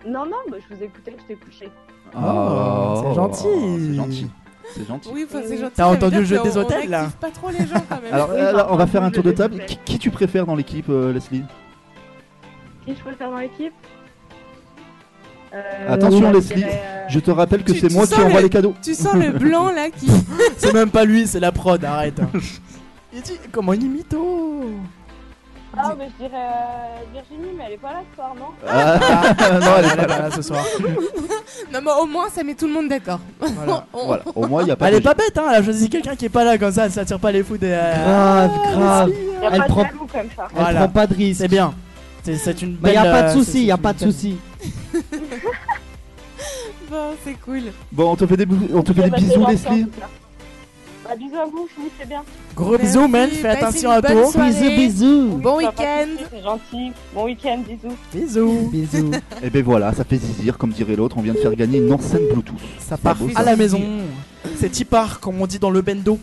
Non, non, bah, je vous écoutais, j'étais couchée.
Oh,
Ah,
c'est gentil.
C'est gentil. C'est gentil.
Oui, enfin, c'est gentil.
T'as
ça veut
entendu
dire
le jeu
qu'on-
des
on
hôtels, là
n'active pas trop les gens quand même.
Alors,
Oui,
euh,
par
on va
contre,
faire un
je
tour de
les
table.
fais.
Qui, qui tu préfères dans l'équipe, euh, Leslie
Qui je préfère dans l'équipe Euh,
Attention,
je
Leslie,
dirais, euh,
je te rappelle que
Tu-
c'est
tu
moi qui
sens
envoie
le-
les cadeaux.
Tu sens le blanc là qui.
C'est même pas lui, c'est la prod, arrête. hein. Il dit comment il oh. est mytho
Ah, mais je dirais euh, Virginie, mais elle est pas là ce soir, non
Ah, non, elle est
pas
pas
là ce soir.
Non, mais au moins ça met tout le monde d'accord.
Voilà.
On-
Voilà, au moins, il n'y a pas
Elle
de
est pas bête, hein, elle a choisi quelqu'un qui est pas là comme ça, ça tire pas les fous des.
Grave,
Ah,
grave. Elle prend,
comme ça.
elle prend pas de risque.
hein. C'est bien. C'est- C'est une
Bah,
belle.
y a pas de
euh,
souci,
c'est-
y a
c'est
pas
une
de
belle-
souci.
Bon, c'est cool.
Bon, on te fait des, bou- on te fait des bisous, Leslie.
Bah, bisous à vous, je vous fais bien.
Gros bisous, man, fais
passez
attention
une
à
bonne
toi.
soirée. Bisous, bisous. Bon
Ça va,
week-end.
C'est gentil. Bon week-end, bisous.
Bisous.
Bisous.
Et ben voilà, ça fait zizir, comme dirait l'autre. On vient de faire gagner une enceinte Bluetooth.
Ça part
beau,
à
ça.
la maison. C'est tipar, comme on dit dans le bendo.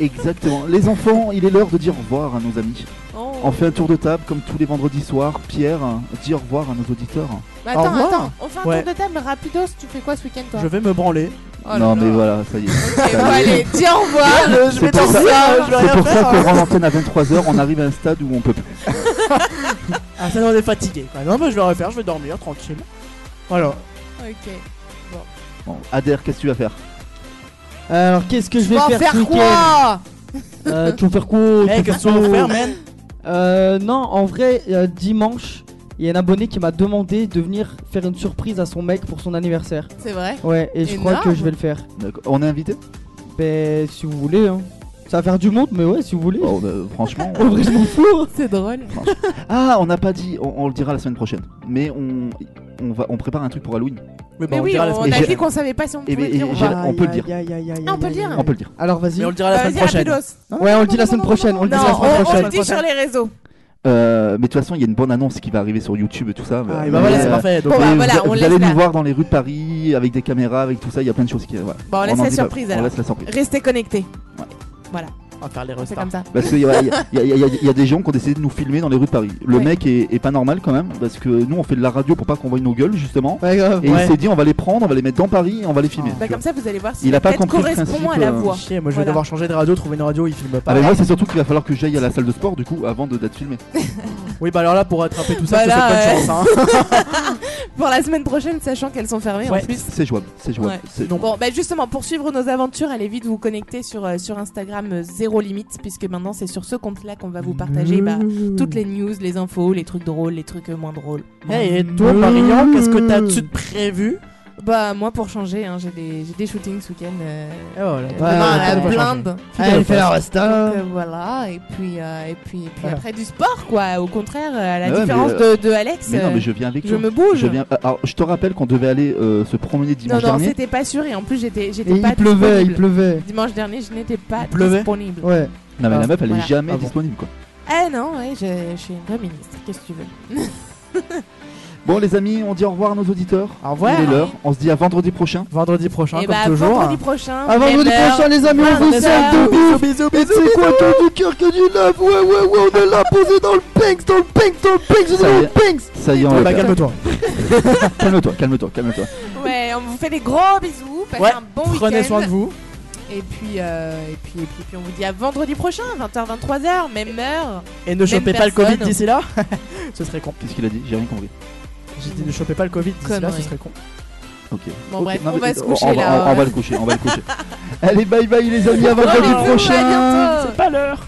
Exactement. Les enfants, il est l'heure de dire au revoir à nos amis.
Oh.
On fait un tour de table comme tous les vendredis soirs. Pierre, dis au revoir à nos auditeurs.
Mais Bah, attends,
revoir.
attends, on fait un
Ouais.
tour de table rapidos. Tu fais quoi ce week-end toi
Je vais me branler.
Oh
non,
là
mais voilà, ça y est. Ça y est.
bon, allez, dis au revoir.
Je
C'est
vais
pour
danser,
ça,
hein, je vais
c'est
rien
pour ça
faire.
qu'on rend l'antenne à 23h, on arrive à un stade où on peut plus.
Ah, ça, on est fatigué. quoi. Non, mais je vais refaire, je vais dormir tranquille. Voilà.
Ok. Bon.
Bon, Adair, qu'est-ce que tu vas faire
Alors, qu'est-ce que je vais
vas en
faire,
faire
ce week-end
quoi
Euh, Tu vas faire quoi
Eh,
tu
qu'est-ce
vas
qu'on va
quoi
faire, man
Euh, non, en vrai, euh, dimanche, il y a un abonné qui m'a demandé de venir faire une surprise à son mec pour son anniversaire.
C'est vrai
Ouais, et je crois
Énorme.
que je vais le faire.
D'accord. On est invité
Ben, si vous voulez, hein. Ça va faire du monde, mais ouais, si vous voulez.
Oh, bah, Franchement. euh,
En vrai, je m'en fous.
C'est drôle.
Ah, on n'a pas dit, on, on le dira la semaine prochaine. Mais on, on, va, on prépare un truc pour Halloween.
Mais,
bah,
oui, on, a dit qu'on savait pas si on
Eh
pouvait
ben,
le dire
et
ou
j'ai-
pas.
on peut le dire.
Ah, on peut le dire.
On peut le dire.
Alors vas-y.
Mais on le dira la
Bah,
semaine
vas-y,
prochaine.
rapidos.
Ouais, on le dit la semaine prochaine. On le dit la
Non,
semaine
on, on
prochaine.
le dit sur les réseaux.
Euh, mais de toute façon, il y a une bonne annonce qui va arriver sur YouTube et tout ça.
Ah, et bah voilà, c'est parfait.
Bon, bah
et vous-
voilà, on
vous
laisse
allez
là.
nous voir dans les rues de Paris avec des caméras, avec tout ça. Il y a plein de choses qui. voilà.
Bon, on laisse
en
la
dit pas-
surprise
On
alors.
laisse la surprise.
Restez connectés. Voilà.
On va faire les
C'est comme ça.
Parce qu'il y, a- y a- y a- y a- y a des gens qui ont décidé de nous filmer dans les rues de Paris. Le mec est, est pas normal quand même, parce que nous on fait de la radio pour pas qu'on voie nos gueules justement. et
Ouais.
il s'est dit on va les prendre, on va les mettre dans Paris et on va les filmer.
Bah, comme ça, vous allez voir si
Il a
la
pas
tête
compris le
correspond à
principe,
la
euh,
voix.
Chier, moi je vais
Voilà.
devoir changer de radio, trouver une radio, il filme pas.
Ah, mais moi c'est surtout qu'il va falloir que j'aille à la salle de sport du coup avant de- d'être filmé.
Oui, bah alors là, pour attraper tout ça,
Bah
je te
là,
souhaite bonne chance. hein.
Pour la semaine prochaine, sachant qu'elles sont fermées en plus.
C'est jouable, c'est jouable.
Ouais.
c'est-
Bon, bah justement, pour suivre nos aventures, allez vite vous connecter sur, euh, sur Instagram euh, Zéro Limite, puisque maintenant c'est sur ce compte-là qu'on va vous partager bah, toutes les news, les infos, les trucs drôles, les trucs euh, moins drôles. Mmh.
Hey, Eh, et toi, Marion, qu'est-ce que t'as-tu de prévu
Bah, moi pour changer, hein, j'ai des, j'ai des shootings ce week-end. euh,
oh là
euh,
là.
demain,
Ouais,
à la
t'as pas
blinde.
changé. Fidèle au fait la
Donc,
resta.
euh, voilà, et puis, euh, et puis, et puis
Ah.
après du sport, quoi. Au contraire, euh, à la
Ah ouais,
différence
mais, euh,
de, de Alex,
Mais non,
euh,
mais je viens avec
je
toi.
me bouge.
Je viens. euh, Alors, je te rappelle qu'on devait aller euh, se promener
Non,
dimanche
non,
dernier.
c'était pas sûr et en plus j'étais j'étais
Et il
pas
pleuvait, il
disponible.
pleuvait.
Dimanche dernier, je n'étais pas
pleuvait
disponible.
Non, mais la meuf elle
Voilà.
est jamais
Ah bon.
disponible quoi.
Eh non, ouais, je, je suis une vraie ministre, qu'est-ce que tu veux
Bon, les amis, on dit au revoir à nos auditeurs. Au
revoir.
Il est l'heure. On se dit à vendredi prochain.
Vendredi prochain,
Eh bah, vendredi prochain,
hein. À vendredi
même heure,
prochain, les amis, on vous
22
aime
heures.
de ouf. Et C'est quoi tout du cœur que du neuf Ouais, ouais, ouais, on est là posé dans le pinks, dans le pinks, dans le pinks,
Ça
dans
y
le
est.
pinks.
Ça y est, on
Bah,
le fait.
calme-toi.
calme-toi, calme-toi, calme-toi.
Ouais, on vous fait des gros bisous, passez
Ouais,
un bon week-end.
prenez soin de vous.
Et puis, euh, et puis, et puis, puis on vous dit à vendredi prochain, 20h, 23h, même heure.
Et ne
même
chopez pas le Covid
personne.
d'ici là. ce serait con.
Qu'est-ce qu'il a dit J'ai rien compris.
J'ai dit ne chopez pas le Covid d'ici là, ce
Connerie.
serait con.
Ok.
Bon,
Ok,
bref,
non,
on
mais-
va se
on-
coucher
on
là. hein.
va- on va le coucher, on va le coucher. Allez, bye bye les amis, à vendredi
Gros bisous, à
prochain.
bientôt.
C'est pas l'heure.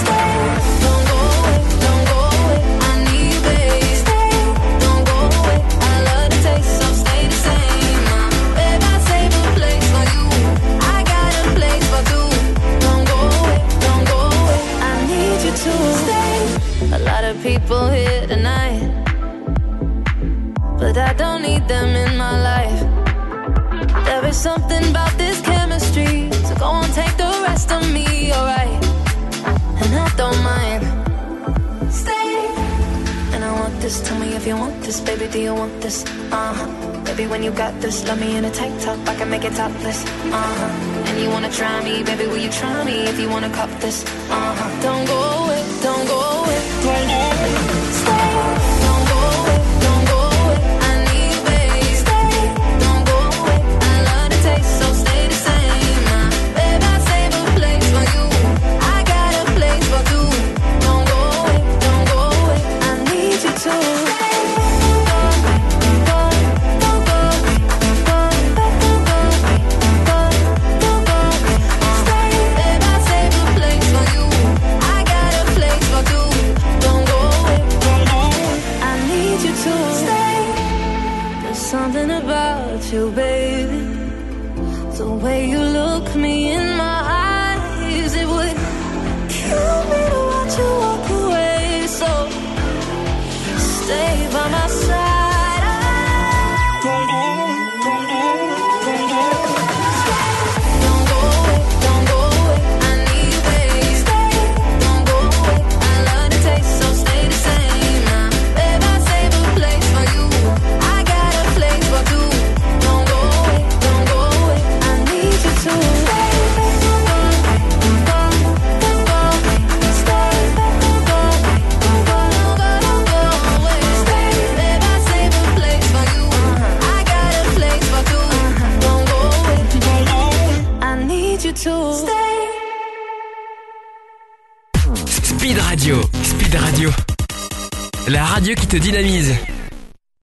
Stay. Don't go away. Don't go away. I need you, baby. Stay. Don't go away. I love the taste, so stay the same. Uh, babe, I save a place for you. I got a place for two. Don't go away. Don't go away. I need you to stay. A lot of people here tonight, but I don't need them in my life. There is something about this chemistry, so go and take the rest of me, alright? And I don't mind. Stay. And I want this. Tell me if you want this, baby. Do you want this? Uh huh. Baby, when you got this, love me in a tank top. I can make it topless. Uh huh. And you wanna try me, baby? Will you try me if you wanna cop this? Uh huh. Don't go away. Don't go away. Don't go away. Stay. Don't go away. Don't go away. I need you, baby. Stay. Don't go away. I love the taste, so stay the same. Uh, babe, I save a place for you. I got a place for two. Don't go away. Don't go away. I need you to stay. Something about you, baby. The way you look me in my eyes, it would kill me to watch you walk away. So stay by my side. I- I got a
Speed Radio, Speed Radio. La radio qui te dynamise.